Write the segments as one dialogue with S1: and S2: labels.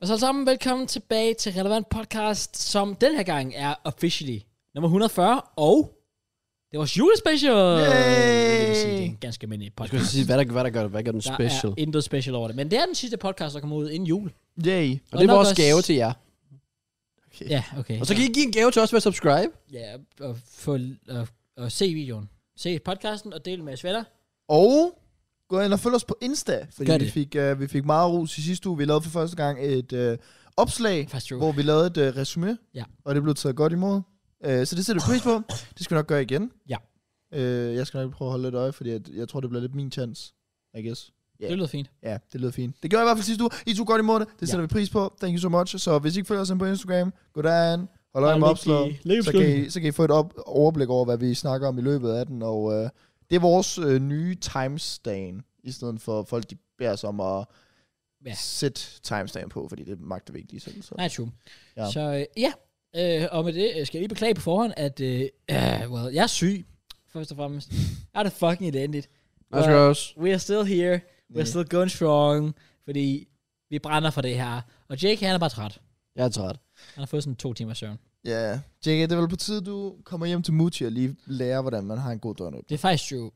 S1: Og så alle sammen velkommen tilbage til Relevant Podcast, som den her gang er officially nummer 140, og det er vores julespecial. Det vil sige, det er en ganske almindelig
S2: Jeg skulle
S1: podcast.
S2: sige, hvad der, hvad der gør det, hvad gør den
S1: Der
S2: special?
S1: er intet special over det, men det er den sidste podcast, der kommer ud inden jul.
S2: Yay. Og
S1: Og
S2: det er
S1: nok
S2: vores
S1: også-
S2: gave til jer.
S1: Ja, okay.
S2: Og så kan I give en gave til os ved at subscribe.
S1: Ja, og, få, og, og se videoen. Se podcasten og del med jeres venner.
S3: Og gå ind og følg os på Insta, fordi
S1: Gør
S3: vi
S1: det.
S3: fik, uh, vi fik meget ros i sidste uge. Vi lavede for første gang et uh, opslag,
S1: Fast
S3: hvor vi lavede et uh, resume,
S1: Ja.
S3: og det blev taget godt imod. Uh, så det sætter vi pris på. Det skal vi nok gøre igen.
S1: Ja.
S3: Uh, jeg skal nok prøve at holde lidt øje, fordi jeg, jeg tror, det bliver lidt min chance, I guess. Ja.
S1: Det lyder fint.
S3: Ja, det lyder fint. Det gjorde jeg i hvert fald sidste uge. I tog godt imod det. Det sætter vi pris på. Thank you so much. Så hvis I ikke følger os inde på Instagram, gå derind. Hold øje med opslaget. Så kan, I, så kan I få et op- overblik over, hvad vi snakker om i løbet af den. Og øh, det er vores øh, nye timesdagen, i stedet for folk, de bærer sig om at
S1: Ja.
S3: ja. sætte timesdagen på, fordi det magter vi ikke lige selv. Så.
S1: Nej, true. Ja.
S3: Ja.
S1: Så øh, ja, øh, og med det øh, skal jeg lige beklage på forhånd, at øh, øh, well, jeg er syg, først og fremmest. Jeg er det fucking elendigt.
S2: Let's
S1: Well,
S2: go.
S1: We are still here, we are still going strong, fordi vi brænder for det her. Og Jake, han er bare træt.
S2: Jeg er træt.
S1: Han har fået sådan to timer søvn.
S3: Ja, Jake, det er vel på tide, du kommer hjem til Muti og lige lærer, hvordan man har en god døgnrytme.
S1: Det er faktisk true.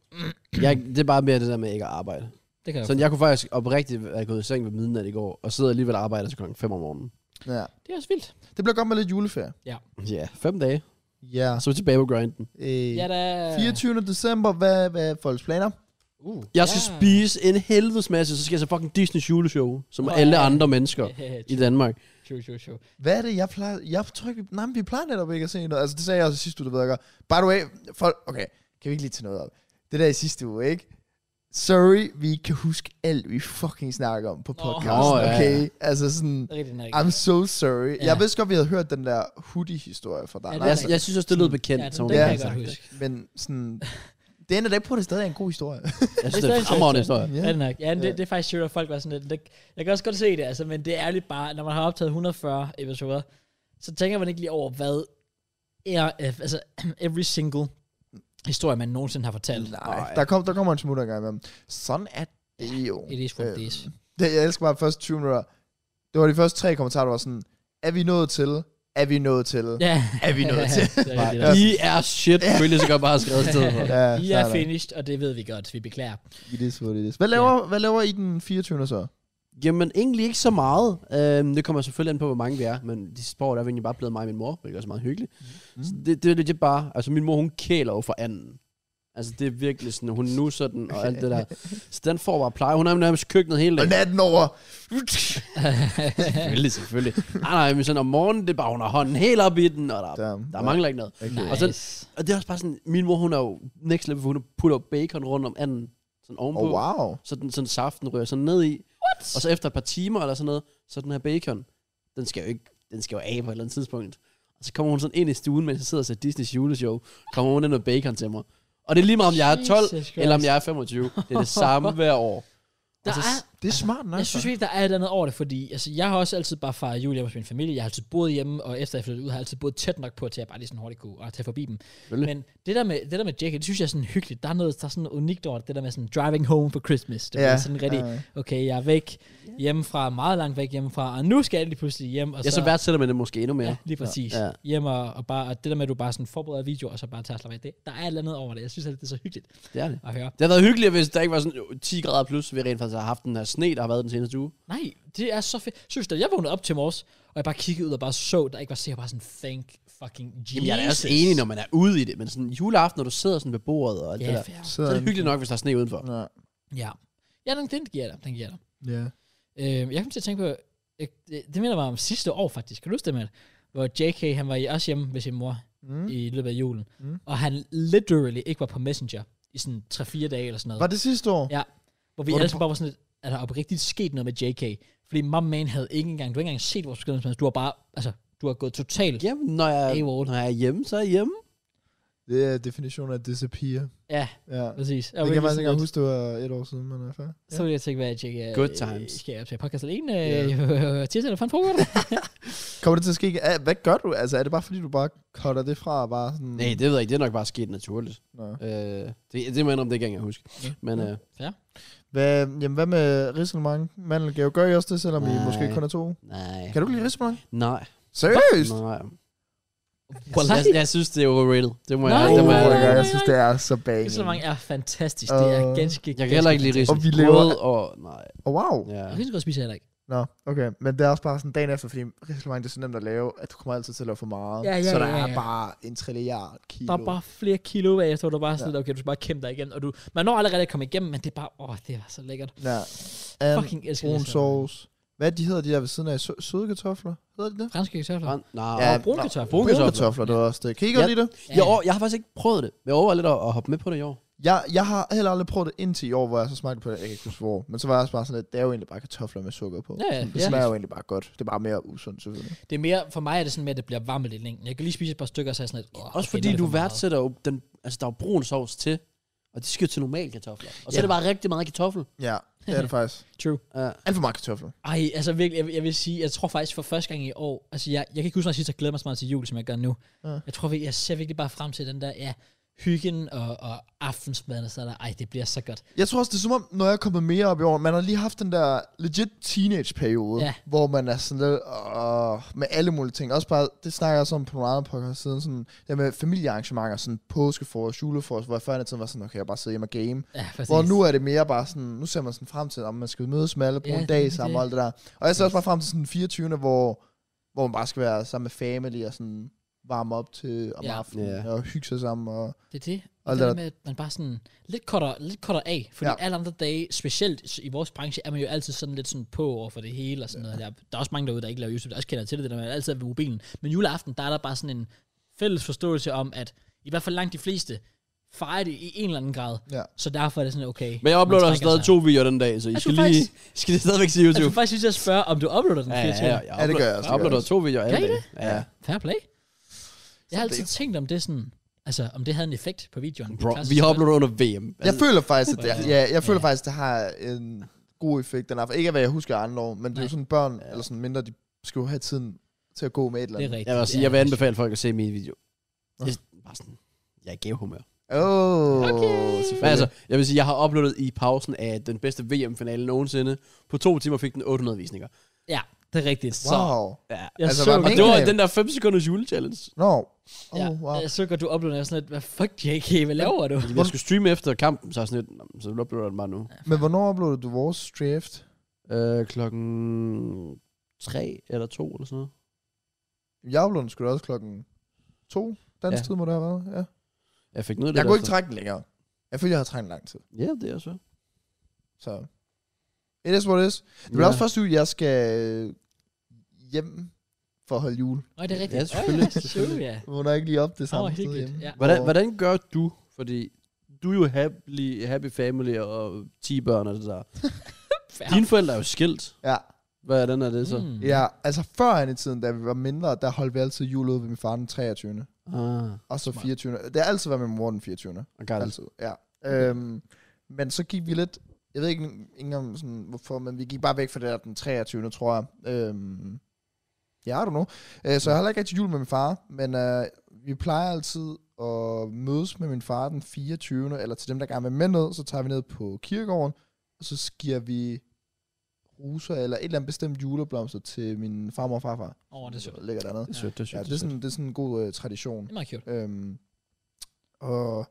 S2: Jeg, det er bare mere det der med ikke at arbejde.
S1: Det kan jeg
S2: Så jeg kunne faktisk oprigtigt være gået i seng ved midnat i går, og sidder alligevel og arbejder til klokken 5 om morgenen.
S3: Ja.
S1: Det er også vildt.
S3: Det bliver godt med lidt juleferie.
S2: Ja, yeah. fem dage.
S3: Ja.
S2: Og så er vi tilbage på grinden.
S3: Øh,
S1: Ja,
S3: ja
S1: da.
S3: 24. december, hvad, hvad er folks planer?
S1: Uh,
S2: Jeg skal
S1: ja.
S2: spise en helvedes masse, så skal jeg se fucking Disney's juleshow, som
S1: Hvor
S2: alle
S1: er-
S2: andre mennesker
S1: Yeah,
S2: i Danmark.
S1: true, true, true.
S3: Hvad er det, jeg plejer? Jeg tror ikke, vi, nej, men vi plejer netop ikke at se noget. Altså, det sagde jeg også i sidste uge, det ved jeg godt. By the way, folk, okay, kan vi ikke lige tage noget op? Det der i sidste uge, ikke? Sorry, vi ikke kan huske alt, vi fucking snakker om på
S1: Nå.
S3: podcasten,
S2: Nå, ja,
S3: okay? Altså sådan,
S1: Rigtig nok.
S3: I'm so sorry.
S1: Ja.
S3: Ja. Jeg vidste godt, vi havde hørt den der hoodie-historie fra dig,
S1: Ja,
S3: Lars,
S2: Jeg, jeg synes også, det lød bekendt.
S1: Ja,
S2: som
S1: den,
S2: om
S1: den
S2: jeg
S1: kan
S2: har
S1: jeg godt
S2: sagt
S1: huske.
S3: men sådan, det ender da ikke på, at det stadig er en god historie.
S2: det. Jeg synes,
S1: Det
S2: det
S1: er
S2: er en fremragende
S1: stadig-
S2: historie.
S1: Ja. Er det nok? Ja, men det,
S3: Ja.
S1: det er faktisk sjovt, at folk var sådan lidt, det, jeg kan også godt se det, altså, men det er ærligt bare, når man har optaget 140 episoder, så tænker man ikke lige over, hvad er, øh, altså, every single historie, man nogensinde har fortalt.
S3: Nej, der, kom, der kommer en smutter engang imellem. Sådan er det jo.
S1: It is what it
S3: Øhm,
S1: is.
S3: Det, jeg elsker bare de første 20 minutter. Det var de første tre kommentarer, der var sådan, er vi nået til? Er vi nået til?
S1: Ja.
S3: Er vi nået til?
S1: Det er rigtigt
S3: Ja.
S1: nok.
S2: I er shit, følger så godt bare har skrevet sted for.
S3: Ja,
S1: I er finished, og det ved vi godt, vi beklager.
S3: It is what it is. Hvad laver, ja. hvad laver I den 24. så?
S2: Jamen, egentlig ikke så meget. Øhm, det kommer selvfølgelig an på, hvor mange vi er, men de sidste par år, der er vi egentlig bare blevet mig og min mor, hvilket er også meget hyggeligt. Mm. Så det, det er legit bare, altså min mor, hun kæler over for anden. Altså det er virkelig sådan, hun nusser den og alt det der. Så den får bare pleje. Hun er nærmest i køkkenet hele
S3: Og
S2: dagen.
S3: natten over.
S2: Selvfølgelig, selvfølgelig. Nej, nej, men sådan om morgenen, det er bare, hun har hånden helt op i den, og der,
S3: Damn.
S2: der mangler ikke noget.
S1: Nice.
S2: Og så- Og det er også bare sådan, min mor, hun er jo next level, for hun putter jo bacon rundt om anden. Sådan ovenpå.
S3: Oh, wow.
S2: Så den sådan saften rører sådan ned i. What? Og så efter et par timer eller sådan noget, så den her bacon, den skal jo ikke, den skal jo af på et eller andet tidspunkt. Og så kommer hun sådan ind i stuen, mens jeg sidder og ser Disney's juleshow, kommer hun ind med bacon til mig. Og det er lige meget, om jeg er 12,
S1: Jesus
S2: eller om
S1: Christ.
S2: jeg er 25. Det er det samme hver år.
S1: Der
S2: så-
S1: er,
S3: Det er smart nok.
S1: jeg synes virkelig, der er et eller andet over det, fordi altså, jeg har også altid bare fejret jul hjemme hos min familie. Jeg har altid boet hjemme, og efter jeg flyttede ud, har jeg altid boet tæt nok på, til at jeg bare lige sådan hurtigt kunne og tage forbi dem.
S2: Selvfølgelig.
S1: Men det der med, det der med Jackie, det synes jeg er sådan hyggeligt. Der er noget, der er sådan noget unikt over det, det der med sådan driving home for Christmas. Det er
S3: Ja,
S1: sådan rigtig,
S3: ja.
S1: okay, jeg er væk hjemmefra, meget langt væk hjemmefra, og nu skal jeg lige pludselig hjem. Og
S2: Ja, så værdsætter man det måske endnu mere.
S1: Ja, lige præcis. Ja.
S2: Ja.
S1: Hjem og, og, bare, og det der med, at du bare sådan forbereder videoer, og så bare tager og slapper af. Det, der er et eller andet over det. Jeg synes, at det er så hyggeligt
S2: Det er det.
S1: at høre.
S2: Det har været hyggeligt, hvis der ikke var sådan 10 grader plus, vi rent faktisk har haft den her sne, der har været den seneste uge.
S1: Nej, det er så fedt. Synes du, jeg vågnede op til morges, og jeg bare kiggede ud og bare så, der ikke var se, jeg bare sådan, thank fucking Jesus.
S2: Jamen, jeg er da også enig, når man er ude i det, men sådan juleaften, når du sidder sådan ved bordet og alt
S1: Ja,
S2: det der,
S1: fair.
S3: Så,
S2: så er det hyggeligt nok, hvis der er sne udenfor.
S3: Ja.
S1: Ja. Ja, den, den giver jeg dig. Den giver jeg dig.
S3: ja.
S1: Øh, jeg kom til at tænke på, jeg, det, det minder mig om sidste år faktisk. Kan du huske det, Matt? Hvor JK, han var i- også hjemme ved sin mor mm.
S3: Mm.
S1: i løbet af julen. Mm.
S3: Mm.
S1: Og han literally ikke var på Messenger i sådan 3-4 dage eller sådan noget.
S3: Var det sidste år?
S1: Ja. Hvor vi
S3: Hvor du
S1: ellers
S3: på-
S1: bare var sådan lidt, er der oprigtigt sket noget med JK? Fordi my man havde ikke engang, du har ikke engang set vores beskeder, du har bare, altså, du har gået totalt.
S2: Jamen, når jeg,
S1: AWOL.
S2: når jeg er hjemme, så er jeg hjemme.
S3: Det er definitionen af disappear.
S1: Ja,
S3: Ja.
S1: præcis. Jeg var
S3: Det
S1: virkelig
S3: kan jeg faktisk ikke
S1: sådan
S3: engang
S1: lidt-
S3: huske, det var et år siden, men er fair.
S1: Så ville jeg tænke, hvad JK er.
S2: Good times.
S1: øh, Skal jeg optage podcast alene? Yeah. tirsdag eller fandt frokost?
S3: Kommer det til at ske? igen? Ah, Hvad gør du? Altså, er det bare fordi, du bare cutter det fra og bare sådan...
S2: Nej, det ved jeg ikke. Det er nok bare sket naturligt.
S3: Nå.
S2: Øh, det, det må jeg indrømme, det kan jeg huske.
S1: Ja.
S2: Men øh,
S3: Hvad, jamen, hvad med risselmange? Mandelgave, gør I også det, selvom I
S2: Nej.
S3: måske kun er to?
S2: nej.
S3: Kan du ikke lide risselmange?
S2: Nej.
S3: Seriøst?
S2: Nej.
S1: Wallah.
S2: Jeg, jeg, synes, det er overrated. Det må jeg,
S1: Nej.
S3: Oh
S2: det må
S3: my
S2: jeg,
S1: Nej, nej,
S3: god,
S1: nej.
S3: jeg synes, det er så banging.
S1: Rislemang er fantastisk. Det er
S3: Øh,
S1: ganske, ganske
S2: jeg kan heller ikke lide
S1: fantastisk.
S2: risiko.
S3: Og vi lever-
S2: og, nej.
S3: Oh, wow.
S2: Ja.
S1: Jeg kan ikke godt spise heller ikke.
S3: Nå, okay. Men det er også bare sådan dagen efter, fordi risselmange, det er så nemt at lave, at du kommer altid til at lave for meget.
S1: Ja, ja,
S3: så der
S1: ja, ja.
S3: er bare en trilliard kilo.
S1: Der er bare flere kilo af, efter, hvor du bare sådan, ja. okay, du skal bare kæmpe dig igennem. Og du, man når allerede at komme igennem, men det er bare, åh, det var så lækkert.
S3: Ja.
S1: Um,
S3: And
S1: Fucking elsker
S3: brun
S1: rislemang.
S3: sauce. Hvad de hedder de der ved siden af? Sø- søde kartofler? Hedder de det?
S1: Franske kartofler.
S2: Brænd- Nej.
S3: Ja,
S1: Og brune
S3: nå,
S1: kartofler.
S2: brune
S3: Brune kartofler, det er også det. Kan I godt
S2: Ja.
S3: lide det?
S2: Jeg, over, jeg har faktisk ikke prøvet det. Jeg overvejer lidt at, at hoppe med på det i år.
S3: Jeg, jeg har heller aldrig prøvet det indtil i år, hvor jeg så smagte på det. Jeg kan ikke huske hvor. Men så var jeg også bare sådan, at det er jo egentlig bare kartofler med sukker på.
S1: Ja, ja,
S3: det
S1: ja.
S3: smager jo egentlig bare godt. Det er bare mere usundt, selvfølgelig.
S1: Det er mere, for mig er det sådan mere, at det bliver varmt i længden. Jeg kan lige spise et par stykker, så er jeg sådan lidt, åh,
S2: Også
S1: okay, nu
S2: fordi
S1: er det
S2: du
S1: for meget.
S2: værdsætter jo den... Altså, der er jo brun sovs til, og de skal jo til normal kartofler. Og så
S1: Ja.
S2: er det bare rigtig meget kartoffel.
S3: Ja, det er det faktisk.
S1: True.
S2: Ja.
S3: Alt for mange kartofler.
S1: Ej, altså virkelig, jeg, jeg vil sige, jeg tror faktisk for første gang i år, altså jeg, jeg kan ikke huske, når jeg sidst har glædet mig så meget til jul, som jeg gør nu.
S3: Ja.
S1: Ja. Jeg tror virkelig, jeg ser virkelig bare frem til den der, ja, hyggen og, og aftensmaden og sådan der. Ej, det bliver så godt.
S3: Jeg tror også, det er som om, når jeg er kommet mere op i år, man har lige haft den der legit teenage-periode,
S1: Ja.
S3: hvor man er sådan lidt åh, med alle mulige ting. Også bare, det snakker jeg også om på nogle andre podcast siden, sådan der med familiearrangementer, sådan påskeforårs, juleforårs, hvor jeg før i tiden var sådan, okay, jeg bare sidder hjemme og game.
S1: Ja, præcis.
S3: Hvor nu er det mere bare sådan, nu ser man sådan frem til, om man skal mødes med alle, bruge
S1: Ja,
S3: en
S1: det er
S3: dag sammen og alt det der. Og jeg ser også
S1: Præcis.
S3: bare frem til sådan den 24. hvor, hvor man bare skal være sammen med family og sådan varme op til om
S1: Ja.
S3: aftenen
S2: Ja.
S3: og hygge sig sammen. Og,
S1: Det er det.
S3: Og
S1: Og det
S3: lad-
S1: der med, at man bare sådan lidt kortere, lidt kortere af. Fordi
S3: Ja.
S1: ja. alle andre dage, specielt i vores branche, er man jo altid sådan lidt sådan på over for det hele og sådan ja. noget. Der, der er også mange derude, der ikke laver YouTube, der også kender til det, det der man altid er ved mobilen. Men juleaften, der er der bare sådan en fælles forståelse om, at i hvert fald langt de fleste fejrer det i en eller anden grad.
S3: Ja.
S1: Så derfor er det sådan, okay.
S2: Men jeg
S1: man
S2: uploader
S1: trækker
S2: stadig
S1: sig.
S2: to videoer den dag, så I
S1: Jeg
S2: skal
S1: tror
S2: lige...
S1: faktisk-
S2: Skal det stadigvæk se
S1: Jeg skulle
S2: YouTube?
S1: faktisk lige til at spørge, om du uploader den
S2: Ja,
S1: 24.
S2: ja, ja.
S3: Ja, det gør jeg også,
S2: Jeg
S3: det gør jeg
S2: uploader to videoer alle
S1: Gør I
S2: dage. Ja.
S1: Fair play. Jeg har
S3: Så
S1: altid tænkt om det sådan, altså om det havde en effekt på videoen.
S2: Bro,
S1: Klassisk
S2: vi har
S1: spil.
S2: uploadet under VM.
S3: jeg føler faktisk, at det,
S1: Ja.
S3: ja, jeg føler
S1: Ja.
S3: faktisk, det har en god effekt. Den har, ikke af, hvad jeg husker af andre år, men det er jo
S1: Nej.
S3: sådan børn, eller sådan mindre, de skal jo have tiden til at gå med et eller
S1: Det er
S3: andet.
S1: rigtigt.
S2: Jeg vil, sige,
S1: Ja,
S2: jeg vil
S1: det er
S2: anbefale folk at se min video.
S3: Nå.
S2: Det er bare sådan, jeg er i gavehumør.
S3: Åh, oh,
S1: Okay.
S2: Men altså, jeg vil sige, jeg har uploadet i pausen af den bedste VM-finale nogensinde. På to timer fik den 800 visninger.
S1: Ja, det er rigtigt. Så,
S3: Wow.
S2: Ja.
S1: jeg
S3: Altså,
S1: altså, så
S3: hvad
S2: Og
S1: godt,
S2: det var
S3: Ingrid.
S2: den der 5 sekunders julechallenge.
S3: Nå.
S1: ja, Øh,
S3: Oh, wow.
S1: jeg så godt, du oplevede sådan lidt, hvad fuck, JK, hvad laver du?
S2: Altså, Jeg skulle streame efter kampen, så er jeg sådan lidt, "Nå, men så uploader jeg den bare nu.
S3: Men hvornår uploadede du vores draft?
S2: Øh, klokken 3 eller 2 eller sådan noget.
S3: Jeg uploadede den sgu da også klokken to. Dansk
S2: Ja.
S3: tid må det have været, ja.
S2: Jeg fik noget
S3: Jeg
S2: lidt
S3: kunne ikke
S2: efter.
S3: trække den længere. Jeg følte, jeg havde trækket den lang tid.
S2: Ja, det er også fair.
S3: Så it is what it is. Det bliver
S2: Ja.
S3: også første uge, jeg skal hjem for at holde jul.
S1: Nej, det er rigtigt.
S2: Ja, selvfølgelig,
S1: Åh, ja,
S2: selvfølgelig.
S1: ja.
S3: Jeg vågner ikke lige op det samme
S1: Åh,
S3: sted
S1: hyggeligt,
S3: hjemme.
S1: ja.
S2: Hvordan, hvordan gør du, fordi du er jo happy, happy family og 10 børn og det der.
S1: Fair.
S2: Dine forældre er jo skilt.
S3: Ja,
S2: Hvordan er det så? Mm.
S1: Mm.
S3: ja, altså før i tiden, da vi var mindre, der holdt vi altid jul ude ved min far den 23.
S1: Mm.
S2: Ah,
S3: Og så
S1: Smart.
S3: 24. Det har altid været min mor den 24.
S2: og Karl.
S1: Altså,
S3: Altid, ja. Øhm, men så gik vi lidt, jeg ved ikke ikke engang sådan, hvorfor, men vi gik bare væk fra det der den 23. tror jeg. Øhm, ja, I don't know. Øh, så jeg har heller ikke rigtig jul med min far, men øh, vi plejer altid at mødes med min far den 24. Eller til dem, der gerne vil med ned, så tager vi ned på kirkegården, og så giver vi roser eller et eller andet bestemt juleblomster til min farmor og farfar.
S1: Åh, det er sjovt.
S3: Ligger dernede.
S2: Det er sødt, det er sødt.
S3: Ja, det er sådan, det er sådan en god øh, tradition.
S1: Det er meget cute.
S3: Øhm, og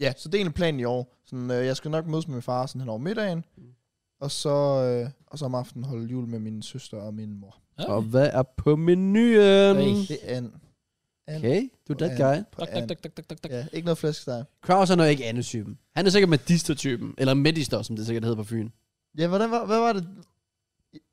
S3: ja, så det er egentlig planen i år. Sådan, øh, jeg skal nok mødes med min far sådan hen over middagen,
S2: Mm.
S3: og så, øh, og så om aftenen holde jul med min søster og min mor.
S1: Okay.
S2: Og hvad er på menuen?
S1: Hey.
S3: Det er an. an
S2: Okay, du er that guy.
S3: På
S1: Dok,
S3: an.
S1: dok, dok, dok, dok, dok.
S3: Ja, ikke noget flæsk der.
S2: Kraus er nok ikke anden typen. Han er sikkert medister-typen. Eller medister, som det sikkert hedder på Fyn.
S3: Ja, hvordan, var, hvad var det?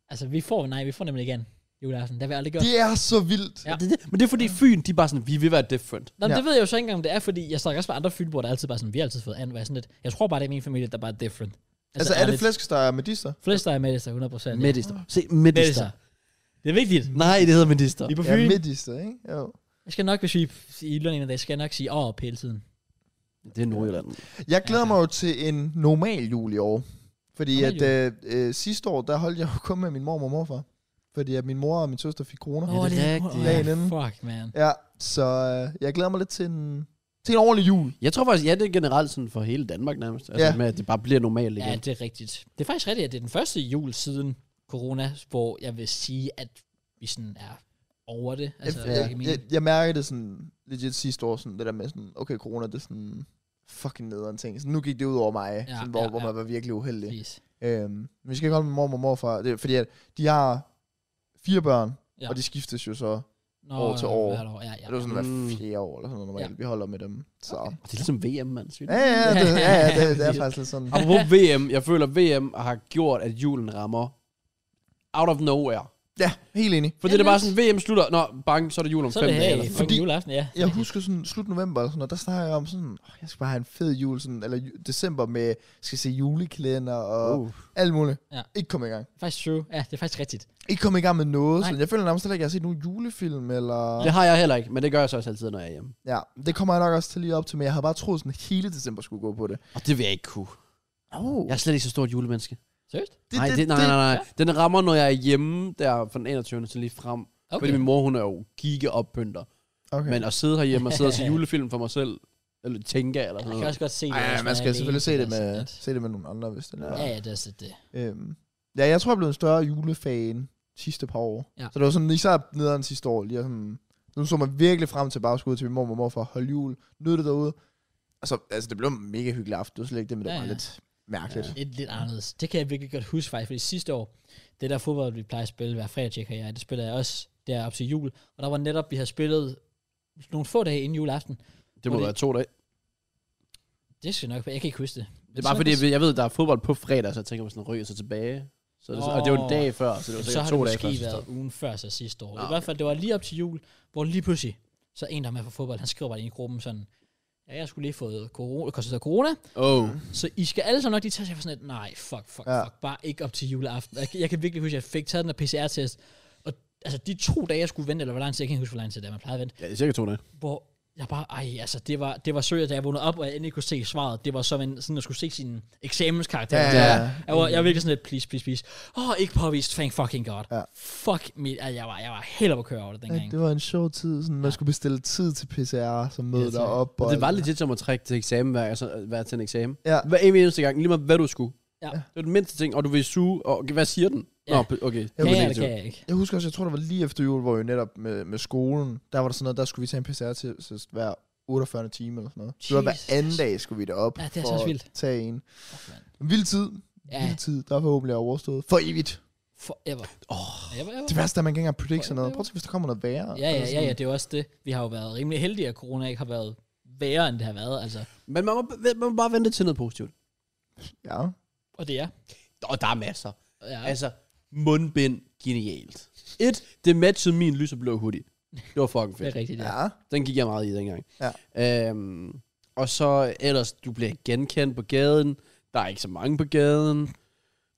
S1: Altså, vi får, nej, vi får nemlig igen juleaften. Det har vi aldrig gjort.
S3: Det er så vildt.
S1: Ja.
S2: Det, det, men det er fordi Fyn, de er bare sådan, vi vil være different.
S1: Nå, men
S3: Ja.
S1: det ved jeg jo så ikke engang, om det er, fordi jeg snakker også med andre fynboer, der altid bare sådan, vi har altid fået an, hvor jeg sådan lidt. Jeg tror bare, det er min familie, der bare er different.
S3: Altså, er det flæskesteg og medister?
S1: Flest der er med det, så 100 procent.
S2: Medister. Se, medister.
S1: Det er vigtigt.
S2: Nej, det hedder medister.
S1: Vi er på
S3: Ja,
S1: Fyn.
S3: medister, ikke? Jo.
S1: Jeg skal nok, hvis vi er i Jylland en dag, skal jeg nok sige åh op hele tiden.
S2: Det er Nordjylland.
S3: Jeg glæder
S1: Ja. altså.
S3: mig jo til en normal jul i år. Fordi
S1: Normal
S3: at øh, øh, sidste år, der holdt jeg jo kun med min mor og morfar. Fordi at min mor og min søster fik corona.
S2: Ja, det er rigtigt.
S1: Ja,
S3: Dagen inden.
S1: fuck, man.
S3: Ja, så øh, jeg glæder mig lidt til en, til en ordentlig jul.
S2: Jeg tror faktisk, ja, det er generelt sådan for hele Danmark nærmest. Altså
S3: Ja.
S2: med, at det bare bliver normalt igen.
S1: Ja, det er rigtigt. Det er faktisk rigtigt, at det er den første jul siden corona, hvor jeg vil sige, at vi sådan er over det. Altså, ja,
S3: Altså,
S1: jeg,
S3: jeg,
S1: jeg,
S3: jeg, jeg mærker det sådan legit sidste år, sådan det der med sådan, okay, corona, det er sådan fucking nederen ting. Så nu gik det ud over mig,
S1: Ja,
S3: ja, sådan, hvor,
S1: ja,
S3: ja, hvor
S1: ja.
S3: man var virkelig uheldig.
S1: Præcis.
S3: Øhm, men vi skal ikke holde min mor og morfar, det, er fordi at de har fire børn,
S1: Ja.
S3: ja. og de skiftes jo så.
S1: Nå,
S3: År til år.
S1: hvert Ja, ja.
S3: Ja. Det er jo sådan
S2: Mm.
S3: hver fjerde år, eller sådan noget normalt, ja. vi holder med dem. Så. Okay.
S2: det er ligesom VM, mand.
S3: Ja, ja, det, ja, ja, det, det er faktisk lidt sådan.
S2: Apropos VM, jeg føler, VM har gjort, at julen rammer out of nowhere.
S3: Ja, helt enig.
S2: Fordi
S1: Ja,
S2: det er bare
S1: lidt.
S2: sådan, VM slutter, nå, bang, så er det jul om
S1: Så er
S2: fem
S1: det
S2: dage.
S1: her
S2: Eller
S1: i
S2: sådan
S1: fucking
S3: Fordi-
S1: juleaften, ja.
S3: Jeg husker sådan slut november, og sådan, og der snakker jeg om sådan, "Åh, jeg skal bare have en fed jul, sådan, eller ju- december med, skal se julekalender og
S2: noget.
S3: uh.
S2: Uh.
S3: alt muligt.
S1: Ja.
S3: Ikke komme i gang.
S1: Faktisk true. Ja, det er faktisk rigtigt.
S3: Ikke komme i gang med noget,
S1: Nej.
S3: så jeg føler nærmest heller ikke, at jeg har set nogen julefilm, eller...
S2: Det
S3: Ja.
S2: har jeg heller ikke, men det gør jeg så også altid, når jeg er hjemme.
S3: ja. det kommer jeg nok også til lige op til, men jeg havde bare troet, sådan hele december skulle gå på det.
S2: Og det vil jeg ikke kunne.
S3: Oh.
S2: Jeg er slet ikke så stor et julemenneske.
S1: Seriøst?
S3: Det,
S2: nej, det, nej, nej, nej, nej. Den rammer, når jeg er hjemme der fra den 21. til lige frem. Okay.
S1: Okay.
S2: Fordi min mor, hun er jo giga oppynter.
S3: Okay.
S2: Okay. Men at sidde herhjemme og sidde og se julefilm for mig selv, eller tænke eller sådan
S1: Jeg kan
S2: noget.
S1: også godt se det.
S3: Ej,
S1: hvis
S3: man
S1: er
S3: skal
S1: alene,
S3: selvfølgelig se det,
S1: altså,
S3: med,
S1: at-
S3: se det med nogle andre, hvis det er.
S1: Ja,
S3: Ja.
S1: ja, det er så det.
S3: Øhm. ja, jeg tror, jeg blev en større julefan sidste par år.
S1: Ja.
S3: Så det var sådan, især nederen sidste år, lige at sådan, nu så man virkelig frem til bare at skulle ud til min mor og mor for at holde jul, nyde det derude. Altså, altså det blev en mega hyggelig aften, det var slet ikke det, men det
S1: Ja,
S3: ja, var
S1: ja.
S3: lidt mærkeligt. Ja.
S1: Lidt, lidt anderledes. Det kan jeg virkelig godt huske faktisk, fordi sidste år, det der fodbold, vi plejer at spille hver fredag, tjekker jeg, det spiller jeg også der op til jul. Og der var netop, vi har spillet nogle få dage inden juleaften.
S2: Det må
S1: Fordi-
S2: være to dage.
S1: Det skal nok være, jeg kan ikke huske det.
S2: Det er bare fordi, jeg ved- jeg ved, der er fodbold på fredag, så jeg tænker, at sådan ryger sig tilbage. Så det, og det er jo en dag før, så det var
S1: Men så
S2: sikkert
S1: har det
S2: to dage før.
S1: måske
S2: sidste år.
S1: været ugen før så sidste år.
S2: Nå,
S1: I hvert fald, det var lige op til jul, hvor lige pludselig, så en, der er med for fodbold, han skriver bare ind i gruppen sådan, ja, jeg skulle lige fået corona, konstateret corona,
S2: Oh.
S1: så I skal alle sammen nok lige tage sig for sådan et, nej, fuck, fuck, ja.
S3: Ja.
S1: fuck, bare ikke op til juleaften. Jeg, jeg kan virkelig huske, at jeg fik taget den der PCR-test, og altså de to dage, jeg skulle vente, eller hvor lang tid, jeg kan ikke huske, hvor lang tid det er, man plejede at vente,
S2: Ja, det er cirka to dage.
S1: hvor jeg bare, ej, altså det var, det var søgt, da jeg vågnede op, og jeg endelig kunne se svaret. Det var som en, sådan at skulle se sin eksamenskarakter.
S3: Ja, ja, ja.
S1: Jeg, var, jeg var virkelig sådan lidt, please, please, please. Åh, oh, ikke påvist, thank fucking god.
S3: Ja.
S1: Fuck mit, altså, jeg var, jeg var helt op at køre over det dengang.
S3: Ja, det var en sjov tid, sådan, man skulle bestille tid til PCR, som mødte
S1: Ja,
S3: ja,
S1: tak.
S3: derop.
S2: Og det var legit som at trække til eksamen, hver, altså, hver til en eksamen.
S3: Ja.
S2: Hver eneste gang, lige meget hvad du skulle.
S1: Ja.
S2: Det var den mindste ting, og du vil suge, og hvad siger den?
S1: Ja.
S2: Ja. Nå, okay.
S1: Kan
S2: det er
S1: jeg, eller
S2: negativt.
S1: kan jeg ikke?
S3: Jeg husker også, jeg tror, det var lige efter jul, hvor vi netop med, med skolen, der var der sådan noget, der skulle vi tage en PCR-test hver 48 timer eller sådan noget. Så det var
S1: Jesus.
S3: hver anden dag, skulle vi derop
S1: Ja, det er
S3: for
S1: så også vildt.
S3: at tage en.
S1: Fuck, mand.
S3: En vild tid. Ja.
S1: Ja,
S3: Vild tid, der er forhåbentlig overstået. For evigt.
S1: forever. Oh. Ever, ever.
S3: Det værste er, at man kan ikke engang predict sådan noget.
S1: For
S3: Prøv at tænke, hvis der kommer noget værre.
S1: Ja,
S3: Eller
S1: ja, ja,
S3: sådan.
S1: ja, det er jo også det. Vi har jo været rimelig heldige, at corona ikke har været værre, end det har været. Altså.
S2: Men man må, man må bare vente til noget positivt.
S3: Ja.
S1: Og det er.
S2: Og der er masser.
S1: Ja.
S2: Ja. Altså, mundbind, genialt. Et, det matchede min lys og blå hoodie. Det var fucking
S1: det
S2: fedt.
S1: er rigtigt, ja.
S3: Ja.
S2: Den gik jeg meget i dengang.
S3: Ja.
S2: Øhm, og så ellers, du bliver genkendt på gaden. Der er ikke så mange på gaden.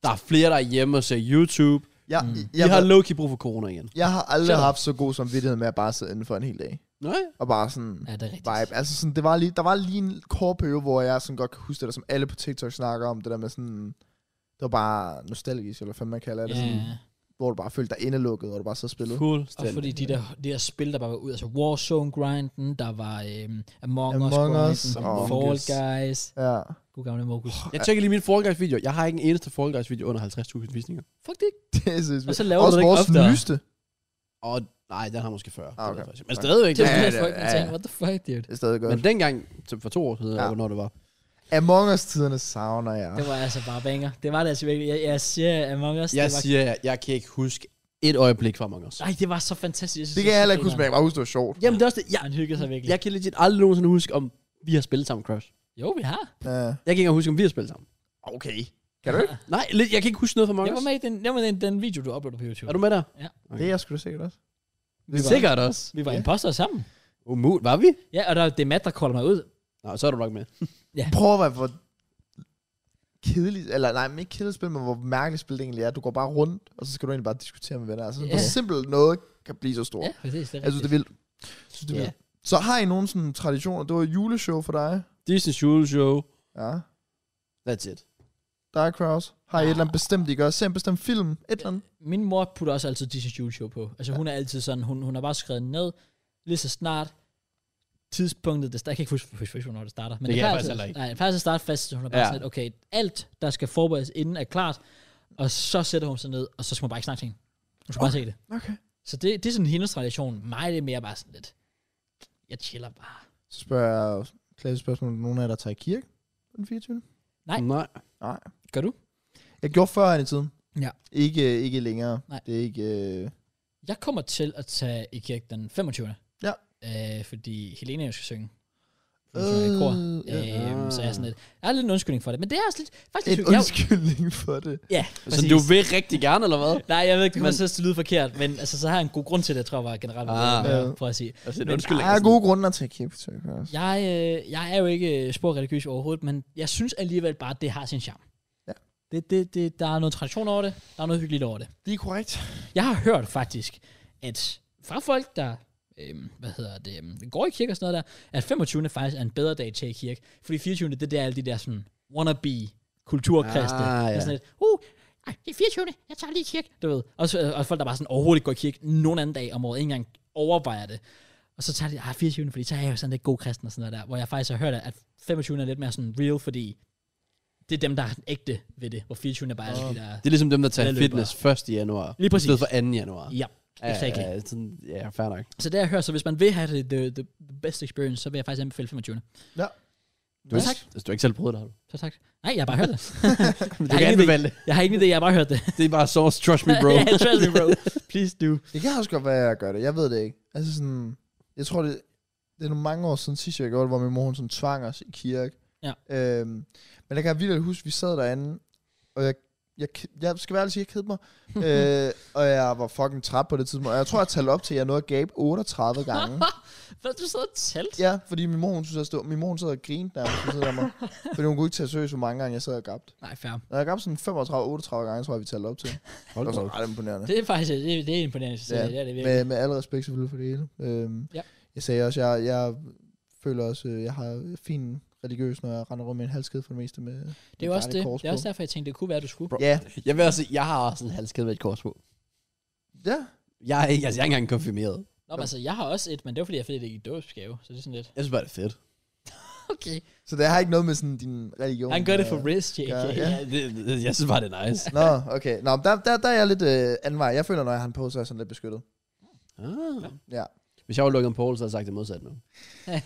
S2: Der er flere, der er hjemme og ser YouTube.
S3: Jeg,
S1: Mm.
S3: jeg,
S2: Jeg
S3: jeg,
S2: har
S3: har,
S2: low-key brug for corona igen.
S3: jeg har aldrig
S1: Shut up.
S3: haft så god samvittighed med at bare sidde inden for en hel dag.
S2: Nej.
S3: Og bare sådan...
S1: Ja, det er rigtigt.
S3: vibe. Altså sådan, det var lige, der var lige en kort periode, hvor jeg sådan godt kan huske det der, som alle på TikTok snakker om, det der med sådan, det var bare nostalgisk, eller hvad man kalder det,
S1: Ja,
S3: sådan,
S1: ja.
S3: hvor du bare følte dig indelukket, og du bare så spillede.
S1: Og
S2: Fuldstændig.
S1: fordi de der, de der spil, der bare var ud, altså Warzone-grinden, der var øhm, Among,
S3: Among Us
S1: Us-grinden,
S3: og-
S1: Fall
S2: Us.
S1: Guys,
S3: Ja.
S1: god gamle Mokus.
S2: Jeg tjekker lige min Fall Guys video. Jeg har ikke en eneste Fall Guys video under 50.000 visninger.
S1: Fuck det.
S3: Det er sindssygt.
S1: Og så laver
S3: Også
S1: du det ikke
S3: vores
S1: oftere.
S3: nyeste.
S2: Og nej, den har måske 40.
S3: Ah, okay.
S2: Det er faktisk- Men stadigvæk.
S1: Det
S2: Det
S1: var sådan,
S3: Ja,
S1: at
S3: det-
S1: folk ja,
S3: ja, ja.
S1: tænkte, what the fuck, dude?
S3: Det er stadig godt.
S2: men dengang, så for to år siden,
S3: Ja.
S2: ja. når det var.
S3: Among Us-tiderne savner jeg.
S1: Det var altså bare banger. Det var det altså virkelig. Jeg, jeg siger Among Us.
S2: Jeg
S1: det var,
S2: siger, jeg, jeg kan ikke huske et øjeblik fra Among Us.
S1: Ej, det var så fantastisk. synes,
S3: Det kan jeg heller
S1: var
S3: ikke huske, men
S1: grineren.
S3: jeg kan bare huske, det var sjovt.
S2: Jamen det er også det. Jeg,
S1: Han hyggede sig virkelig.
S2: jeg kan legit aldrig nogensinde huske, om vi har spillet sammen, Crush.
S1: Jo, vi har.
S3: Ja.
S2: Jeg kan ikke engang huske, om vi har spillet sammen.
S3: Okay. Kan du ikke?
S2: Nej, lidt, jeg kan ikke huske noget fra Among
S1: Jeg var
S2: Us.
S1: med i den, jeg var med i den video, du uploadede på YouTube.
S2: Er du med der? Okay.
S3: Det er jeg sgu da sikkert også.
S1: Vi var,
S2: Sikkert også.
S1: Vi var
S3: Ja.
S1: imposter sammen.
S2: Umul, var vi?
S1: Ja, og der er det Matt, der kolder mig ud.
S2: Nå, så er du nok med.
S3: Prøv at være, hvor kedeligt, eller nej, men ikke kedeligt spil, men hvor mærkeligt spil det egentlig er. Du går bare rundt, og så skal du egentlig bare diskutere med venner. Altså, yeah. hvor
S1: Ja.
S3: simpelt noget kan blive så stort.
S1: Ja, præcis. Det er
S3: Jeg synes, Altså, det er vildt. Jeg synes, det er
S1: Ja.
S3: vildt. Så har I nogen sådan traditioner? Det var et juleshow for dig.
S2: Disney Jule Show.
S3: Ja.
S2: That's it.
S3: Dark Crowds? Har I et eller andet bestemt, I gør? Se en bestemt film? Et eller andet?
S1: Min mor putter også altid Disney Jule Show på. Altså ja. hun er altid sådan, hun, hun har bare skrevet ned, lige så snart tidspunktet, det, sta- jeg kan ikke huske, huske, huske hvornår det starter. Men
S4: Det kan
S1: plejer
S4: jeg faktisk
S1: altid-
S4: heller ikke.
S1: Nej, det plejer altid at starte fast, så hun er bare
S2: Ja.
S1: ja. sådan, lidt, okay, alt, der skal forberedes inden, er klart, og så sætter hun sig ned, og så skal man bare ikke snakke til hende. Hun skal bare se det.
S3: Okay.
S1: Så det, det er sådan hendes tradition. Mig det er mere bare sådan lidt, jeg chiller bare.
S3: Så spørger jeg klassisk spørgsmål. Nogen af jer, der tager i kirke den 24.
S1: Nej.
S2: Nej.
S3: Nej.
S1: Gør du?
S3: Jeg gjorde før i tiden.
S1: Ja.
S3: Ikke, øh, ikke længere.
S1: Nej.
S3: Det er ikke... Øh,
S1: Jeg kommer til at tage i kirke den 25.
S3: Ja.
S1: Øh, fordi Helena jo skal synge. Hun
S4: Øh,
S1: synger i kor.
S3: ja.
S1: Øhm, så jeg er sådan lidt, jeg har lidt en undskyldning for det, men det er også lidt, faktisk,
S3: En
S1: jeg,
S3: undskyldning for det.
S1: ja,
S2: Så Altså, du vil rigtig gerne, eller hvad?
S1: Nej, jeg ved ikke, det
S2: Men-
S1: kommer til at lyde forkert, men altså, så har jeg en god grund til det, jeg tror jeg var generelt,
S2: Ah.
S1: ah,
S3: Ja.
S1: for at sige.
S2: Altså, en
S1: Men-
S2: undskyldning.
S3: Der er gode grunde at tage kæft til. Altså.
S1: Jeg, øh, jeg er jo ikke øh, spor religiøs overhovedet, men jeg synes alligevel bare, at det har sin charme.
S3: Ja.
S1: Det, det, det, der er noget tradition over det, der er noget hyggeligt over det.
S3: Det er korrekt.
S1: Jeg har hørt faktisk, at fra folk, der øhm, hvad hedder det, øhm, går i kirke og sådan noget der, at 25. faktisk er en bedre dag til i kirke. Fordi 24. det er der alle de der sådan wannabe kulturkristne.
S2: Ah,
S1: Ah,
S2: ja.
S1: ja. sådan et, uh, ej, det er 24. Jeg tager lige i kirke. Du ved. Og, så, øh, og folk, der bare sådan overhovedet ikke går i kirke nogen anden dag om året, ikke engang overvejer det. Og så tager de, ah, 24. fordi så er jeg jo sådan lidt god kristen og sådan noget der, hvor jeg faktisk har hørt, at 25. er lidt mere sådan real, fordi det er dem, der er ægte ved det, hvor 24. er bare oh. alle de der...
S2: Det er ligesom dem, der tager
S1: Alle
S2: fitness 1. januar.
S1: Lige præcis.
S2: I stedet for 2. januar.
S1: Ja, exactly.
S2: Ja, ja, sådan, ja, fair nok.
S1: Så det jeg hører, så hvis man vil have det, the, the, the best experience, så vil jeg faktisk anbefale 25.
S2: Du,
S1: Ja,
S2: ja,
S1: tak.
S2: Hvis du ikke selv prøvet det, har du.
S1: Så tak. Nej, jeg har bare hørt det.
S2: Men
S1: Jeg
S2: du
S1: har
S2: kan
S1: ingen idé.
S2: anbefale det.
S1: Jeg har ingen idé, jeg har bare hørt det.
S2: Det er bare sauce, trust me, bro.
S1: ja, trust me, bro. Please do.
S3: Det kan også godt være, at jeg gør det. Jeg ved det ikke. Altså sådan... Jeg tror, det, det er nogle mange år siden sidst, jeg gjorde det, hvor min mor hun sådan tvang os i kirke.
S1: Ja.
S3: Øhm, men jeg kan virkelig huske, vi sad derinde, og jeg, jeg, jeg skal være ærlig og sige, jeg kedede mig. øh, og jeg var fucking træt på det tidspunkt. Og jeg tror, jeg talte op til, at jeg nåede at gabe 38 gange.
S1: Hvad du sad og talt?
S3: Ja, fordi min mor, hun synes, jeg stod, min mor, hun sad og grinte nærmest ved siden af mig. fordi hun kunne ikke tage seriøst, hvor mange gange jeg sad og gabte.
S1: Nej, fair.
S3: Når jeg gabte sådan 35-38 gange, tror jeg, vi talte op til. Det
S2: Hold
S3: var
S2: da
S3: sådan
S2: op.
S3: ret imponerende.
S1: Det er faktisk det, er- det er imponerende, så ja. det er det virkelig.
S3: med, med al respekt selvfølgelig for det hele. Øhm,
S1: Ja.
S3: Jeg sagde også, jeg, jeg føler også, øh, jeg har fin religiøs, når jeg render rundt med en halskæde for det meste. Med
S1: Det er jo også det. Det er også derfor, jeg tænkte, det kunne være, du skulle.
S2: Bro.
S3: Ja,
S2: Jeg vil også sige, jeg har også en halskæde med et kors på.
S3: ja.
S2: Jeg er ikke, altså, jeg er ikke engang konfirmeret.
S1: Nå, men altså, jeg har også et, men det var fordi, jeg fik det i dåbsgave, så det er sådan lidt.
S2: Jeg synes bare, det er fedt.
S1: Okay.
S3: Så det har ikke noget med sådan din religion.
S1: Han gør det
S3: at-
S1: for risk, JK.
S3: Ja,
S1: Ja,
S3: ja.
S2: Ja, det, det, jeg synes bare, det er nice.
S3: Nå, okay. Nå, men der, der, der er jeg lidt øh, anden vej. Jeg føler, når jeg har en på, så er jeg sådan lidt beskyttet.
S2: Ah.
S3: Ja.
S2: Hvis jeg var lukket en Paul, så havde jeg sagt det modsat nu.
S3: Ja,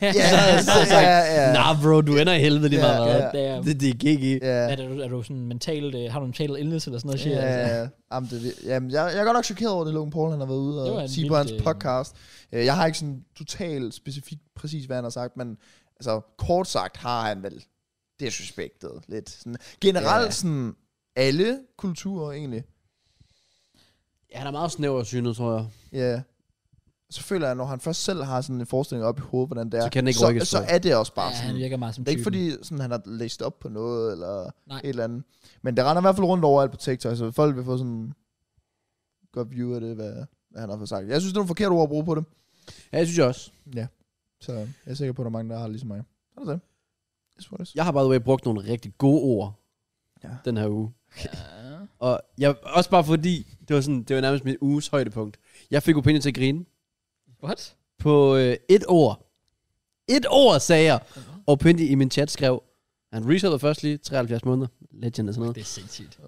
S2: så er jeg
S3: ja, ja.
S2: Nah, bro, du ender i helvede lige
S3: Ja,
S2: meget. hvad.
S3: ja.
S1: Damn.
S2: Det, det er GG.
S1: Er,
S3: Ja,
S1: du, er du sådan mentalt, øh, har du en mental illness eller sådan noget? shit, altså?
S3: ja, ja. Jamen, det, er vi- jamen, jeg, jeg er godt nok chokeret over det, Logan Paul han har været ude
S1: Det var en
S3: og sige på
S1: vild,
S3: hans
S1: øh,
S3: podcast. Øh, Jeg har ikke sådan totalt specifikt præcis, hvad han har sagt, men altså, kort sagt har han vel disrespektet lidt. Sådan, generelt
S2: Ja.
S3: yeah. sådan alle kulturer egentlig.
S2: Ja, han er meget snæver synet, tror jeg.
S3: Ja. Så føler jeg, når han først selv har sådan en forestilling op i hovedet, hvordan det er,
S2: Så kan den ikke
S3: så,
S2: rykkes,
S3: så
S2: tror jeg.
S3: er det også bare
S1: Ja,
S3: ja, sådan.
S1: han virker meget som
S3: Det er ikke
S1: typen.
S3: fordi, sådan, han har læst op på noget, eller
S1: Nej.
S3: Nej. et eller andet. Men det render i hvert fald rundt overalt på TikTok, så folk vil få sådan godt view af det, hvad, hvad han har fået sagt. Jeg synes, det er nogle forkerte ord at bruge på det.
S2: Ja, det synes jeg også.
S3: Så jeg er sikker på, at der er mange, der har det ligesom mig. Så er det det. It's what it is.
S2: Jeg har by the way brugt nogle rigtig gode ord ja.
S3: Ja.
S2: den her uge.
S1: Ja.
S2: Og jeg, også bare fordi, det var, sådan, det var nærmest min uges højdepunkt. Jeg fik opinion til at grine
S1: What?
S2: på øh, et ord. Et ord, sagde jeg.
S3: Uh-huh.
S2: Og Pindy i min chat skrev, han researchede først lige 73 måneder. Legend og sådan noget.
S1: Det er sindssygt.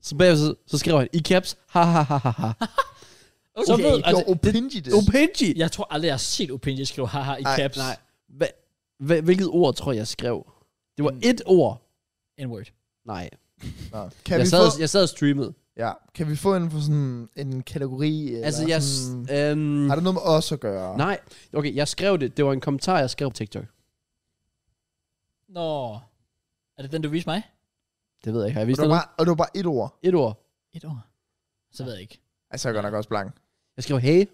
S2: Så bagefter, så, så skrev han i caps, ha ha ha ha ha.
S1: Okay.
S2: Så ved-
S3: Altså,
S2: altså,
S3: Gjorde Opinji det?
S2: Opinji!
S1: Jeg tror aldrig, jeg har set Opinion skrive haha i
S3: Nej,
S1: caps.
S2: Nej, hva, hva, hvilket ord tror jeg, jeg skrev?
S3: Mm.
S2: Det var et ord.
S1: N-word.
S2: Nej.
S3: Nå. Kan,
S2: Jeg
S3: vi
S2: sad,
S3: få,
S2: jeg sad og streamede.
S3: ja. kan vi få en, for sådan en kategori? Eller
S2: Altså, jeg... s-
S3: sådan,
S2: Øhm,
S3: Har det noget med os at gøre?
S2: nej, okay, jeg skrev det. Det var en kommentar, jeg skrev på TikTok.
S1: Nå. Er det den, du viste mig?
S2: Det ved jeg ikke. Har jeg
S3: og,
S2: vist
S3: det
S2: dig
S3: var
S2: noget?
S3: bare, og det var bare et ord.
S2: Et ord.
S1: Et år. Så ved jeg ikke.
S3: Altså, jeg er godt nok også blank.
S2: Jeg skrev, hey.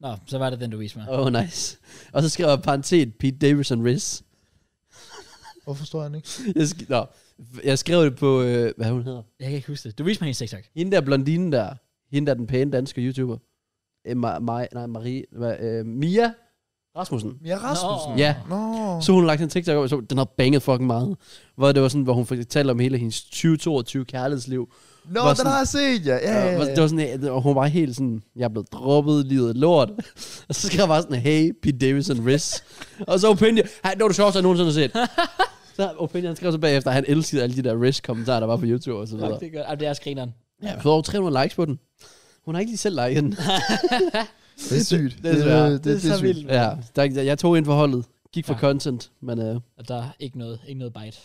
S1: Nå, så var det den, du viste mig.
S2: Oh, nice. Og så skrev jeg parentet Pete Davidson Riz.
S3: Hvorfor står han ikke?
S2: Jeg, sk- Nå, jeg skrev det på, øh, hvad hun hedder.
S1: Jeg kan ikke huske det. Du viste mig hendes TikTok.
S2: Hende der blondine der. Hende der den pæne danske YouTuber. Øh, Ma- Ma- nej, Marie. Hvad, øh, Mia Rasmussen.
S3: Ja, Rasmussen.
S1: Nå.
S2: Ja.
S3: Nå.
S2: Så hun lagt en TikTok op, så den har banget fucking meget. Hvor det var sådan, hvor hun fortalte om hele hendes 2022 kærlighedsliv.
S3: Nå,
S2: var
S3: den
S2: sådan-
S3: har jeg set, ja. Ja, ja,
S2: Og
S3: ja.
S2: det var sådan, ja, og hun var helt sådan, jeg er blevet droppet, livet er lort. og så skrev jeg bare sådan, hey, Pete Davidson, Riz. og så Opinion, hey, det var det sjoveste, jeg nogensinde har set. så Opinion han skrev så bagefter, at han elskede alle de der Riz-kommentarer, der var på YouTube og så
S1: Fuck,
S2: videre.
S1: det er godt. Ah, det er skrineren.
S2: Ja, jeg har fået over 300 likes på den. Hun har ikke lige selv liket den.
S3: Det er sygt.
S2: det er svært.
S3: det, det, det er
S1: så
S3: sygt.
S1: vildt. Ja.
S2: ja, der, jeg, jeg tog ind for holdet. Gik for
S1: Ja.
S2: content, men øh,
S1: Og der er ikke noget, ikke noget bite.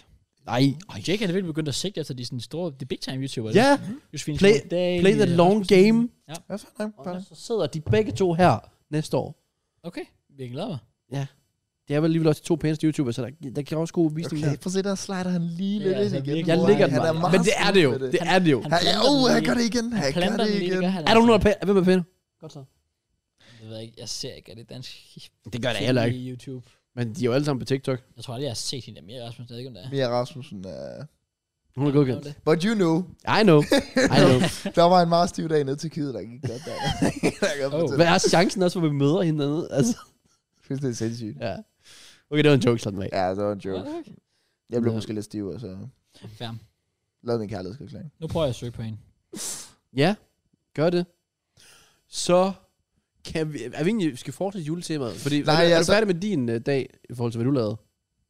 S2: nej.
S1: Og Jake er virkelig begyndt at sigte efter de sådan store, de big time YouTubere.
S2: Ja,
S1: Josefine
S2: play-
S1: Dahl,
S2: play the
S1: øh,
S2: long
S1: Rasmussen.
S2: game.
S3: Ja, fair nok, fair
S2: Og
S3: nok.
S2: så sidder de begge to her næste år.
S1: Okay, vi er glade mig.
S2: Det er vel alligevel også de to pæneste YouTubere, så der, der kan også god visning
S3: Okay,
S2: okay. der.
S3: prøv at se, der slider han lige
S1: Det er
S3: lidt ind
S1: altså
S3: igen.
S1: virkelig-
S2: Jeg
S1: Wow,
S2: ligger den
S3: han er
S2: bare.
S3: meget
S2: Men det er det jo.
S3: stiv med
S2: Det er det jo.
S1: Han
S3: Ja, ja,
S1: planter
S3: uh,
S1: den
S3: han
S1: lige.
S3: gør det igen. Han gør
S1: planter
S3: det
S1: den lige,
S3: igen.
S1: gør han
S2: Er der
S1: altså.
S2: nogen, der er pæne? Hvem er pæne? Godt så.
S1: Jeg ved ikke, jeg ser ikke, at det er dansk
S2: Det gør det heller ikke.
S1: i YouTube.
S2: Men de er jo alle sammen på TikTok.
S1: Jeg tror aldrig, jeg har set hende der mere, Rasmus. Jeg ved ikke, om det er.
S3: Mia Rasmussen er...
S2: Hun er godkendt.
S1: det.
S3: But you know,
S2: I know. I know.
S3: der var en meget stiv dag nede til Kide, der gik godt der. der kan jeg
S1: Oh.
S3: fortælle.
S2: Hvad er chancen også, hvor vi møder hinanden? Altså,
S3: Synes, det er sindssygt.
S2: ja. Okay, det var en joke, sådan af.
S3: Ja, det var en
S1: Ja,
S3: joke.
S1: okay.
S3: Jeg blev
S2: Ja.
S3: måske lidt stiv, og så
S1: Fair.
S3: lavede en kærlighedserklæring.
S1: Nu prøver jeg at søge på hende.
S2: Ja, gør det. Så kan vi... Er vi egentlig... Skal vi fortsætte juletemaet? Fordi,
S3: Nej,
S2: Nej, er, du- er
S3: altså-
S2: du færdig med din uh, dag, i forhold til, hvad du lavede?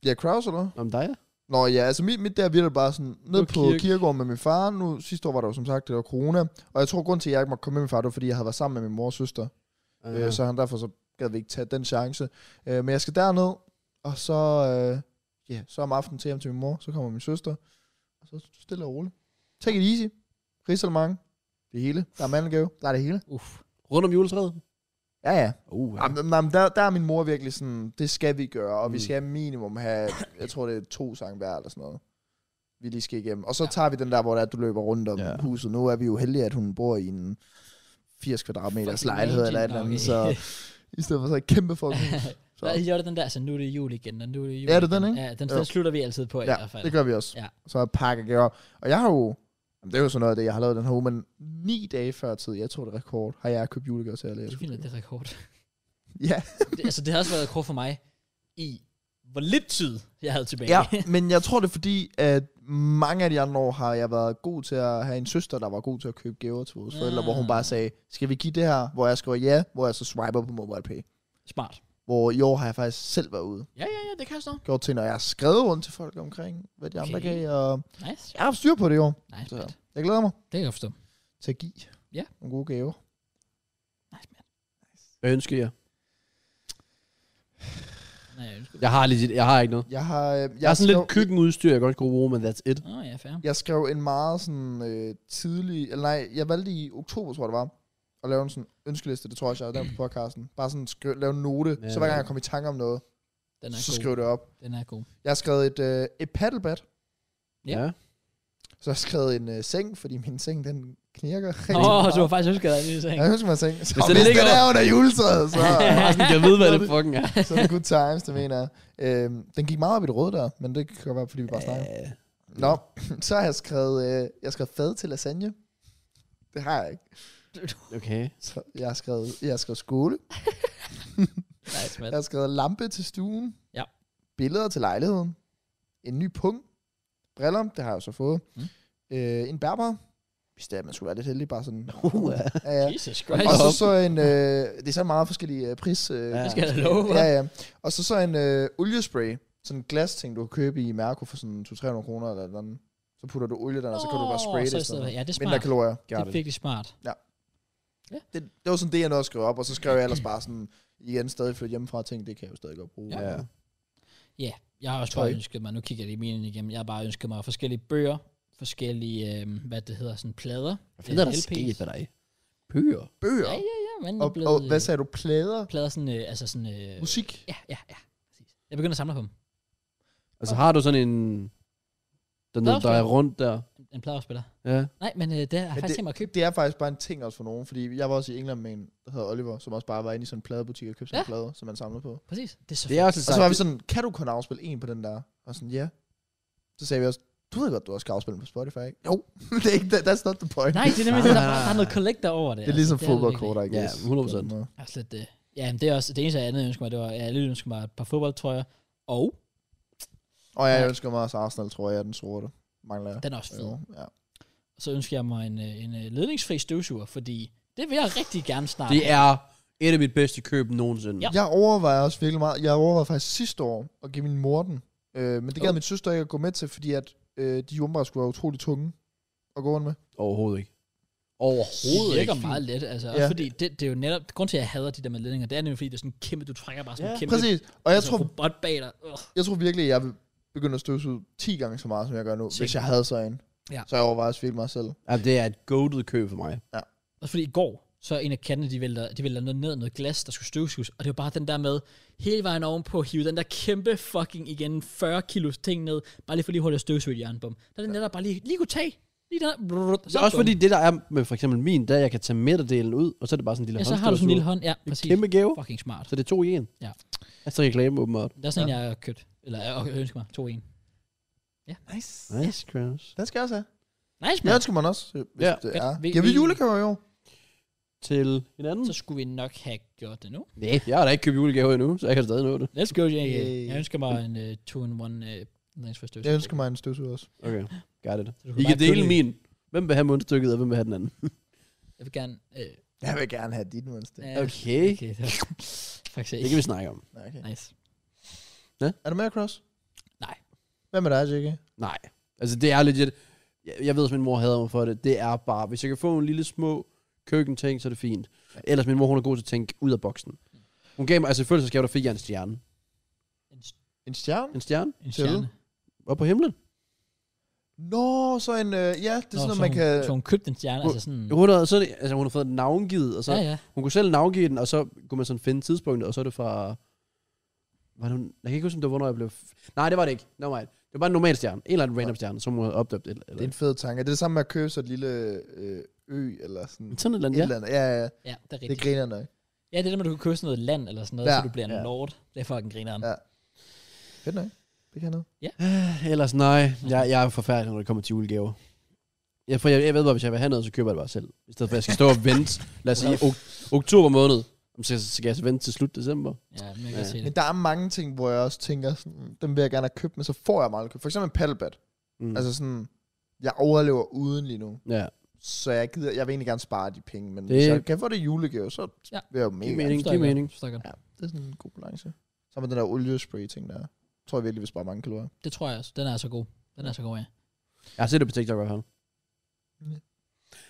S3: Ja, Kraus, eller? hvad?
S2: Om dig?
S3: Nå ja, altså mit, mit der er virkelig bare sådan, ned
S2: På
S3: på, på
S2: kirke.
S3: kirkegården med min far. Nu sidste år var der jo som sagt, det var corona. Og jeg tror, grund til, at jeg ikke måtte komme med min far, det var, fordi jeg havde været sammen med min mors søster.
S2: Uh,
S3: Øh, så han derfor så gad vi ikke tage den chance. Øh, men jeg skal derned, og så, øh, ja, så om aftenen til hjem til min mor, så kommer min søster, og så stille og roligt. Take it easy. Rigsalemang. Det hele. Der er mandelgave. Der er det hele.
S1: Uff.
S2: Rundt om juletræet?
S3: Ja, ja.
S2: Uh, ja.
S3: Jamen, jamen, der, der er min mor virkelig sådan, det skal vi gøre, og vi
S2: Mm.
S3: skal minimum have, jeg tror det er to sange hver eller sådan noget, vi lige skal igennem. Og så tager vi den der, hvor det er, at du løber rundt om
S2: Ja.
S3: huset. Nu er vi jo heldige, at hun bor i en 80 kvadratmeters
S1: Fucking
S3: lejlighed eller et
S1: legend,
S3: eller andet,
S1: okay.
S3: så i stedet for så et kæmpe fucking hus.
S1: Så. Der, jeg det den der, så nu er det jul igen, og nu er det jul
S3: Ja, er det
S1: igen.
S3: den, ikke?
S1: Ja, den,
S3: Jo.
S1: den slutter vi altid på i
S3: Ja,
S1: hvert fald.
S3: det gør vi også.
S1: Ja.
S3: Ja. Så har jeg pakket gaver. Og jeg har jo, jamen, det er jo sådan noget af det, jeg har lavet den her uge, men ni dage før tid, jeg tror det er rekord, har jeg købt julegaver til alle. jeg
S1: Det er
S3: skulle
S1: fint, at
S3: købe.
S1: det er rekord.
S3: Ja.
S1: det, altså, det har også været rekord for mig i, hvor lidt tid jeg havde tilbage.
S3: ja, men jeg tror det er fordi, at mange af de andre år har jeg været god til at have en søster, der var god til at købe gaver til vores
S1: Ah.
S3: forældre, hvor hun bare sagde, skal vi give det her, hvor jeg skriver ja, hvor jeg så swiper på MobilePay.
S1: Smart.
S3: Hvor i år har jeg faktisk selv været ude.
S1: Ja, ja, ja, det kan jeg stå.
S3: Gjort til, når jeg har skrevet rundt til folk omkring, hvad de andre
S1: Okay.
S3: gav, og
S1: Nice.
S3: jeg har haft styr på det i år.
S1: Nice,
S3: Så.
S1: man.
S3: Jeg glæder mig
S1: Det kan jeg forstå.
S3: til at give
S1: Ja.
S3: nogle gode gaver.
S1: Nice, man.
S2: Hvad ønsker jeg?
S1: Nej, jeg ønsker det.
S2: Jeg har, legit, jeg har ikke noget.
S3: Jeg har, øh, jeg,
S2: Jeg, jeg har sådan
S3: skrev,
S2: lidt køkkenudstyr, jeg godt kunne bruge, men that's it.
S1: Åh, oh, ja, fair.
S3: Jeg skrev en meget sådan øh, tidlig, eller nej, jeg valgte i oktober, tror jeg det var, at lave en sådan ønskeliste, det tror jeg, også, jeg lavede på podcasten. Bare sådan skrive, lave en note,
S2: Ja.
S3: ja. så hver gang jeg kom i tanke om noget,
S1: Den er
S3: så
S1: god.
S3: skriver det op.
S1: Den er god.
S3: Jeg har skrevet et, øh, et paddlebad,
S1: Ja.
S3: så har jeg skrevet en øh, seng, fordi min seng, den knirker rigtig
S1: Åh, oh,
S3: meget.
S1: du har faktisk husket dig, det er
S3: Jeg ønsker mig en seng. Så
S2: Hvis
S3: hvis,
S2: den
S3: hvis
S2: ligger
S3: den er under juletræet, så,
S2: Bare sådan, Jeg ved, hvad det fucking er.
S3: så er det good times, det mener jeg. Øhm, den gik meget op i det røde der, men det kan godt være, fordi vi bare snakker.
S2: Øh,
S3: Nå, så har jeg skrevet, øh, jeg har skrevet fad til lasagne. Det har jeg ikke.
S2: Okay.
S3: Så jeg har skrevet, jeg har skrevet skole.
S1: Nice, man.
S3: Jeg har skrevet lampe til stuen.
S1: Ja.
S3: Billeder til lejligheden. En ny pung. Briller, det har jeg jo så fået.
S1: Mm.
S3: Mm. Øh, en bærbar. Hvis det er, man skulle være lidt heldig, bare sådan.
S2: Uh, ja.
S3: Ja, ja.
S1: Jesus
S3: Og
S1: Christ.
S3: så så en, øh, det er så meget forskellige øh, pris. Øh,
S2: Ja.
S1: Det skal jeg da love, hva'?
S3: ja, ja. Og så så en øh, oliespray. Sådan en glas ting, du kan købe i Mærko for sådan 200-300 kroner eller noget. Så putter du olie der, og så kan du bare spraye
S1: Åh, så
S3: det.
S1: i stedet for-
S3: Sådan.
S1: Ja, det er
S3: Mindre
S1: smart.
S3: kalorier.
S1: Det er virkelig smart.
S3: det, det var sådan det, jeg nåede at skrive op, og så skrev jeg ellers bare sådan, igen stadig flytte hjemmefra og tænkte, det kan jeg jo stadig godt bruge.
S2: Ja.
S1: Jeg har også
S3: Tøj.
S1: bare ønsket mig, nu kigger jeg lige meningen igennem, jeg har bare ønsket mig forskellige bøger, forskellige, øh, hvad det hedder, sådan plader.
S2: Hvad fanden er der
S1: LP's.
S2: sket med dig? Pyre.
S3: Bøger.
S1: Ja, ja, ja, men jeg
S3: og,
S1: er blevet,
S3: og,
S1: øh,
S3: hvad sagde du? Plader?
S1: Plader sådan, øh, altså sådan... Øh,
S3: Musik?
S1: Ja, ja, ja. Præcis. Jeg begynder at samle på dem.
S2: Altså har du sådan en... Den der, der er rundt der.
S1: En pladeafspiller.
S2: Ja.
S1: Nej, men øh, det har jeg
S3: Men
S1: faktisk tænkt mig at købe.
S3: Det er faktisk bare en ting også for nogen, fordi jeg var også i England med en, der hedder Oliver, som også bare var inde i sådan en pladebutik og købte sådan
S1: Ja.
S3: ja. plader, som man samlede på.
S1: Præcis. Det er så
S2: Det er
S1: fedt.
S2: også
S3: Og så var vi sådan, kan du kun afspille en på den der? Og sådan, ja. Yeah. Så sagde vi også, du ved godt, du også kan afspille den på Spotify, ikke? Jo, det er ikke, that, that's not the point.
S1: Nej, det er nemlig det, der, der er noget collector over det.
S3: det er ligesom
S1: altså, virkelig-
S3: fodboldkort, I
S2: Ja,
S3: guess.
S2: 100%.
S1: Altså, det, Ja, men det er også det eneste, jeg andet ønsker mig. Det var, jeg lidt ønsker mig et par fodboldtrøjer. Og
S3: Og
S1: Ja.
S3: jeg ønsker mig også Arsenal, tror jeg, er den sorte. Mangler jeg.
S1: den er også fed.
S3: Jo, ja.
S1: Så ønsker jeg mig en, øh, en øh, ledningsfri støvsuger, fordi det vil jeg rigtig gerne snart.
S2: Det er et af mit bedste køb nogensinde.
S1: Ja.
S3: Jeg overvejer også virkelig meget. Jeg overvejede faktisk sidste år at give min mor den. Øh, men det gad
S1: Oh.
S3: oh. min søster ikke at gå med til, fordi at øh, de umiddelbart skulle være utrolig tunge at gå rundt med.
S2: Overhovedet ikke.
S1: det
S2: Overhovedet
S1: virker
S2: ikke.
S1: meget let, altså. Ja.
S3: Ja.
S1: Også fordi det, det, er jo netop, grund til, at jeg hader de der med ledninger, det er nemlig, fordi det er sådan en kæmpe, du trækker bare sådan en
S2: Ja.
S1: kæmpe
S3: Præcis. Og jeg
S1: altså,
S3: tror,
S1: robot bag dig. Ugh.
S3: jeg tror virkelig, at jeg vil begynde at støvsuge 10 gange så meget, som jeg gør nu,
S1: Sikkert.
S3: hvis jeg havde så en.
S1: Ja.
S3: Så jeg overvejer også virkelig meget selv.
S2: Ja, det er et goated køb for mig.
S1: Også fordi i går, så en af kattene, de vælter, de vælter noget ned, noget glas, der skulle støvsuges, og det var bare den der med, hele vejen ovenpå, hive den der kæmpe fucking igen 40 kilos ting ned, bare lige for lige hurtigt at støvsuge et jernbom. Der er den der, der bare lige, lige kunne tage, lige der, brrr,
S2: Så også fordi det, der er med for eksempel min, der er, at jeg kan tage midterdelen ud, og så er det bare sådan en lille
S1: Ja, så har du sådan en lille
S2: håndstøvsuger.
S1: hånd, ja, præcis.
S2: Kæmpe gave.
S1: Fucking smart.
S2: Så det er to i en.
S1: Ja.
S2: Altså reklame åbenbart.
S1: Der er sådan ja. en, jeg har købt, eller jeg ønsker mig, to en.
S3: Nice.
S2: Nice, Kraus.
S3: Den skal jeg også have.
S1: Nice,
S3: Jeg
S1: man.
S3: ønsker mig den også, øh, hvis
S2: Ja.
S3: ja. det
S1: Fedt.
S3: er.
S1: Vi-
S3: Jeg vil
S1: vi-
S3: julegaver i år.
S2: Til hinanden.
S1: Så skulle vi nok have gjort det nu.
S2: Nej, jeg har da ikke købt julegave endnu, så jeg kan stadig nå det.
S1: Let's go, JK.
S3: Yay.
S1: Jeg ønsker mig en uh, two-in-one uh, ledningsforstøvsuger.
S3: Øh, Jeg ønsker mig en støvsuger også.
S2: Okay, got it.
S1: Så du
S2: I
S1: bare
S2: kan dele
S1: købe-
S2: min. Hvem vil have mundstykket, og hvem vil have den anden?
S1: Jeg vil gerne... Øh,
S3: Jeg vil gerne have dit mønster.
S1: ja,
S2: Okay.
S1: okay det var, faktisk
S2: Det
S1: ikke.
S2: kan vi snakke om.
S3: Okay.
S1: Nice.
S3: Er du med, Cross?
S1: Nej.
S3: Hvad med dig, Jackie?
S2: Nej. Altså, det er legit. Jeg, jeg ved, at min mor hader mig for det. Det er bare, hvis jeg kan få en lille små køkkenting, så er det fint. Ellers min mor, hun er god til at tænke ud af boksen. Hun gav mig, altså selvfølgelig, så skal jeg, der fik jeg en stjerne.
S1: En, s-
S3: En stjerne?
S2: En stjerne?
S1: en
S3: Til?
S1: stjerne.
S2: Op på himlen?
S3: Nå, så en... Øh, ja, det er
S1: Nå,
S3: sådan,
S1: så
S3: at man
S1: hun,
S3: kan...
S1: Så hun købte en stjerne, altså sådan...
S2: Hun har, så, er det- altså, hun har fået den navngivet, og så...
S1: ja, ja.
S2: Hun kunne selv navngive den, og så kunne man sådan finde tidspunktet, og så er det fra... Var det, hun- jeg kan ikke huske, om det var, hvornår jeg blev... f- Nej, det var det ikke. No, right. Det var bare en normal stjerne. En eller anden random stjerne, som hun havde opdøbt. Eller,
S3: Det er en fed tanke. Det er det samme med at købe sig et lille øh, ø, eller sådan...
S2: sådan et eller
S3: Et
S2: andet, ja.
S3: eller andet. Ja, ja, ja.
S1: Ja, det er
S3: Det
S1: rigtigt.
S3: griner nok.
S1: ja, det er det, med, at du kan købe sådan noget land eller sådan noget,
S3: Ja,
S1: så du bliver en
S2: ja.
S1: lord. Det er fucking grineren.
S3: Ja. Fedt nok. Det kan noget.
S2: Ellers nej. Jeg, jeg er forfærdelig, når det kommer til julegaver. Ja, for jeg, jeg ved bare, hvis jeg vil have noget, så køber jeg det bare selv. I stedet for, at jeg skal stå og vente. Lad os sige, ok- oktober måned. Jamen, Så, så skal jeg så vente til slut december.
S1: Ja, men jeg kan
S2: Ja.
S1: se
S3: Men
S1: det.
S3: der er mange ting, hvor jeg også tænker, sådan, dem vil jeg gerne have købt, men så får jeg meget købt. For eksempel en paddlebat.
S2: Mm.
S3: Mm. Altså sådan, jeg overlever uden lige nu.
S2: ja.
S3: Så jeg gider, jeg vil egentlig gerne spare de penge, men
S2: Det-
S3: det... hvis jeg kan få det i julegave, så
S1: Ja.
S3: ja. vil jeg jo mega gerne.
S2: Giver mening,
S1: Forstår
S2: giver
S1: jeg godt,
S2: mening.
S1: forstår jeg godt.
S3: Ja, det er sådan en god balance. Så med den der oliespray-ting der, tror jeg virkelig, vi sparer mange kalorier.
S1: Det tror jeg også. Den er så god. Den er så god, ja.
S2: Jeg har set det på TikTok i hvert fald.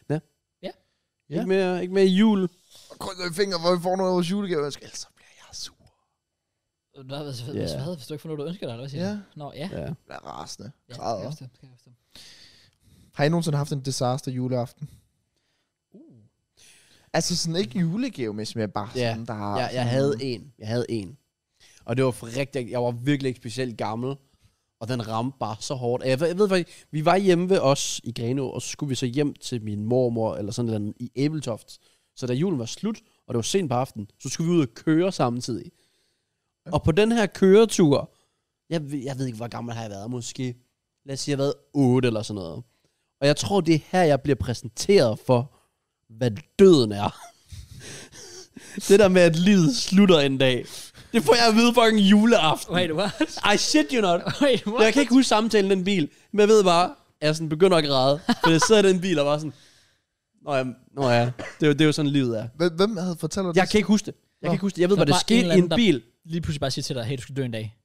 S2: Ja.
S1: Ja.
S2: Ikke mere, ikke mere jul.
S3: Og krydser i fingre, hvor vi får noget af vores julegave, jeg skal, ellers så bliver jeg sur.
S1: Hvad, hvis,
S2: Ja.
S1: hvis, hvad, hvis du ikke får noget, du ønsker dig, eller hvad siger
S3: Ja,
S1: du? Nå, ja.
S2: Ja.
S3: jeg bliver rasende.
S1: Ja,
S3: Græder.
S1: kan jeg forstå, kan jeg forstå.
S3: Har I nogensinde haft en disaster juleaften?
S1: Uh.
S3: Altså sådan ikke julegave, men jeg bare
S2: Ja.
S3: sådan, der har...
S2: Jeg, jeg havde en. Jeg havde en. Og det var for rigtig, jeg var virkelig ikke specielt gammel. Og den ramte bare så hårdt. Jeg ved, jeg ved faktisk, vi var hjemme ved os i Grenå, og så skulle vi så hjem til min mormor, eller sådan noget, i Æbeltoft. Så da julen var slut, og det var sent på aftenen, så skulle vi ud og køre samtidig. Og på den her køretur, jeg, ved- jeg ved ikke, hvor gammel har jeg været, måske, lad os sige, jeg har været 8 eller sådan noget. Og jeg tror, det er her, jeg bliver præsenteret for, hvad døden er. Det der med, at livet slutter en dag. Det får jeg at vide fucking juleaften.
S1: Wait, what?
S2: I shit you not.
S1: Wait, what?
S2: Jeg kan ikke huske samtalen i den bil, men jeg ved bare, at jeg sådan begynder at græde. For jeg sidder i den bil og bare sådan, Nå ja, nå ja. Det, er jo, det er jo sådan, livet er.
S3: Hvem- Hvem havde fortalt dig
S2: Jeg
S3: det?
S2: kan ikke huske det. Jeg kan ikke huske det. Jeg ved
S1: Der er
S2: bare, det
S1: bare en
S2: skete
S1: eller
S2: i en
S1: anden, der-
S2: bil.
S1: Lige pludselig bare sige til dig, hey, du skal dø en dag.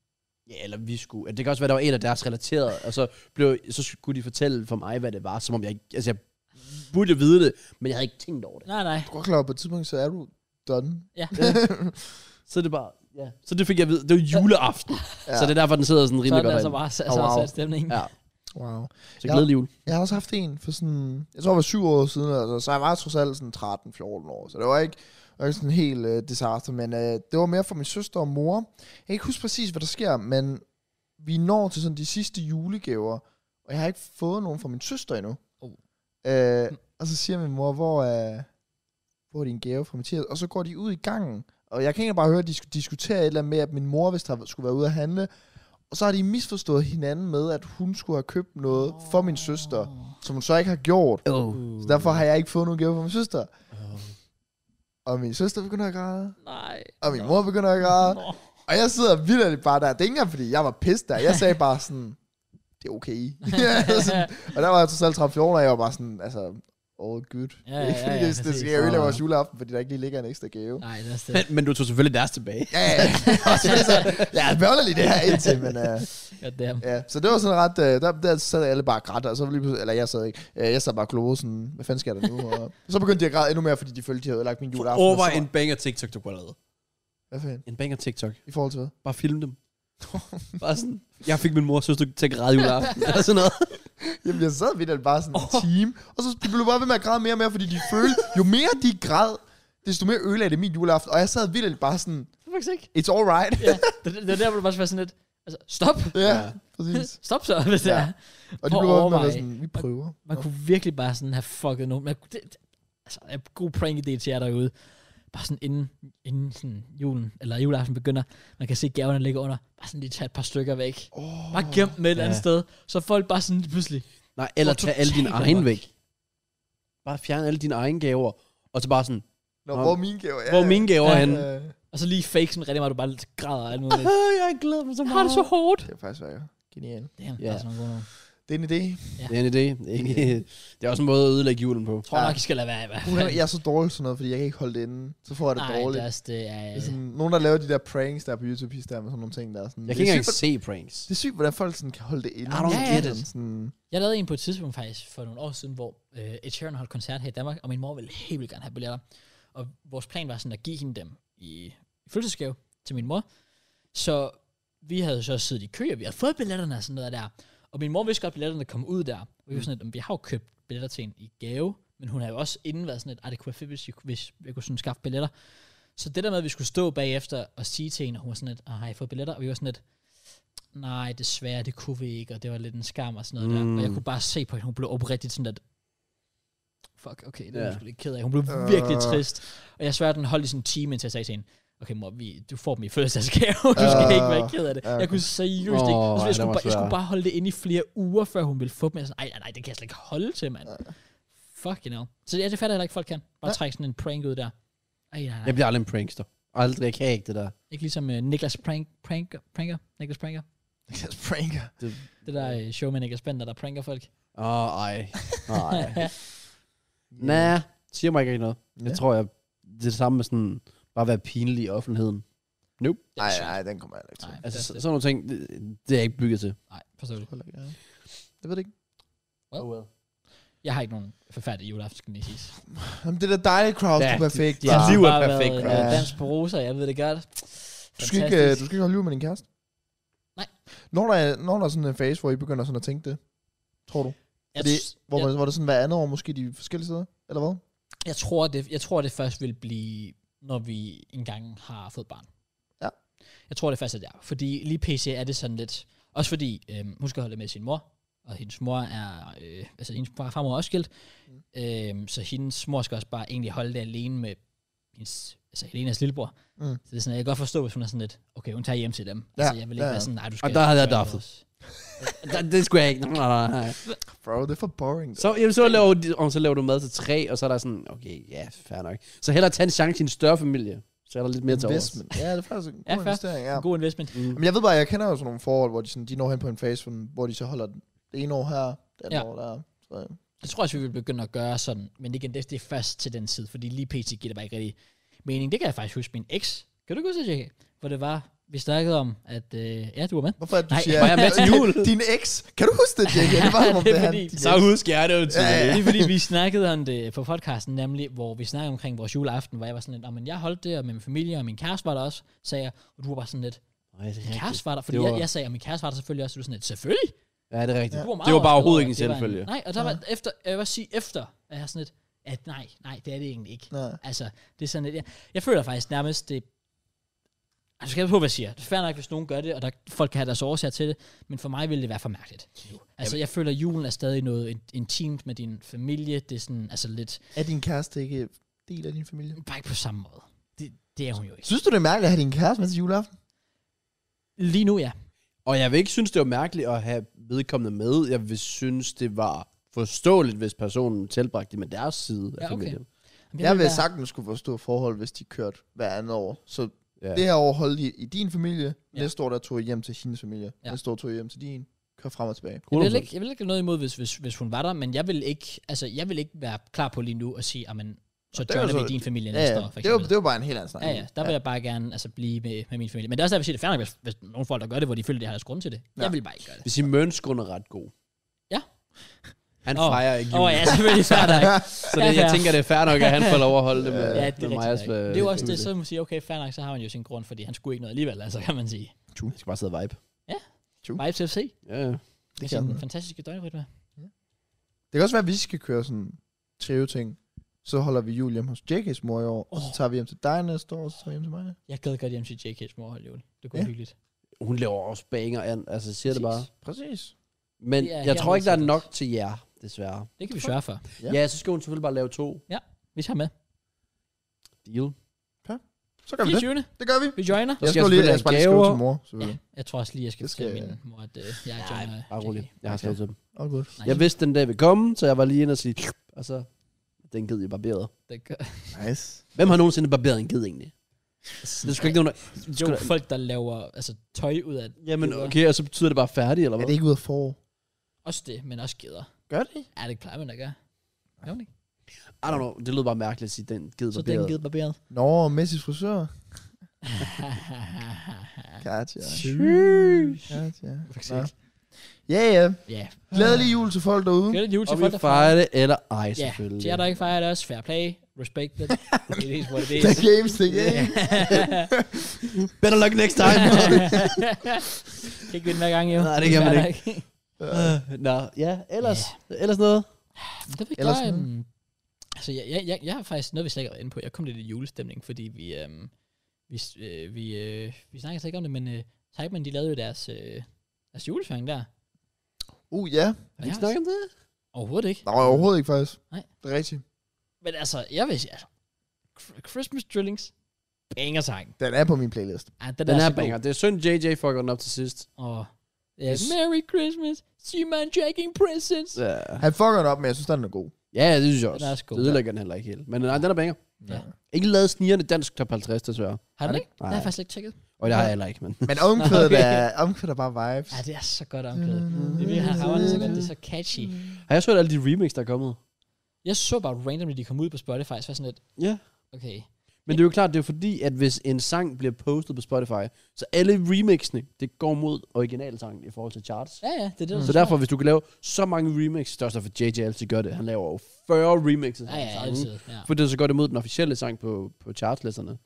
S2: Ja, eller vi skulle. Det kan også være, der var en af deres relaterede, og så, blev, så skulle de fortælle for mig, hvad det var, som om jeg ikke... Altså, jeg burde jo vide det, men jeg havde ikke tænkt over det.
S1: Nej, nej.
S3: Du er godt klar over, på et tidspunkt, så er du done.
S1: Ja.
S2: Så det bare... Ja. Så det fik jeg at vide. Det var juleaften. ja.
S3: Ja.
S2: Så det er derfor, den sidder sådan
S1: Så er
S2: rimelig
S1: den
S2: godt
S1: altså
S2: derinde.
S1: bare sat,
S2: Oh, wow.
S1: så sat stemningen.
S2: Ja.
S3: Wow.
S2: Så glædelig jul.
S3: Jeg har også haft en for sådan, jeg tror det var syv år siden, altså, så jeg var trods alt sådan 13-14 år, så det var ikke, det var ikke sådan helt øh, disaster, men øh, det var mere for min søster og mor. Jeg kan ikke huske præcis, hvad der sker, men vi når til sådan de sidste julegaver, og jeg har ikke fået nogen fra min søster endnu.
S1: Oh.
S3: Øh, og så siger min mor, hvor er, hvor er din gave fra Mathias? Og så går de ud i gangen, og jeg kan egentlig bare høre, at de skulle diskutere et eller andet med, at min mor vist har, skulle være ude at handle, og så har de misforstået hinanden med, at hun skulle have købt noget for min søster som hun så ikke har gjort.
S2: Oh.
S3: Så derfor har jeg ikke fået nogen gave fra min søster. og min søster begynder at græde,
S1: Nej.
S3: og min mor begynder at græde,
S1: Nå.
S3: og jeg sidder vildt bare der. Det er ikke engang, fordi jeg var pissed der. Jeg sagde bare sådan, det er okay. ja, sådan, og der var jeg totalt 13 14, og jeg var bare sådan, altså, all good.
S1: Ja, ja,
S3: Ikke fordi
S1: ja,
S3: det, det
S1: præcis.
S3: skal jeg ødelægge
S2: Ja.
S3: vores juleaften, fordi der ikke lige ligger en ekstra gave.
S1: Nej, det er også det.
S2: Men, men du tog selvfølgelig deres tilbage.
S3: Ja, ja, også fordi så, ja, børnelig det her indtil, men uh,
S1: God damn.
S3: ja. Så det var sådan ret, uh, der, der sad alle bare og græd, og så lige pludselig, eller jeg sad ikke, uh, jeg sad bare og kloede sådan, hvad fanden sker der nu? Og, så begyndte de at græde endnu mere, fordi de følte, de havde lagt min juleaften. og
S2: Overvej
S3: så-
S2: en banger TikTok, du kunne have lavet.
S3: Hvad fanden?
S2: En banger TikTok.
S3: I forhold til hvad?
S2: Bare film dem. Bare sådan, jeg fik min mor og søster til at græde juleaften. Eller sådan noget.
S3: Jamen, jeg sad vidt bare sådan en time, og så blev de bare ved med at græde mere og mere, fordi de følte, jo mere de græd, desto mere ødelagde det min juleaften, og jeg sad vildt bare sådan,
S1: Det er faktisk ikke.
S3: it's alright.
S1: Ja, det, det, er der, hvor du bare skal være sådan lidt, altså, stop.
S3: ja,
S2: Ja.
S3: præcis.
S1: stop så, hvis det
S3: Ja.
S1: er.
S3: Og de
S1: Prøv
S3: blev
S1: at
S3: bare ved med at være
S1: overveje.
S3: sådan, vi prøver.
S1: Man kunne virkelig bare sådan have fucket nogen. Man, kunne- det, det, altså, en god prank-idé til jer derude. Bare sådan inden, inden sådan julen, eller juleaften begynder, man kan se gaverne ligge under. Bare sådan lige tage et par stykker væk.
S3: Oh.
S1: Bare gem dem et eller andet
S2: Ja.
S1: sted. Så er folk bare sådan lige pludselig.
S2: Nej, eller
S1: Åh,
S2: tag alle dine
S1: totalt
S2: egne
S1: amok.
S2: væk. Bare fjern alle dine egne gaver. Og så bare sådan,
S3: Nå,
S2: Nå.
S3: hvor er mine gaver? Ja,
S2: hvor er mine gaver
S1: Ja.
S2: ja, henne?
S3: Øh,
S1: Og så lige fake sådan rigtig meget, du bare lidt græder og alt muligt.
S2: Øh, jeg glæder mig så
S1: Jeg
S2: meget.
S1: har det så hårdt.
S3: Det er faktisk være genial.
S1: Damn,
S2: Ja.
S1: yeah. altså, nogle gode
S3: Det er en idé.
S2: Det er en idé. Det er, ikke, det er også en måde at ødelægge julen på.
S1: Jeg tror
S3: Ja.
S1: nok, I skal lade være i hvert
S3: Uha,
S1: fald.
S3: Jeg er så dårlig til sådan noget, fordi jeg kan ikke holde det inde. Så får jeg det
S1: Ej,
S3: dårligt. Altså-
S1: det er også det. Ja, ja,
S3: Det
S1: ja.
S3: er sådan, nogen, der laver de der pranks der på YouTube, der med sådan nogle ting der. Sådan,
S2: Jeg
S3: det er
S2: kan ikke engang
S3: sygt, hvor-
S2: se pranks.
S3: Det er sygt, hvordan folk sådan kan holde det inde.
S2: I don't
S1: Ja, ja.
S2: get it.
S3: Sådan,
S1: Jeg lavede en på et tidspunkt faktisk for nogle år siden, hvor øh, Ed Sheeran holdt koncert her i Danmark, og min mor ville helt vildt gerne have billetter. Og vores plan var sådan at give hende dem i i fødselsgave til min mor. Så vi havde så siddet i kø, og vi havde fået billetterne og sådan noget der. Og min mor vidste godt, at billetterne kom ud der. Og vi var
S2: Mm.
S1: sådan lidt, "Jamen, vi har jo købt billetter til hende i gave, men hun har jo også inden været sådan lidt, at det kunne være fedt, hvis, I, hvis jeg kunne sådan skaffe billetter. Så det der med, at vi skulle stå bagefter og sige til hende, og hun var sådan lidt, "Ah, har I fået billetter? Og vi var sådan lidt, nej, desværre, det kunne vi ikke, og det var lidt en skam og sådan noget mm.
S2: Mm.
S1: der. Og jeg kunne bare se på hende, hun blev oprigtigt sådan lidt, fuck, okay, det er
S2: Ja.
S1: yeah. sgu lidt ked af. Hun blev virkelig
S3: Øh.
S1: trist. Og jeg svær, den holdt i sådan en time, indtil jeg sagde til hende, okay mor, vi, du får dem i fødselsdagsgave, du skal
S3: Øh,
S1: ikke være ked af det.
S3: ja, okay.
S1: Jeg kunne seriøst ikke,
S2: Åh,
S1: og så jeg,
S2: ej, den
S1: skulle
S2: var
S1: bare, jeg
S2: svær.
S1: skulle bare holde det inde i flere uger, før hun ville få dem. Jeg er sådan, nej, nej, nej, det kan jeg slet ikke holde til, mand. Fucking hell. Så ja, det fatter jeg heller ikke, folk kan. Bare
S3: Nej.
S1: trække sådan en prank ud der. Ej, nej, nej.
S2: Jeg bliver aldrig en prankster. Aldrig. Jeg kan ikke det der.
S1: Ikke ligesom uh, Niklas prank, prank, Pranker. Niklas Pranker.
S3: Niklas Pranker.
S2: Det,
S1: Det der uh, show med Niklas Bender, der pranker folk.
S2: åh, ej. Nej. Næh, siger mig ikke rigtig noget. Jeg
S3: Ja.
S2: tror, jeg det er det samme med sådan, bare være pinlig i offentligheden.
S1: Det er
S3: Nej,
S1: sygt.
S3: nej, den kommer jeg heller ikke til.
S1: Nej,
S2: Altså,
S1: det
S2: så,
S1: er-
S2: sådan nogle ting, det, det er jeg ikke bygget til.
S1: nej, forstår du.
S3: Hold da kæft. Jeg ved det ikke.
S1: Oh
S2: well.
S1: Jeg har ikke nogen forfærdelig juleaften, skal lige siges.
S3: Jamen, det der dejlige crowd,
S2: Ja,
S3: ja, er perfekt.
S2: de- de
S3: bare.
S2: liv er
S1: Bare været,
S2: perfekt,
S1: øh,
S3: Kraus.
S1: Dans på roser, jeg ved det godt.
S3: Du skal, ikke, øh, du
S1: Fantastisk.
S3: skal ikke holde liv med din kæreste?
S1: Nej.
S3: Når der, er, når der er sådan en fase, hvor I begynder sådan at tænke det, tror du?
S1: Jeg
S3: Fordi,
S1: tr-
S3: hvor,
S1: jeg-
S3: man, hvor det sådan hver andet år måske de forskellige steder, eller hvad?
S1: Jeg tror, det, jeg tror, det først vil blive, når vi engang har fået barn.
S3: Ja.
S1: Jeg tror, det først er der. Fordi lige pc er det sådan lidt... Også fordi øhm, hun skal holde med sin mor, og hendes mor er... Øh, altså, hendes far farmor er også skilt. Mm. Øhm, så hendes mor skal også bare egentlig holde det alene med hendes, altså Helenas lillebror.
S3: Mm.
S1: Så det er sådan, at jeg kan godt forstå, hvis hun er sådan lidt... Okay, hun tager hjem til dem. Ja. Altså, jeg vil ikke
S3: ja,
S1: ja,
S3: ja.
S1: være sådan, nej, du skal...
S2: der havde jeg
S1: gøre
S2: daffet.
S1: vores."
S2: Det, det skulle jeg ikke. Nej, nej, nej.
S3: Bro, det er for boring.
S2: Så, jamen, så, laver, de- om, så laver du mad til tre, og så er der sådan, okay, ja, fair nok. Så hellere tage en chance i en større familie. Så er der lidt mere til overs.
S3: Investment. Ja, det er faktisk en
S1: Ja, fair.
S3: god investering, ja.
S1: En god investment.
S2: Mm.
S3: Men jeg ved bare, jeg kender jo sådan nogle forhold, hvor de, sådan, de når hen på en fase, hvor- hvor de så holder det ene år her, det
S1: Ja.
S3: andet ja. år der. Så, øh, ja.
S1: Jeg tror også, vi vil begynde at gøre sådan, men igen, det, det er først til den tid, fordi lige pt. giver det bare ikke rigtig mening. Det kan jeg faktisk huske min ex. Kan du ikke huske det, Jake? Hvor det var, vi snakkede om, at øh, ja, du var med.
S3: Hvorfor er det, du
S1: Nej,
S3: siger,
S2: var jeg med til jul?
S3: din eks, kan du huske det, Jake? Det var som om
S1: Det er
S3: det er han,
S1: fordi-
S3: din
S2: Så
S3: eks.
S2: husker jeg det jo til.
S3: Ja,
S1: Det er fordi, vi snakkede om det på podcasten, nemlig, hvor vi snakkede omkring vores juleaften, hvor jeg var sådan lidt, "Nå, men jeg holdt det, og med min familie, og min kæreste var der også, sagde jeg, og du var bare sådan lidt,
S2: Nej, det er
S1: min
S2: rigtigt.
S1: kæreste var der, fordi
S2: Det var-
S1: jeg, jeg sagde, at min kæreste var der selvfølgelig også, og du var sådan lidt, selvfølgelig,
S2: Ja, det er rigtigt.
S1: Du var meget
S2: Det var
S1: overrasket
S2: bare overhovedet
S1: over,
S2: ikke en
S1: at det var
S2: selvfølge.
S1: Nej, og der var efter, jeg vil også sige efter, at jeg er sådan lidt, at nej, nej, det er det egentlig ikke.
S3: Nej.
S1: Altså, det er sådan lidt, jeg, jeg føler faktisk nærmest, det, altså skal jeg på, hvad jeg siger. Det er fair nok, hvis nogen gør det, og der, folk kan have deres årsager til det, men for mig ville det være for mærkeligt. Altså, jeg føler, at julen er stadig noget in- intimt med din familie. Det er sådan, altså lidt,
S3: Er din kæreste ikke del af din familie?
S1: bare ikke på samme måde. Det, det er hun jo ikke.
S3: Synes du, det er mærkeligt at have din kæreste med til juleaften?
S1: Lige nu, ja.
S2: Og jeg vil ikke synes, det var mærkeligt at have vedkommende med. Jeg vil synes, det var forståeligt, hvis personen tilbragte det med deres side af
S1: Ja, okay.
S2: familien.
S3: Jeg vil sagtens skulle forstå forhold, hvis de kørte hver andet år. Så ja.
S2: Ja.
S3: det her år holdt I i din familie.
S1: Ja.
S3: Ja. Næste år, der tog I hjem til hendes familie.
S1: Ja.
S3: Ja. Næste år tog I hjem til din. Kør frem og tilbage.
S1: Jeg vil ikke, jeg vil ikke have noget imod, hvis, hvis, hvis hun var der, men jeg vil ikke, altså, jeg vil ikke være klar på lige nu at sige, amen, så
S3: Og det er jo
S1: joiner vi
S3: så-
S1: din familie
S3: Ja,
S1: næste
S3: ja.
S1: år, for
S3: Det, var,
S1: eksempel.
S3: det var bare en helt anden snak.
S1: Ja, ja, der vil jeg bare gerne altså, blive med, med min familie. Men det er også derfor, jeg siger, det er fair nok, hvis, hvis nogle folk, der gør det, hvor de føler, det har deres grund til det. Ja.
S3: Ja.
S1: Jeg vil bare ikke gøre det.
S2: Hvis I Mønsgrund er ret god.
S1: Ja.
S2: Han
S1: Åh.
S2: fejrer ikke
S1: Åh
S2: jul.
S1: oh, ja, selvfølgelig fair nok.
S2: Så det, jeg tænker, det er fair nok, at han får lov at holde det med,
S1: Ja, det
S2: med
S1: er
S2: Majas,
S1: rigtigt. nok.
S2: øh,
S1: Det er jo også det,
S2: familie.
S1: så man siger, okay, fair nok, så har man jo sin grund, fordi han skulle ikke noget alligevel, altså kan man sige.
S2: Jeg skal bare sidde og vibe.
S1: Vibes FC,
S2: Ja, ja.
S1: det
S3: kan
S1: er en
S3: man.
S1: fantastisk døgnrytme.
S3: Det kan også være, at vi skal køre sådan trio ting. Så holder vi jul hjemme hos JK's mor i år. Oh. Og så
S1: Åh.
S3: tager vi hjem til dig næste år, og så tager vi hjem til mig.
S1: Jeg gad godt hjem til JK's mor og holde jul. Det kunne
S3: Ja.
S1: være hyggeligt.
S2: Hun laver også banger an, altså jeg siger det bare.
S3: Præcis.
S2: Men
S1: Det er
S2: jeg tror
S1: helt
S2: ikke, der er
S1: sikkert.
S2: nok til jer, desværre.
S1: Det kan vi sørge for.
S3: Ja.
S2: Ja. ja, så skal hun selvfølgelig bare lave to.
S1: Vi tager med.
S2: Deal.
S3: Så gør vi det.
S1: 24.
S3: Det gør vi.
S1: Vi joiner.
S3: Jeg
S2: skal
S3: skal jo lige,
S2: selvfølgelig
S3: jeg skal bare lige
S2: have
S3: skrive
S2: gaver.
S3: til mor,
S1: Ja,
S3: selvfølgelig.
S1: jeg tror også lige, jeg skal
S3: Det skal-
S1: fortælle min mor, at øh, jeg er joiner.
S2: Bare
S1: JK.
S2: rolig. Jeg har skrevet til dem.
S3: Ja. Oh, godt.
S1: Nice.
S2: Jeg vidste, den dag ville komme, så jeg var lige inde og sige... Og så... Den ged jeg barberet.
S1: Det gør-
S3: Nice.
S2: Hvem har nogensinde barberet en ged egentlig? Altså, Det er sgu ikke nogen, der...
S1: Jo,
S2: Skulle der-
S1: folk, der laver altså, tøj ud af
S2: Jamen
S1: geder.
S2: okay, og så betyder det bare færdig, eller
S3: Er
S2: hvad?
S3: det ikke ude af forår?
S1: Også det, men også geder.
S3: Gør det ikke?
S1: Ja, det plejer man at gøre. Gør man ikke?
S2: I don't know, det lød bare mærkeligt at sige, den ged
S1: Så den
S2: barberet.
S1: ged barberet.
S3: Nå, Messis frisør. Katja.
S1: Sheesh.
S3: Katja.
S1: Faktisk ikke.
S3: Ja, ja.
S1: Ja.
S3: Glædelig jul til folk derude.
S1: Gør det jul til
S2: Om
S1: folk,
S2: I
S1: der fejrer.
S2: fejrer det eller ej,
S1: Ja,
S2: selvfølgelig.
S1: til jer, der ikke fejrer det også. Fair play. Respect it. it is what it is.
S3: The games, the game.
S1: Yeah.
S2: Better luck next time.
S1: kan ikke vinde hver gang, jo.
S2: Nej, det kan man
S1: Fair
S2: ikke.
S1: nok.
S2: Øh, Nå, ja, ellers, ellers noget.
S1: Men Det var
S3: Ellers
S1: klart.
S3: sådan.
S1: Um, altså, jeg, jeg, jeg, jeg har faktisk noget, vi slet ikke har været inde på. Jeg kom lidt i julestemning, fordi vi... Um, vi, s- øh, vi, øh, vi snakker slet ikke om det, men øh, Typeman, de lavede jo deres, øh, deres julesang der.
S3: Uh, ja.
S2: Har vi ikke snakket om det?
S1: Overhovedet ikke.
S3: Nå, overhovedet ikke faktisk.
S1: Nej.
S3: Det er rigtigt.
S1: Men altså, jeg vil sige, altså, Cr- Christmas Drillings, banger sang.
S3: Den er på min playlist.
S1: Ja, den, altså, er,
S2: Den her
S1: så god.
S2: banger. Det er synd, JJ fucker den op til sidst.
S1: Og, ja,
S2: Yes.
S1: Merry Christmas, see man jacking presents.
S2: Ja,
S3: Han fucker den op, men jeg synes, den er god.
S2: ja det synes jeg
S1: Den
S2: også.
S1: er også god.
S2: Det ødelægger den heller ikke helt. Men øh, nej, den er banger.
S1: Ja.
S2: Ikke lavet snigerne dansk top 50, desværre.
S1: Har den
S3: det-
S1: ikke? Det har jeg faktisk slet ikke tjekket.
S2: Og det har jeg heller ikke, men...
S3: Men omkvædet
S1: Okay.
S3: er, omkvædet er bare vibes.
S1: Ja, det er så godt omklædet. Det er det, han rammer det
S2: Mm.
S1: så godt. Det er så catchy.
S2: Har jeg så alle de remix, der er kommet?
S1: Jeg så bare randomly, de kom ud på Spotify, så var jeg sådan lidt,
S2: Ja.
S1: okay.
S2: Men det er jo klart, det er fordi, at hvis en sang bliver postet på Spotify, så alle remixene, det går mod originalsangen i forhold til charts.
S1: Ja, ja, det er det, der
S2: Så derfor, hvis du kan lave så mange remixes, det er også derfor, JJ altid gør det. Han laver jo 40 remixes.
S1: Ja,
S2: af
S1: ja,
S2: sangen.
S1: altid. Ja.
S2: For det er så godt imod den officielle sang på, på chartslisterne.
S1: faktisk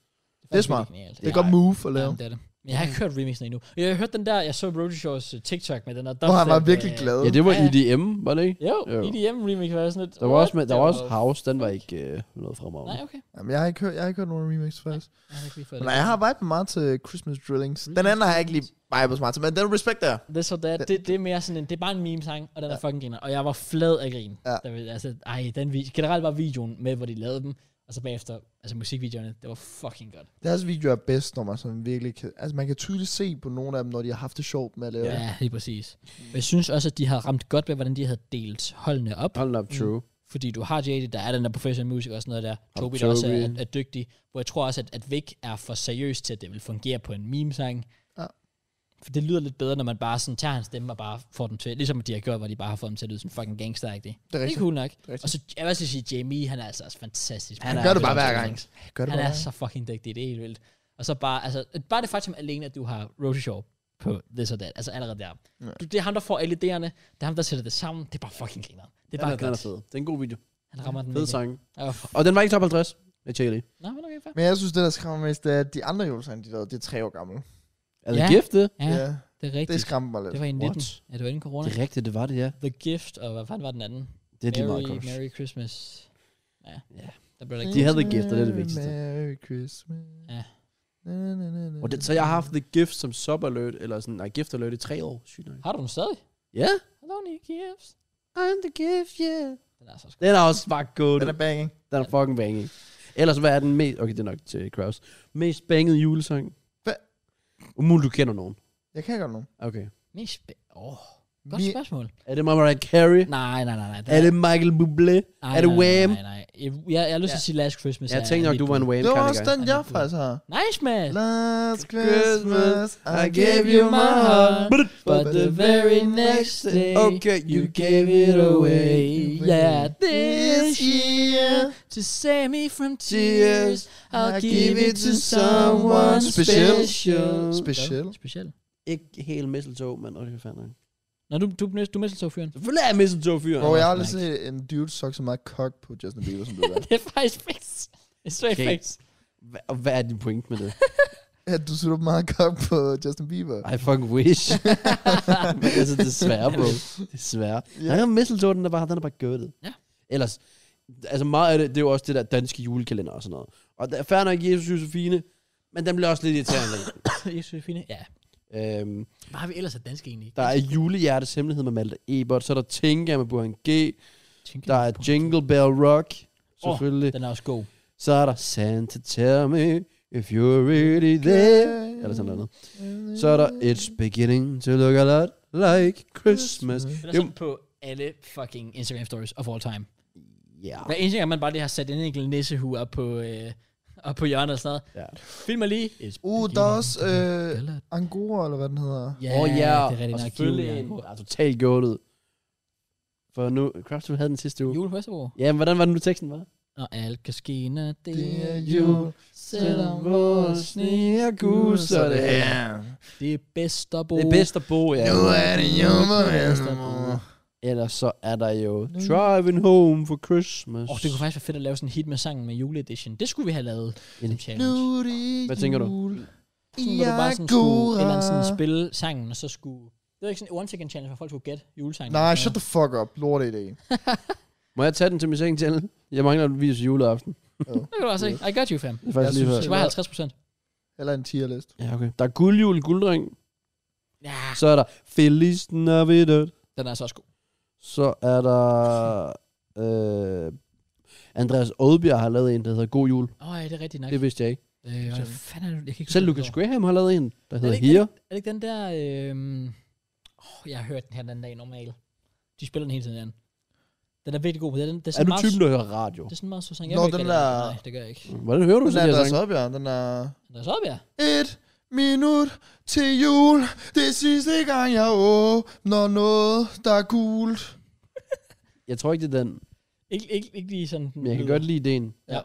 S1: virkelig
S3: smart.
S1: genialt.
S3: Det er godt move at
S1: Ja,
S3: lave.
S1: det er det. Men jeg har ikke hørt remixen endnu. Jeg har hørt den der, jeg så Roger Shores øh, TikTok med den der
S3: Hvor han var
S1: dubstep,
S3: virkelig
S1: øh,
S3: glad.
S2: Ja, det var
S1: Ja, ja.
S2: EDM, var det ikke?
S1: Jo,
S2: Jo.
S1: EDM remix var jeg sådan lidt.
S2: Der var, også, med, der var
S1: what
S2: også
S1: the-
S2: House, den var ikke øh, noget fremragende.
S1: Nej, okay.
S3: Jamen, jeg har ikke hørt, jeg har ikke hørt nogen remix faktisk.
S1: Jeg har ikke lige fået
S3: Men
S1: det.
S3: nej, jeg har vibet meget til Christmas Drillings. Den anden har jeg ikke lige vibet så meget til, men den respekter jeg.
S1: This or that, det, det er mere sådan en, det er bare en meme-sang, og den ja. er fucking griner. Og jeg var flad af grin.
S3: Ja.
S1: Der, vil- altså, ej, den video, generelt bare videoen med, hvor de lavede dem, og så bagefter, altså musikvideoerne, det var fucking godt.
S3: Deres videoer er bedst, når man sådan virkelig kan... Altså, man kan tydeligt se på nogle af dem, når de har haft det sjovt med at lave
S1: Ja, ja lige præcis. Men jeg synes også, at de har ramt godt med, hvordan de havde delt holdene op.
S2: Hold da op, true.
S1: Fordi du har JD, der er den der professional music og sådan noget der.
S2: Og
S1: Tobi, der også er,
S2: Toby.
S1: er, er dygtig. Hvor jeg tror også, at, at Vic er for seriøs til, at det vil fungere på en meme-sang.
S3: Ja.
S1: For det lyder lidt bedre, når man bare sådan tager hans stemme og bare får dem til. Ligesom de har gjort, hvor de bare har fået dem til at lyde sådan fucking gangster Det
S3: Det er
S1: er
S3: rigtigt.
S1: cool nok.
S3: er rigtigt.
S1: Og så jeg vil også sige, Jamie, han er altså også fantastisk. Han,
S2: er-
S3: gør det bare hver gang. Gør det
S1: Han
S3: bare.
S1: er så fucking dygtig, det er helt vildt. Og så bare, altså, bare det faktum alene, at du har Rosie Shaw på this or that, altså allerede der.
S3: Ja.
S1: Du, det er ham, der får alle idéerne, det er ham, der sætter det sammen, det er bare fucking griner. Det er
S2: Den
S1: bare
S2: er, den er
S1: godt.
S2: fed. Det er en god video.
S1: Han rammer den
S2: Fed
S1: virkelig.
S2: sang.
S1: Åh,
S2: Og den var ikke top 50. Jeg tjekker lige.
S1: Nå, men okay, fair.
S3: Men jeg synes, det der skræmmer mest, det er, at de andre julesange, de lavede, det er tre år gamle.
S2: Er det
S1: Ja.
S2: gift, det?
S1: Ja,
S3: ja.
S1: det er
S3: Det
S1: rigtigt. Det,
S3: skræmmer mig lidt.
S1: det var i 19.
S2: What?
S1: Ja, det var inden corona.
S2: Det er rigtigt, det var det, ja.
S1: The Gift, og hvad fanden var den anden?
S2: Det er lige meget
S1: Merry,
S2: godt.
S1: Merry Christmas. Ja.
S2: Ja.
S1: Der blev der ikke
S2: De havde The Gift, og det er det vigtigste.
S3: Merry Christmas.
S1: Ja.
S3: Na, na, na, na, na.
S2: Og det, så jeg har haft The Gift som sub alert, eller sådan, nej, gift alert i tre år. Sygt nok.
S1: Har du den stadig?
S2: Ja.
S1: Hello, new gifts.
S2: I'm the gift, yeah.
S1: Den er altså så sgu.
S2: Den er også bare god.
S3: Den er bang, ikke?
S2: Den er fucking banging. Ellers, hvad er den mest... Okay, det er nok til Kraus. Mest bangede julesang?
S3: Hva-
S2: Umuligt, du kender nogen.
S3: Jeg kan godt nu.
S2: Okay.
S1: Mest sp- Åh. Oh. Godt
S3: Vi-
S1: spørgsmål.
S2: Er det Mariah Carey?
S1: Nej, nej, nej. nej.
S2: Er det Michael Bublé?
S1: nej,
S2: er det
S1: nej,
S2: Wham?
S1: Nej, nej, nej. Jeg, jeg har lyst til at sige Last Christmas.
S2: Jeg
S1: er
S2: tænkte nok,
S1: mit
S2: du var en
S1: bud.
S2: Wham
S3: Det var
S2: kind
S3: også
S2: of guy.
S3: den, jeg faktisk har.
S1: Nice, man.
S3: Last Christmas,
S2: Christmas,
S3: I gave you my heart.
S1: But the very next day,
S2: Okay,
S1: you gave it away. Yeah, this year, to save me from tears, I'll give it to someone
S3: Speciel.
S1: special.
S3: Speciel.
S1: Hvad? Speciel.
S2: Ikke helt mistletoe, men okay, hvad fanden er det?
S1: Nå, du, du, du er misteltog-fyren.
S2: Selvfølgelig er jeg mistletoe-fyren.
S3: Bro, jeg har aldrig
S1: Nice.
S3: set en dude suck så meget cock på Justin Bieber, som du gør.
S1: Det er faktisk facts. Det er straight
S2: Okay.
S1: facts.
S2: Hva- og Hvad er din point med det?
S3: At du sutter meget cock på Justin Bieber.
S2: I fucking wish. men altså, desværre, bro. Desværre.
S3: Ja.
S2: Yeah. Nej, mistletoe, den er bare, den er bare gødet.
S1: Ja.
S2: Ellers, altså meget af det, det er jo også det der danske julekalender og sådan noget. Og der er fair nok Jesus Josefine, men den bliver også lidt irriterende.
S1: Josefine. Ja.
S2: øhm,
S1: Hvad har vi ellers af dansk egentlig?
S2: der er julehjertes hemmelighed med Malte Ebert, så er der Tinka med Burhan G, der er Jingle Bell Rock, selvfølgelig.
S1: Den er også god.
S2: Så er der Santa Tell Me If You're Really There. Eller sådan noget. Så er der It's Beginning to Look a Lot Like Christmas.
S1: Den er
S2: Jo.
S1: sådan på alle fucking Instagram stories of all time.
S2: Ja.
S1: Hver eneste gang, man bare lige har sat en enkelt nissehue op på, øh, op på hjørnet og sådan noget.
S2: Ja.
S1: Film mig lige.
S3: Uh, der er også øh, Angora, eller hvad den hedder.
S1: Ja,
S2: Åh
S1: det
S2: ja,
S1: er rigtig
S2: og
S1: nok
S2: selvfølgelig
S1: jul,
S2: en, der er totalt gulvet. For nu, Craftsman havde den sidste
S1: ja.
S2: uge.
S1: Jul på Østerbro.
S2: Ja, men hvordan var det nu teksten var?
S1: Når alt kan ske, når det,
S3: Det
S1: er
S3: er
S1: jul.
S3: jul.
S1: Selvom vores sne
S2: og
S3: Så det er.
S1: Det er bedst at bo.
S2: Det er bedst at bo, ja.
S3: Nu er det jul, mor.
S2: Ellers så er der jo Driving Home for
S1: Åh,
S2: Christmas.
S1: oh, det kunne faktisk være fedt at lave sådan en hit med sangen med juleedition. Det skulle vi have lavet.
S2: En-
S1: som challenge.
S3: Nu er det
S2: Hvad tænker du?
S3: jul.
S1: Sådan, hvor du bare sådan skulle,
S3: Angora.
S1: eller anden sådan spille sangen, og så skulle... Det var ikke sådan en one second challenge, hvor folk skulle gætte julesangen.
S3: Nej,
S1: Ja.
S3: shut the fuck up. Lort idé.
S2: Må jeg tage den til min seng til? Jeg mangler en video til juleaften.
S1: Det kan du også ikke. I got you, fam.
S2: Det er faktisk
S3: Jeg synes
S2: lige før.
S1: Det var 50 procent.
S3: Eller en tier list.
S2: Ja, okay. Der er guldjul, guldring.
S1: Ja.
S2: Så er der Feliz Navidad.
S1: Den er altså også god.
S2: Så er der... Øh, Andreas Odbjerg har lavet en, der hedder God Jul.
S1: Åh, oh, det er rigtigt nok.
S2: Det vidste jeg ikke.
S1: Øh, hvad fanden er det? Jeg kan ikke
S2: Selv
S1: huske,
S2: Lucas
S1: hvad
S2: Graham har lavet en, der hedder
S1: det ikke
S2: Here.
S1: den- Er det ikke den der... øhm, Åh, oh, jeg har hørt den her den anden dag normalt. De spiller den hele tiden, den. Den er virkelig god på det. Den, det er,
S2: Er
S1: sådan
S2: du
S1: meget,
S2: typen, der hører radio?
S1: Altså, Det er sådan meget sød sang.
S3: Nå,
S1: ved ikke,
S3: den
S1: hvad det
S3: der-
S1: Nej, det gør jeg ikke.
S2: Hvordan hører du
S3: Den
S2: så
S3: er altså
S2: det her
S3: Andreas
S2: sang?
S3: Oddbjerg. Den er...
S1: Der er så op, ja.
S3: Et minut til jul. Det er sidste gang, jeg åbner noget, der er gult.
S2: Jeg tror ikke, det er den,
S1: Ikke, ikke, ikke lige sådan... den
S2: men jeg kan
S1: altså- lyder.
S2: godt lide ideen.
S3: Der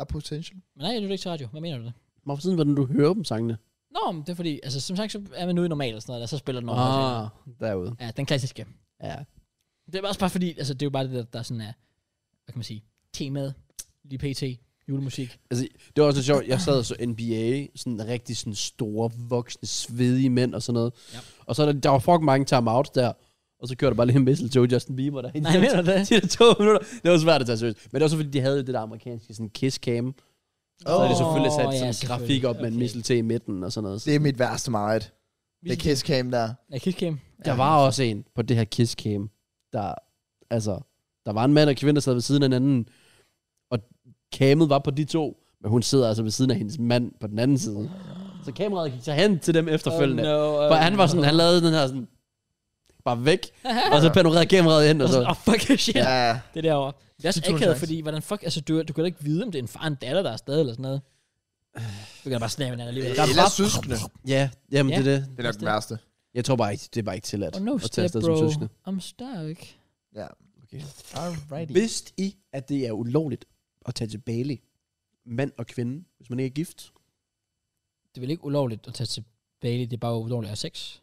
S3: er potential.
S1: Men nej, jeg lytter ikke til radio. Hvad mener du det?
S2: Hvorfor siden, hvordan du hører dem sangene?
S1: Nå, men det er fordi... Altså, som sagt, så er man ude i normalt og sådan noget, og så spiller den over.
S2: Ah, derude.
S1: Ja, den klassiske.
S2: Ja.
S1: Det er også bare fordi, altså det er jo bare det, der, der sådan er, hvad kan man sige, temaet, lige pt, julemusik.
S2: Altså, det var også lidt sjovt. Jeg sad og så NBA, sådan rigtig sådan store, voksne, svedige mænd og sådan noget.
S1: Ja.
S2: Og så er der, der var fucking mange timeouts der. Og så kørte der bare lige en mistletoe Justin Bieber der.
S1: Nej, mener du det?
S2: til det to minutter. Det var svært at tage seriøst. Men det var også fordi, de havde jo det der amerikanske sådan kiss cam. Så havde de
S1: Åh,
S2: selvfølgelig sat
S1: ja,
S2: sådan en
S1: selvfølgelig.
S2: grafik op med en
S1: Okay.
S2: mistletoe i midten og sådan noget. Så
S3: Det er mit værste meget. Det
S1: Ligesom-
S3: er kiss cam der.
S1: Ja, kiss cam.
S2: der var også en på det her kiss cam, der, altså, der var en mand og kvinde, der sad ved siden af hinanden, og camet var på de to, men hun sidder altså ved siden af hendes mand på den anden side. Så kameraet gik så hen til dem efterfølgende.
S1: Oh, no, oh,
S2: For han var sådan, han lavede den her sådan, bare væk, og så panorerede kameraet hen, og så...
S1: Åh, oh, fuck shit. Ja.
S3: Ja,
S1: Det der over. Det er også
S3: Det tog en
S1: akavet,
S3: chance.
S1: fordi hvordan fuck, altså du, du kan da ikke vide, om det er en far og en datter, der er stadig eller sådan noget. Du kan da bare snæve hinanden alligevel.
S2: Der
S3: Eller
S2: var-
S3: søskende.
S2: Ja, jamen
S1: Ja.
S2: det er det.
S3: Det er nok den værste.
S2: Jeg tror bare ikke, det er bare ikke tilladt
S1: Oh no,
S2: at tage
S1: step
S2: afsted
S1: bro.
S2: som søskende.
S1: I'm stuck.
S3: Ja.
S2: Okay.
S3: Alrighty.
S2: Vidste I, at det er ulovligt at tage til Bali, mand og kvinde, hvis man ikke er gift?
S1: Det er vel ikke ulovligt at tage til Bali, det er bare ulovligt at have sex.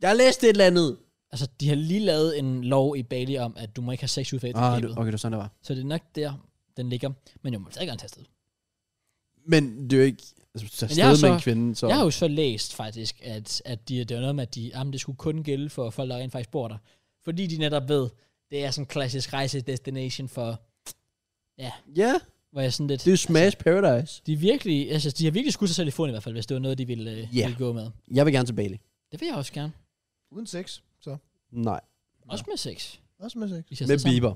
S2: Jeg har læst et eller andet.
S1: Altså, de har lige lavet en lov i Bali om, at du må ikke have sex ud fra
S2: Ah,
S1: ægteskabet.
S2: det- okay, det var sådan, det var.
S1: Så det er nok der, den ligger. Men jeg må stadig gerne testet.
S2: Men det er jo ikke... Altså, så
S1: Men jeg har
S2: afsted med en
S1: så-
S2: kvinde, så...
S1: Jeg har jo så læst faktisk, at, at de, det var noget med, at de, jamen, det skulle kun gælde for folk, der rent faktisk bor der. Fordi de netop ved, det er sådan en klassisk rejsedestination for,
S2: Ja,
S1: hvor jeg sådan lidt...
S2: det er jo Smash Paradise.
S1: De, er virkelig, altså, de har virkelig skudt sig selv i foden i hvert fald, hvis det var noget, de ville, øh,
S2: Ja.
S1: ville gå med.
S2: Jeg vil gerne til Bali.
S1: Det vil jeg også gerne.
S3: Uden sex, så.
S2: Nej,
S1: Også med sex.
S3: Også med sex.
S1: Hvis jeg
S2: med
S1: sidder sammen.
S2: Bieber.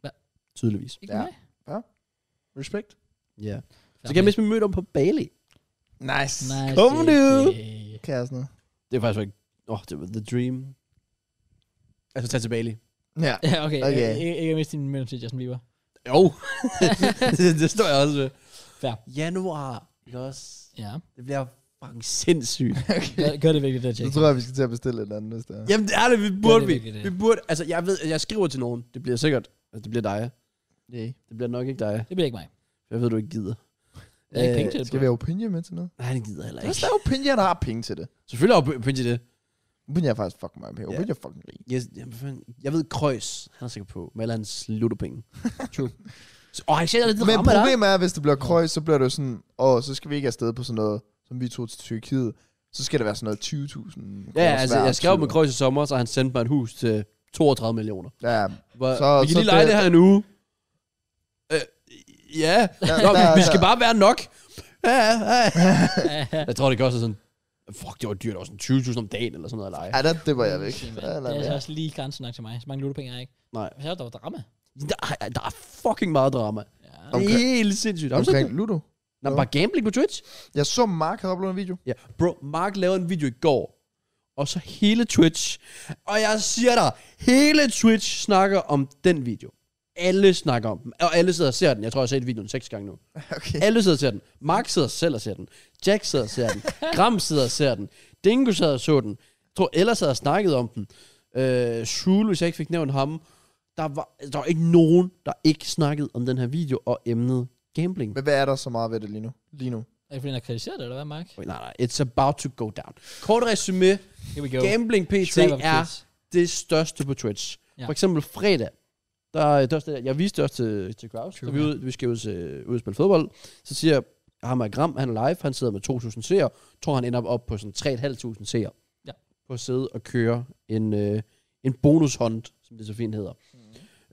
S1: Hva?
S2: Tydeligvis.
S1: Ikke
S3: Ja.
S1: med mig.
S3: Respekt.
S2: Ja. Så kan jeg miste min møde om på Bali.
S3: Nice.
S1: Nej, det-
S2: Kom nu.
S1: det-
S3: Kæresten.
S2: Det er faktisk ikke... Åh, oh, det var the dream. Altså, tag til Bali.
S3: Ja.
S1: Ja, okay. okay.
S3: Okay.
S1: Jeg, ikke, ikke miste din mellemtid, Justin Bieber.
S2: Jo. det, det står jeg også ved.
S1: Fair.
S2: Januar, ikke også?
S1: Ja.
S2: Det bliver fucking sindssygt.
S1: Gør, gør det virkelig, det
S3: Så
S1: Jake.
S3: tror jeg, vi skal til at bestille et eller andet, hvis det er.
S2: Jamen, det er det, vi burde
S1: det er
S2: vi.
S1: virkelig
S2: Vi
S1: det.
S2: burde, altså, jeg ved, jeg skriver til nogen. Det bliver sikkert. Altså, det bliver dig.
S3: Yeah.
S2: Det bliver nok ikke dig.
S1: Det bliver ikke mig.
S2: Jeg ved, du ikke gider.
S1: Jeg har ikke
S2: Øh,
S1: penge til det.
S3: Skal vi have opinion med til noget?
S2: Nej, han gider heller
S3: Hvad
S2: ikke.
S3: der er opinion, der har penge til det?
S2: Selvfølgelig har Pinji det.
S3: Opinion er faktisk fucking mange penge.
S2: Ja.
S3: Opinion er fucking rig.
S2: Yes, jamen, hvad fanden? jeg ved, Kreuz, han er sikker på. Med alle hans luttopenge. True. Så, åh, jeg ser lidt
S3: Men
S2: rammer der.
S3: problemet er, at hvis det bliver krøjs, så bliver det jo sådan, åh, så skal vi ikke afsted på sådan noget, som vi tog til Tyrkiet. Så skal det være sådan noget 20.000.
S2: Ja,
S3: kroners
S2: altså,
S3: hver
S2: jeg skrev
S3: tur.
S2: med Kreuz i sommer, så han sendte mig et hus til 32 millioner.
S3: Ja,
S2: Hvor,
S3: Så-
S2: så, vi kan
S3: så
S2: lige lege
S3: det-
S2: det her en uge. Øh, ja,
S3: Ja,
S2: Nå,
S3: der-
S2: vi skal
S3: der-
S2: bare være nok. Ja, ja, ja.
S1: Ja.
S2: Jeg tror, det gør sig sådan, fuck, det var dyrt, det var sådan 20.000 om dagen, eller sådan noget, eller ej.
S3: ja, der dipper jeg væk.
S1: Shit, mand.
S3: Ja, lad
S1: Det er altså
S3: være.
S1: også lige grænsen nok til mig. Så mange luttepenge har jeg ikke.
S2: Nej.
S1: Hvis jeg der var drama.
S2: Der, er- der er fucking meget drama.
S1: Ja.
S2: Det er helt sindssygt. Har du set
S3: Omkring
S2: det?
S3: Ludo.
S2: Nå, bare gambling på Twitch?
S3: Jeg så Mark havde uploadet en video.
S2: Ja. Bro, Mark lavede en video i går, og så hele Twitch. Og jeg siger dig, hele Twitch snakker om den video. Alle snakker om den, og alle sidder og ser den. Jeg tror, jeg har set videoen seks gange nu.
S3: Okay.
S2: Alle sidder og ser den. Mark sidder selv og ser den. Jack sidder og ser den. Gram sidder og ser den. Dingo sad og så den. Jeg tror, ellers havde snakket om den. Øh, Shul, hvis jeg ikke fik nævnt ham. Der var, der var ikke nogen, der ikke snakkede om den her video og emnet gambling.
S3: Men hvad er der så meget ved det lige nu? Lige nu.
S1: Er det fordi, han har kritiseret det, eller hvad, Mark?
S2: Okay, nej, nej. It's about to go down. Kort resume.
S1: Here we go.
S2: Gambling PT
S1: Straight up
S2: er
S1: kids.
S2: det største på Twitch.
S1: Ja.
S2: Ja. For eksempel fredag, der, der, der jeg viste det også til, til Kraus,
S1: True,
S2: så vi, ud, vi skal ud, til, ud og spille fodbold, så siger jeg, ham er Gram, han er live, han sidder med 2.000 seere, tror han ender op på sådan 3.500 seere,
S1: Ja.
S2: på at sidde og køre en, øh, en bonushånd, som det så fint hedder.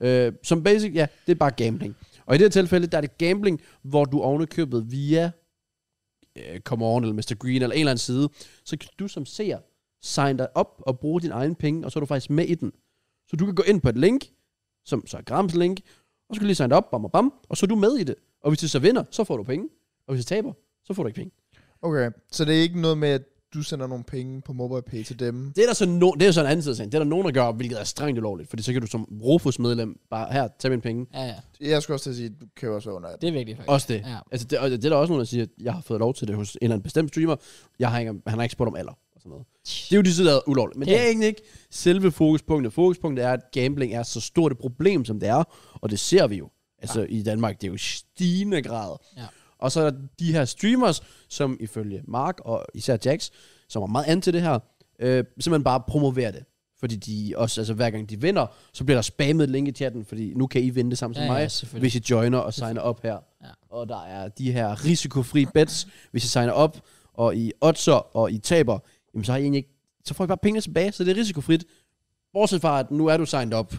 S2: Mm. Øh, som basic, ja, det er bare gambling. Og i det her tilfælde, der er det gambling, hvor du ovenikøbet via øh, Come On eller Mr. Green eller en eller anden side, så kan du som seer signe dig op og bruge dine egne penge, og så er du faktisk med i den. Så du kan gå ind på et link, som så er Grams link, og så kan du lige signe dig op, bam, bam, bam, og så er du med i det. Og hvis du så vinder, så får du penge. Og hvis du taber, så får du ikke penge.
S3: Okay, så det er ikke noget med, at du sender nogle penge på MobilePay til dem?
S2: Det er der så, no, det er så en anden side af sagen. Det er der nogen, der gør, hvilket er strengt ulovligt. Fordi så kan du som Rufus-medlem bare her, tage mine penge.
S1: Ja, ja.
S3: Jeg skulle også til at sige, at du kører også være under 18.
S1: Det er virkelig faktisk.
S2: Også det.
S1: Ja.
S2: Altså, det, og det er der også nogen, der siger, at jeg har fået lov til det hos en eller anden bestemt streamer. Jeg har ikke, han har ikke spurgt om alder og sådan noget. Det er jo de sider, der er ulovligt. Men det er
S1: Ja.
S2: egentlig ikke selve fokuspunktet. Fokuspunktet er, at gambling er så stort et problem, som det er. Og det ser vi jo. Altså i Danmark, det er jo i stigende grad.
S1: Ja.
S2: Og så er der de her streamers, som ifølge Mark og især Jax, som er meget an til det her, øh, simpelthen bare promoverer det. Fordi de også, altså hver gang de vinder, så bliver der spammet et link i chatten, fordi nu kan I vinde det samme
S1: Ja,
S2: som mig
S1: ja, selvfølgelig.
S2: hvis I joiner og signer op her.
S1: Ja.
S2: Ja. Og der er de her risikofri bets, hvis I signer op, og I oddser, og I taber, jamen så, har I egentlig ikke, så får I bare pengene tilbage, så det er risikofrit. Bortset fra, at nu er du signet op,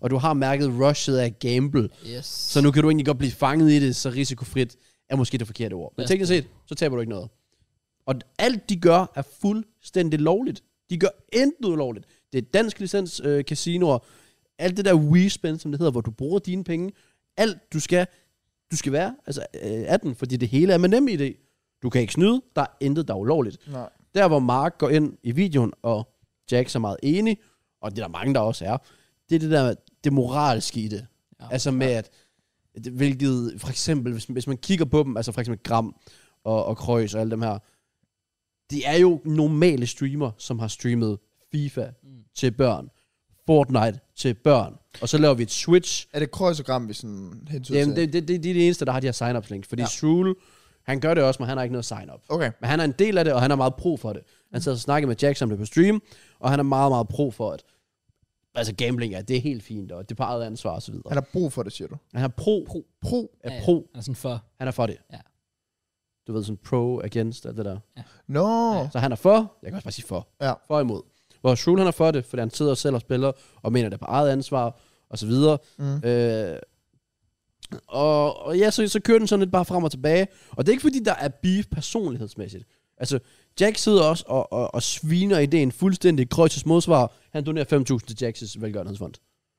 S2: og du har mærket rushet af gamble,
S1: Yes.
S2: så nu kan du egentlig godt blive fanget i det, så risikofrit er måske det forkerte ord. Men
S1: Ja.
S2: teknisk set, så taber du ikke noget. Og alt de gør er fuldstændig lovligt. De gør intet ulovligt. Det er dansk licens øh, casinoer. Alt det der WeSpend, som det hedder, hvor du bruger dine penge. Alt du skal, du skal være altså, øh, 18, fordi det hele er med nem idé. Du kan ikke snyde. Der er intet, der er ulovligt.
S3: Nej.
S2: Der, hvor Mark går ind i videoen, og Jack er meget enig, og det er der mange, der også er, det er det der det moralske i det.
S1: Ja.
S2: Ja, altså med, at det- hvilket, for eksempel, hvis, hvis man kigger på dem, altså for eksempel Gram og, og Kreuz og alle dem her, det er jo normale streamer, som har streamet FIFA mm. til børn, Fortnite til børn, og så laver vi et switch
S3: Er det krøjsogram, vi sådan hensyder
S2: Jamen,
S3: til?
S2: det, det, det, det er det eneste, der har de her sign-ups links. Fordi ja.
S1: Ja.
S2: Shul, han gør det også, men han har ikke noget sign-up.
S3: Okay.
S2: Men han er en del af det, og han er meget pro for det. Han sidder og snakker med Jack om det på stream, og han er meget, meget pro for det. Altså gambling, ja, det er helt fint, og det er på eget ansvar og så videre.
S3: Han har brug for det, siger du?
S2: Han er pro, pro, pro,
S1: Ja,
S2: er
S1: ja.
S2: pro.
S1: Han er sådan for.
S2: Han er for det.
S1: Ja.
S2: Du ved, sådan pro, against, alt det der.
S3: Nå, no.
S1: Ja.
S2: Så han er for, jeg kan også bare sige for.
S3: Ja.
S2: For og imod. Hvor Shul, han er for det, fordi han sidder selv og spiller, og mener det er på eget ansvar, og så videre.
S3: Mm.
S2: Øh, og, og ja, så, så kører den sådan lidt bare frem og tilbage. Og det er ikke fordi, der er beef personlighedsmæssigt. Altså, Jack sidder også og, og, og sviner ideen fuldstændig. Kreuzes modsvar, han donerer 5.000 til Jacks velgørenhedsfond.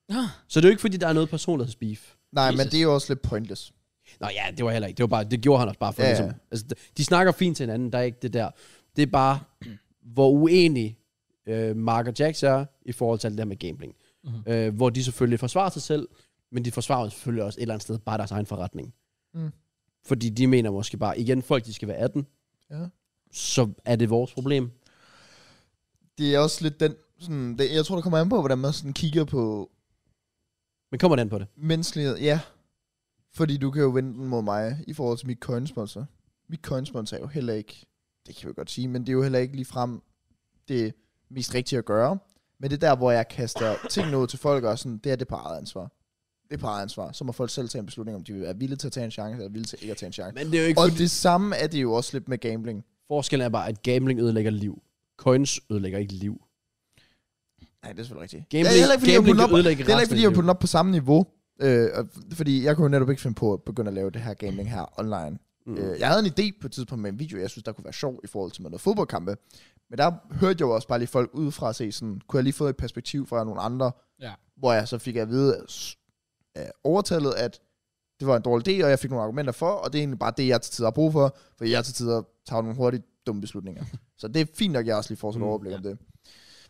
S1: Nå.
S2: Så det er jo ikke fordi, der er noget personlighedsbeef.
S3: Nej, men
S1: Jesus.
S3: det er jo også lidt pointless.
S2: Nå ja, det var heller ikke. Det, var bare, det gjorde han også bare for.
S3: Ja,
S2: Ja.
S3: ja.
S2: Ligesom, altså, de snakker fint til hinanden, der er ikke det der. Det er bare, hvor uenig øh, Mark og Jax er i forhold til alt det her med gambling.
S1: Mhm.
S2: øh, hvor de selvfølgelig forsvarer sig selv, men de forsvarer selvfølgelig også et eller andet sted bare deres egen forretning.
S3: Mm.
S2: Fordi de mener måske bare, igen, folk de skal være 18,
S3: Ja.
S2: så er det vores problem.
S3: Det er også lidt den, sådan, det, jeg tror, det kommer an på, hvordan man sådan kigger på
S2: Men kommer det an på det?
S3: menneskelighed. Ja, fordi du kan jo vende den mod mig i forhold til mit coinsponsor. Mit coinsponsor er jo heller ikke, det kan vi godt sige, men det er jo heller ikke lige frem det mest rigtige at gøre. Men det er der, hvor jeg kaster tingene ud til folk og er sådan, det er det på eget ansvar. Det er på eget ansvar. Så må folk selv tage en beslutning, om de vil være villige til at tage en chance, eller villige til ikke at tage en chance.
S2: Men det er jo ikke...
S3: Og
S2: Fordi...
S3: det samme er det jo også lidt med gambling.
S2: Forskellen er bare, at gambling ødelægger liv. Coins ødelægger ikke liv.
S3: Nej, det er selvfølgelig rigtigt.
S2: Gambling,
S3: det er heller ikke, fordi jeg
S2: gambling
S3: putter den op,
S2: ødelægger
S3: det er heller ikke, fordi jeg
S2: resten af
S3: vil putte den op på samme niveau. Øh, og f- fordi jeg kunne jo netop ikke finde på at begynde at lave det her gambling her online. Mm.
S2: livet.
S3: Øh, jeg havde en idé på et tidspunkt med en video, jeg synes, der kunne være sjov i forhold til med noget fodboldkampe. Men der hørte jeg jo også bare lige folk udefra se sådan, kunne jeg lige få et perspektiv fra nogle andre,
S1: Ja.
S3: hvor jeg så fik at vide s- af overtallet, at det var en dårlig idé, og jeg fik nogle argumenter for, og det er egentlig bare det, jeg til tider har brug for, for jeg til tider tager nogle hurtigt dumme beslutninger. så det er fint nok, at jeg også lige får sådan et
S2: Mm,
S3: overblik om det.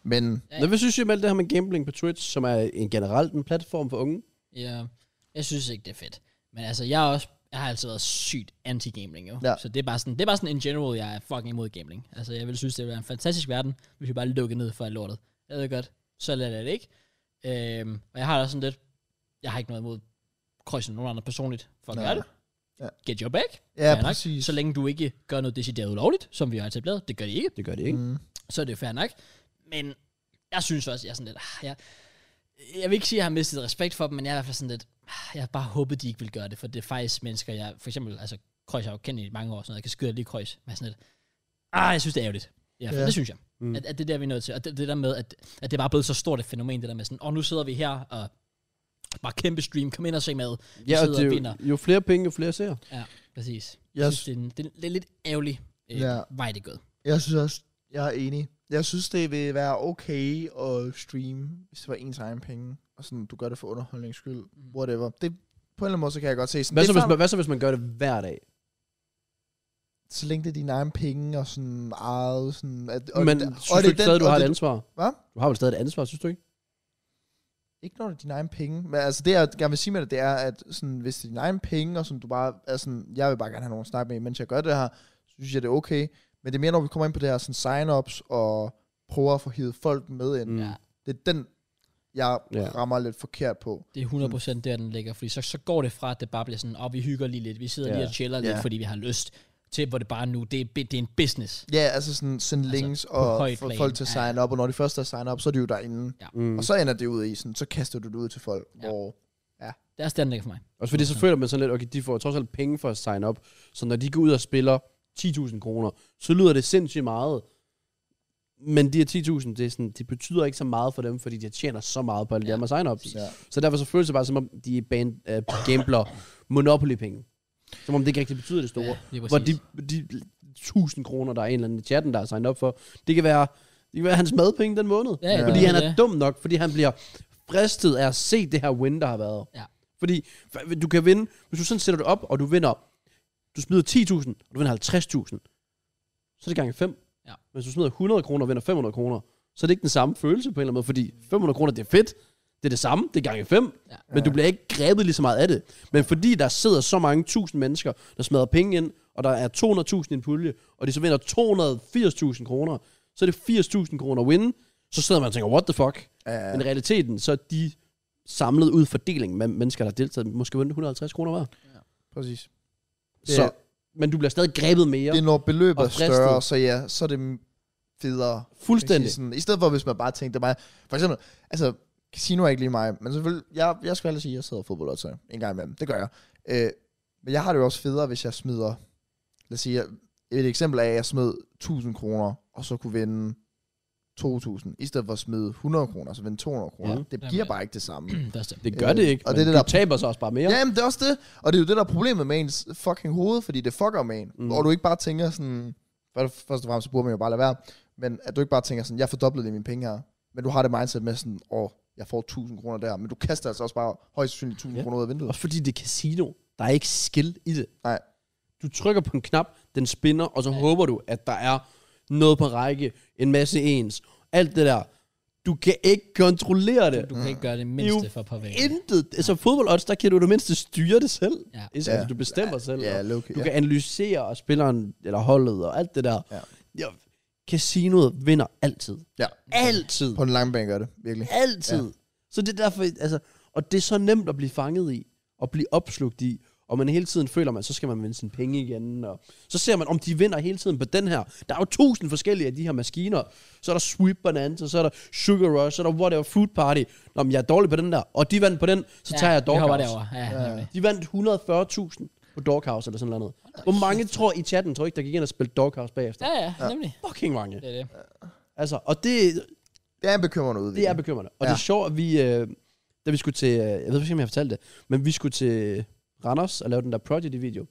S3: Men
S2: Mm. Nå, hvad synes I om alt det her med gambling på Twitch, som er en, generelt en platform for unge?
S1: Ja, jeg synes ikke, det er fedt. Men altså, jeg, er også, jeg har altid været sygt anti-gambling, jo.
S3: Ja.
S1: Så det er, bare sådan, det er bare sådan, in general, jeg er fucking imod gambling. Altså, jeg ville synes, det ville være en fantastisk verden, hvis vi bare lukkede ned for alt lortet. Jeg ved godt, så lader jeg det ikke. Øhm, og jeg har da også sådan lidt, jeg har ikke noget imod krydsen nogen andre personligt for at
S3: Nej.
S1: gøre det.
S3: Ja.
S1: Get your bag.
S3: ja,
S1: Fair nok.
S3: præcis.
S1: Så længe du ikke gør noget decideret ulovligt, som vi har etableret, det gør de ikke
S2: Det gør det ikke. Mm.
S3: Mm.
S1: så er det jo fair nok. Men jeg synes også, jeg er sådan lidt, ah, jeg, jeg vil ikke sige, at jeg har mistet respekt for dem, men jeg er i hvert fald sådan lidt, ah, jeg har bare håbet, de ikke vil gøre det, for det er faktisk mennesker, jeg, for eksempel, altså, Kreuz har jo kendt i mange år, sådan noget, jeg kan skyde lige Kreuz, men jeg er sådan lidt, ah, jeg synes, det er ærgerligt. Ja,
S3: Ja.
S1: ja. det synes jeg.
S2: Mm.
S1: Mm. At, at, det er der, vi er nødt til, og det, det der med, at, at det bare er blevet så stort et fænomen, det der med sådan, og nu sidder vi her, og bare kæmpe stream, kom ind og se med.
S2: Ja,
S1: sidder
S2: og det er
S1: og
S2: jo,
S1: vinder.
S2: jo flere penge, jo flere ser.
S1: Præcis.
S3: Jeg
S1: Jeg synes, det er, en, det, er, en- det er lidt ærgerlig øh,
S3: Ja.
S1: ja. vej, det er gået.
S3: Jeg synes også, jeg er enig. Jeg synes, det vil være okay at streame, hvis det var ens egen penge. Og sådan, du gør det for underholdnings skyld. Whatever. Det, på en eller anden måde, så kan jeg godt se sådan,
S2: Mm. Hvad
S3: det
S2: så,
S3: er
S2: hvis
S3: fair
S2: man, hvad så, hvis man gør det hver dag?
S3: nok, så længe det er dine egne penge, og sådan eget, sådan... At,
S2: Og men
S3: det-
S2: synes og du ikke stadig, du
S3: og
S2: har et
S3: det,
S2: ansvar?
S3: Hvad?
S2: Du har vel stadig et ansvar, synes du ikke?
S3: Ikke når det er dine egne penge. Men altså, det jeg gerne vil sige med det, det er, at sådan, hvis det er dine egne penge, og sådan, du bare er sådan, jeg vil bare gerne have nogen at snakke med, mens jeg gør det her, så synes jeg, det er okay. Men det er mere, når vi kommer ind på det her sådan sign-ups, og prøver at få hivet folk med ind.
S2: Mm.
S1: Mm.
S2: Ja.
S1: Ja.
S3: Det er den, jeg
S2: Ja.
S3: rammer lidt forkert på.
S1: Det er 100% der, den ligger. Fordi så, så går det fra, at det bare bliver sådan, og oh, vi hygger lige lidt, vi sidder
S2: Ja.
S1: ja. lige og chiller
S3: Ja.
S1: lidt, fordi vi har lyst, til hvor det bare nu, det er, bi- det er en business.
S3: Ja, altså sådan sende
S1: Altså,
S3: links
S1: på
S3: og
S1: højt
S3: få
S1: plan.
S3: folk til at
S1: Ja, ja.
S3: signe op, og når de først er signet op, så er de jo derinde.
S2: Mm.
S3: Og så ender det ud i sådan, så kaster du det ud til folk,
S1: Ja.
S3: hvor
S1: Det er den ligger for mig.
S2: Også fordi så føler man sådan lidt, okay, de får trods alt penge for at sign up. Så når de går ud og spiller 10.000 kroner, så lyder det sindssygt meget. Men de her 10.000, det, er sådan, det betyder ikke så meget for dem, fordi de tjener så meget på alle ja.
S1: Ja.
S2: de her sign ups. Ja.
S3: ja.
S2: Så derfor så føles det bare som om, de er band, uh, gambler Monopoly-penge. Som om det ikke rigtig betyder det store. Ja,
S1: det er
S2: hvor de, de 1.000 kroner, der er en eller anden i chatten, der er signet op for, det kan være, det kan være hans madpenge den måned.
S1: ja,
S2: Fordi
S1: ja,
S2: han
S1: ja.
S2: er dum nok, fordi han bliver fristet af at se det her win, der har været.
S1: Ja.
S2: Fordi hva- du kan vinde, hvis du sådan sætter det op, og du vinder, du smider 10.000, og du vinder 50.000, så er det gange 5.
S1: Ja.
S2: Men hvis du smider 100 kroner og vinder 500 kroner, så er det ikke den samme følelse på en eller anden måde, fordi 500 kroner, det er fedt, det er det samme, det er gange 5,
S1: Ja.
S2: men du bliver ikke grebet lige så meget af det. Men fordi der sidder så mange tusind mennesker, der smadrer penge ind, og der er 200.000 i en pulje, og de så vinder 280.000 kroner, så er det 80.000 kroner win, så sidder man og tænker, what the fuck? Ja. Men i realiteten, så er de samlet ud fordelingen med mennesker, der har deltaget, måske vundet 150 kroner hver.
S3: præcis. Det-
S2: Så, men du bliver stadig grebet mere.
S3: Det er når beløbet
S2: Og
S3: er
S2: fristet.
S3: større, så ja, så er det federe. Man kan
S2: Fuldstændig.
S3: sige Sådan, I stedet for, hvis man bare tænkte mig, for eksempel, altså, casino er ikke lige mig, men selvfølgelig, jeg, jeg skal ellers sige, at jeg sidder og fodbold også øh, en gang imellem. Det gør jeg. Øh, men jeg har det jo også federe, hvis jeg smider, lad os sige, jeg- et eksempel er, at jeg smed 1000 kroner, og så kunne vinde 2000, i stedet for at smide 100 kroner, og så vinde 200 kroner.
S2: Ja.
S3: Ja. Det bliver
S1: Jamen, ja.
S3: bare ikke det samme.
S1: det er også det.
S2: Det gør det ikke, og det, det der... du taber så også bare mere.
S3: Ja, jamen, det er også det. Og det er jo det, der er problemet med ens fucking hoved, fordi det fucker med en.
S2: Mm.
S3: Mm. Og du ikke bare tænker sådan... for- Først og fremmest, så burde man jo bare lade være. Men at du ikke bare tænker sådan, jeg fordoblede lige mine penge her. Men du har det mindset med sådan, åh, jeg får 1000 kroner der. Men du kaster altså også bare højst sandsynligt 1000
S2: Ja.
S3: yeah. kroner ud af vinduet.
S2: Også fordi det er casino. Der er ikke skill i det.
S3: Nej.
S2: Du trykker på en knap, den spinner, og så håber du, at der er noget på række, en masse ens. Alt det der. Du kan ikke kontrollere det.
S1: Du kan ikke gøre det
S2: Det er
S1: mindste
S2: jo
S1: for at påvirke. det.
S2: Intet. Altså fodbold odds, der kan du i det mindste styre det selv.
S1: Ja.
S2: Ikke?
S3: Ja.
S2: Altså, du bestemmer selv.
S3: Ja,
S2: og
S3: okay.
S2: Du
S3: ja.
S2: kan analysere spilleren eller holdet og alt det der.
S3: Ja.
S2: Ja. Casinoet vinder altid.
S3: Ja.
S2: Altid.
S3: På den lange bane gør det, virkelig.
S2: Altid. Ja. Så det er derfor, altså, og det er så nemt at blive fanget i, og blive opslugt i, og man hele tiden føler, man så skal man vinde sine penge igen, og så ser man, om de vinder hele tiden på den her. Der er jo tusind forskellige af de her maskiner. Så er der Sweep Bonanza, så er der Sugar Rush, så er der Whatever Food Party. Nå, men jeg er dårlig på den der, og de vandt på den, så tager jeg
S1: Vi hopper
S2: Doghouse.
S1: derover. Ja, nemlig.
S2: De vandt 140.000 på Doghouse eller sådan noget. Hvor mange tror i chatten, tror I ikke, der gik ind og spillede Doghouse bagefter?
S1: ja, ja, nemlig.
S2: Fucking mange.
S1: Det er det.
S2: Altså, og det,
S3: Det er en bekymrende udvikling.
S2: det er bekymrende. Og ja.
S3: Ja.
S2: det er sjovt, at vi... Øh, da vi skulle til... øh, Jeg ved ikke, om jeg fortalte det, men vi skulle til Randers og lave den der Prodigy-video.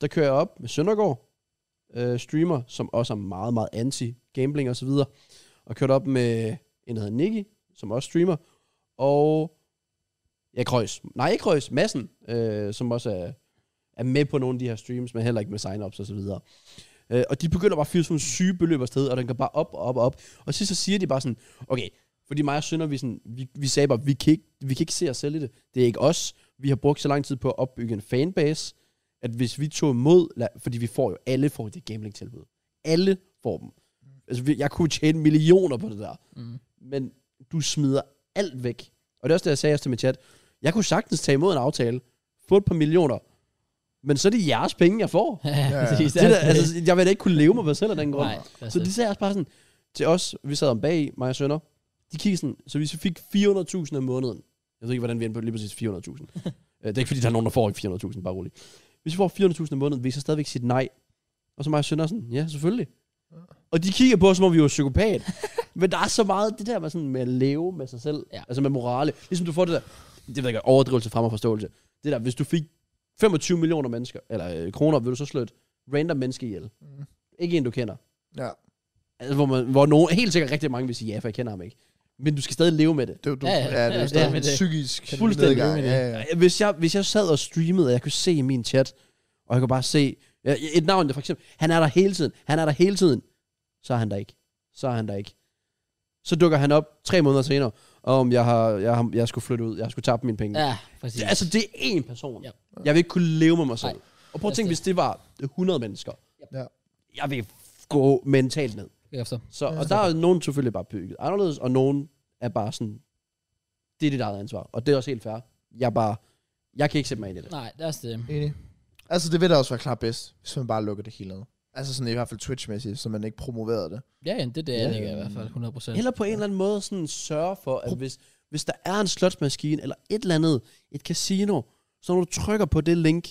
S2: Der kører jeg op med Søndergaard, øh, streamer, som også er meget, meget anti-gambling og så videre. Og kørte op med en, der hedder Nicky, som også streamer. Og... Ja, Krøjs. Nej, ikke Krøjs. Massen, øh, som også er, er med på nogle af de her streams, men heller ikke med sign-ups og så videre. Øh, og de begynder bare at fyre sådan nogle syge beløb afsted, og den går bare op og op og op. Og sidst så siger de bare sådan, okay, fordi mig og Sønder, vi, sådan, vi, vi sagde bare, vi kan, ikke, vi kan ikke se os selv i det. Det er ikke os. Vi har brugt så lang tid på at opbygge en fanbase, at hvis vi tog imod, la- fordi vi får jo alle får det gambling-tilbud. Alle får dem. Altså, vi- jeg kunne tjene millioner på det der.
S1: Mm.
S2: Men du smider alt væk. Og det er også det, jeg sagde også til min chat. Jeg kunne sagtens tage imod en aftale, få et par millioner, men så er det jeres penge, jeg får.
S1: Ja, ja,
S3: ja.
S1: præcis.
S2: Det der, altså, jeg vil da ikke kunne leve med mig selv af den grund.
S1: Nej,
S2: Så de sagde også bare sådan, til os, vi sad om bag, mig og sønner, de kiggede sådan, så hvis vi fik 400.000 om måneden, jeg ved ikke, hvordan vi endte på lige præcis 400.000. Øh, det er ikke, fordi der er nogen, der får 400.000, bare roligt. Hvis vi får 400.000 om måneden, vil I så stadigvæk sige nej? Og så mig og sønner sådan, ja, selvfølgelig. Og de kigger på os, som om vi var psykopat. Men der er så meget det der med, sådan, med at leve med sig selv,
S1: Ja.
S2: ja. altså med morale. Ligesom du får det der, det ved jeg ikke, overdrivelse frem og forståelse. Det der, hvis du fik 25 millioner mennesker, eller øh, kroner, vil du så slå et random menneske ihjel.
S3: Mm.
S2: Ikke en, du kender.
S3: Ja.
S2: Altså, hvor, man, hvor nogen, helt sikkert rigtig mange vil sige, ja, for jeg kender ham ikke. Men du skal stadig leve med det.
S3: Det, er jo- du,
S1: Ja,
S3: ja,
S1: ja.
S3: ja, det er
S1: Ja,
S3: jo stadig
S1: men
S3: en
S1: det-
S3: psykisk
S2: Fuldstændig
S3: nedgang.
S1: enig.
S3: Ja, ja. ja.
S2: Hvis jeg, hvis jeg sad og streamede, og jeg kunne se i min chat, og jeg kunne bare se ja, et navn, der for eksempel, han er der hele tiden, han er der hele tiden, så er han der ikke. Så er han der ikke. Så dukker han op tre måneder senere, om jeg, har, jeg, har, jeg skulle flytte ud, jeg skulle tabe mine penge.
S1: Ja, præcis.
S2: Det, altså, det er én person.
S1: Ja.
S2: Jeg vil ikke kunne leve med mig selv.
S1: Nej. Altså,
S2: Og prøv at tænke,
S1: det.
S2: hvis det var 100 mennesker.
S3: Ja.
S2: Jeg vil gå mentalt ned.
S1: Jeg forstår.
S2: Så,
S3: Ja.
S2: og der er nogen selvfølgelig bare bygget anderledes, og nogen er bare sådan, det er dit eget ansvar. Og det er også helt fair. Jeg er bare, jeg kan ikke sætte mig ind i det.
S1: Nej, det er også det.
S3: Enig. Altså, det vil da også være klart bedst, hvis man bare lukker det hele ned. Altså sådan i hvert fald Twitch-mæssigt, så man ikke promoverede det.
S1: Ja, ja, det er det, jeg
S2: Ja,
S1: ligger i
S3: ja.
S1: hvert fald 100 procent.
S2: Eller på en eller anden måde sådan sørge for, at hvis, hvis der er en slotsmaskine, eller et eller andet, et casino, så når du trykker på det link,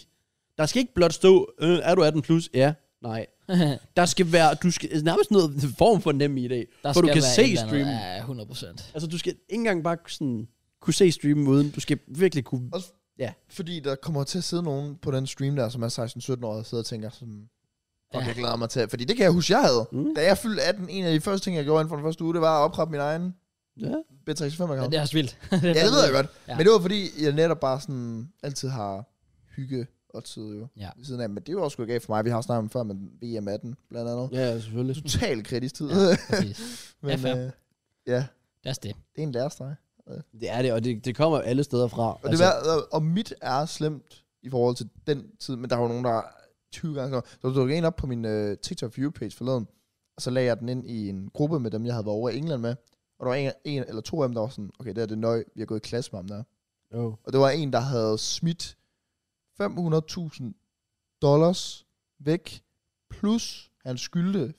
S2: der skal ikke blot stå, øh, er du 18 plus? Ja, nej. Der skal være, du skal nærmest noget form for nem idé, for du kan se streamen.
S1: Ja, 100 procent.
S2: Altså du skal ikke engang bare sådan, kunne se streamen uden, du skal virkelig kunne,
S3: Også
S2: ja.
S3: fordi der kommer til at sidde nogen på den stream der, som er 16-17 år, og sidder og tænker sådan, fuck,
S1: Ja.
S3: ja. jeg glæder mig til. Fordi det kan jeg huske, jeg havde.
S2: Mm.
S3: Mm. Da jeg fyldte 18, en af de første ting, jeg gjorde inden for den første uge, det var at oprette min egen
S2: Ja.
S1: Ja,
S3: B365-account.
S1: det
S3: Ja,
S1: er også vildt.
S3: ja, det ved jeg godt.
S1: Ja.
S3: Ja. Men det var fordi, jeg netop bare sådan altid har hygge og tid jo.
S1: Ja.
S3: Ved siden af. Men det er jo også gået galt for mig. Vi har snakket om før med VM18, blandt andet.
S2: Ja, selvfølgelig.
S3: Total kritisk tid.
S1: Ja.
S3: Ja.
S1: Præcis.
S3: Men
S1: fair.
S3: øh, ja,
S1: Det er også det.
S3: det er en lærerstreg.
S2: Det er det, og det, det kommer jo alle steder fra.
S3: Og, altså, det var, og mit er slemt i forhold til den tid, men der var nogen, der er 20 gange så Så dukkede en op på min uh, TikTok view page forleden, og så lagde jeg den ind i en gruppe med dem, jeg havde været over i England med. Og der var en, en eller to af dem, der var sådan, okay, det er det nøj, vi har gået i klasse med ham der.
S2: oh.
S3: Og det var en, der havde smidt 500.000 dollars væk, plus han skyldte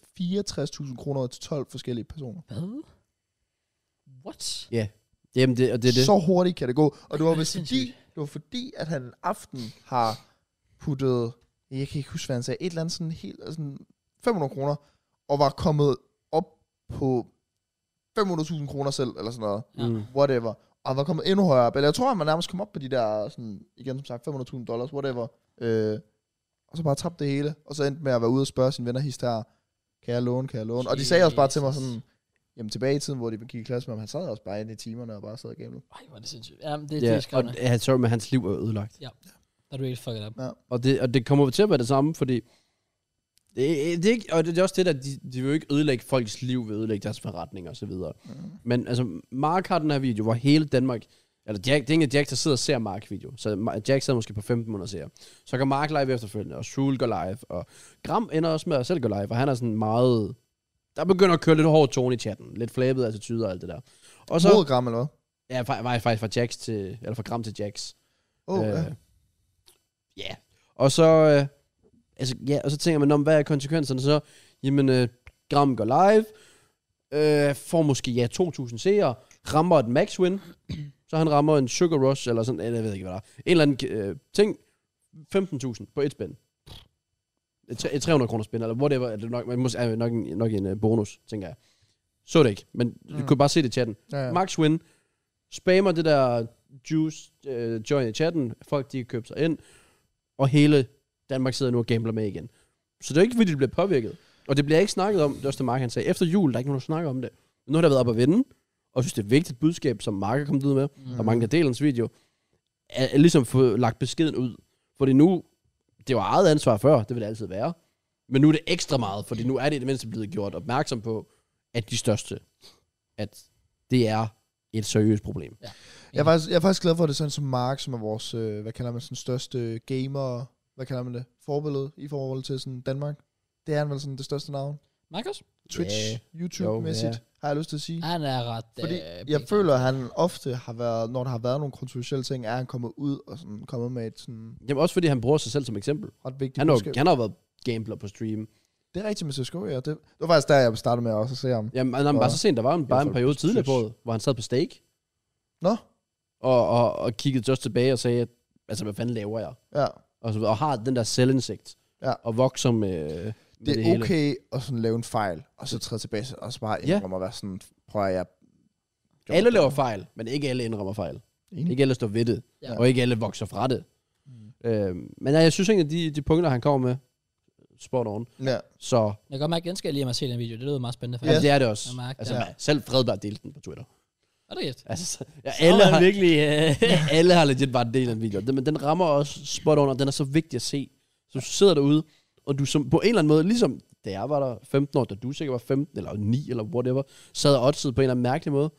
S3: 64.000 kroner til 12 forskellige personer.
S1: Hvad? What?
S2: Jamen, det, og det er det.
S3: Så hurtigt kan det gå. Og det var,
S1: Ej,
S3: vist fordi,
S1: sindssygt.
S3: det var fordi, at han en aften har puttet, jeg kan ikke huske, hvad han sagde, et eller andet sådan helt, altså sådan 500 kroner, og var kommet op på 500.000 kroner selv, eller sådan noget,
S1: Ja.
S2: Mm.
S3: whatever, og var kommet endnu højere op. Eller jeg tror, at man nærmest kom op på de der, sådan, igen som sagt, 500.000 dollars, whatever, øh, og så bare tabte det hele, og så endte med at være ude og spørge sine venner hist her, kan jeg låne, kan jeg låne? Og de sagde også bare til mig
S1: Jesus.
S3: sådan, jamen tilbage i tiden, hvor de gik i klasse med ham, han sad også bare inde i timerne og bare sad og gamlede.
S1: Ej, hvor er det sindssygt. Jamen, det, det
S2: Ja,
S1: er
S2: og
S1: skræmmende.
S2: han sorry, men hans liv er ødelagt.
S1: Der er du helt fucked up.
S2: Og det, og det kommer til at være det samme, fordi Det, det er ikke, og det, det er også det, at de, de vil jo ikke ødelægge folks liv ved at ødelægge deres forretning og så videre. Mm. Men altså, Mark har den her video, hvor hele Danmark... Eller Jack, det er ikke engang Jack, der sidder og ser Mark video. Så Ma- Jack sidder måske på 15 måneder og ser. Så går Mark live efterfølgende, og Shul går live, og Gram ender også med at selv gå live, og han er sådan meget... Der begynder at køre lidt hård tone i chatten. Lidt flabet attitude og alt det der. Og
S3: Så...
S2: så...
S3: Modgram eller hvad?
S2: Ja, fra, var jeg faktisk fra Jax til... Eller fra Gram til Jax.
S3: Oh,
S2: Øh,
S3: ja.
S2: Ja. Og så, øh, altså, ja, og så tænker man, om, hvad er konsekvenserne så? Jamen, øh, Gram går live, øh, får måske, ja, 2.000 seere, rammer et max win, så han rammer en sugar rush, eller sådan, eller jeg ved ikke, hvad der er. En eller anden øh, ting, 15.000 på et spænd. Et tre- Et 300 kroner spænd, eller whatever, er det nok, man måske, er nok, en, nok en øh, bonus, tænker jeg. Så det ikke, men mm. du
S3: Mm.
S2: kunne bare se det i chatten.
S3: ja, ja.
S2: Max Win spammer det der juice øh, join i chatten. Folk, de køber sig ind. Og hele Danmark sidder nu og gambler med igen. Så det er jo ikke, fordi det bliver påvirket. Og det bliver ikke snakket om, det er også det Mark han sagde. Efter jul, der er ikke nogen, der snakker om det. Men nu har der været op at vinde. Og jeg synes, det er et vigtigt budskab, som Mark er kommet ud med. Mm. Og mange, der deler hans video. Er, er ligesom få lagt beskeden ud. Fordi nu, det var eget ansvar før. Det vil det altid være. Men nu er det ekstra meget, fordi nu er det i det mindste blevet gjort opmærksom på, at de største, at det er et seriøst problem.
S3: Jeg, er faktisk, jeg er faktisk glad for, at det er sådan som Mark, som er vores, øh, hvad kalder man, sådan største gamer, hvad kalder man det, forbillede i forhold til sådan Danmark. Det er han vel sådan det største navn.
S1: Markus?
S3: Twitch,
S2: Ja.
S3: YouTube-mæssigt,
S2: Jo, Ah,
S3: har jeg lyst til at sige.
S1: Han er ret...
S3: Fordi
S1: øh,
S3: jeg
S1: big.
S3: føler, at han ofte har været, når der har været nogle kontroversielle ting, er han kommet ud og sådan kommet med et sådan
S2: Jamen også fordi han bruger sig selv som eksempel.
S3: ret vigtigt
S2: Han har, jo-
S3: budskab.
S2: han har jo været gambler på stream.
S3: Det er rigtigt med CSGO, ja. Det, det var faktisk der, jeg startede med også at se ham.
S2: Jamen, han var
S3: Og-
S2: så sent, der var en, bare en
S3: folk
S2: periode
S3: på
S2: tidligere på
S3: Twitch.
S2: året, hvor han sad på stake.
S3: Nå.
S2: Og, og, og kiggede just tilbage og sagde, at, altså hvad fanden laver jeg?
S3: Ja.
S2: Og, så, videre, og har den der selvindsigt.
S3: Ja.
S2: Og vokser med, med
S3: Det
S2: det,
S3: er
S2: hele.
S3: okay at sådan lave en fejl, og så træde tilbage og så bare
S2: Ja.
S3: indrømme ja. at være sådan, prøver jeg... gjorde
S2: Alle
S3: det."
S2: laver fejl, men ikke alle indrømmer fejl.
S3: Enig.
S2: Ikke alle står ved det.
S1: Ja.
S2: Ja. Og ikke alle vokser fra det. Mm. Øhm, men ja, jeg synes egentlig, at de, de punkter, han kommer med, spot on.
S3: Ja.
S2: Så
S1: Jeg kan godt mærke, at jeg skal lige have mig se den video. Det lyder meget spændende
S2: ja. altså,
S1: faktisk.
S2: det er det også.
S1: Jeg mærker
S2: Altså,
S3: det.
S2: Selv Fredberg delte den på Twitter.
S1: Er det gift?
S2: Altså, så- ja, alle, har,
S1: virkelig... Øh,
S2: alle har legit bare en del af en video. Den, men den rammer også spot on, og den er så vigtig at se. Så du sidder derude, og du som, på en eller anden måde, ligesom da jeg var der 15 år, da du sikkert var 15 eller 9 eller whatever, sad og oddsede på en eller anden mærkelig måde.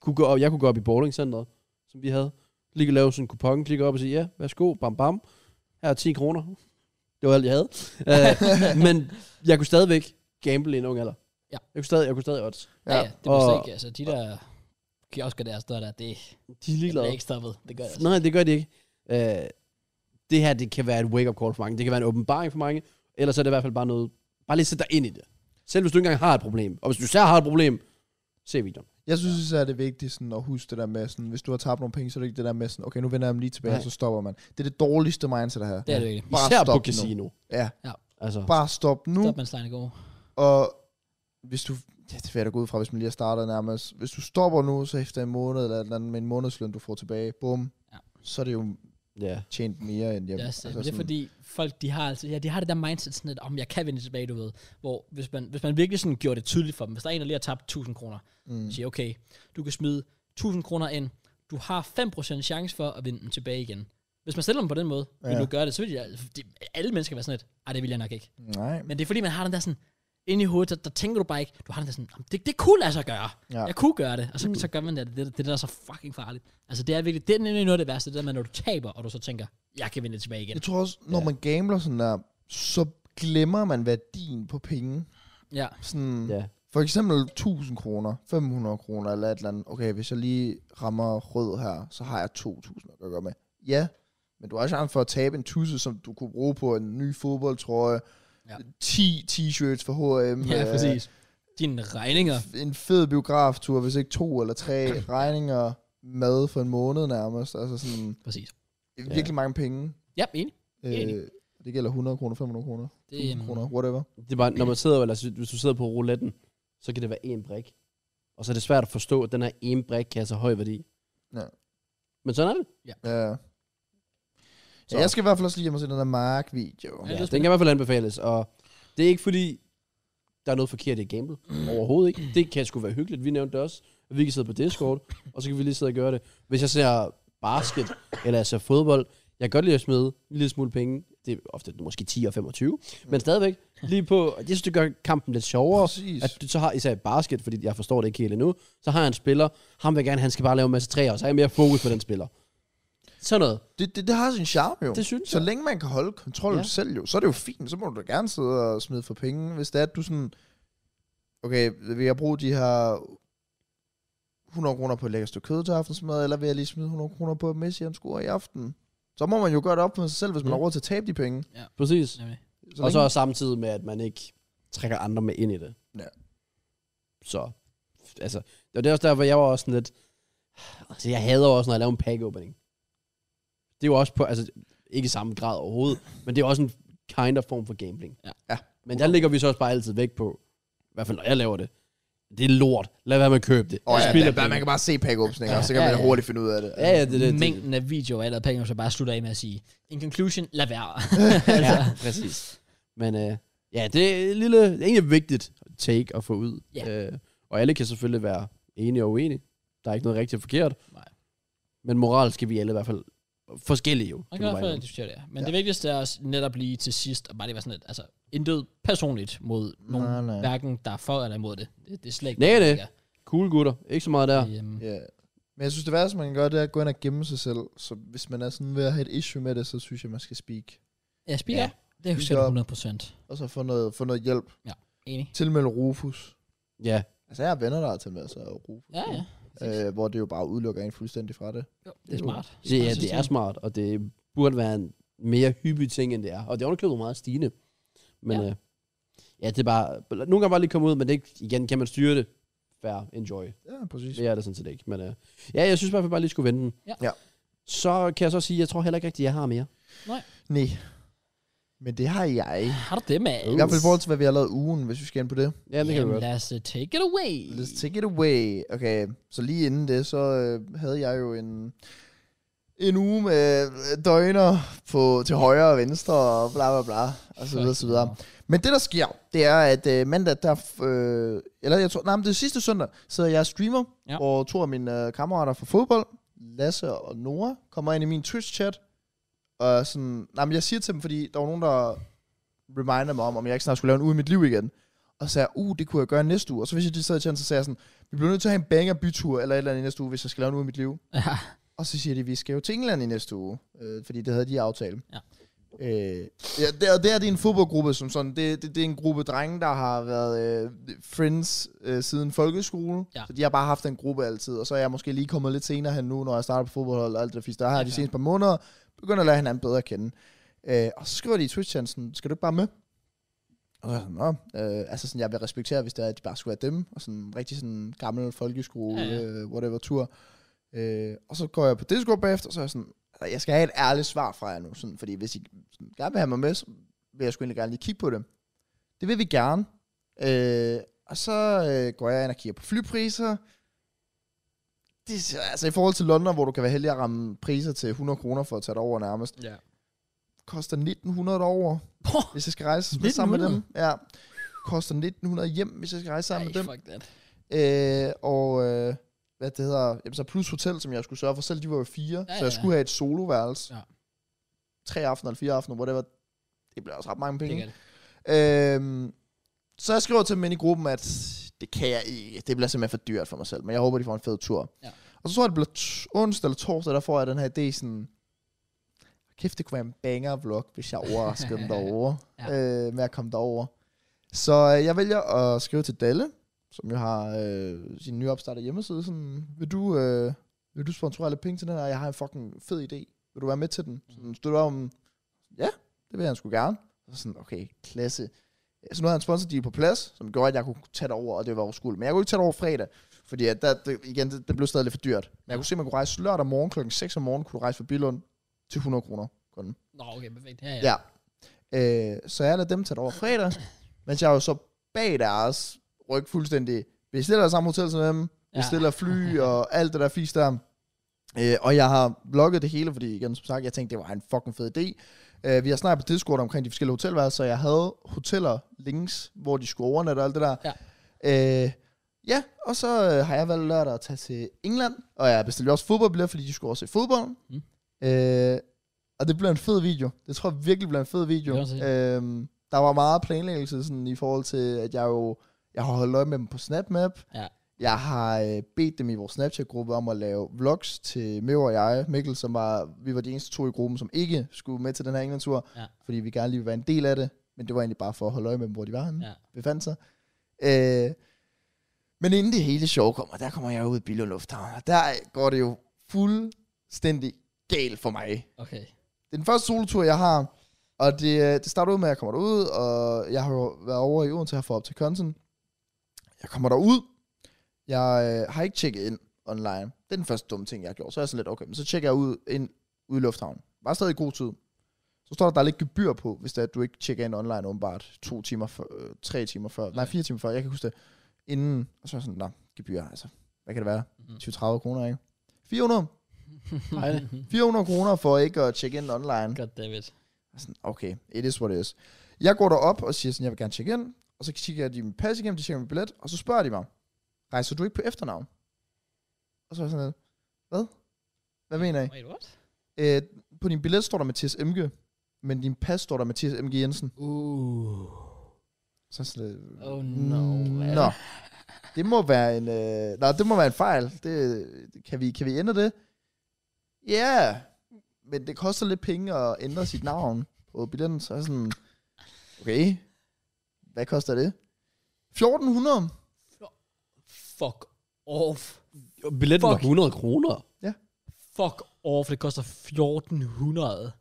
S2: Kunne gå op, jeg kunne gå op i bowlingcenteret, som vi havde. Lige lave sådan en kupon, klikke op og sige, ja, værsgo, bam bam. Her er 10 kroner. Det var alt, jeg havde. øh, men jeg kunne stadigvæk gamble i en ung alder.
S1: Ja.
S2: Jeg kunne stadig, jeg kunne stadig odds.
S1: ja, ja, det er
S2: Og-
S1: ikke. Altså, de der kiosker der står der, det,
S2: De er
S1: det
S2: ligeglade.
S1: bliver ikke stoppet. Det gør det. altså.
S2: Nej, det gør de ikke. Øh, det her, det kan være et wake-up call for mange. Det kan være en åbenbaring for mange. Ellers er det i hvert fald bare noget... Bare lige sæt dig ind i det. Selv hvis du ikke engang har et problem. Og hvis du selv har et problem, se videoen.
S3: Jeg synes især, det er vigtigt sådan, at huske det der med, sådan, hvis du har tabt nogle penge, så er det ikke det der med, sådan, okay, nu vender jeg dem lige tilbage,
S2: Nej.
S3: og så stopper man. Det er det dårligste mindset her.
S1: Det er det ikke.
S3: Bare
S2: Især
S3: stop
S2: på
S3: nu.
S2: casino.
S3: Ja,
S2: Altså,
S3: bare stop nu.
S1: Stop med en slejne god.
S3: Og hvis du... Ja, det vil jeg da gå ud fra, hvis man lige har startet nærmest. Hvis du stopper nu, så efter en måned eller et eller andet med en månedsløn, du får tilbage, bum,
S1: Ja.
S3: ja. så er det jo
S2: ja.
S3: tjent mere end hjem.
S1: Jamen, yes, altså det er fordi, folk de har, altså, ja, de har det der mindset sådan, at om jeg kan vende tilbage, du ved. Hvor hvis man, hvis man virkelig sådan gjorde det tydeligt for dem, hvis der er en, der lige har tabt 1000 kroner, mm. siger, okay, du kan smide 1000 kroner ind, du har 5% chance for at vinde dem tilbage igen. Hvis man stiller dem på den måde, vil
S3: Ja.
S1: du gøre det, så vil jeg, de, alle mennesker være sådan lidt, ej, det vil jeg nok ikke.
S3: mm, Nej.
S1: Men det er fordi, man har den der sådan, inde i hovedet, der, der tænker du bare ikke, du har den der sådan, "Jamen, det, det kunne lade sig gøre. Ja.
S3: Ja.
S1: Jeg kunne gøre det, og så, mm. så gør man det. Det, det, det er der er så fucking farligt. Altså det er virkelig, det er nemlig noget af det værste, det der med, når du taber, og du så tænker, jeg kan vinde det tilbage igen.
S3: Jeg tror også, når
S2: Ja.
S3: man gambler sådan der, så glemmer man værdien på penge.
S1: Ja.
S3: Sådan,
S2: ja.
S3: For eksempel 1000 kroner, 500 kroner eller et eller andet. Okay, hvis jeg lige rammer rød her, så har jeg 2000 at gøre med. Ja, men du har chancen for at tabe en tusse, som du kunne bruge på en ny fodboldtrøje,
S1: Ja.
S3: ja. 10 t-shirts fra H&M,
S1: Ja,
S3: øh,
S1: præcis. Dine regninger.
S3: en fed biograftur, hvis ikke to eller tre regninger, mad for en måned nærmest. Altså sådan,
S1: Præcis.
S3: virkelig mange penge.
S1: Ja, enig. Enig.
S3: Øh, det gælder 100 kroner, 500 kroner,
S1: Det,
S3: 1000
S1: øhm,
S3: kroner, whatever.
S2: Det er bare, når man sidder, eller hvis- hvis du sidder på rouletten, så kan det være en brik. Og så er det svært at forstå, at den her ene brik kan have så høj værdi.
S3: Ja.
S2: Men sådan er det.
S3: Ja. ja.
S2: Så-
S3: Jeg skal i hvert fald også lige hjem og se den der Mark-video.
S1: Ja,
S2: Ja,
S1: det er
S2: den kan i hvert fald anbefales, og det er ikke fordi, der er noget forkert i at gamble. Overhovedet ikke. Det kan sgu være hyggeligt. Vi nævnte det også. at Vi kan sidde på Discord, og så kan vi lige sidde og gøre det. Hvis jeg ser basket, eller jeg ser fodbold, jeg kan godt lide at smide en lille smule penge det er ofte måske 10 og 25, mm. men stadigvæk lige på, jeg synes, det gør kampen lidt sjovere,
S3: Præcis.
S2: at du så har, især i basket, fordi jeg forstår det ikke helt endnu, så har jeg en spiller, ham vil jeg gerne, han skal bare lave en masse træer, og så har jeg mere fokus på den spiller. Sådan noget.
S3: Det, det, det har sin charme jo.
S2: Det synes
S3: Så
S2: jeg.
S3: længe man kan holde kontrollen
S2: Ja.
S3: ja. selv jo, så er det jo fint. Så må du da gerne sidde og smide for penge, hvis det er, at du sådan... Okay, vil jeg bruge de her 100 kroner på et lækkert stykke kød til aftensmad, eller vil jeg lige smide 100 kroner på at Messi han scorer i aften? Så må man jo gøre det op med sig selv, hvis man
S2: Ja.
S3: har råd til at tabe de penge.
S2: Præcis.
S1: Nemlig.
S3: Så
S2: og
S3: længe-
S2: så samtidig med, at man ikke trækker andre med ind i det.
S3: Ja.
S2: Så, altså, det var det også derfor, jeg var også sådan lidt, altså jeg hader også, når jeg laver en pack opening. Det er jo også på, altså ikke i samme grad overhovedet, men det er også en kind of form for gambling.
S1: Ja.
S3: Ja.
S2: Men der ligger vi så også bare altid væk på, i hvert fald når jeg laver det, det er lort, lad være med at købe det.
S3: Og
S2: Det
S3: ja,
S2: spilder
S3: man, man,
S2: penge.
S3: man kan bare se pack-åbninger,
S2: Ja.
S3: ja, så kan
S2: Ja,
S3: man
S2: ja.
S3: hurtigt finde ud af det.
S2: Ja, ja, det, det, det, det.
S1: Mængden af videoer, jeg lavede penge, så bare slutter af med at sige, in conclusion, lad være.
S2: Ja,
S1: Altså.
S2: præcis. Men øh, ja, det er, et lille, det er egentlig et vigtigt take at få ud.
S1: Ja.
S2: Øh, og alle kan selvfølgelig være enige og uenige. Der er ikke noget rigtigt og forkert.
S1: Nej.
S2: Men moral skal vi alle i hvert fald forskellige jo.
S1: Man
S2: kan
S1: kan
S2: du
S1: i hvert
S2: vejle
S1: fald
S2: om.
S1: diskutere det. ja. Men ja. det vigtigste er også netop lige til sidst, og bare det var sådan lidt, altså, intet personligt mod nogen,
S3: Nej, nej.
S1: hverken der er for eller imod det. Det, det er slet ikke
S2: Nej,
S1: det,
S2: det.
S1: jeg tænker.
S2: Cool gutter. Ikke så meget der.
S1: I, øhm,
S3: Ja. Men jeg synes, det værste, man kan gøre, det er at gå ind og gemme sig selv. Så hvis man er sådan ved at have et issue med det, så synes jeg, man skal speak.
S1: Ja, speaker.
S2: Ja.
S1: Ja. Det er jo
S3: Speak
S1: selv
S3: up.
S1: 100 procent.
S3: Og så få noget, få noget hjælp.
S1: Enig.
S3: Tilmeld Rufus.
S2: Ja.
S3: Altså, jeg har venner, der har tilmeldt sig Rufus.
S1: Ja, ja.
S3: Øh, hvor det jo bare udelukker en fuldstændig fra det.
S1: Jo, det er
S3: jo-
S1: smart.
S2: Så, ja,
S1: smart
S2: det er
S1: system.
S2: smart, og det burde være en mere hyppig ting, end det er. Og det er underkøbet meget stigende. Men ja.
S1: Ja.
S2: Øh, ja, det er bare... Nogle gange bare lige komme ud, men det er ikke, igen, kan man styre det? Fair. Enjoy.
S3: Ja, præcis.
S2: Det er det sådan set ikke. Men øh, ja, jeg synes i hvert fald bare lige skulle vende den.
S1: Ja.
S3: Ja.
S2: Så kan jeg så sige, jeg tror heller ikke rigtigt, jeg har mere.
S3: Nej. Men det har jeg.
S1: Har du det, mand?
S3: I hvert fald i forhold til, hvad vi har lavet ugen, hvis vi skal ind på det.
S2: Ja, det kan vi
S1: Jamen,
S2: godt.
S1: lad os uh, take it away.
S3: Let's take it away. Okay, så lige inden det, så øh, havde jeg jo en, en uge med øh, døgner på, til højre og venstre og bla bla bla, og så videre, så videre. Men det, der sker, det er, at øh, mandag, der... f- Øh, eller jeg tror... Nej, men det er sidste søndag, sidder jeg og streamer,
S1: Ja.
S3: ja. hvor to af mine øh, kammerater fra fodbold, Lasse og Nora, kommer ind i min Twitch-chat, og sådan... Nej, men jeg siger til dem, fordi der var nogen, der reminder mig om, om jeg ikke snart skulle lave en uge i mit liv igen. Og så sagde, jeg, uh, det kunne jeg gøre næste uge. Og så hvis jeg de sad i chatten, så sagde jeg sådan, vi bliver nødt til at have en banger bytur eller et eller andet i næste uge, hvis jeg skal lave en uge i mit liv.
S1: Ja.
S3: Og så siger de, vi skal jo til England i næste uge, øh, fordi det havde de aftalt.
S1: Ja.
S3: Øh, ja, der, der er det en fodboldgruppe, som sådan, det, det, det er en gruppe drenge, der har været øh, friends øh, siden folkeskole.
S1: Ja.
S3: Så de har bare haft en gruppe altid, og så er jeg måske lige kommet lidt senere hen nu, når jeg starter på fodboldhold og alt det fisk. Der har jeg de
S1: klart.
S3: seneste par måneder begyndt at lære hinanden bedre at kende. Øh, og så skriver de i Twitch-chatten, skal du ikke bare med? Og så er jeg sådan, Nå, øh, altså sådan, jeg vil respektere, hvis det er, at de bare skulle være dem, og sådan rigtig sådan gammel folkeskole,
S1: Ja,
S3: ja,
S1: ja.
S3: ja. Øh, whatever tur. Øh, og så går jeg på Discord bagefter, og så er jeg sådan, altså, jeg skal have et ærligt svar fra jer nu, sådan, fordi hvis I sådan, gerne vil have mig med, så vil jeg sgu egentlig gerne lige kigge på det. Det vil vi gerne. Øh, og så øh, går jeg ind og kigger på flypriser. Det, ser- altså i forhold til London, hvor du kan være heldig at ramme priser til 100 kroner for at tage dig over nærmest,
S1: Ja.
S3: koster 1900 over, hvis jeg skal rejse med sammen med dem. Ja. Koster 1900 hjem, hvis jeg skal rejse sammen
S1: Ej,
S3: med dem.
S1: fuck that.
S3: Øh, og øh, hvad det hedder, jamen, så plus hotel, som jeg skulle sørge for. Selv de var jo
S1: Ja,
S3: fire, ja, så
S1: ja,
S3: jeg
S1: ja.
S3: skulle have et soloværelse.
S1: Ja.
S3: Ja. Tre aftener eller fire aftener, whatever. Det bliver også ret mange
S1: Det
S3: penge.
S1: gør det.
S3: Øhm, så jeg skriver til dem inde i gruppen, at det kan jeg ikke. Det bliver simpelthen for dyrt for mig selv, men jeg håber, de får en fed tur.
S1: Ja.
S3: Og så tror jeg, det bliver t- onsdag eller torsdag, der får jeg den her idé sådan, kæft, det kunne være en banger-vlog, hvis jeg overraskede dem derovre,
S1: Ja.
S3: ja. øh, med at komme derover. Så øh, jeg vælger at skrive til Dalle, som jo har øh, sin nyopstartede hjemmeside, sådan, vil du, øh, vil du sponsorere lidt penge til den her? Jeg har en fucking fed idé. Vil du være med til den? Sådan, stod der om, ja, det vil jeg sgu gerne. Og sådan, okay, klasse. Så nu havde jeg en sponsordeal på plads, som gjorde, at jeg kunne tage det over, og det var overskueligt. Men jeg kunne ikke tage det over fredag, fordi at der, det, igen, det, det, blev stadig lidt for dyrt. Men jeg kunne se, at man kunne rejse lørdag morgen kl. 6 om morgenen, kunne du rejse fra Billund til 100 kroner kun.
S1: Nå, okay, perfekt. Ja, ja.
S3: Ja. ja. Øh, så jeg lader dem tage det over fredag, mens jeg jo så bag deres ryg fuldstændig bestiller samme hotel som dem, bestiller fly og alt det der fisk der. Øh, og jeg har vlogget det hele, fordi igen, som sagt, jeg tænkte, det var en fucking fed idé. Øh, vi har snakket på Discord omkring de forskellige hotelværelser, så jeg havde hoteller, links, hvor de skulle overnatte og alt det der. Ja, øh, ja og så øh, har jeg valgt lørdag at tage til England, og jeg bestilte også fodboldbilletter, fordi de skulle også se fodbold.
S1: Mm.
S3: Mm. Øh, Og det bliver en fed video. Det tror jeg virkelig bliver en fed video.
S1: Det kan
S3: Øhm, der var meget planlæggelse sådan, i forhold til, at jeg jo jeg har holdt øje med dem på SnapMap.
S1: Ja.
S3: Jeg har øh, bedt dem i vores Snapchat-gruppe om at lave vlogs til Møv og jeg, Mikkel, som var, vi var de eneste to i gruppen, som ikke skulle med til den her englandstur,
S1: Ja.
S3: fordi vi gerne lige ville være en del af det, men det var egentlig bare for at holde øje med dem, hvor de var henne,
S1: Ja.
S3: befandt sig. Øh, men inden det hele show kommer, der kommer jeg ud i Billund Lufthavn, og der går det jo fuldstændig galt for mig.
S1: Okay.
S3: Det er den første solotur, jeg har. Og det, øh, det starter ud med, at jeg kommer derud, og jeg har jo været over i Odense her for op til Konsen. Jeg kommer derud. Jeg øh, har ikke tjekket ind online. Det er den første dumme ting, jeg har gjort. Så er jeg sådan lidt, okay, men så tjekker jeg ud, ind ude i lufthavnen. Var stadig i god tid. Så står der, der er lidt gebyr på, hvis det er, at du ikke tjekker ind online åbenbart to timer før, øh, tre timer før, nej, fire timer før, jeg kan huske det, inden, og så er jeg sådan, nej, gebyr, altså, hvad kan det være?
S1: Mhm.
S3: 20-30 kroner, ikke? 400, 400 kroner for ikke at tjekke ind online.
S1: God damn it.
S3: Jeg er Sådan, okay, it is what it is. Jeg går derop og siger sådan, jeg vil gerne tjekke ind. Og så kigger de min pas igennem, de tjekker min billet, og så spørger de mig, rejser du ikke på efternavn? Og så er jeg sådan lidt, hvad? Hvad mener I?
S1: Wait, what?
S3: Øh, på din billet står der Mathias Emke, men din pas står der Mathias Emke Jensen.
S1: Uh.
S3: Så er jeg sådan lidt,
S1: Oh no, hvad?
S3: Mm, Nå, det må være en, øh, nej, det må være en fejl. Det, kan, vi, kan vi ændre det? Ja, yeah. men det koster lidt penge at ændre sit navn på billetten, så er jeg sådan, okay, hvad koster det? 1400?
S1: Fuck off.
S2: Billetten var
S1: Fuck.
S2: 100 kroner.
S1: Fuck off. Det koster 1400.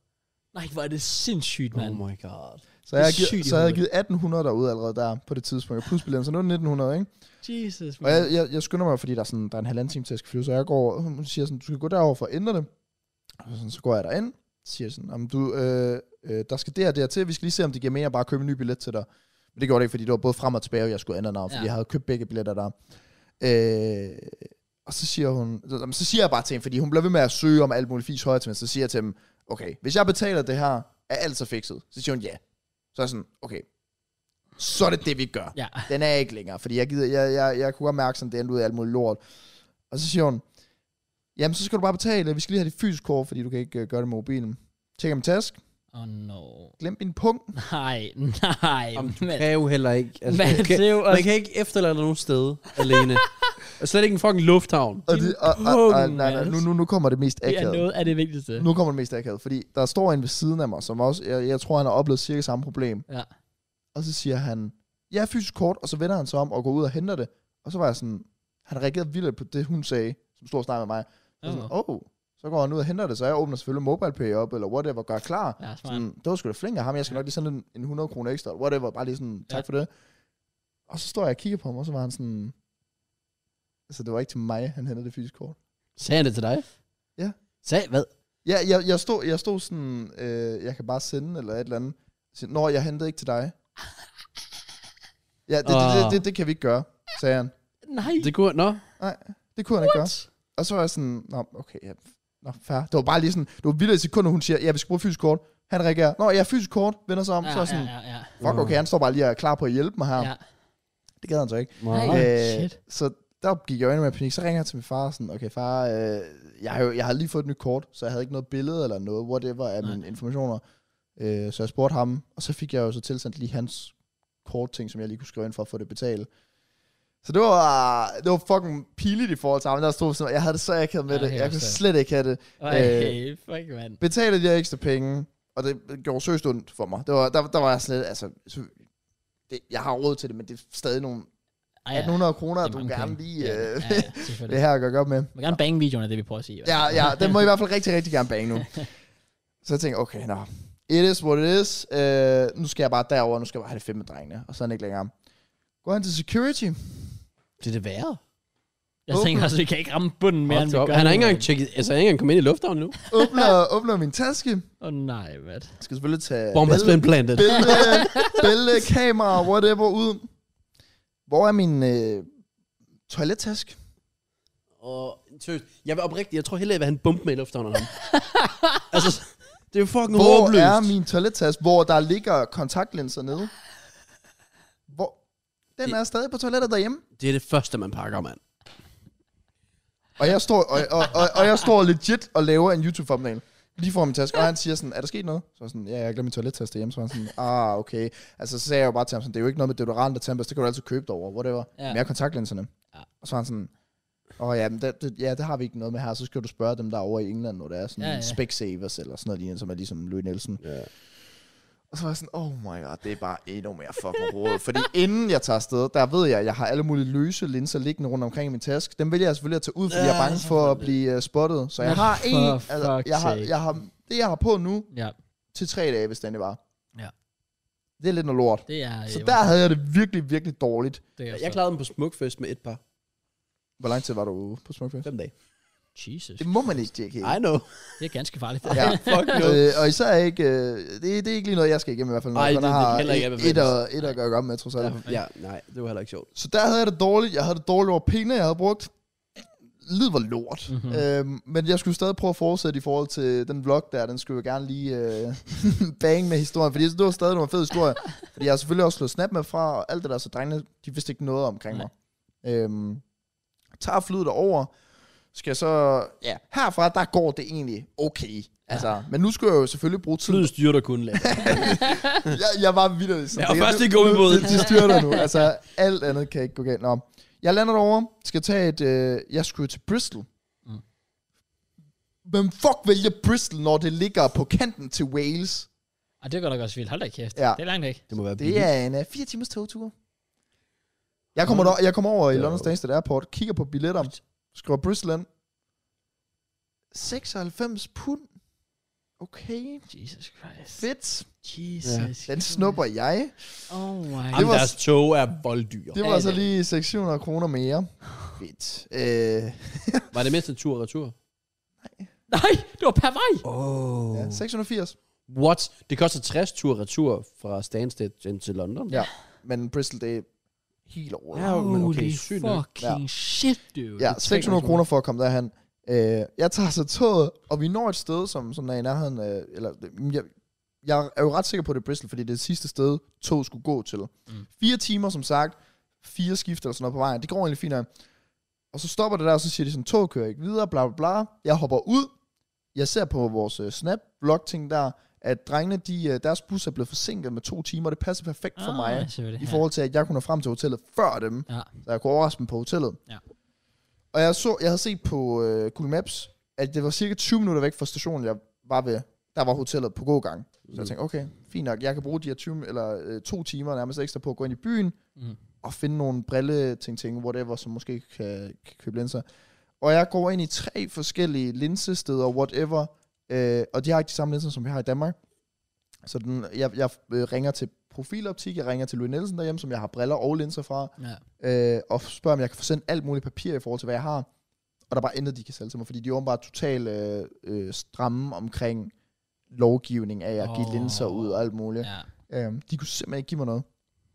S1: Nej, hvor er det sindssygt, mand.
S2: Oh my god.
S3: Så jeg, har
S1: Det er
S3: givet,
S1: sygt i
S3: så jeg havde
S1: hovedet.
S3: givet 1800 derude allerede der på det tidspunkt. Plus billetten, så nu er det 1900, ikke?
S1: Jesus,
S3: Og jeg, jeg, jeg skynder mig, fordi der er, sådan, der er en halvanden time til, jeg skal flyve, så jeg går, og hun siger sådan, du skal gå derover for at ændre det. Og så sådan, så går jeg derind, så siger jeg sådan, om du, øh, øh, der skal det her, det her til, vi skal lige se, om det giver mening at bare købe en ny billet til dig. Men det gjorde det ikke, fordi det var både frem og tilbage, og jeg skulle ændre navn, fordi
S1: Ja.
S3: ja. jeg havde købt begge billetter der. Øh, og så siger hun, så, jamen, så siger jeg bare til hende, fordi hun bliver ved med at søge om alt muligt fisk højere til mig, så siger jeg til dem, okay, hvis jeg betaler det her, er alt så fikset? Så siger hun ja. Så er jeg sådan, okay, så er det det, vi gør
S1: Ja.
S3: den er ikke længere, fordi jeg, gider, jeg, jeg, jeg kunne godt mærke, sådan, det endte ud af alt muligt lort. Og så siger hun, jamen så skal du bare betale, vi skal lige have dit fysisk kort, fordi du kan ikke øh, gøre det med mobilen. Tjekker min task,
S1: Oh no.
S3: glem min pung.
S1: Nej, nej,
S2: Jamen, du
S1: mand.
S2: kan jo heller ikke. Altså,
S1: Men
S2: man, kan,
S1: det er jo
S2: man
S1: også-
S2: kan ikke efterlade dig nogen sted alene. Og slet ikke en fucking lufthavn.
S3: Og,
S1: Din
S3: det, og, og, og, og
S1: pung,
S3: nej, nej, nu,
S1: Mads.
S3: nu, nu kommer det mest
S1: Det er
S3: akavet.
S1: noget af det vigtigste.
S3: Nu kommer det mest akavet, fordi der står en ved siden af mig, som også, jeg, jeg tror, han har oplevet cirka samme problem.
S1: Ja.
S3: Og så siger han, ja, fysisk kort, og så vender han sig om og går ud og henter det. Og så var jeg sådan, han reagerede vildt på det, hun sagde, som stod og snakkede med mig. Så
S1: Åh.
S3: sådan, oh. Så går han ud og henter det, så jeg åbner selvfølgelig MobilePay op, eller whatever, gør klar.
S1: Ja, smart.
S3: Sådan, det var sgu da flink af ham, jeg skal nok lige sende en, en 100 kroner ekstra, eller whatever, bare lige sådan, tak
S1: Ja.
S3: ja. for det. Og så står jeg og kigger på ham, og så var han sådan, altså det var ikke til mig, han hentede det fysisk kort.
S2: Sagde han det til dig?
S3: Ja.
S2: Sagde hvad?
S3: Ja, jeg, jeg, stod, jeg stod sådan, øh, jeg kan bare sende, eller et eller andet. Så, Nå, jeg hentede ikke til dig. Ja, det, det,
S2: Åh.
S1: Ah.
S3: det, det, det kan vi ikke gøre, sagde han.
S1: Nej.
S2: Det kunne... Nå,
S3: Det kunne han ikke gøre. Og så var jeg sådan, nå, okay, ja. Nå, fair. Det var bare lige sådan, det var vildt i sekundet, hun siger, ja, vi skal bruge fysisk kort. Han reagerer, nå, ja, fysisk kort, vender sig om. Ja, så er jeg sådan,
S1: ja, ja,
S3: fuck okay, han står bare lige og er klar på at hjælpe mig her.
S1: ja.
S3: Ja. Det gad han så ikke.
S2: Nej.
S1: Ej.
S3: Øh,
S1: shit.
S3: Så der gik jeg jo ind med panik. Så ringer jeg til min far og sådan, okay far, øh, jeg, har jo, jeg har lige fået et nyt kort, så jeg havde ikke noget billede eller noget, whatever af
S1: Nej.
S3: mine informationer. Øh, så jeg spurgte ham, og så fik jeg jo så tilsendt lige hans kortting, som jeg lige kunne skrive ind for at få det betalt. Så det var, det var fucking pinligt i forhold til ham. Der stod sådan, jeg havde det så akavet med
S1: Ja,
S3: ja, det.
S1: helt
S3: Jeg kunne
S1: bestemt.
S3: slet ikke have det.
S1: Ej,
S3: øh,
S1: fuck, mand.
S3: Betalte de her ekstra penge, og det gjorde søst ondt for mig. Det var, der, der var jeg slet, altså, så- det, jeg har råd til det, men det er stadig nogle
S1: Ej, ja.
S3: 1800 kroner,
S1: Det er
S3: du
S1: mange
S3: gerne
S1: penge.
S3: lige...
S1: Ja,
S3: øh,
S1: ja, ja,
S3: det
S1: selvfølgelig.
S3: er her, jeg gør godt med.
S1: Man kan gerne bange videoen af det, vi prøver at sige.
S3: Ja, ja, den må I i hvert fald rigtig, rigtig gerne bange nu. Så jeg tænkte, okay, nå. It is what it is. Øh, nu skal jeg bare derover, nu skal jeg bare have det fedt med drengene. Og så er han ikke længere. Går han til security?
S2: det er det værre.
S1: Jeg tænker også, vi kan ikke ramme bunden mere, end vi
S2: Hold
S1: gør.
S2: op. Han
S1: nu,
S2: har ikke engang
S1: mand.
S2: tjekket... Altså, han er ikke engang kommet ind i lufthavnen nu.
S3: Åbner, åbner min taske.
S1: Åh, oh, nej, hvad?
S3: Jeg skal selvfølgelig tage
S2: Bomb has
S3: bælte,
S2: been planted.
S3: bælte, bælte, kamera, whatever ud. Hvor er min øh, toilettaske?
S2: Og seriøst, jeg vil oprigtigt, jeg tror heller, jeg vil have en bump med i lufthavnen ham. altså, det er jo fucking
S3: Hvor
S2: håbløst.
S3: er min toilettaske, hvor der ligger kontaktlinser nede? Hvor? Den er stadig på toilettet derhjemme.
S2: Det er det første, man pakker, mand.
S3: Og jeg står, og, og, og, og jeg står legit og laver en YouTube-thumbnail. lige får min taske, og han siger sådan, er der sket noget? Så er jeg sådan, ja, jeg glemte min toilettaske hjemme, så var han sådan, ah, okay. Altså, så sagde jeg jo bare til ham sådan, det er jo ikke noget med deodorant og tempest, det kan du altid købe derovre, whatever.
S1: Ja.
S3: Ja. Men jeg har kontaktlinserne.
S1: Ja.
S3: Ja. Og så var han sådan, åh ja, men det, det, ja, det har vi ikke noget med her, så skal du spørge dem derovre i England, når det er sådan
S1: Ja,
S3: ja,
S1: ja.
S3: ja. specsavers eller sådan noget lignende, som er ligesom Louis Nielsen.
S2: Ja.
S3: Og så var jeg sådan, oh my god, det er bare endnu mere fucking rodet. Fordi inden jeg tager afsted, der ved jeg, at jeg har alle mulige løse linser liggende rundt omkring i min taske. Dem vælger jeg selvfølgelig at tage ud, fordi
S1: Ja,
S3: jeg er bange for at
S1: selvfølgelig.
S3: blive uh, spottet. Så jeg
S1: Ja,
S3: har
S1: for
S3: en, altså,
S1: fuck's
S3: jeg har,
S1: sake.
S3: jeg har, det jeg har på nu,
S1: Ja,
S3: til tre dage, hvis den var.
S1: Ja.
S3: Det er lidt noget lort.
S1: det er... øh,
S3: Så der havde jeg det virkelig, virkelig dårligt.
S1: det er
S2: Jeg klarede den på Smukfest med et par.
S3: Hvor lang tid var du ude på Smukfest?
S2: Fem dage.
S1: Jesus.
S3: Det må man ikke, JK.
S2: I know.
S1: Det er ganske farligt.
S3: Ja.
S2: Fuck no.
S3: øh, og især ikke, øh, det, det er ikke lige noget, jeg skal igennem i hvert fald. når
S2: Ej,
S3: jeg
S2: det-
S3: kun
S2: det
S3: har
S2: kan heller
S3: et,
S2: ikke
S3: et,
S2: anbefales.
S3: at- et at gøre godt med, trods alt.
S2: Ja, nej, det var heller ikke sjovt.
S3: Så der havde jeg det dårligt. Jeg havde det dårligt over penge, jeg havde brugt. Lyd var lort.
S1: Mhm.
S3: Mm-hmm. Øhm, men jeg skulle stadig prøve at fortsætte i forhold til den vlog der. Den skulle jeg gerne lige øh, bange med historien. Fordi jeg synes, det var stadig nogle fede historier. Fordi jeg har selvfølgelig også slået snap med fra, og alt det der. Så drengene, de vidste ikke noget omkring
S1: Nej.
S3: mig. Øhm, tager flyet derover. Skal jeg så... Ja, herfra, der går det egentlig okay. Altså, Men nu skulle jeg jo selvfølgelig bruge tid.
S2: Flyet styrer der kun lidt.
S3: jeg, jeg var vildt.
S2: Jeg var først i gummibåd.
S3: De, de styrer dig nu. Altså, alt andet kan ikke gå galt. Nå. Jeg lander derovre, skal tage et... Øh, jeg skulle til Bristol.
S1: Mm.
S3: Mm. Men fuck vælger Bristol, når det ligger på kanten til Wales.
S1: Og det går da også vildt. Hold da kæft.
S3: Ja.
S1: Det er langt væk.
S2: Det må være
S3: Det er en øh, fire timers togtur. Jeg kommer, der, jeg kommer over i
S2: Jo.
S3: London Stansted Airport, kigger på billetter, skriver Bristol ind. 96 pund. Okay,
S1: Jesus Christ.
S3: fedt.
S1: Jesus.
S3: Den snupper jeg.
S1: Oh my
S2: Jamen,
S3: var-
S2: deres tog er volddyr.
S3: Det
S1: Ja,
S3: var så
S1: det-
S3: lige 600 kroner mere. Fedt. Øh,
S2: Var det mest en tur og retur?
S1: Nej, det var per vej.
S2: Oh.
S3: ja, 680.
S2: What? Det koster 60 tur og retur fra Stansted ind til London.
S3: Ja. Men Bristol, det er helt over.
S2: Ja, men okay,
S1: Holy
S2: sygt nok.
S1: fucking shit, dude.
S3: Ja, 600 kroner for at komme derhen. Øh, jeg tager så toget, og vi når et sted, som sådan er i nærheden, øh, eller mm, jeg, jeg er jo ret sikker på, at det er Bristol, fordi det er det sidste sted, toget skulle gå til. Mm. Fire timer, som sagt, fire skift eller sådan noget på vejen, det går egentlig fint nok. Og så stopper det der, og så siger de sådan, toget kører ikke videre, bla bla bla. Jeg hopper ud, jeg ser på vores øh, snap vlog ting der, at drengene, de, øh, deres bus er blevet forsinket med to timer, det passer perfekt for mig.
S1: Ah,
S3: I forhold til, at jeg kunne nå frem til hotellet før dem.
S1: Ja.
S3: Så jeg kunne overraske dem på hotellet.
S1: Ja.
S3: Og jeg, så, jeg havde set på øh, Google Maps, at det var cirka 20 minutter væk fra stationen, jeg var ved. Der var hotellet på gågang. Så jeg tænkte, okay, fint nok. Jeg kan bruge de her 20, eller, øh, to timer nærmest ekstra på at gå ind i byen
S1: Mhm.
S3: mm. og finde nogle brille ting, ting, whatever, som måske kan, kan købe linser. Og jeg går ind i tre forskellige linsesteder, whatever, øh, og de har ikke de samme linser, som vi har i Danmark. Så den, jeg, jeg øh, ringer til profiloptik, jeg ringer til Louis Nielsen derhjemme, som jeg har briller og linser fra,
S1: Ja.
S3: øh, og spørger, om jeg kan få sendt alt muligt papir i forhold til, hvad jeg har. Og der er bare intet, de kan sælge til mig, fordi de er åbenbart totalt øh, øh, stramme omkring lovgivning af at give
S1: Åh.
S3: oh. linser ud og alt muligt.
S1: Ja.
S3: Øhm, de kunne simpelthen ikke give mig noget.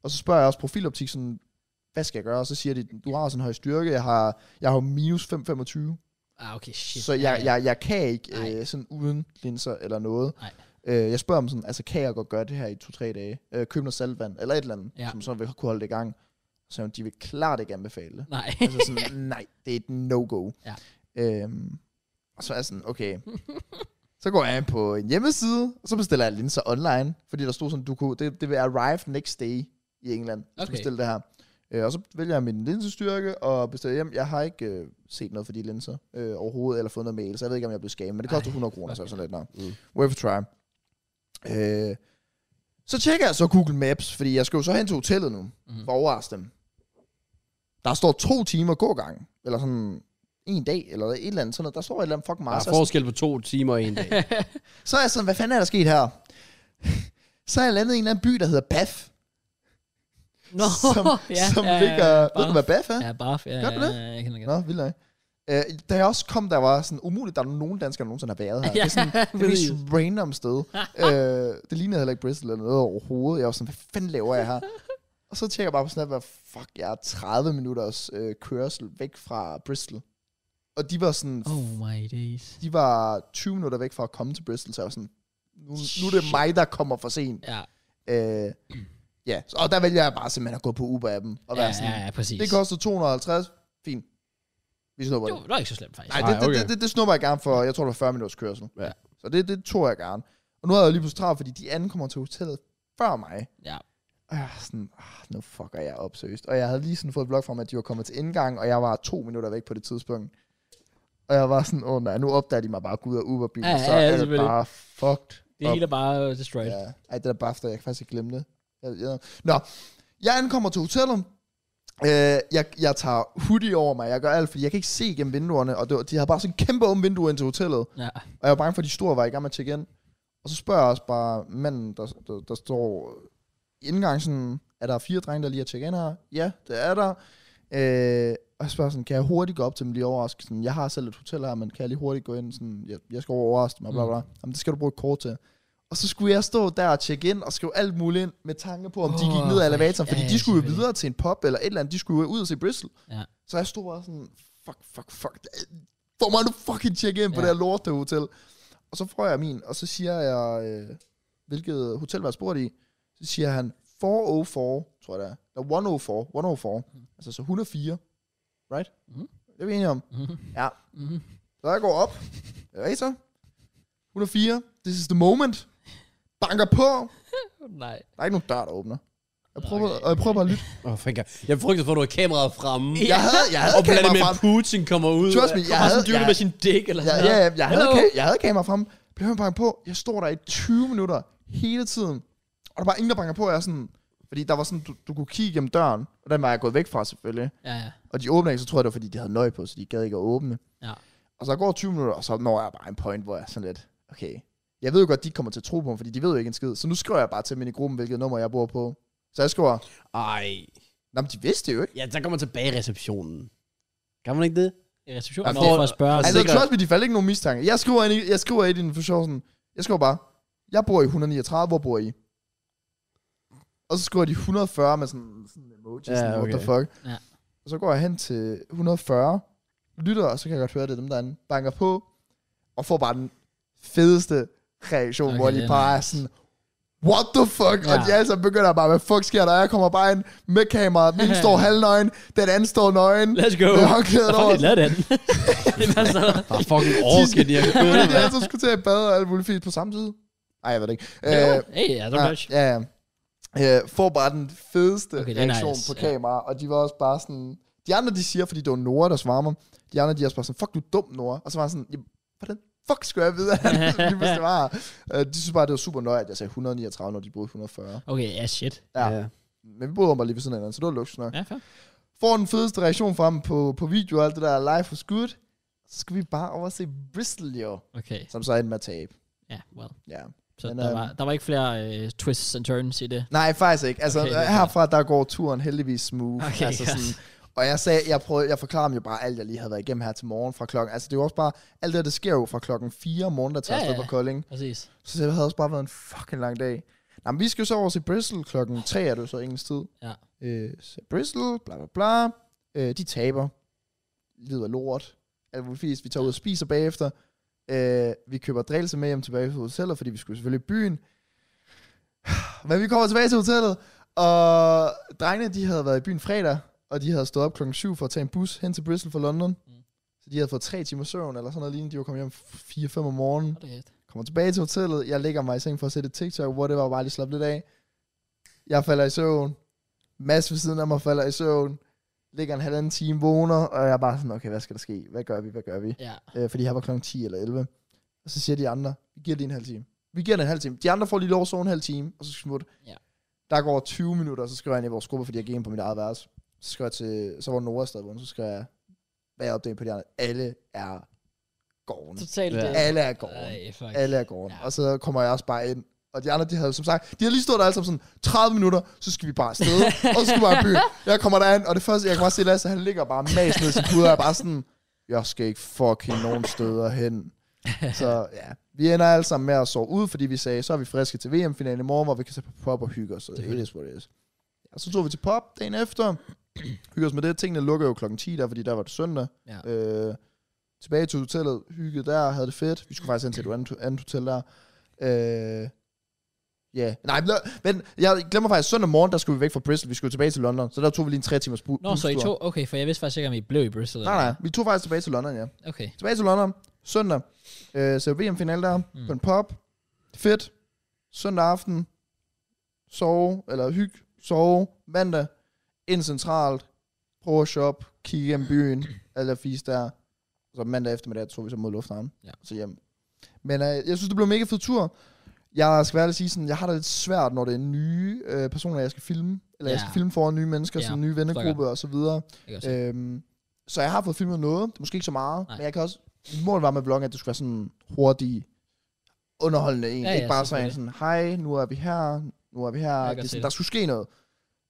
S3: Og så spørger jeg også profiloptik sådan, hvad skal jeg gøre? Og så siger de, du har sådan en høj styrke, jeg har, jeg har minus 525.
S1: Ah, okay, shit.
S3: Så jeg,
S1: ja.
S3: jeg, jeg kan ikke
S1: Nej.
S3: øh, sådan uden linser eller noget.
S1: Nej.
S3: Øh, jeg spørger dem sådan, altså kan jeg godt gøre det her i to-tre dage? Øh, købe noget saltvand eller et eller andet,
S1: Ja.
S3: ja. som så vil kunne holde det i gang. Så siger hun, de vil klart ikke anbefale det.
S1: Nej.
S3: altså sådan, nej, det er et no-go.
S1: Ja.
S3: Øhm, og så er jeg sådan, okay. Så går jeg ind på en hjemmeside, og så bestiller jeg linser online, fordi der stod sådan, du kunne, det, det vil arrive next day i England, hvis
S1: Okay.
S3: okay. du bestiller det her. Øh, og så vælger jeg min linsestyrke og bestiller hjem. Jeg har ikke øh, set noget for de linser øh, overhovedet, eller fået noget mail, så jeg ved ikke, om jeg blev skamet, men det koster
S1: Ej,
S3: 100 kroner, så er
S1: fuck.
S3: jeg sådan lidt, nå.
S2: Mm.
S3: Mm. Worth a try. Øh, så tjekker jeg så Google Maps, fordi jeg skal jo så hen til hotellet nu,
S1: Mhm.
S3: mm. for at overraske dem. Der står to timer gågang, eller sådan en dag, eller et eller andet sådan noget. Der står et eller andet fucking
S2: Der
S3: meget.
S2: er
S3: Så er jeg
S2: forskel på to timer og en dag.
S3: så er jeg sådan, hvad fanden er der sket her? så er jeg landet i en eller anden by, der hedder Bath.
S1: Nå,
S3: som som ligger... ved du, hvad Bath er?
S1: Ja, bare. Ja,
S3: Gør
S1: ja,
S3: du det?
S1: ja, jeg kender det godt.
S3: Nå, vildt nok. Øh, da jeg også kom, der var sådan, umuligt, der er nogen danskere, der nogensinde har været her.
S1: Ja,
S3: Det er sådan det
S1: præcis.
S3: mest random sted. øh, det lignede heller ikke Bristol eller noget overhovedet. Jeg var sådan, hvad fanden laver jeg her? og så tjekker jeg bare på Snap, hvad fuck, jeg er 30 minutters øh, kørsel væk fra Bristol. Og de var sådan,
S1: Oh my days.
S3: de var 20 minutter væk fra at komme til Bristol, så jeg var sådan, nu, nu er det
S1: Shit.
S3: mig, der kommer for sent.
S1: Ja,
S3: Øh, ja, så- og der vælger jeg bare simpelthen at gå på Uber-appen og
S1: ja,
S3: være sådan,
S1: ja, ja, præcis.
S3: det koster 250, fint. Vi snupper
S1: Det
S3: det.
S1: var- det var ikke så slemt, faktisk.
S3: Nej,
S2: Nej,
S3: det, det,
S2: okay.
S3: det, det, det snupper jeg gerne for, jeg tror, det var 40 minutters kørsel.
S2: Ja.
S3: Så Så det, det tror jeg gerne. Og nu er jeg jo lige pludselig travlt, fordi de ankommer til hotellet før mig.
S1: Ja.
S3: Og jeg var sådan, ah, nu fucker jeg op seriøst. Og jeg havde lige sådan fået blok fra mig, at de var kommet til indgang, og jeg var to minutter væk på det tidspunkt. Og jeg var sådan, åh oh, nej, nu opdager de mig bare, gud og uber
S1: Ja,
S3: ja, så
S1: ja, ja,
S3: ja, er det
S1: selvfølgelig.
S3: bare fucked.
S1: Det hele er bare uh, destroyed.
S3: Ja. Ej, det der bafter, jeg kan faktisk ikke glemme det. Jeg, jeg, nå, jeg ankommer til hotellet. Øh, jeg, jeg tager hoodie over mig, jeg gør alt, fordi jeg kan ikke se gennem vinduerne, og det, var- de har bare sådan en kæmpe åbent vindue ind til hotellet.
S1: Ja.
S3: Og jeg var bange for, at de store var i gang med at tjekke ind. Og så spørger jeg også bare manden, der, der, der står i indgangen sådan, er der fire drenge, der lige har tjekket ind her? Ja, det er der. Øh, og jeg spørger sådan, kan jeg hurtigt gå op til dem lige overraske? Sådan, jeg har selv et hotel her, men kan jeg lige hurtigt gå ind? Sådan, jeg, jeg skal overraske dem, og bla bla. Mm. Jamen, det skal du bruge et kort til. Og så skulle jeg stå der og tjekke ind og skrive alt muligt ind med tanke på, om oh, de gik
S1: Åh,
S3: ned ad elevatoren, fordi
S1: ja,
S3: ja, de skulle jo
S1: selvfølgelig.
S3: videre til en pop eller et eller andet. De skulle jo ud og se Bristol.
S1: Ja.
S3: Så jeg stod bare sådan, fuck, fuck, fuck. Få mig nu fucking tjekke ind ja. på
S1: Ja.
S3: det her lorte hotel. Og så får jeg min, og så siger jeg, øh, hvilket hotel var jeg spurgt i. Så siger han, 404, tror jeg det er. oh Der er 104, 104. Altså så 104. Right?
S1: Mhm.
S3: Det er vi enige om.
S1: Mhm.
S3: Ja.
S1: Mhm.
S3: Så jeg går op. Racer. 104. This is the moment. Banker på.
S1: Nej.
S3: Der er ikke nogen dør, der åbner. Jeg prøver,
S1: Okay.
S3: og jeg prøver bare at lytte.
S2: Åh, oh, fuck. Jeg frygtede for, at du havde kameraet fremme.
S3: Jeg havde, jeg havde
S2: Og blandt
S3: kamera
S2: med
S3: frem.
S2: Putin kommer ud.
S3: Trust me, jeg
S1: Bare
S3: havde,
S1: sådan dyrket
S3: jeg,
S1: med sin dick eller
S3: Ja,
S1: sådan
S3: ja,
S1: noget.
S3: ja, jeg, havde,
S1: Hello?
S3: ka- jeg havde kamera frem. Blev han banket på. Jeg står der i 20 minutter hele tiden. Og der var ingen, der banker på. Jeg er sådan, fordi der var sådan, du, du kunne kigge gennem døren. Og den var jeg gået væk fra selvfølgelig.
S1: Ja, ja.
S3: Og de åbner ikke, så tror jeg, det var, fordi de havde nøje på, så de gad ikke at åbne.
S1: Ja.
S3: Og så går 20 minutter, og så når jeg bare en point, hvor jeg er sådan lidt, okay. Jeg ved jo godt, de kommer til at tro på mig, fordi de ved jo ikke en skid. Så nu skriver jeg bare til min i gruppen, hvilket nummer jeg bor på. Så jeg skriver,
S2: Ej.
S3: nej, men de vidste det jo ikke.
S2: Ja, der kommer tilbage i receptionen. Kan man ikke det?
S1: I receptionen
S3: Ja,
S1: over
S3: for-
S1: for at spørge.
S2: Altså,
S3: Altså,
S2: sikkert.
S3: trust me, de faldt ikke nogen mistanke. Jeg skriver ind i, jeg skriver ind i den for sjov sådan, jeg skriver bare, jeg bor i 139, hvor bor I? Og så skriver de 140 med sådan, sådan en emoji,
S2: Ja,
S3: ja, sådan, what
S2: okay.
S3: the fuck.
S1: Ja.
S3: Og så går jeg hen til 140, lytter, og så kan jeg godt høre, det er dem, der anden, banker på, og får bare den fedeste reaktion, okay,
S1: Okay,
S3: hvor
S1: det
S3: de
S1: er
S3: bare er
S1: nice.
S3: sådan, what the fuck? Ja. Og
S1: Ja.
S3: de alle sammen begynder bare, hvad fuck sker der? Jeg kommer bare ind med kameraet, den ene står halvnøgen, den anden står nøgen,
S1: Let's go.
S3: med håndklædet
S1: Hvor
S3: over.
S1: fanden lavede den? det er bare sådan.
S2: Bare fucking orke, de har
S3: Fordi
S2: kørt.
S3: de altid skulle til at bade og alt muligt fint på samme tid. Nej, jeg ved det ikke.
S1: Ja,
S3: Øh,
S1: Hey, ja, don't touch.
S3: ja, ja. Øh, får bare den fedeste
S1: Okay,
S3: okay,
S1: det er
S3: reaktion
S1: nice,
S3: nice. på
S1: ja.
S3: kamera, og de var også bare sådan... De andre, de siger, fordi det var Nora, der svarmer, de andre, de er også bare sådan, fuck, du er dum, Nora. Og så var jeg sådan, "Jamen, hvordan fuck skulle jeg vide, at han lige pludselig var her?" øh, De synes bare, det var super nøje, at jeg sagde 139, når de boede 140.
S1: Okay, ja, shit.
S3: Ja. ja. Men vi boede om bare lige ved siden af hinanden, så det var luksus nok.
S1: Ja, fair.
S3: Får den fedeste reaktion frem på, på video og alt det der live for skud. Så skal vi bare over og se Bristol, jo.
S1: Okay,
S3: Som så endte med at tabe.
S1: ja, well.
S3: Ja.
S1: Så
S3: Men,
S1: der,
S3: øhm,
S1: var, der var ikke flere øh, twists and turns i det.
S3: Nej, faktisk ikke. Altså,
S1: Okay, det er
S3: okay,
S1: klart.
S3: herfra, der går turen heldigvis smooth.
S1: Okay,
S3: altså,
S1: ja.
S3: og jeg sagde, jeg, prøvede, jeg forklarer dem jo bare alt, jeg lige havde været igennem her til morgen fra klokken. Altså, det er jo også bare, alt det her, det sker jo fra klokken 4 om morgenen, der tager
S1: Ja,
S3: afsted
S1: ja.
S3: på Kolding.
S1: Præcis.
S3: Så det havde også bare været en fucking lang dag. Nå, men vi skal jo så over til Bristol klokken 3, er det jo så engelsk tid.
S1: Ja.
S3: Øh, så Bristol, bla bla bla. Øh, de taber. Lider lort. Alt muligt fisk. Vi tager ud og spiser bagefter. Øh, vi køber drillelse med hjem tilbage til hotellet, fordi vi skulle selvfølgelig i byen. Men vi kommer tilbage til hotellet, og drengene, de havde været i byen fredag, og de havde stået op klokken 7 for at tage en bus hen til Bristol fra London.
S1: Mm.
S3: Mm. Så de havde fået tre timer søvn, eller sådan noget lignende. De var kommet hjem 4-5 om morgenen.
S1: Hold da kæft.
S3: Kommer tilbage til hotellet, jeg lægger mig i seng for at sætte TikTok, hvor det var bare lige slappe lidt af. Jeg falder i søvn. Mads ved siden af mig falder i søvn. Ligger en halvanden time vågner, og jeg er bare sådan, okay, hvad skal der ske? Hvad gør vi? Hvad gør vi?
S1: Ja,
S3: Øh, fordi her var klokken 10 eller 11. Og så siger de andre, vi giver lige en halv time. Vi giver det en halv time. De andre får lige lov at sove en halv time, og så smut.
S1: Ja.
S3: Der går 20 minutter, og så skriver jeg ind i vores gruppe, fordi jeg gik ind på mit eget værelse. Så skriver jeg til, så var Nora stadig vågen, så skriver jeg, hvad er opdaget på de andre? Alle er gården.
S1: totalt.
S2: Ja.
S1: øh,
S3: Alle er gården.
S1: Ej, fuck.
S3: Alle er gården.
S1: Ja.
S3: Ja. Og så kommer jeg også bare ind. Og de andre, de havde som sagt, de havde lige stået der alle sammen sådan, 30 minutter, så skal vi bare afsted, og så skal vi bare i byen. Jeg kommer derind, og det første, jeg kan bare se Lasse, han ligger bare mas ned i sin puder, og er bare sådan, jeg skal ikke fucking nogen steder hen. Så ja, vi ender alle sammen med at sove ud, fordi vi sagde, så er vi friske til VM-finalen i morgen, hvor vi kan tage på pop og hygge os. Så det is what it is. Og så tog vi til pop dagen efter, hygge os med det. Tingene lukker jo klokken 10 der, fordi der var det søndag.
S1: Ja.
S3: Øh, tilbage til hotellet, hygget der, havde det fedt. Vi skulle faktisk hen til et andet, andet hotel der. Øh, Ja, yeah. nej, men, men jeg glemmer faktisk, søndag morgen, der skulle vi væk fra Bristol, vi skulle tilbage til London, så der tog vi lige en tre timers bu-
S1: Nå, så I to?
S3: bustur.
S1: Okay, for jeg vidste faktisk ikke, om I blev i Bristol.
S3: Nej, nej, vi tog faktisk tilbage til London, ja.
S1: Okay.
S3: Tilbage til London, Søndag. Øh, så VM-finale der mm. på en pop. Fedt. Søndag aften. Sove, eller hyg. Sove. Mandag. Ind centralt. Prøv at shoppe. Kigge hjem i byen. Alle fis der. Så mandag eftermiddag tog vi så mod lufthavnen.
S1: Ja.
S3: Så hjem. Men øh, jeg synes, det blev en mega fed tur. Jeg skal være ærlig at sige sådan, jeg har det lidt svært, når det er nye øh, personer, jeg skal filme. Eller ja. jeg
S1: Ja.
S3: skal filme foran nye mennesker,
S1: Ja,
S3: ja. sådan nye vennegruppe og så videre.
S1: Jeg kan også se.
S3: Øhm, så jeg har fået filmet noget. Det er måske ikke så meget,
S1: Nej.
S3: Nej. men jeg kan også... Mit mål var med vloggen, at det skulle være sådan hurtig, underholdende en.
S1: Ja,
S3: Ja,
S1: ja,
S3: ja, ikke bare sådan,
S1: selvfølgelig.
S3: sådan, hej, nu er vi her, nu er vi her.
S1: kan
S3: Det,
S1: godt se
S3: er
S1: det.
S3: sådan, der skulle ske noget.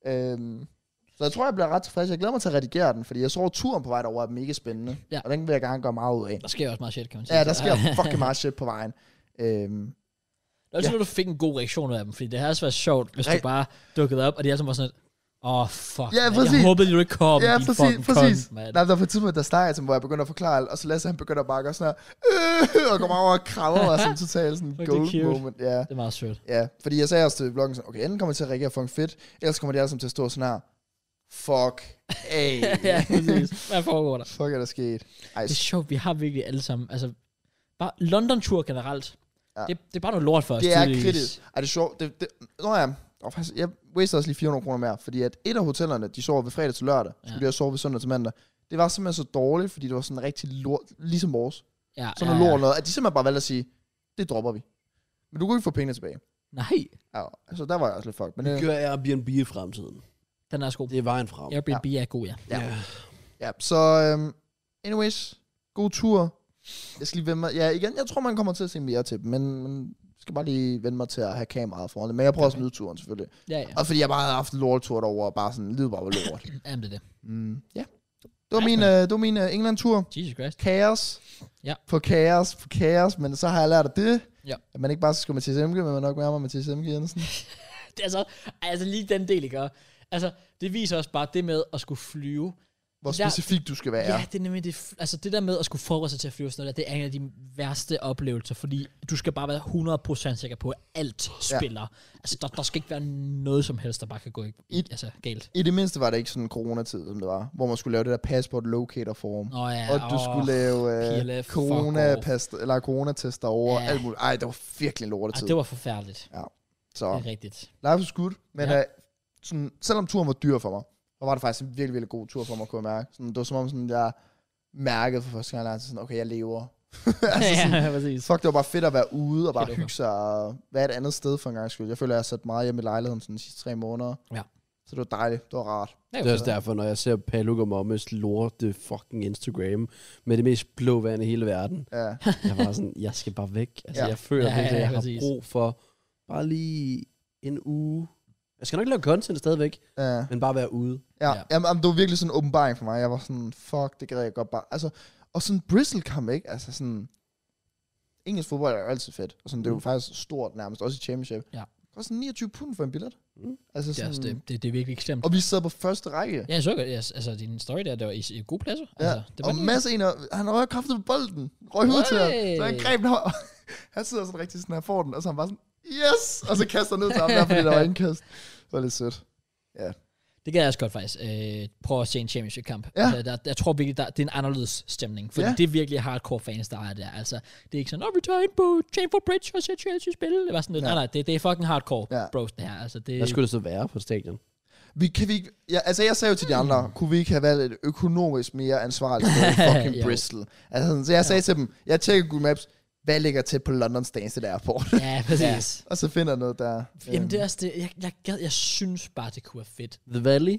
S3: Øhm, så jeg tror, jeg bliver ret tilfreds. Jeg glæder mig til at redigere den, fordi jeg tror, at turen på vej derover er mega spændende.
S1: Ja.
S3: Ja. Og den vil jeg gerne gøre meget ud af.
S1: Der sker også meget shit, kan man sige. øh,
S3: Ja, der sker fucking meget shit på vejen. Øhm,
S1: Det er også, ja. du fik en god reaktion ud af dem, fordi det havde også været sjovt, hvis du
S3: Re-
S1: bare dukkede op, og de alle sammen var sådan lidt, åh, oh, fuck,
S3: Ja,
S1: mand,
S3: præcis.
S1: jeg håbede, du ikke kom,
S3: Ja,
S1: din
S3: præcis,
S1: fucking
S3: præcis.
S1: Kon, mand.
S3: Nej, der var på et tidspunkt, der snakker jeg til mig, hvor jeg begynder at forklare, alt, og så Lasse han begynder bare at gøre sådan her, øh, og kommer over og krammer mig sådan totalt sådan
S1: Fuck, det er
S3: gold
S1: cute.
S3: moment. Ja,
S1: Det er meget sødt.
S3: ja, fordi jeg sagde også til vloggen sådan, okay, enten kommer jeg til at reagere fucking fedt, ellers kommer de alle sammen til at stå sådan her, fuck af.
S1: ja, præcis. Hvad foregår der?
S3: fuck er der sket? Ej,
S1: Det er sjovt, vi har virkelig alle sammen, altså, bare London-tur generelt, ja.
S3: Ja.
S1: det, det er bare noget lort for os.
S3: det er
S1: tydeligvis.
S3: kritisk. Ej, det er sjovt. Det, det, nå ja, og faktisk, jeg waster også lige 400 kroner mere, fordi at et af hotellerne, de sover ved fredag til lørdag,
S1: Ja.
S3: ja. skulle de også sove ved søndag til mandag. Det var simpelthen så dårligt, fordi det var sådan rigtig lort, ligesom vores.
S1: Ja,
S3: sådan noget lort noget, at de simpelthen bare valgte at sige, det dropper vi. Men du kunne ikke få pengene tilbage.
S1: Nej,
S3: Ja, altså der var jeg også lidt fucked. Men
S2: Det
S3: øh,
S2: gør Airbnb i fremtiden.
S1: den er også god.
S2: Det er vejen frem.
S1: Airbnb er god, ja.
S3: ja. ja, så øhm, anyways, god tur. Jeg skal lige vende mig, ja igen, jeg tror man kommer til at se mere til dem, men, men jeg skal bare lige vende mig til at have kameraet foran det. Men jeg prøver også at nyde turen selvfølgelig.
S1: Ja, ja.
S3: Og fordi jeg bare havde haft en lortetur derovre, og bare sådan, livet bare var lort.
S1: Jamen, det er det.
S3: mm, ja. Det var min, øh, det var min øh, England-tur.
S1: Jesus Christ.
S3: kaos.
S1: Ja.
S3: På kaos, på kaos, men så har jeg lært af det.
S1: Ja.
S3: At man ikke bare skal med Mathias Emke, men man nok nærmere Mathias Emke Jensen.
S1: Det er så, altså lige den del, ikke? Og, Altså, det viser også bare det med at skulle flyve.
S3: Hvor
S1: Der-
S3: specifik du skal være.
S1: Ja, ja det er nemlig det. f- Altså, det der med at skulle forberede sig til at flyve og sådan noget, der, det er en af de værste oplevelser, fordi du skal bare være 100% sikker på, at alt spiller. Ja. Altså, der, der skal ikke være noget som helst, der bare kan gå i,
S3: I-
S1: altså, galt.
S3: I det mindste var det ikke sådan en coronatid, som det var, hvor man skulle lave det der passport locator form.
S1: Nå ja,
S3: og du
S1: åh,
S3: skulle lave øh,
S1: PLF, fuck off.
S3: coronapast, eller coronatest derovre,
S1: Ja.
S3: ja. alt muligt. Ej, det var virkelig en
S1: Ej,
S3: lortetid.
S1: det var forfærdeligt. Det
S3: Så
S1: er rigtigt.
S3: life is good, men
S1: Ja.
S3: ja. øh, sådan, selvom turen var dyr for mig, så var det faktisk en virkelig, virkelig god tur for mig, kunne jeg mærke. Sådan, det var som om, sådan, jeg mærkede for første gang, at sådan, okay, jeg lever. altså, sådan,
S1: ja, præcis.
S3: Fuck, det var bare fedt at være ude og bare
S1: Fedt, okay.
S3: hygge sig og være et andet sted for en gang skyld. Jeg føler, jeg har sat meget hjemme i lejligheden sådan de sidste tre måneder.
S1: Ja.
S3: Så det var dejligt. Det var rart.
S2: Det er også derfor, når jeg ser Paluk og Mommes lorte fucking Instagram med det mest blå vand i hele verden.
S3: Ja.
S2: Jeg var sådan, jeg skal bare væk. Altså,
S3: Ja.
S2: jeg føler
S1: Ja,
S2: ja, virkelig,
S1: ja,
S2: at jeg har
S1: præcis.
S2: brug for bare lige en uge. Jeg skal nok lave content stadigvæk,
S3: ja.
S2: men bare være ude.
S1: Ja.
S3: ja. Jamen, jamen, det var virkelig sådan en åbenbaring for mig. Jeg var sådan, fuck, det gad jeg godt bare. Altså, og sådan Bristol kamp, ikke? Altså sådan, engelsk fodbold er jo altid fedt. Og sådan, det er jo
S2: Mm.
S3: faktisk stort nærmest, også i championship.
S1: Ja.
S3: Koster sådan 29 pund for en billet.
S2: Mm.
S3: Altså
S1: Det er,
S3: sådan,
S1: også, det, det, det er virkelig ekstremt.
S3: og vi sad på første række.
S1: Ja, jeg så godt. Yes, altså, din story der, der var i, i gode pladser.
S3: Ja,
S1: Altså, det var
S3: og
S1: lige-
S3: Mads en, af- han røg kraftigt på bolden. Røg ud til ham. Så han
S1: Ej.
S3: greb den og han sidder sådan rigtig sådan, han får den, og så han bare sådan, yes! Og så kaster han ned til ham der, fordi der var indkast. Det var lidt sødt.
S1: Det gad jeg også godt faktisk. Øh, prøve at se en championship-kamp.
S3: Ja.
S1: Altså, der, jeg tror virkelig, der, det er en anderledes stemning. Fordi
S3: Ja.
S1: det er virkelig hardcore fans, der er der. Altså, det er ikke sådan, når vi tager ind på Chamber Bridge og ser Chelsea spille. Det var sådan lidt,
S3: Ja.
S1: nej, nej, det, det er fucking hardcore, ja.
S3: Ja.
S1: bros, det her. Altså, det,
S2: Hvad skulle det så være på stadion?
S3: Vi, kan vi ikke, ja, altså jeg sagde jo til de andre, kunne vi ikke have valgt et økonomisk mere ansvarligt sted end fucking
S1: Jo.
S3: Bristol? Altså, sådan, så jeg sagde til dem, jeg tjekker Google Maps, hvad ligger tæt på Londons Stansted Airport?
S1: Ja, præcis.
S3: og så finder jeg noget der. øh,
S1: Ja. Jamen,
S3: Øhm.
S1: det er også det. Jeg, jeg, gad, jeg synes bare, det kunne være fedt.
S2: The Valley?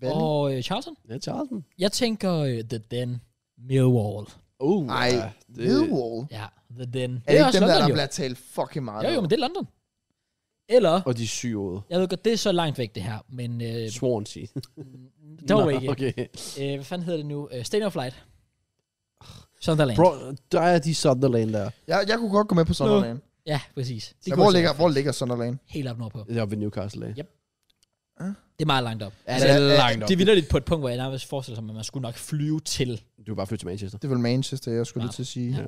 S3: Valley?
S1: Og øh, Charlton?
S2: Ja, Charlton.
S1: Jeg tænker øh, The Den. Millwall.
S2: Oh,
S3: Ej, Millwall.
S1: Ja, The Den.
S3: Er det ikke
S1: også
S3: dem, der,
S1: London,
S3: der
S1: jo.
S3: bliver talt fucking meget?
S1: Jo, jo,
S3: om?
S1: men det er London. Eller,
S2: Og de syv år.
S1: jeg ved godt, det er så langt væk, det her, men øh,
S2: Swansea.
S1: dog
S2: Nå,
S1: ikke.
S2: Okay.
S1: øh, hvad fanden hedder det nu? Øh, Stadium Flight. Sunderland.
S2: Bro, der er de Sunderland der. jeg
S3: Jeg, jeg kunne godt gå med på Sunderland.
S1: Ja, præcis.
S3: Ja,
S1: kunne
S3: hvor,
S1: jeg
S3: ligger, hvor ligger Sunderland?
S1: se. Helt op nordpå.
S2: Jeg er oppe ved Newcastle af.
S1: Ja. Det er meget langt op.
S2: Ja,
S1: Altså,
S2: det
S3: er-
S2: er langt op.
S1: det er vildt på et punkt, hvor jeg nærmest forestiller sig, at man skulle nok flyve til.
S2: Du er bare flyttet til Manchester.
S3: Det er vel Manchester, jeg skulle lige til at sige.
S2: Ja.
S3: Ja.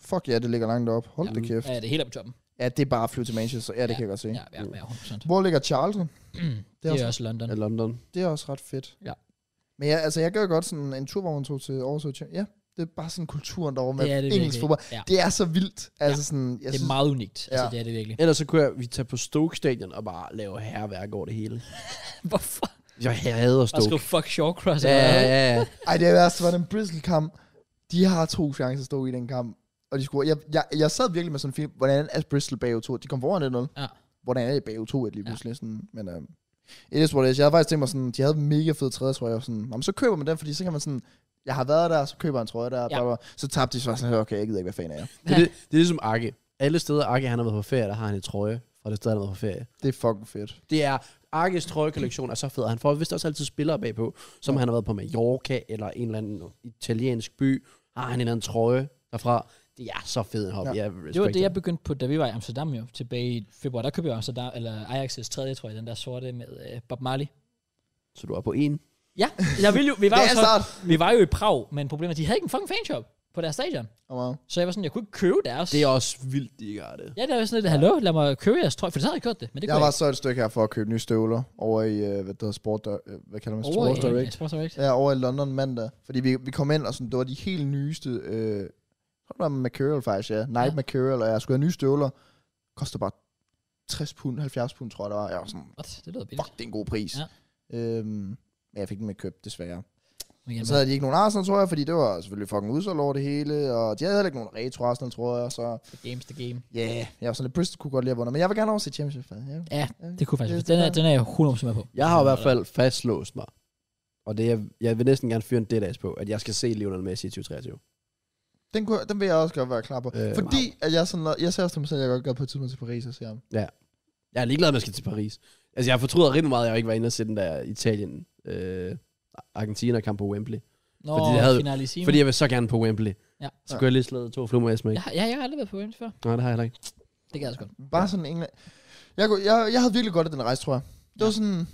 S3: Fuck ja, det ligger langt op. Hold
S1: Ja.
S3: da kæft.
S1: Ja, det er helt op i toppen.
S3: Ja, det er bare at flyve til Manchester. Ja, det kan jeg godt se.
S1: Ja, ja, ja 100%.
S3: Hvor ligger Charlton?
S1: Det er også London.
S2: Ja, London.
S3: Det er også ret fedt.
S1: Ja.
S3: Men ja, altså, jeg gør godt sådan en tur, hvor man tog til Aarhus. og Tjern- Ja, det er bare sådan kulturen derovre med
S1: Det er det
S3: engelsk
S1: virkelig.
S3: fodbold.
S1: Ja.
S3: Det er så vildt. Altså sådan, jeg
S1: Det er
S3: synes,
S1: meget unikt. Altså,
S3: Ja.
S1: det er det virkelig.
S2: Ellers så kunne jeg, vi tage på Stoke Stadion og bare lave herværk over det hele.
S1: Hvorfor?
S2: Jeg hader
S1: Bare skrive
S2: Stoke.
S1: fuck Shawcross.
S2: Ja,
S1: eller
S2: ja,
S1: hvad?
S2: ja, ja.
S3: ej, det værste var den Bristol-kamp. De har to chancer at stå i den kamp. Og de skulle, jeg, jeg, jeg sad virkelig med sådan en film, hvordan er Bristol bag 2 De kom foran 1-0.
S1: Ja.
S3: Hvordan er det bag 2 lige
S1: Ja.
S3: pludselig? Ja. Sådan, men uh, it is what it is. Jeg havde faktisk tænkt mig sådan, de havde en mega fed trøje, tror jeg. Sådan, Jamen, så køber man den, fordi så kan man sådan, jeg har været der, så køber jeg en trøje der. Ja. Bla, bla, bla. Så tabte de så var jeg sådan, okay, jeg gider ikke, hvad fanden er jeg.
S2: Det, er det, det er ligesom Akke. Alle steder Akke han har været på ferie, der har han en trøje fra det sted, han har været på ferie.
S3: Det er fucking fedt.
S2: Det er Arkes trøjekollektion er så fed. og Han får vist også altid spillere bagpå, som han har været på Mallorca eller en eller anden italiensk by. Har han en eller anden trøje derfra. Det er så fed en hobby.
S3: Ja.
S2: Ja. Jeg
S1: Det var det, jeg
S2: respekterer.
S1: begyndte på, da vi var i Amsterdam jo, tilbage i februar. Der købte jeg Amsterdam, eller Ajax' tredje, tror jeg, den der sorte med øh, Bob Marley.
S2: Så du er på en.
S1: Ja, jeg ville jo, vi, var
S3: Det
S1: jo så,
S3: er start.
S1: vi var jo i Prag, men problemet er, at de havde ikke en fucking fanshop på deres stadion.
S3: Oh, wow.
S1: Så jeg var sådan, jeg kunne ikke købe deres.
S2: Det er også vildt, de ikke har det.
S1: Ja, det var sådan lidt, hallo, lad mig købe jeres trøje, for så havde jeg gjort det, men det
S3: Jeg
S1: kunne
S3: var så et stykke her for at købe nye støvler over i, øh, hvad det hedder, Sport, Dir- øh, hvad kalder man,
S1: ikke. Over
S3: Sport
S1: i-
S3: Direct.
S1: ja, Sports Direct.
S3: Ja, over i London mandag. Fordi vi, vi kom ind, og sådan, det var de helt nyeste... Øh, jeg tror, det var Mercurial faktisk, ja. Night
S1: Ja.
S3: ja. Mercurial, og jeg skulle have nye støvler. Koster bare 60 pund, 70 pund, tror jeg, det var. Jeg var sådan,
S1: What? Det lyder billigt.
S3: fuck, det er en god pris.
S1: Ja.
S3: Ja. Øhm, men jeg fik dem ikke købt, desværre.
S1: Men igen,
S3: Og så havde de ikke nogen Arsenal, tror jeg, fordi det var selvfølgelig fucking udsolgt over det hele, og de havde heller ikke nogen retro Arsenal, tror jeg, så
S1: the game's the game.
S3: ja, yeah, jeg var sådan lidt Bristol kunne godt lide at vunde, men jeg vil gerne over se Championship. faktisk, Ja.
S1: Ja, det kunne faktisk.
S3: Det-
S1: Den er, den er jeg 100% med på.
S2: Jeg har i hvert fald fastlåst mig. Og det, jeg, jeg vil næsten gerne fyre en deadass på, at jeg skal se Lionel Messi i 2023.
S3: Den, kunne, den vil jeg også godt være klar på.
S2: Øh,
S3: Øh, fordi at jeg, sådan, jeg ser også til mig selv, at jeg godt gør på et tidspunkt til Paris og se ham.
S2: Jeg er ligeglad med, at jeg skal til Paris. Altså, jeg fortryder rigtig meget, at jeg ikke var inde og se den der Italien... Øh, Argentina-kamp på Wembley.
S1: Nå,
S2: Fordi det havde-
S1: finalisimo.
S2: Fordi jeg vil så gerne på Wembley.
S1: Ja.
S2: Så kunne jeg lige slå to flumer i smæk.
S1: Jeg, har- ja, jeg har aldrig været på Wembley før.
S2: Nej, det har jeg heller ikke.
S1: Det gad jeg også godt.
S3: Bare sådan England. Jeg, kunne, jeg, jeg havde virkelig godt af den rejse, tror jeg. Det var sådan... Det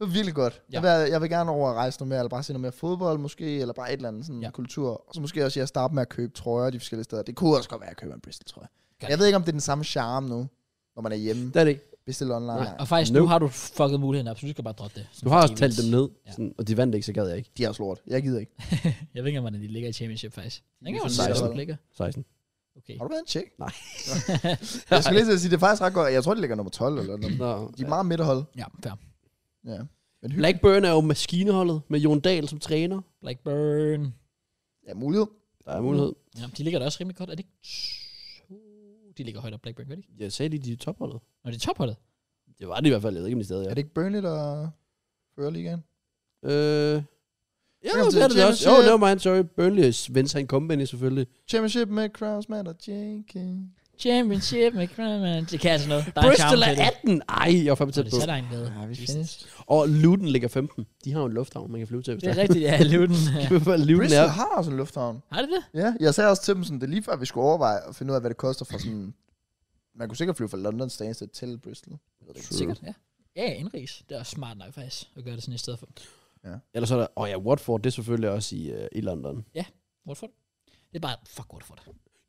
S3: var virkelig godt.
S1: Ja.
S3: Ja. Jeg, vil, jeg vil gerne over at rejse noget mere, eller bare se noget mere fodbold måske, eller bare et eller andet sådan
S1: Ja.
S3: ja. kultur. Og så måske også jeg starte med at købe trøjer de forskellige steder. Det kunne også godt være, at jeg køber en Bristol trøje.
S1: Gør
S3: Jeg ved ikke, om det er den samme charme nu, når man er hjemme.
S2: Det er det ikke.
S3: Bestil online.
S2: Nej.
S3: Nej.
S1: Og faktisk, nu
S2: Nope.
S1: har du fucket muligheden op, så du skal bare droppe det.
S2: Du har også talt
S1: Givetvis.
S2: dem ned,
S1: Ja.
S2: sådan, og de vandt ikke, så gad jeg ikke.
S3: De er også lort. Jeg gider ikke.
S1: Jeg ved ikke, hvordan de ligger i championship, faktisk. Jeg ved ikke,
S3: for
S1: hvordan de
S3: 16.
S1: ligger. ligger.
S2: 16.
S1: Okay.
S3: Har du været en tjek?
S2: Nej.
S3: jeg skulle lige til at sige, det er faktisk ret godt. Jeg tror, de ligger nummer 12 eller noget.
S2: Nå,
S3: De er meget midterhold.
S1: Ja, fair.
S3: Ja. Men hyggeligt.
S2: Blackburn er jo maskineholdet med Jon Dahl som træner.
S1: Blackburn.
S3: Ja, mulighed.
S2: Der er mulighed.
S1: Ja, de ligger da også rimelig godt. Er det ikke... to- De ligger højt op Blackburn, gør de ikke?
S2: Jeg sagde lige, de er topholdet.
S1: Når de er topholdet.
S2: Det var det i hvert fald, jeg ved ikke, om de stadig er.
S3: Er det ikke Burnley, der fører ligaen?
S2: Øh... Ja,
S3: Kom til
S2: det er det da også. Jo,
S3: Championship.
S2: det var mine, sorry. Burnley, Vincent Company selvfølgelig.
S3: Championship med Krausmann og Jenkins.
S1: Championship med Kramer. Det kan altså noget. Der er en charme
S2: Bristol
S1: til
S2: er
S1: det.
S2: 18! Ej, jeg var fandme
S1: Og
S2: tæt
S1: det
S2: på.
S1: sætter en med.
S3: Ja, vi
S1: Jesus.
S3: findes.
S2: Og Luton ligger 15. De har jo en lufthavn, man kan flyve til, hvis
S1: Det
S2: der
S1: er rigtigt, ja. Luton. Ja.
S2: er. Luton er...
S3: Bristol har også en lufthavn.
S1: Har det det?
S3: Ja, jeg sagde også til dem, sådan, det er lige før, vi skulle overveje at finde ud af, hvad det koster for sådan... Man kunne sikkert flyve fra London Stansted til Bristol. Jeg ved det ikke.
S2: True.
S1: Sikkert, ja. Ja, ja, indrigs. Det er også smart nok faktisk at gøre det sådan i stedet for.
S2: Eller så er der... Åh ja, Watford, det er selvfølgelig også i, øh, i London.
S1: Watford. Det er bare, fuck Watford.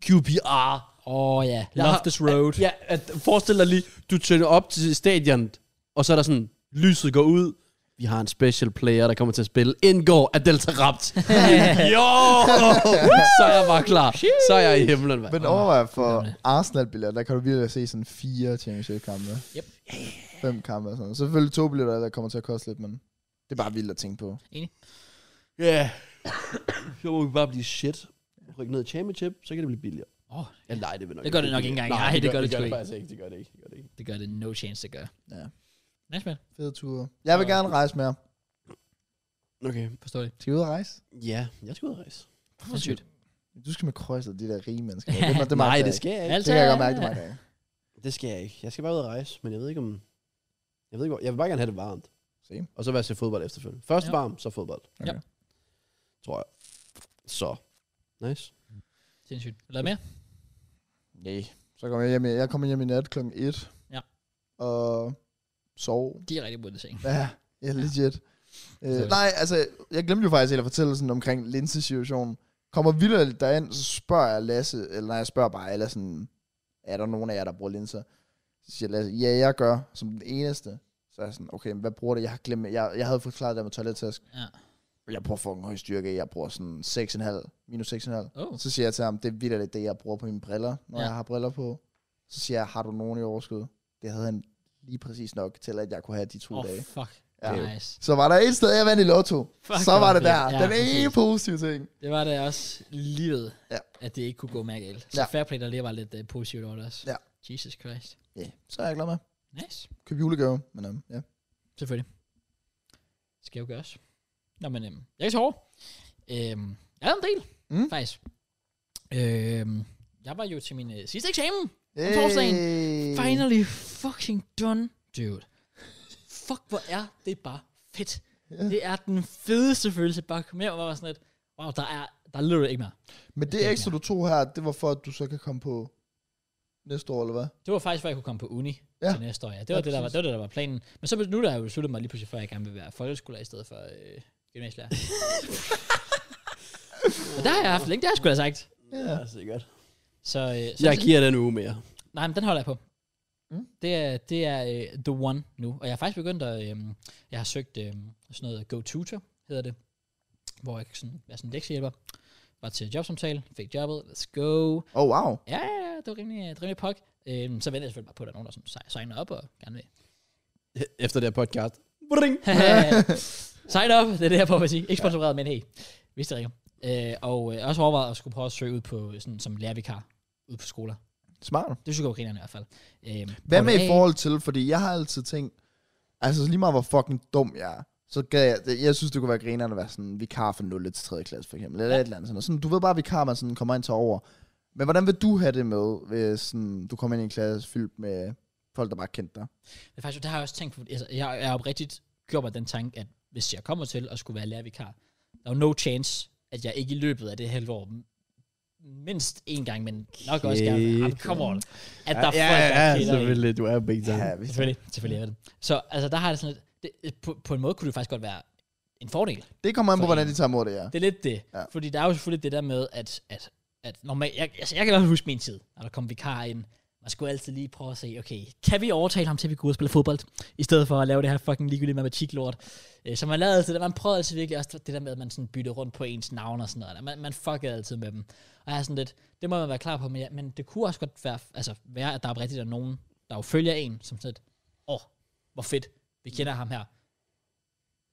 S2: QPR!
S1: Åh oh, ja,
S2: Jeg har-
S1: Loftus Road.
S2: Ja, at, forestil dig lige, du tænder op til stadion, og så er der sådan, lyset går ud. Vi har en special player, der kommer til at spille. Indgår af Delta Rapt. jo! så er jeg bare klar. Så er jeg i himlen, mand.
S3: Men overvej for Arsenal-billetter, der kan du virkelig se sådan fire championship-kampe.
S1: Yep.
S3: Fem kampe og sådan noget. Selvfølgelig to billetter, der kommer til at koste lidt, men det er bare vildt at tænke på.
S2: Ja. Yeah. Så må vi bare blive shit. Ryk ned i championship, så kan det blive billigere.
S1: Åh,
S2: Ja, nej, det vil nok
S1: Det gør det nok ikke engang. Nej, det gør det sgu
S2: det
S1: ikke.
S2: faktisk ikke. Det gør det ikke. Det gør det ikke.
S1: det gør det no chance, det gør.
S3: Ja.
S1: Nice man,
S3: Fede ture. Jeg vil
S1: Ja.
S3: gerne rejse mere.
S2: Okay.
S1: forstår det.
S3: Skal vi ud og rejse?
S2: Ja, jeg skal ud og rejse.
S1: Sindssygt.
S3: Du skal med krøjs og de der rige mennesker. Det, er- det, er mig,
S2: nej,
S3: der
S2: det
S3: er-
S2: skal jeg ikke.
S1: Alt
S3: Det kan jeg godt mærke, det er mig, der er.
S2: Det skal jeg ikke. Jeg skal bare ud og rejse, men jeg ved ikke om... Jeg ved ikke, hvor... Jeg vil bare gerne have det varmt.
S3: Same.
S2: Og så være til fodbold efterfølgende. Først
S1: Ja.
S2: ja. varmt, så fodbold.
S1: Ja.
S2: Tror jeg. Så. Nice.
S1: Sindssygt. Vil du have mere?
S3: Nej. Så kommer jeg hjem, i- jeg kommer hjem i nat klokken 1.
S1: Ja.
S3: Og sov.
S1: De er rigtig gode til ting.
S3: Ja, ja legit.
S1: Sorry.
S3: Øh, nej, altså, jeg glemte jo faktisk helt at fortælle sådan omkring Linse-situationen. Kommer vildt derind, så spørger jeg Lasse, eller nej, jeg spørger bare alle sådan, er der nogen af jer, der bruger linser? Så siger Lasse, ja, jeg gør, som den eneste. Så er jeg sådan, okay, men hvad bruger det? Jeg har glemt, jeg, jeg havde forklaret det med toilettask.
S1: Ja.
S3: jeg bruger fucking høj styrke, jeg bruger sådan 6,5, minus 6,5.
S1: Oh.
S3: Så siger jeg til ham, det er vildt det, jeg bruger på mine briller, når
S1: Ja.
S3: ja. jeg har briller på. Så siger jeg, har du nogen i overskud? Det havde han lige præcis nok til, at jeg kunne have de to
S1: Oh,
S3: oh, dage.
S1: fuck.
S3: Ja.
S1: Ja. Nice.
S3: Så var der et sted, jeg vandt i lotto.
S1: Fuck,
S3: så
S1: hvor
S3: var det
S1: fedt.
S3: der.
S1: Ja,
S3: Den ene
S1: præcis.
S3: positive ting.
S1: Det var da også livet, ja.
S3: Ja.
S1: at det ikke kunne gå mere galt. Så ja.
S3: Ja.
S1: fair play, der lige var lidt uh, positivt over det også.
S3: Ja.
S1: Jesus Christ.
S3: Ja, yeah. så er jeg glad med.
S1: Nice.
S3: Køb julegave, men um, ja.
S1: Selvfølgelig. Skal jo gøres. Nå, men øhm, jeg kan tage over. Øhm, jeg havde en del, mm.
S3: Mm.
S1: faktisk. Øhm, jeg var jo til min øh, sidste eksamen.
S3: Hey.
S1: torsdagen.
S3: Øh.
S1: Finally fucking done, dude. Fuck, hvor er det bare fedt.
S3: Ja.
S1: Det er den fedeste følelse, bare at komme hjem og være sådan lidt, wow, der er, der er literally ikke mere.
S3: Men
S1: Det er
S3: det ekstra, du tog her, det var for, at du så kan komme på næste år, eller hvad?
S1: Det var faktisk, hvor jeg kunne komme på uni ja.
S3: Ja.
S1: til næste år. Ja. Det, var ja,
S3: Ja,
S1: det, der var,
S3: præcis.
S1: det var det, der var planen. Men så nu der har jeg jo besluttet mig lige pludselig, for at jeg gerne vil være folkeskolelærer i stedet for øh, gymnasielærer. Men der har jeg haft længe, det har jeg skulle have sagt.
S3: Ja.
S2: sikkert.
S1: Så, øh, så
S2: Jeg giver den uge mere.
S1: Nej, men den holder jeg på. Mm.
S3: Mm.
S1: Det er, det er øh, the one nu. Og jeg har faktisk begyndt at... Øh, jeg har søgt øh, sådan noget GoTutor, hedder det. Hvor jeg kan sådan, være sådan en lektiehjælper. Var til jobsamtale, fik jobbet, let's go.
S3: Oh, wow.
S1: Ja, ja, ja, det var rimelig, det var rimelig pok. Øhm, så venter jeg selvfølgelig bare på, at der er nogen, der sådan sig- signer op og gerne vil.
S2: Efter det her podcast. Bring.
S1: Sign up, det er det her på, at sige. Ikke sponsoreret, men hey, hvis det ringer. Øh, og øh, også overvejet at skulle prøve at søge ud på, sådan, som lærervikar ude på skoler.
S3: Smart.
S1: Det synes jeg var grinerne i hvert fald. Øhm,
S3: Hvad
S1: prøv
S3: med
S1: det
S3: i
S1: af.
S3: forhold til, fordi jeg har altid tænkt, altså lige meget hvor fucking dum jeg er, så gad jeg, det- jeg synes, det kunne være grinerne at være sådan, vikar fra 0. til 3. klasse for eksempel, eller
S1: Ja.
S3: et eller andet sådan noget. Sådan, du ved bare, vikar, man sådan kommer ind til over. Men hvordan vil du have det med, hvis sådan, du kommer ind i en klasse fyldt med folk, der bare kendte dig?
S1: Men faktisk, det har jeg også tænkt på. Altså, jeg, jeg har oprigtigt gjort mig den tanke, at hvis jeg kommer til at skulle være lærervikar, der er jo no chance, at jeg ikke i løbet af det halve år, m- mindst en gang, men nok også gerne, ah,
S2: Okay.
S1: come on, at der er
S2: ja,
S1: folk, der
S2: ja,
S1: kender en.
S2: selvfølgelig. Du er big time. Ja.
S3: hvis
S1: Selvfølgelig, selvfølgelig er det. Så altså, der har jeg sådan lidt, det, på, på en måde kunne det faktisk godt være en fordel.
S3: det kommer an
S1: For
S3: på, hvordan
S1: en.
S3: de tager mod det, ja.
S1: Det er lidt det. Ja.
S3: Ja.
S1: Fordi der er jo selvfølgelig det der med, at, at, at normalt, jeg, altså, jeg kan i hvert fald huske min tid, når der kom vikar ind. Man skulle altid lige prøve at se, okay, kan vi overtale ham til, at vi går ud og spille fodbold, i stedet for at lave det her fucking ligegyldige matematik-lort. Øh, Så man lavede altid det, man prøvede altid virkelig også det der med, at man sådan byttede rundt på ens navn og sådan noget. Man, man fuckede altid med dem. Og jeg er sådan lidt, det må man være klar på, men, ja, men det kunne også godt være, altså, være, at der er rigtigt der er nogen, der jo følger en, som sådan lidt, åh, oh, hvor fedt, vi kender ham her.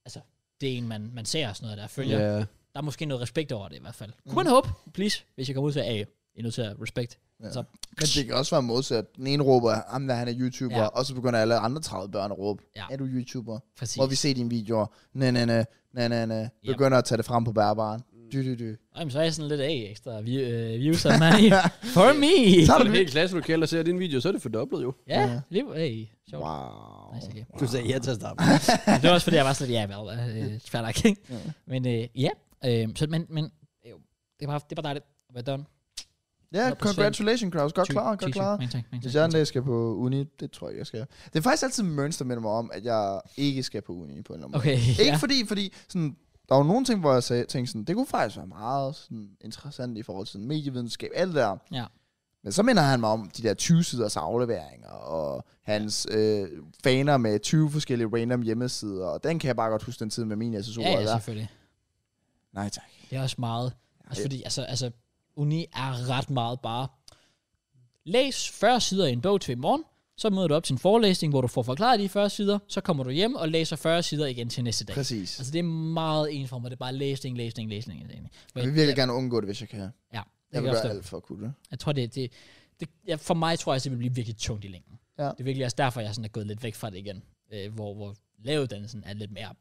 S1: Altså, det er en, man, man ser og sådan noget, der følger
S2: Yeah.
S1: der er måske noget respekt over det i hvert fald.
S3: Mm.
S1: Kunne man håbe, please, hvis jeg kommer ud til, at hey, I er nødt til at respekt. Ja.
S3: Ja.
S1: Så,
S3: Men det kan også være modsat. Den ene råber, ham der, han er YouTuber,
S1: Ja.
S3: ja. og så begynder alle andre 30 børn at råbe,
S1: Ja.
S3: ja. er du YouTuber?
S1: præcis.
S3: Må vi se dine videoer? Næ, næ, næ, næ, næ, næ. Begynder at tage det frem på bærbaren. Du, du, du.
S1: Jamen, så er jeg sådan lidt af ekstra view, øh, views og money for me.
S3: Tager
S2: Når
S3: du
S2: du
S3: det?
S2: helt klasselokale og ser din video, så er det fordoblet jo.
S1: ja, lige, hey, sjovt. Wow.
S3: Wow.
S1: Nice, okay.
S2: Du sagde ja til at starte.
S1: Men det var også fordi, jeg var sådan lidt, ja, vel, øh, fair nok, ikke?
S3: Ja.
S1: Men øh, ja, øh, så, men, men øh, det, var, det var dejligt at være done.
S3: Ja,
S1: 100%.
S3: congratulations, Kraus. Godt klar, godt klar.
S1: Mange tak, mange
S3: Hvis
S1: tak.
S3: jeg en
S1: mange tak.
S3: dag skal på uni, det tror jeg, jeg skal. Det er faktisk altid Mønster minder mig om, at jeg ikke skal på uni på en eller anden måde.
S1: Okay,
S3: Ikke
S1: ja.
S3: fordi, fordi sådan, der var nogle ting, hvor jeg sagde, tænkte sådan, det kunne faktisk være meget sådan, interessant i forhold til sådan, medievidenskab, alt det der.
S1: Ja.
S3: Men så minder han mig om de der 20-siders afleveringer, og hans øh, faner med 20 forskellige random hjemmesider, og den kan jeg bare godt huske den tid med mine assessorer.
S1: Ja,
S3: der.
S1: ja, selvfølgelig.
S3: Nej tak.
S1: Det er også meget. Altså,
S3: Ja.
S1: fordi, altså, altså, uni er ret meget bare, læs 40 sider i en bog til i morgen, så møder du op til en forelæsning, hvor du får forklaret de 40 sider, så kommer du hjem og læser 40 sider igen til næste dag. Præcis.
S3: Præcis.
S1: Altså, det er meget ensform, og det er bare læsning, læsning, læsning. læsning. Men,
S3: Jeg vil virkelig gerne undgå det, hvis jeg kan. Jeg,
S1: Ja, det
S3: jeg
S1: kan
S3: vil
S1: jeg
S3: gøre
S1: forstå.
S3: alt for at kunne det.
S1: Jeg tror, det, det, det ja, for mig tror jeg, at det vil blive virkelig tungt i længden.
S3: Ja.
S1: Det er virkelig også derfor, jeg sådan er gået lidt væk fra det igen, øh, hvor, hvor lavuddannelsen er lidt mere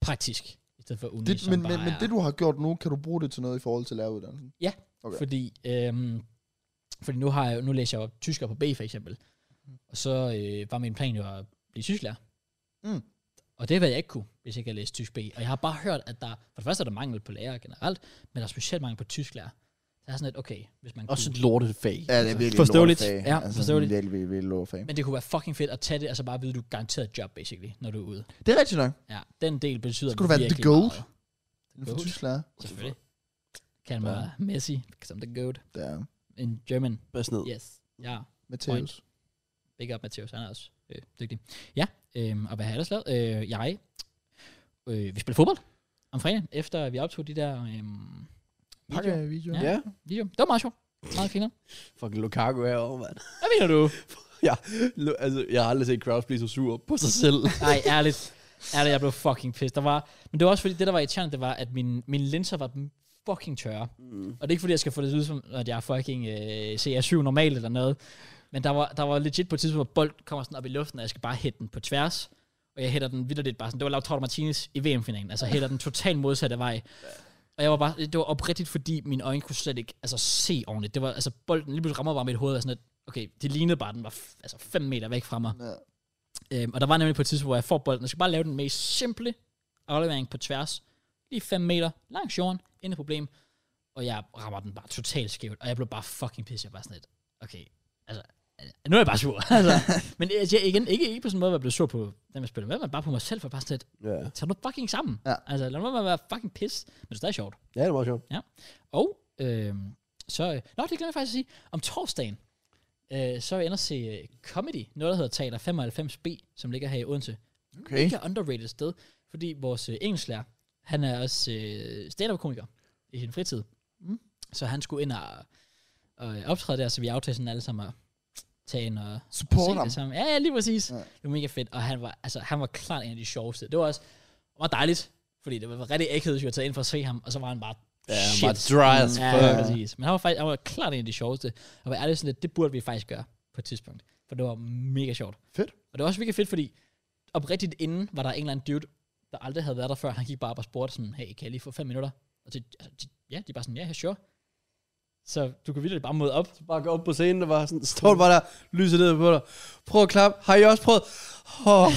S1: praktisk, i stedet for uni,
S3: det
S1: som
S3: men,
S1: bare
S3: men, men
S1: er...
S3: det, du har gjort nu, kan du bruge det til noget i forhold til læreruddannelsen?
S1: Okay.
S3: Okay.
S1: Fordi, øhm, fordi nu, har jeg, nu læser jeg jo tysker på B for eksempel. Og så øh, var min plan jo at blive tysklærer.
S3: Mm.
S1: Og det var jeg ikke kunne, hvis jeg ikke havde læst tysk B. Og jeg har bare hørt, at der, for det første er der mangel på lærere generelt, men der er specielt mangel på tysklærer. Så jeg er sådan lidt, okay, hvis man
S2: Også
S1: kunne.
S2: et lortet fag.
S3: Ja, det er virkelig
S1: Forståeligt.
S3: et lortefag.
S1: Ja, forståeligt.
S3: Altså, Virkelig, virkelig, virkelig lortefag.
S1: Men det kunne være fucking fedt at tage det, og så bare vide, at du er garanteret et job, basically, når du er ude.
S3: Det er rigtigt nok.
S1: Ja, den del betyder
S3: Skulle du være the
S1: virkelig
S3: goat?
S1: meget.
S3: Inden for
S1: Goat.
S3: tysk lærer.
S1: Selvfølgelig. Kan man
S3: Ja.
S1: være Messi, som the goat.
S3: Det er
S1: In German,
S2: Bas ned.
S1: yes. Ja,
S3: Matheus.
S1: Big up, Mathias. Han er også øhm, øh, dygtig. Ja, øh, og hvad har jeg ellers lavet? Øh, jeg, øh, vi spiller fodbold om fredagen, efter vi optog de der øhm,
S3: Pakke
S1: video,
S3: video.
S1: Ja.
S2: Ja. ja.
S1: video. Det var meget sjovt. Meget fint.
S2: Fucking Lukaku herovre, mand.
S1: Hvad mener du?
S2: Lu- altså, jeg har aldrig set Kraus blive så sur på sig selv.
S1: Nej, ærligt. Ærligt, jeg blev fucking pissed. Der var, men det var også fordi, det der var irriterende, det var, at min, mine linser var fucking tørre.
S2: Mm.
S1: Og det er ikke fordi, jeg skal få det ud som, at jeg er fucking øh, CR7 normal eller noget. Men der var, der var legit på et tidspunkt, hvor bold kommer sådan op i luften, og jeg skal bare hætte den på tværs. Og jeg hætter den vidderligt bare sådan. Det var Lautaro Martinez i VM-finalen. Altså jeg hætter den totalt modsatte vej. Og jeg var bare, det var oprigtigt, fordi mine øjne kunne slet ikke altså, se ordentligt. Det var, altså bolden lige pludselig rammer bare mit hoved, og sådan lidt, okay, det lignede bare, den var f- altså 5 meter væk fra mig.
S3: Ja.
S1: Øhm, og der var nemlig på et tidspunkt, hvor jeg får bolden. Jeg skal bare lave den mest simple aflevering på tværs. Lige 5 meter langs jorden. Intet problem. Og jeg rammer den bare totalt skævt. Og jeg blev bare fucking pisset. Jeg var bare sådan lidt, okay, altså, øh, nu er jeg bare sur. altså, men altså, jeg, igen, ikke, ikke på sådan en måde, at jeg blev sur på dem, jeg spiller med, men bare på mig selv, for bare sådan lidt,
S2: Ja.
S1: tag nu fucking sammen.
S3: Ja.
S1: Altså, lad mig bare være fucking pis. Men det er stadig sjovt.
S2: ja, det var meget sjovt.
S1: Og øh, så... Øh, nå, det glemte jeg faktisk at sige. Om torsdagen, øh, så er jeg inde og se øh, comedy. Noget, der hedder Teater 95B, som ligger her i Odense.
S3: Okay.
S1: Mega underrated sted, fordi vores øh, engelsklærer, han er også øh, stand-up-komiker i sin fritid.
S3: Mm.
S1: Så han skulle ind og, og optræde der, så vi aftalte sådan alle sammen at tage ind og
S3: Support
S1: se
S3: ham.
S1: det sammen. Ja, ja, lige præcis.
S3: Ja.
S1: Ja. Det var mega fedt, og han var, altså, han var klart en af de sjoveste. Det var også det var dejligt, fordi det var rigtig ægget, at jeg taget ind for at se ham, og så var han bare
S2: Ja, han
S1: shit.
S2: var dry as
S1: Ja,
S2: fuck.
S1: ja, præcis. Men han var, faktisk, han var klart en af de sjoveste. Og var ærlig sådan lidt, det burde vi faktisk gøre på et tidspunkt. For det var mega sjovt.
S3: Fedt.
S1: Og det var også mega fedt, fordi oprigtigt inden var der en eller anden dude, der aldrig havde været der før. Han gik bare op og spurgte sådan, hey, kan jeg lige få fem minutter? Og til, altså, de, ja, de var sådan, ja, yeah, sure. Så du kan virkelig bare møde op.
S2: Bare gå op på scenen og bare sådan, står du bare der, lyser ned på dig. Prøv at klappe. Har I også prøvet? Åh, oh,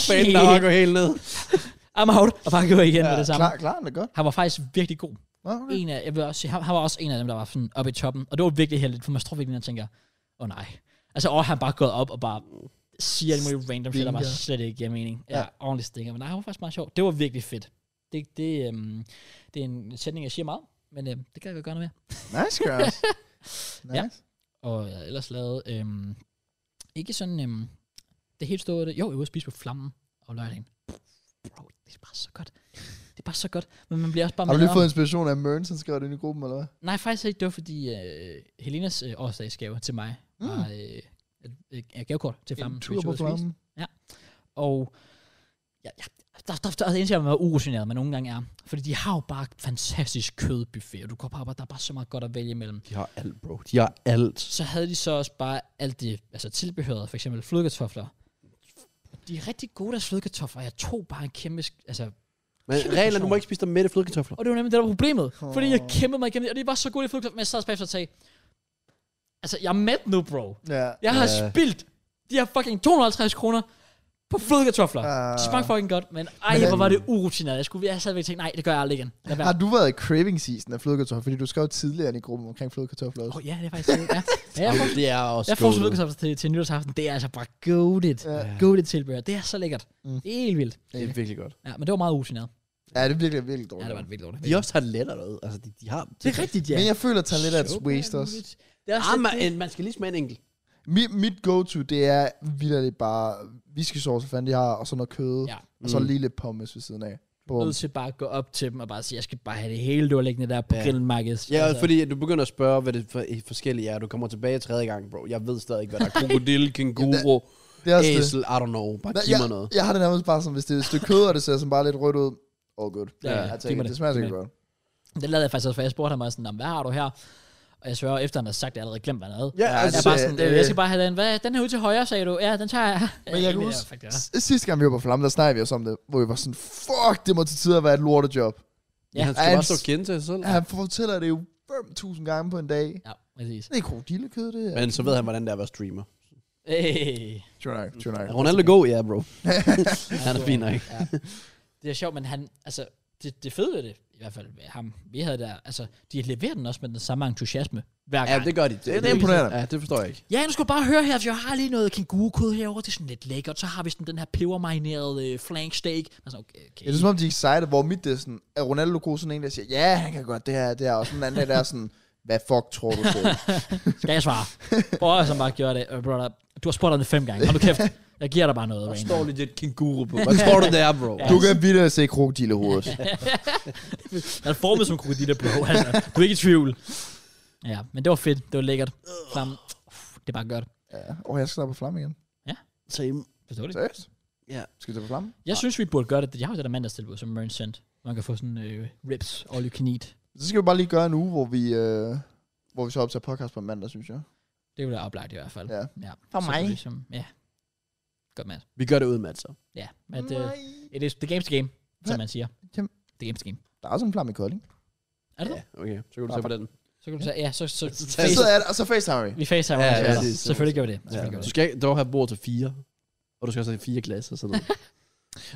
S2: fanden der bare går helt ned.
S1: I'm out. Og bare gå igen ja, med
S2: Ja,
S1: det samme.
S3: Klar, klar, det er godt.
S1: Han var faktisk virkelig god.
S3: Nå, okay.
S1: en af, jeg vil også sige, han, han var også en af dem, der var sådan oppe i toppen. Og det var virkelig heldigt, for man står virkelig, og tænker, åh oh, nej. Altså, og han bare gået op og bare siger alle mulige random shit, der bare
S3: Stinker.
S1: slet ikke giver mening. Ja,
S3: Ja.
S1: ja. ordentligt stinger. Men nej, han var faktisk meget sjov. Det var virkelig fedt. Det, det, øhm, det er en sætning, jeg siger meget, men øhm, det kan jeg jo gøre noget mere.
S3: Nice, girls.
S1: Ja.
S3: Nice.
S1: Og jeg har ellers lavet, øhm, ikke sådan, øhm, det helt store, jo, jeg var ude at spise på flammen og lørdagen. Bro, det er bare så godt. Det er bare så godt. Men man bliver også bare
S3: Har du lige
S1: mindre om-
S3: fået inspiration af Mørns, han skrev det ind i gruppen, eller hvad?
S1: Nej, faktisk ikke. Det var fordi øh, Helenas øh, årsdagsgave til mig
S3: Mm.
S1: mm. var øh, et, et gavekort til flammen.
S3: En tur på
S1: Rituals Feast.
S3: flammen.
S1: Og ja, ja, der, der, der, der indser jeg, at man er urutineret, man nogle gange er. Fordi de har jo bare et fantastisk kødbuffet, og du går bare, bare- der er bare så meget godt at vælge imellem.
S2: De har alt, bro. De har alt.
S1: Så havde de så også bare alt det, altså tilbehøret, for eksempel flødekartofler. De er rigtig gode, deres flødekartofler. Jeg tog bare en kæmpe... sk- Altså,
S2: Men reglerne, du må ikke spise dig med det flødekartofler.
S1: Og det var nemlig det, der var problemet. Oh. Fordi jeg
S3: Åh.
S1: kæmpede mig igennem det, og det var så godt i flødekartofler, men jeg sad også bagefter og sagde, altså, jeg er mæt nu, bro.
S3: Ja.
S1: Jeg har
S2: Ja.
S1: yeah. spildt de her fucking 250 kroner på flødekartofler. Uh,
S3: Ah.
S1: det smagte fucking godt, men ej,
S3: Men- øh,
S1: hvor var det urutineret. Jeg, skulle, jeg sad og tænkte, nej, det gør jeg aldrig igen. Lad være.
S3: Har du været i craving season af flødekartofler? Fordi du skrev tidligere i gruppen omkring flødekartofler også.
S1: Åh, oh, ja, det er faktisk ja. ja jeg får,
S2: Jamen, det er også
S1: jeg får
S2: godt.
S1: flødekartofler til, til nytårsaften. Det er altså bare goated.
S3: Ja.
S1: Uh. Goated tilbehør. Det er så lækkert.
S3: Mm.
S1: Mm. Det er helt vildt.
S2: Det er virkelig godt.
S1: Ja, men det var meget urutineret.
S3: Ja, det er virkelig, virkelig
S1: Ja,
S3: dårligt.
S1: det var det virkelig dårligt.
S2: De også har letter derude. Altså, de, de har...
S1: Det er rigtigt, ja.
S3: Men jeg føler, at tager lidt af et waste også.
S1: Det er også
S2: Ah,
S1: lidt
S2: man,
S1: det.
S2: man skal lige smage en enkelt.
S3: Mit, mit go-to, det er vidderligt bare viskesauce, hvad fanden de har, og så noget kød, ja.
S1: Ja.
S3: og så
S2: Mm.
S3: lige lidt pommes ved siden af. Bum.
S1: nødt til bare at gå op til dem og bare sige, jeg skal bare have det hele, du har liggende der på
S2: Ja.
S1: ja. grillenmarkedet.
S2: Ja, altså. fordi du begynder at spørge, hvad det for, i forskellige er. Du kommer tilbage tredje gang, bro. Jeg ved stadig ikke, hvad der er. Krokodil, kænguru,
S3: Det er også det.
S2: æsel, I don't know. Bare
S3: Nej,
S2: giv mig noget.
S3: Jeg har det nærmest bare som, hvis det er et stykke kød, og det ser sådan bare lidt rødt ud. Oh, good.
S1: Ja, ja,
S3: Jeg
S1: giv
S3: tænker,
S1: mig
S3: det
S1: det.
S3: smager
S1: Giv mig
S3: sikkert godt.
S1: Det lavede jeg faktisk også, for jeg spurgte ham også sådan, "Nå, men hvad har du her? Og jeg sværger efter, han har sagt, at jeg allerede glemt, hvad han havde.
S2: Ja,
S1: Jeg
S2: altså,
S1: er bare sådan,
S3: det-
S1: det, jeg skal bare have den. Hvad, den her ude til højre, sagde du. Ja, den tager jeg.
S3: Men jeg kan
S1: Ja,
S3: huske-
S1: fuck, det er.
S3: S- Sidste gang vi var på Flamme, der snakkede vi også om det, hvor vi var sådan, fuck, det må til tider være et lortejob.
S2: ja. han skal
S3: Ej,
S2: bare
S3: han-
S2: stå kendt til sig selv.
S3: Han fortæller det jo 5.000 gange på en dag.
S1: Ja, præcis.
S3: Det er krokodillekød, det er.
S2: Men så ved han, hvordan det er at være streamer.
S1: Hey.
S3: Sure nok, sure
S2: Er
S3: nok.
S2: Ronaldo god? Ja, bro. Han er fin nok.
S1: Ja. Det er sjovt, men han, altså, det, det fede ved det, i hvert fald ved ham, vi havde der, altså, de leverer den også med den samme entusiasme hver
S2: Ja,
S1: gang.
S2: det gør de.
S3: Det er imponerende.
S2: Ja, det forstår jeg ikke.
S1: Ja, nu skal du bare høre her, for jeg har lige noget kængurukød herovre, det er sådan lidt lækkert, så har vi sådan den her peberminerede øh, flank steak. Man er sådan, okay, okay.
S3: Ja, det er som om, de er excited, hvor mit det er sådan, er Ronaldo god sådan en, der siger, ja, han kan godt det her, det her, og sådan en anden, der er sådan, hvad fuck tror du det? er?"
S1: Skal jeg svare? Bror, som bare gjorde det. Øh, brother, du har spurgt om det fem gange. Hold nu kæft. Jeg giver dig bare noget.
S2: Der
S1: Rainer.
S2: står lidt et kænguru på. Hvad tror du, det er, bro?
S3: Du kan vildt se krokodillehovedet.
S1: Han er formet som krokodiller på, altså. Du er ikke i tvivl. Ja, men det var fedt. Det var lækkert. Flam. Uff, Det er bare godt.
S3: ja. Og jeg skal starte på flamme igen.
S2: Same.
S1: Forståeligt.
S3: Seriøst?
S2: Ja.
S3: Skal du på flamme?
S1: Jeg synes, vi burde gøre det. Jeg har jo det der mandagstilbud, som Mørn sendte. Man kan få sådan øh, ribs, all you can eat.
S3: Så skal vi bare lige gøre en uge, hvor vi, øh, hvor vi så optager podcast på mandag, synes jeg.
S1: Det ville være oplagt i hvert fald.
S3: Ja.
S1: ja.
S3: For
S1: Så
S3: mig.
S1: kunne vi Ligesom, ja. Godt, Mads.
S2: Vi gør det uden, Mads. så.
S1: Ja, at, uh, it is the game's the game, som
S3: Hvad?
S1: man siger.
S3: Jamen.
S1: The game's the game.
S3: Der er også en flamme i Kolding.
S1: Er det
S2: Ja,
S1: det?
S2: okay. Så kan du tage på den.
S1: Så kan du sige, ja, så, så, så,
S2: Så
S3: Så
S1: face,
S3: sidder jeg der, og så facetimer vi.
S1: vi face
S2: Ja,
S1: ja,
S2: ja,
S1: ja,
S2: det er-
S1: Selvfølgelig gør vi det.
S2: Ja.
S1: Selvfølgelig gør vi
S2: Du
S1: det.
S2: skal dog have bord til fire. Og du skal også have fire glas og sådan noget.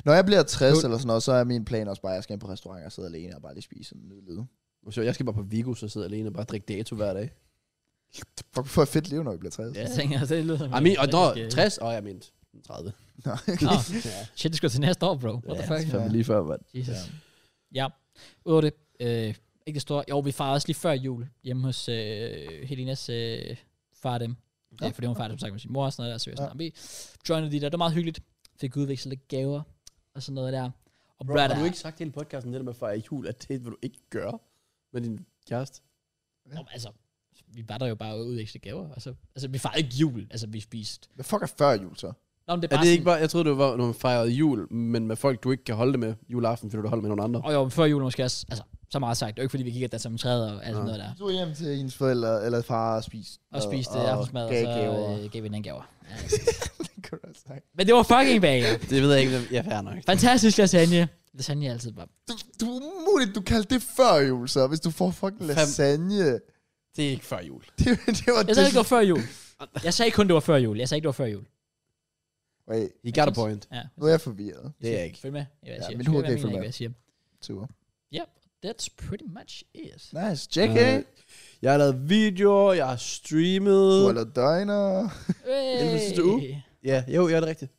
S3: Når jeg bliver 60
S2: Jo.
S3: eller sådan noget, så er min plan også bare, at jeg skal ind på restaurant og sidde alene og bare lige spise en lille
S2: Og Så jeg skal bare på Vigo, så sidder alene og bare drikke dato hver dag.
S3: Fuck, for et fedt liv, når vi bliver 60.
S1: Jeg tænker, altså, det lyder... som
S2: Ej,
S1: en
S2: min, og
S1: rigtig,
S2: nå,
S1: øh,
S2: 60, og jeg mente 30.
S3: Nå,
S1: Nå,
S2: Ja.
S1: shit, det skal til næste år, bro. What the
S2: Ja,
S1: fuck?
S2: det er fandme lige før, mand.
S1: Jesus. Ja. Udover det, øh, ikke det store. Jo, vi farede også lige før jul hjemme hos øh, Helenas øh, far og dem. Ja.
S3: Ja.
S1: fordi hun farede som sagt med sin mor og sådan noget der. Så vi,
S3: Ja.
S1: ja. vi joinede de der. Det var meget hyggeligt. Fik udvekslet lidt gaver og sådan noget der. Og
S2: Bro, har
S1: brother.
S2: du ikke sagt hele podcasten, det der med at fejre jul, at det vil du ikke gøre med din kæreste?
S1: Nå, men altså, vi var der jo bare og udvekslede gaver. Og så, altså, vi farede ikke jul. Altså, vi spiste.
S3: Hvad fuck er før jul så?
S1: Nå, men det er
S2: Er
S1: bare
S2: det
S1: sådan,
S2: ikke bare, jeg troede, det var, når man fejrede jul, men med folk, du ikke kan holde det med juleaften, fordi du holder med nogle andre.
S1: Og jo, men før jul måske også. Altså, så meget sagt. Det er jo ikke, fordi vi gik og dansede om træet og alt sådan
S2: Nå.
S1: noget der.
S3: Du er hjem til hendes forældre eller far og spiste.
S1: Og spiste aftensmad, og så øh, gav vi den gaver. Ja. Men det var fucking bager.
S2: Det ved jeg ikke, jeg er nok.
S1: Fantastisk lasagne. Lasagne er altid bare
S3: Du, du er umuligt, du kaldte det før jul så, hvis du får fucking
S2: Fem-
S3: lasagne.
S2: Det er ikke før jul.
S3: Det, det var
S1: Jeg sagde ikke, det var før jul. Jeg sagde kun, det var før jul. Jeg sagde ikke, det var før jul.
S3: Wait,
S2: He got a point.
S1: Ja.
S3: nu er jeg forvirret.
S2: Det er jeg ikke.
S1: Følg med, i, hvad jeg
S3: Ja,
S1: siger.
S3: mit
S1: Følg
S3: hoved
S1: med, jeg
S3: kan ikke
S1: mener
S3: følge
S1: ikke, hvad jeg siger.
S3: Super.
S1: That's pretty much it.
S3: Nice, JK.
S2: Øh, Jeg har lavet videoer, jeg har streamet.
S3: Du har lavet døgner.
S1: Hey.
S2: den sidste uge? Ja, jo, jeg er det rigtigt.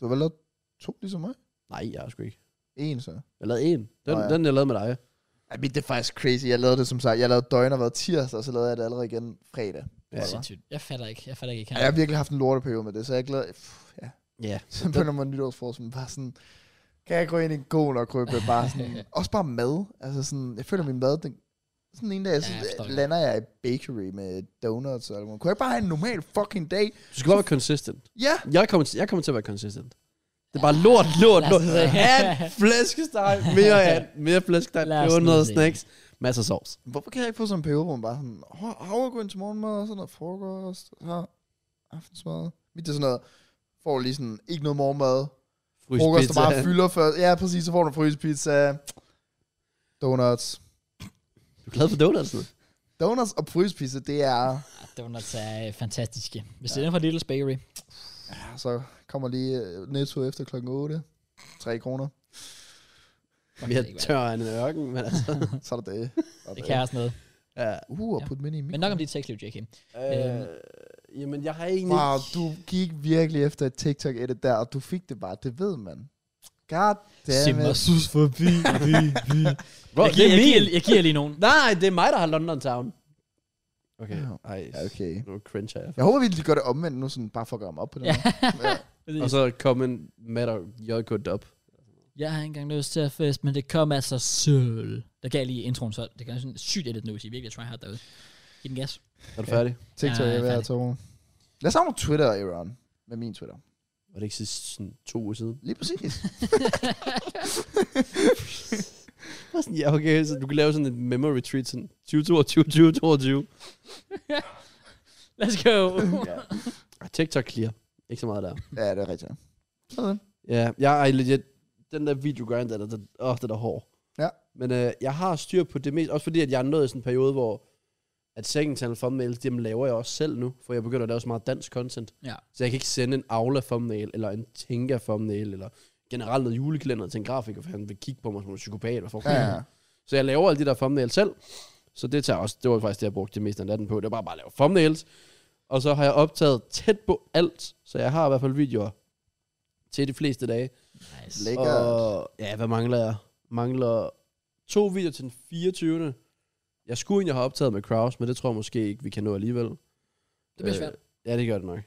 S3: Du har vel lavet to ligesom mig?
S2: Nej, jeg har sgu ikke.
S3: En så.
S2: Jeg har lavet en. Den,
S3: Nå, ja.
S2: den jeg lavede med dig.
S3: I mean, det er faktisk crazy. Jeg lavede det som sagt. Jeg lavede døgner hver tirsdag, og så lavede jeg det allerede igen fredag.
S1: Det
S2: Ja.
S1: er sindssygt. Jeg fatter ikke. Jeg fatter ikke.
S3: Ja, jeg har virkelig haft en lorteperiode med det, så jeg glæder... Pff, ja.
S2: Ja.
S3: Så begynder man nytårsforsmål bare sådan... Kan jeg gå ind i en god nok krybbe? Bare sådan... også bare mad. Altså sådan... Jeg føler min mad... Den, sådan en dag, så
S1: jeg forstår det
S3: lander jeg i bakery med donuts og alt muligt. Kunne jeg ikke bare have en normal fucking dag?
S2: Du skal bare være consistent.
S3: Ja!
S2: Jeg kommer, til, jeg kommer til at være consistent. Det er bare lort, lort,
S1: Lad
S2: lort.
S1: os se.
S2: And flæskesteg. Mere and. Mere flæskesteg.
S1: Lad os
S2: Det var
S1: nu
S2: noget
S1: se.
S2: snacks. Masser af sovs.
S3: Hvorfor kan jeg ikke få sådan en periode, hvor man bare sådan... "Åh, Havregryn til morgenmad og sådan noget frokost. Og så aftensmad. Mit er sådan noget... Får lige sådan... Ikke noget morgenmad.
S2: Fryst
S3: Frokost, der
S2: pizza.
S3: bare fylder først. Ja, præcis. Så får du en fryspizza. Donuts.
S2: Du er glad for donuts nu.
S3: Donuts og fryspizza, det er...
S1: Donuts er øh, fantastiske. Hvis det er den fra Little's Bakery.
S3: Ja, så kommer lige øh, Netto efter klokken 8. 3 kroner.
S1: fuck,
S2: Vi
S1: jeg
S2: har
S1: ved ikke, hvad
S2: tør en ørken, men altså.
S3: Så er der det.
S1: Det er. Det kan jeg også noget.
S2: ja.
S3: Uh, og
S1: Ja.
S3: put dem ind i
S1: Men
S3: min.
S1: nok om dit sexliv, JK. Øhm.
S2: øh, jamen, jeg har egentlig...
S3: Wow, du gik virkelig efter et TikTok-edit der, og du fig det bare. Det ved man. God damn it.
S1: sus forbi. Vi, vi.
S2: Bro,
S1: Jeg
S2: det
S1: giver,
S2: er
S1: jeg,
S2: min.
S1: giver, jeg giver lige nogen.
S2: Nej, det er mig, der har London Town. Okay.
S3: Ja.
S2: Ej,
S3: Ja, okay.
S2: nu cringe jeg.
S3: Jeg håber, vi lige gør det omvendt nu, sådan bare for at gøre dem op på den
S1: Ja.
S3: måde. ja.
S2: Og så kom en Matt og JK op.
S1: Jeg har ikke engang lyst til at fest, men det kom altså søl. Der gav jeg lige introen, så det kan sådan sygt edit nu, hvis I virkelig er tryhard derude. Giv den gas.
S2: Er du færdig?
S3: TikTok,
S1: Ja,
S3: jeg
S1: jeg er
S3: vil have
S1: færdig.
S3: to. Jeg savner Twitter, Aaron. Med min Twitter.
S2: Var det ikke sidst sådan to uger siden?
S3: Lige præcis.
S2: Bare sådan, ja, okay, så du kan lave sådan et memory retreat, sådan 2022, 2022.
S1: Let's go.
S3: ja.
S2: Ah, TikTok clear. Ikke så meget der.
S3: ja, det er rigtigt. Sådan.
S2: Ja, jeg er legit, den der videogrind, der, der, åh, den er hård.
S3: Ja.
S2: Men øh, jeg har styr på det mest, også fordi, at jeg er nået i sådan en periode, hvor at second channel thumbnails, dem laver jeg også selv nu, for jeg begynder at lave så meget dansk content.
S1: Ja.
S2: Så jeg kan ikke sende en Aula thumbnail, eller en Tinka thumbnail, eller generelt noget julekalender til en grafiker, for han vil kigge på mig som en psykopat. Hvad for
S3: Ja, ja.
S2: Så jeg laver alle de der thumbnails selv. Så det tager også, det var faktisk det, jeg brugte det meste af natten på. Det var bare, bare at lave thumbnails. Og så har jeg optaget tæt på alt, så jeg har i hvert fald videoer til de fleste dage.
S1: nice.
S3: Lækkert.
S2: Og ja, hvad mangler jeg? Mangler to videoer til den 24. Jeg skulle egentlig have optaget med Kraus, men det tror jeg måske ikke, vi kan nå alligevel.
S1: Det bliver
S2: Øh,
S1: svært.
S2: Ja, det gør det nok. Øh,
S1: Det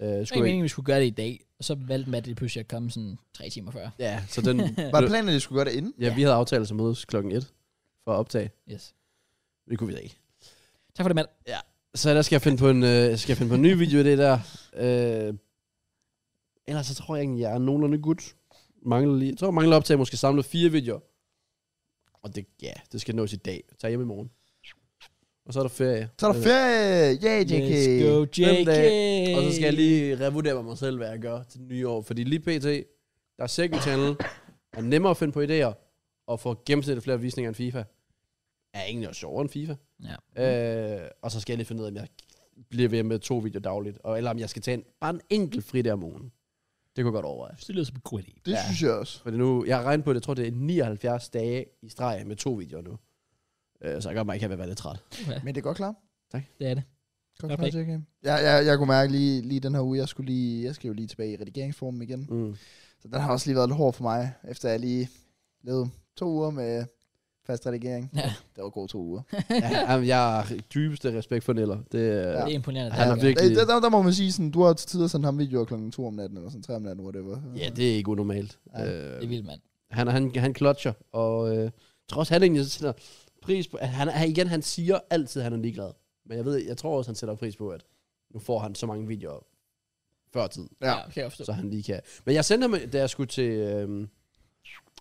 S1: var ikke
S2: skulle ikke,
S1: meningen, vi skulle gøre det i dag. Og så valgte Matt lige pludselig at komme sådan tre timer før.
S2: ja, så den...
S3: Var planen, at de skulle gøre det inden?
S2: ja, vi havde aftalt at mødes klokken 1 for at optage.
S1: Yes.
S2: Det kunne vi da ikke.
S1: Tak for det, Matt.
S2: Så ellers skal jeg finde på en, øh, skal jeg finde på en ny video af det der. Øh, ellers så tror jeg egentlig, jeg er nogenlunde gut. Mangler lige, jeg tror, jeg mangler op til, at jeg måske samlet fire videoer. Og det, ja, det skal nås i dag. Tag hjem i morgen. Og så er der ferie. Øh,
S3: Så er der ferie. Yeah, JK.
S1: Øh. Let's go,
S2: Fem
S1: JK.
S2: dage. Og så skal jeg lige revurdere mig selv, hvad jeg gør til det nye år. Fordi lige pt, der er second channel, er nemmere at finde på idéer, og får gennemsnitligt flere visninger end FIFA. Er egentlig også sjovere end FIFA.
S1: Ja.
S2: Øh, og så skal jeg lige finde ud af, om jeg bliver ved med to videoer dagligt, og, eller om jeg skal tage en, bare en enkelt fridag om ugen. Det kunne jeg godt overveje.
S1: Det lyder som en god idé.
S3: Det
S2: Ja.
S3: synes jeg også.
S2: Fordi nu, jeg har regnet på, at jeg tror, det er 79 dage i streg med to videoer nu. Øh, så jeg gør mig ikke at være lidt træt.
S1: Okay.
S3: Men det er godt klar.
S1: Det er det.
S3: Godt
S1: Godt
S3: klar, JK. Jeg, jeg, jeg kunne mærke lige, lige den her uge, jeg, skulle lige, jeg skal jo lige tilbage i redigeringsformen igen.
S2: Mm.
S3: Så den har også lige været lidt hård for mig, efter jeg lige levede to uger med fast redigering.
S1: Ja.
S3: Det var gode to uger.
S2: Ja, jamen, jeg har dybeste respekt for Neller. Det,
S1: Det
S2: ja.
S1: er imponerende.
S2: Han er
S1: det
S2: virkelig-
S3: Der, der, der, må man sige sådan, du har til tider sendt ham videoer klokken 2 om natten, eller sådan 3 om natten, whatever.
S2: ja, det er ikke unormalt.
S3: Ej,
S1: Det er
S2: Øh,
S1: vildt, mand.
S2: han, han, han klotcher, og øh, trods han egentlig sætter pris på... At han, han, igen, han siger altid, at han er ligeglad. Men jeg ved, jeg tror også, han sætter pris på, at nu får han så mange videoer før tid.
S3: Ja.
S1: kan jeg forstå.
S2: så han lige kan. Men jeg sendte ham, da jeg skulle til, øhm,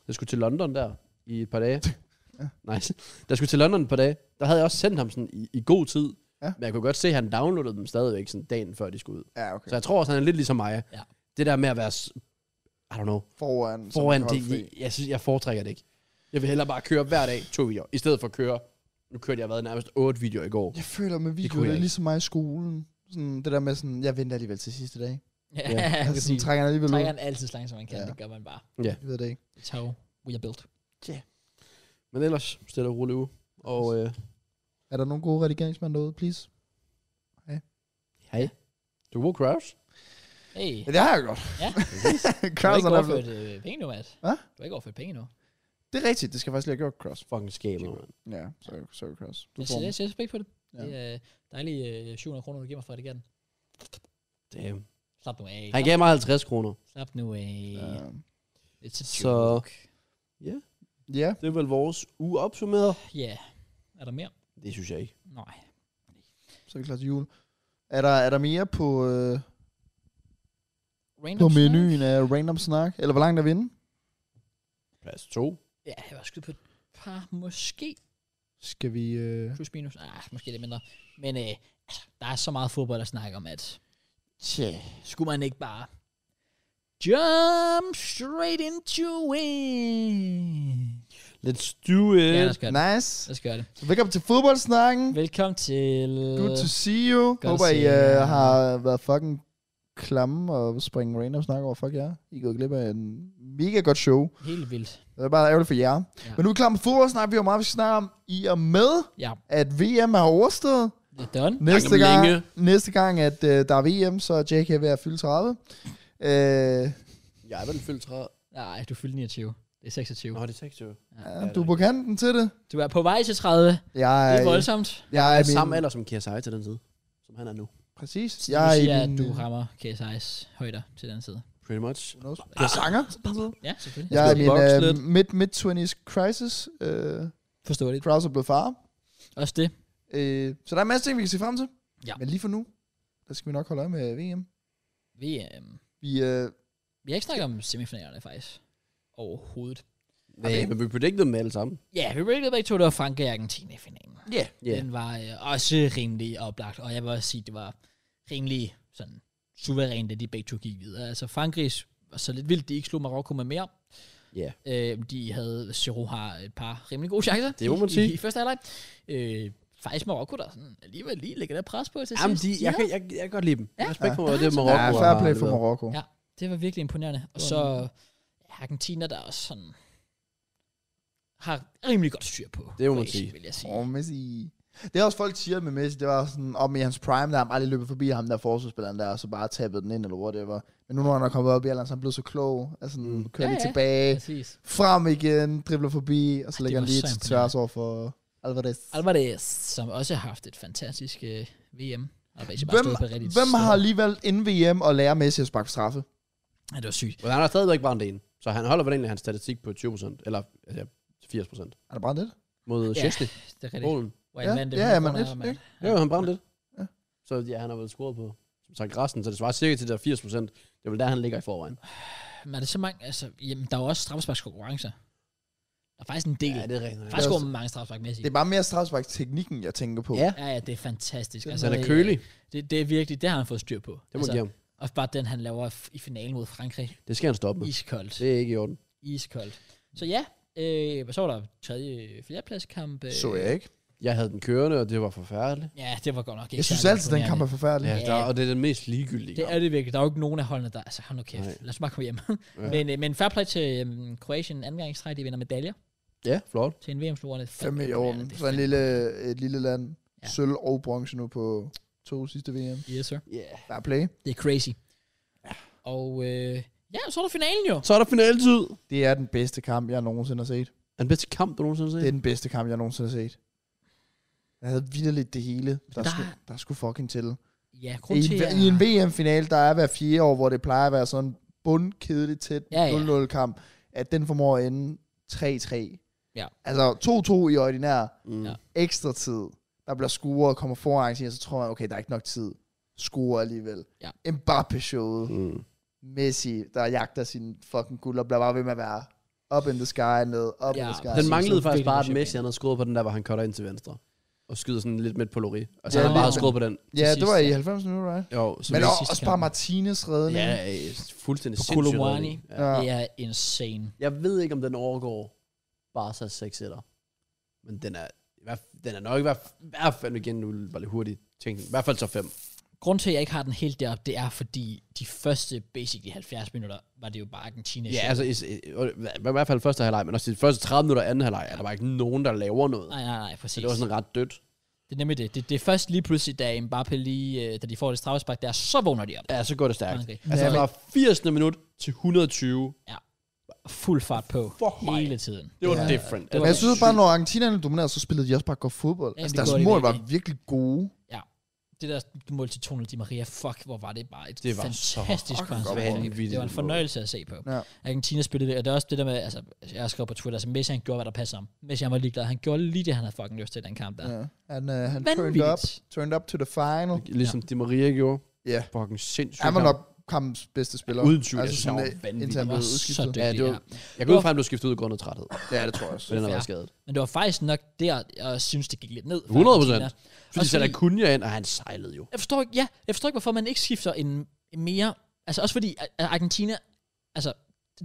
S2: jeg skulle til London der i et par dage. ja. Nice. Da jeg skulle til London et par dage, der havde jeg også sendt ham sådan i, i god tid.
S3: Ja.
S2: Men jeg kunne godt se, at han downloadede dem stadigvæk sådan dagen før de skulle ud.
S3: Ja, okay.
S2: Så jeg tror også, han er lidt ligesom mig.
S1: Ja.
S2: Det der med at være, s- I don't know,
S3: Foran. som
S2: foran,
S3: kan holde
S2: det, jeg, jeg, synes, jeg foretrækker det ikke. Jeg vil hellere bare køre hver dag to videoer, i stedet for at køre, nu kørte jeg hvad, nærmest otte videoer i går.
S3: Jeg føler med
S2: kunne
S3: video, det,
S2: jeg
S3: er
S2: ikke.
S3: ligesom mig i skolen. Sådan det der med sådan, jeg venter alligevel til sidste dag.
S1: Ja,
S2: Ja.
S1: jeg
S3: Jeg
S1: kan
S3: sådan,
S1: sige.
S3: trækker alligevel ud.
S1: Trækker han altid så langt, som man kan.
S3: Ja.
S1: Det gør man bare.
S3: Jeg ved det ikke.
S1: It's how we are built.
S2: Men ellers, stille og roligt uge. Og øh,
S3: Er der nogen gode redigeringsmænd derude, please?
S2: hej. Du er Crouch.
S1: Hey.
S3: Ja, det har jeg godt.
S1: Ja. Du har
S3: Kraus
S1: ikke
S3: er blevet...
S1: overført øh, penge nu, Matt.
S3: Hva?
S1: Du har ikke overført penge nu.
S3: Det er rigtigt, det skal jeg faktisk lige have gjort, Kraus.
S2: Fucking skamer, man.
S3: Ja, sorry, sorry Kraus. Du
S1: Jeg
S3: får
S1: sætter, jeg
S3: den.
S1: sætter respekt på det.
S3: Ja.
S1: Det er dejlige øh, 700 kroner, du giver mig for det igen.
S2: Damn.
S1: Slap nu af.
S2: Han gav mig 50 kroner.
S1: Slap nu af.
S3: Ja.
S1: It's a
S2: Så-
S1: joke.
S3: Ja,
S2: Det er vel vores uge opsummeret?
S1: Ja. Er der mere?
S2: Det synes jeg ikke.
S1: Nej.
S3: så er vi klar til jul. Er der, er der mere på, øh,
S1: Random
S3: på
S1: snak?
S3: menuen af Random Snak? Eller hvor langt er vi inde?
S2: Plads 2.
S1: Ja, jeg var skudt på et par, måske
S3: Skal vi... Øh...
S1: plus minus. Ah, måske lidt mindre. Men øh, altså, der er så meget fodbold at snakke om, at
S3: Tja.
S1: skulle man ikke bare jump straight into it.
S2: Let's do
S3: Øh,
S2: it.
S1: Ja, lad os gøre det.
S3: Nice.
S1: Lad os gøre det.
S3: Så velkommen til fodboldsnakken.
S1: Velkommen til...
S3: Good to see you.
S1: Godt at
S3: Håber,
S1: se
S3: I
S1: jer.
S3: øh, har været fucking klamme og springe Random Snak over. Fuck jer. I er gået glip af en mega godt show.
S1: Helt vildt.
S3: Det er bare ærgerligt for jer.
S1: Ja.
S3: Ja. Men nu er vi klar med fodboldsnak. Vi har meget, vi skal snakke om i og med,
S1: Ja,
S3: at VM er overstået.
S1: det er done.
S3: Næste
S2: om
S3: gang,
S2: længe.
S3: næste gang, at øh, der er VM, så er JK ved at fylde 30. Øh,
S2: Jeg er vel fyldt 30.
S1: Nej, du fyldte 29. Det er 26.
S2: Nå, det er 26.
S3: ja, du er på kanten til det.
S1: Du er på vej til 30.
S3: Jeg,
S1: Det er voldsomt.
S3: Jeg
S2: Jeg
S3: er
S2: er
S3: min,
S2: samme alder som KSI til den side, som han er nu.
S3: Præcis.
S1: Så
S3: Jeg er
S1: du
S3: i
S1: siger, at
S3: min,
S1: du rammer KSI's højder til den side.
S2: Pretty much.
S3: Jeg er sanger. sådan set.
S1: Ja, selvfølgelig.
S3: Jeg er i min
S2: Vokse
S3: øh,
S2: lidt.
S3: mid- mid-20s crisis. Øh,
S1: Forståeligt.
S3: Kraus er blevet far.
S1: Også det.
S3: Øh, så der er en masse ting, vi kan se frem til.
S1: Ja.
S3: Men lige for nu, der skal vi nok holde øje med VM.
S1: Vi, øhm,
S3: Vi, øh,
S1: vi har ikke snakket om semifinalerne, faktisk. Overhovedet.
S2: Okay. Men vi predicted dem alle sammen.
S1: Ja, vi rated begge to, det var Frankrig og Argentina i finalen.
S2: Ja.
S1: Yeah.
S2: Yeah.
S1: Den var øh, også rimelig oplagt, og jeg vil også sige, det var rimelig sådan suverænt, at de begge to gik videre. Altså Frankrig var så lidt vildt, de ikke slog Marokko med mere.
S2: Ja.
S1: Øh, de havde, Giroud har et par rimelig gode chancer.
S2: Det må man
S1: i,
S2: sige.
S1: I, i første halvleg. Øh, faktisk Marokko, der sådan alligevel lige lægger der pres på til
S2: Jamen,
S1: sidst.
S2: de, jeg, kan,
S1: havde-
S2: jeg, jeg kan godt lide dem. Ja.
S1: Ja.
S2: Respekt for,
S1: Ja,
S2: at det er
S1: altså.
S2: Marokko.
S3: ja, Ah, fair
S2: har
S3: play for
S2: leveret.
S3: Marokko.
S1: Ja. Det var virkelig imponerende. Og så Argentina, der også sådan har rimelig godt styr på.
S2: Det må man
S1: Kroatien,
S2: sige.
S1: Vil jeg sige.
S3: Åh, oh, Messi. Det er også folk siger med Messi, det var sådan, om i hans prime, der har han aldrig løbet forbi ham der forsvarsspilleren der, og så bare tabet den ind, eller whatever. Men nu når han er kommet op i alderen, så er han blevet så klog, altså sådan,
S2: Mm.
S3: mm. kører
S1: Ja,
S3: ja, lige
S1: ja.
S3: tilbage,
S1: Præcis.
S3: frem igen, dribler forbi, og så
S1: Ej,
S3: lægger
S1: det
S3: han
S1: var
S3: lige
S1: så
S3: til tværs over for Alvarez.
S1: Alvarez, som også har haft et fantastisk øh, VM. Og Messi bare
S3: Hvem,
S1: stod på rigtigt.
S3: hvem har lige valgt inden VM at lære Messi at sparke på straffe?
S1: Ja, det var sygt.
S2: Men han har stadigvæk brændt en. Så han holder vel egentlig hans statistik på 20%, eller altså, 80%
S3: Er der brændt det?
S2: mod
S1: Ja,
S2: Chesney,
S1: Det er rigtigt.
S2: Polen.
S1: Hvor
S3: Ja,
S1: en mand, det
S3: ja,
S1: er
S3: ja, men
S1: hundrede
S3: et,
S1: kroner, mand.
S3: ikke?
S2: Oh, Ja, jo, han brændte lidt.
S3: Ja.
S2: Ja. Så ja, han har været scoret på, som sagt, resten, så det svarer cirka til der 80%. Det er vel der, han ligger i forvejen.
S1: Men er det så mange, altså, jamen, der er jo også straffesparkskonkurrencer. Der er faktisk en del.
S2: Ja,
S1: Ja, det,
S2: det er rigtigt.
S1: faktisk
S3: Det er
S1: over mange straffespark Messi.
S3: Det er bare mere strafspark-teknikken, jeg tænker på.
S2: Ja,
S1: Ja, ja, det er fantastisk. Altså,
S3: Den
S2: Altså, han er
S1: det-
S2: kølig.
S1: Det, det, er virkelig, det har han fået styr på.
S2: Det må altså, give ham.
S1: og bare den, han laver f- i finalen mod Frankrig.
S2: Det skal han stoppe med.
S1: Iskoldt.
S2: Det er ikke i orden.
S1: Iskoldt. Så ja, øh, hvad så var der tredje fjerdepladskamp. Øh,
S3: Så jeg ikke.
S2: Jeg havde den kørende, og det var forfærdeligt.
S1: Ja, det var godt nok ikke
S3: Jeg synes
S1: særlig
S3: altid, den kamp
S1: imponerende.
S3: er forfærdelig.
S2: Ja,
S1: Ja.
S2: der, og det er den mest
S1: Det
S2: ligegyldige kamp.
S1: er det virkelig. Der er jo ikke nogen af holdene, der... Altså, hold nu kæft.
S2: Nej.
S1: Lad os bare komme hjem. ja. men, øh, men fair play til um, Kroatien. Anden gang i træk, de vinder medaljer
S2: Ja, flot.
S1: til en VM-sluerne.
S3: Fem i orden. Så en lille, et lille land.
S1: Ja.
S3: Sølv og bronze nu på to sidste VM.
S1: Yes, sir.
S2: Yeah.
S3: Der er play.
S1: Det er crazy. Og øh, ja, så er der finalen jo.
S2: Så er der finaletid.
S3: Det er den bedste kamp, jeg nogensinde har set.
S2: Er den bedste kamp, du nogensinde har
S3: Det er
S2: set?
S3: den bedste kamp, jeg nogensinde har set. Jeg havde vidderligt det hele. Der,
S1: Der-
S3: der... Skulle, der skulle fucking til.
S1: Ja,
S3: I
S1: grund til...
S3: en,
S1: at-
S3: I en VM-final, der er hver fire år, hvor det plejer at være sådan bundkedeligt tæt
S1: Ja, ja.
S3: 0-0-kamp, at den formår at ende 3-3.
S1: Ja.
S3: Altså 2-2 i ordinær,
S2: Mm.
S1: Ja.
S3: ekstra tid, der bliver scoret og kommer foran, så tror man, okay, der er ikke nok tid. Score alligevel.
S1: Ja.
S3: Mbappe-showet.
S2: Mm.
S3: Messi, der jagter sin fucking guld, og bliver bare ved med at være up in the sky, ned, up
S1: Ja.
S3: in the sky.
S2: Den
S1: synes,
S2: manglede
S1: det er
S2: faktisk
S1: virkelig
S2: bare, at
S1: sjovt,
S2: Messi
S1: ja.
S2: han havde skruet på den der, hvor han cutter ind til venstre. Og skyder sådan lidt midt på Lori. Altså
S1: Ja,
S2: han bare
S1: lidt,
S2: havde skruet på den.
S3: ja,
S1: til
S3: det var
S1: sidst,
S3: i
S1: ja.
S3: 90 minutter, right?
S2: Jo, så
S3: Men
S1: det er
S3: også,
S1: sidste
S3: også
S1: kamp.
S3: bare Martinez redning.
S2: Ja, øh, fuldstændig
S1: På
S2: sindssygt.
S1: Colomani.
S2: redning. Ja.
S3: Ja.
S1: øh, Det er insane.
S2: Jeg ved ikke, om den overgår Barca 6 etter. Men den er, i hvert f- den er nok i hvert, f- i hvert fald igen, nu var lidt hurtigt tænkt. I hvert fald så 5.
S1: grund til, at jeg ikke har den helt deroppe, det er, fordi de første, basically 70 minutter, var det jo bare Argentina.
S2: Ja, altså i, i, i, i hvert fald første halvleg, men også de første 30 minutter af anden halvleg, er der bare ikke nogen, der laver noget.
S1: Nej, nej, nej, præcis.
S2: Så det var sådan ret dødt.
S1: det er nemlig det. det. Det er først lige pludselig, da Mbappé lige, øh, da de får det straffespark der, så vågner de op.
S2: Ja, så går det stærkt.
S1: Okay.
S2: Altså
S3: Ja, men-
S2: fra 80. minut til 120,
S1: Fuld fart på.
S2: Fuck mig.
S1: hele tiden.
S2: det var
S3: Ja.
S2: different. Altså, Det
S1: Men
S2: var
S3: Men jeg synes
S2: sygt.
S3: bare, når Argentinerne dominerede, så spillede de også bare godt fodbold.
S1: Ja,
S3: altså,
S1: det
S3: deres
S1: gjorde de
S3: mål var
S1: virkelig.
S3: virkelig gode.
S1: Det der mål til 200 Di Maria, fuck, hvor var det bare et
S2: Det var så
S1: fantastisk
S2: fucking
S1: koncept.
S2: vanvittigt
S1: Det var en
S2: mål.
S1: fornøjelse at se på.
S3: Ja.
S1: Argentina spillede det, og det er også det der med, altså, jeg har skrevet på Twitter, altså Messi han gjorde, hvad der passer ham. Messi han var ligeglad, han gjorde lige det, han havde fucking lyst til i den kamp der.
S3: Ja. Han, øh, han turned up,
S1: Vanvittigt.
S3: turned up to the final.
S2: Ligesom Di Maria gjorde.
S3: Ja.
S2: Fucking sindssygt.
S3: Han var
S2: kamp.
S3: nok kampens bedste spiller.
S2: Uden tvivl, jeg savner
S3: øh,
S2: vanvittigt.
S3: indtil
S1: Han
S3: han
S1: var
S3: blev
S1: så
S3: udskiftet.
S1: dygtig.
S2: Ja, det var- Jeg går ud fra, at du skiftet ud af grund af træthed.
S3: Ja, det tror jeg også.
S2: Men den har
S1: Fair.
S2: været skadet.
S1: Men det var faktisk nok der, jeg synes, det gik lidt ned. for
S2: 100%.
S1: Argentina.
S2: Fordi
S1: Også
S2: så der
S1: fordi-
S2: kunne jeg ind, og han sejlede jo.
S1: Jeg forstår ikke, ja, jeg forstår ikke, hvorfor man ikke skifter en, en mere... Altså også fordi, at at Argentina... Altså,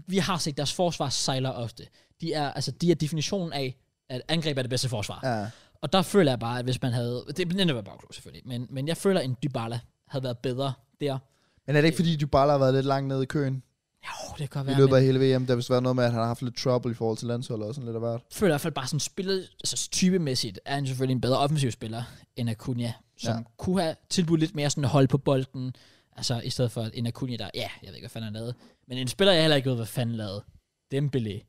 S1: vi har set, deres forsvar sejler ofte. De er, altså, de er definitionen af, at angreb er det bedste forsvar. Ja.
S3: Ja.
S1: Og der føler jeg bare, at hvis man havde... Det blev netop bagklog selvfølgelig, men, men jeg føler, at en Dybala havde været bedre der.
S3: Men er det ikke fordi, Dybala har været lidt langt nede i køen
S1: Jo, det kan godt
S3: i
S1: være,
S3: løbet
S1: men
S3: af hele VM? Der har vist været noget med, at han har haft lidt trouble i forhold til landsholdet og sådan lidt af hvert.
S1: jeg føler i hvert fald bare sådan spillet, altså typemæssigt, er han selvfølgelig en bedre offensiv spiller end Acuna, som
S3: Ja.
S1: ja. kunne have tilbudt lidt mere sådan at holde på bolden, altså i stedet for en Acuna, der, ja, jeg ved ikke, hvad fanden han lavede, men en spiller, jeg heller ikke ved, hvad fanden lavede, Dembélé.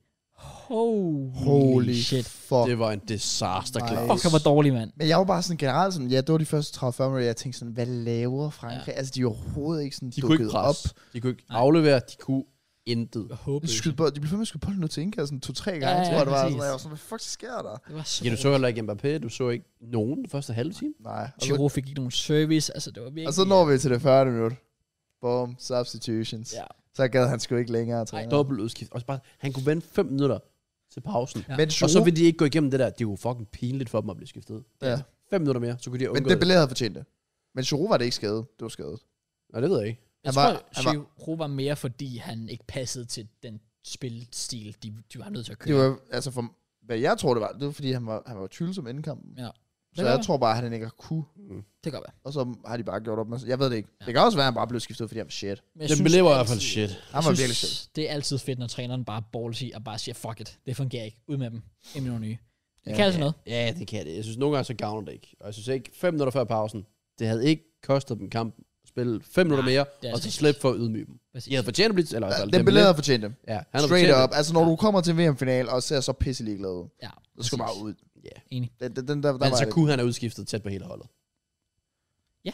S1: Holy, Holy shit.
S3: fuck.
S2: Det var en disaster
S3: Nej.
S2: class.
S1: Fuck, han var dårlig, mand.
S3: Men jeg var bare sådan generelt sådan, ja, det var de første 30-40 minutter, jeg tænkte sådan, hvad laver Frankrig? Ja. Altså, de er overhovedet ikke sådan
S2: De kunne
S3: dukket
S2: ikke
S3: op.
S2: presse. De kunne ikke aflevere. De kunne intet.
S1: Jeg håber
S3: De, skyldte på, de blev fandme skudt bolden ud til indkassen to-tre gange,
S1: Ja,
S3: ja,
S1: ja,
S3: tror jeg, det var.
S1: præcis.
S3: Sådan, og jeg var sådan, hvad fuck sker der?
S1: Det var så
S2: Ja, du så heller ikke Mbappé. Du så ikke nogen den første halve time.
S3: Nej. Og så,
S1: Giroud fik ikke nogen service, altså det var virkelig...
S3: og så når vi til det 40. minut. Boom, substitutions. Ja.
S1: Ja.
S3: Så gad han sgu ikke længere at træne.
S2: Dobbelt udskift. Og så bare, han kunne vente 5 minutter til pausen.
S1: Ja.
S3: Men,
S2: Og så
S3: Giroud,
S2: vil de ikke gå igennem det der. Det er jo fucking pinligt for dem at blive skiftet. ud.
S3: Ja.
S2: 5 minutter mere, så kunne de have
S3: men
S2: undgået
S3: det
S2: det.
S3: billede havde fortjent det. Men Giroud var det ikke skadet. Det var skadet.
S2: Nej, det ved jeg ikke.
S1: Jeg
S3: Han
S1: tror,
S3: var-
S1: var,
S3: han
S1: Giroud var mere, fordi han ikke passede til den spilstil, de, de var nødt til at køre.
S3: Det var, altså for, hvad jeg tror, det var, det var fordi, han var, han var tvivlsom inden kampen.
S1: Ja.
S3: Så
S1: kan
S3: jeg
S1: være.
S3: tror bare, at han ikke har kunne.
S1: det kan godt være.
S3: Og så har de bare gjort op med Jeg ved det ikke. Ja. Det kan også være, at han bare blev skiftet ud, fordi han var shit.
S1: Men jeg
S2: Den
S1: synes
S2: billede var i hvert fald
S1: altid-
S2: shit.
S3: Han var
S1: Jeg
S3: virkelig shit.
S1: synes, Det er altid fedt, når træneren bare balls i og bare siger, fuck it, det fungerer ikke. Ud med dem. Ind med nogle nye. Det
S3: Ja,
S1: ja, kan altså noget.
S2: Ja, det kan det. Jeg synes, nogle gange så gavner det ikke. Og jeg synes ikke, 5 minutter før pausen, det havde ikke kostet dem kampen at spille 5 minutter mere,
S1: det er
S2: og
S1: altså
S2: så
S1: rigtigt.
S2: slippe for at ydmyge dem.
S1: Præcis.
S2: I havde fortjent at blive... Eller, i hvert fald
S3: Den
S2: Altså, Dembélé.
S3: billede havde fortjent det.
S2: Ja, han havde
S3: Straight
S2: fortjent
S3: up. Altså, når du kommer til en VM-final og ser så pisselig glad ud,
S1: Ja,
S3: så skal du bare ud.
S2: det. Ja.
S1: Enig.
S3: Den, den, den der, der
S2: Men
S3: var Mm.
S2: så
S3: jeg
S2: kunne han have udskiftet tæt på hele holdet.
S1: Ja.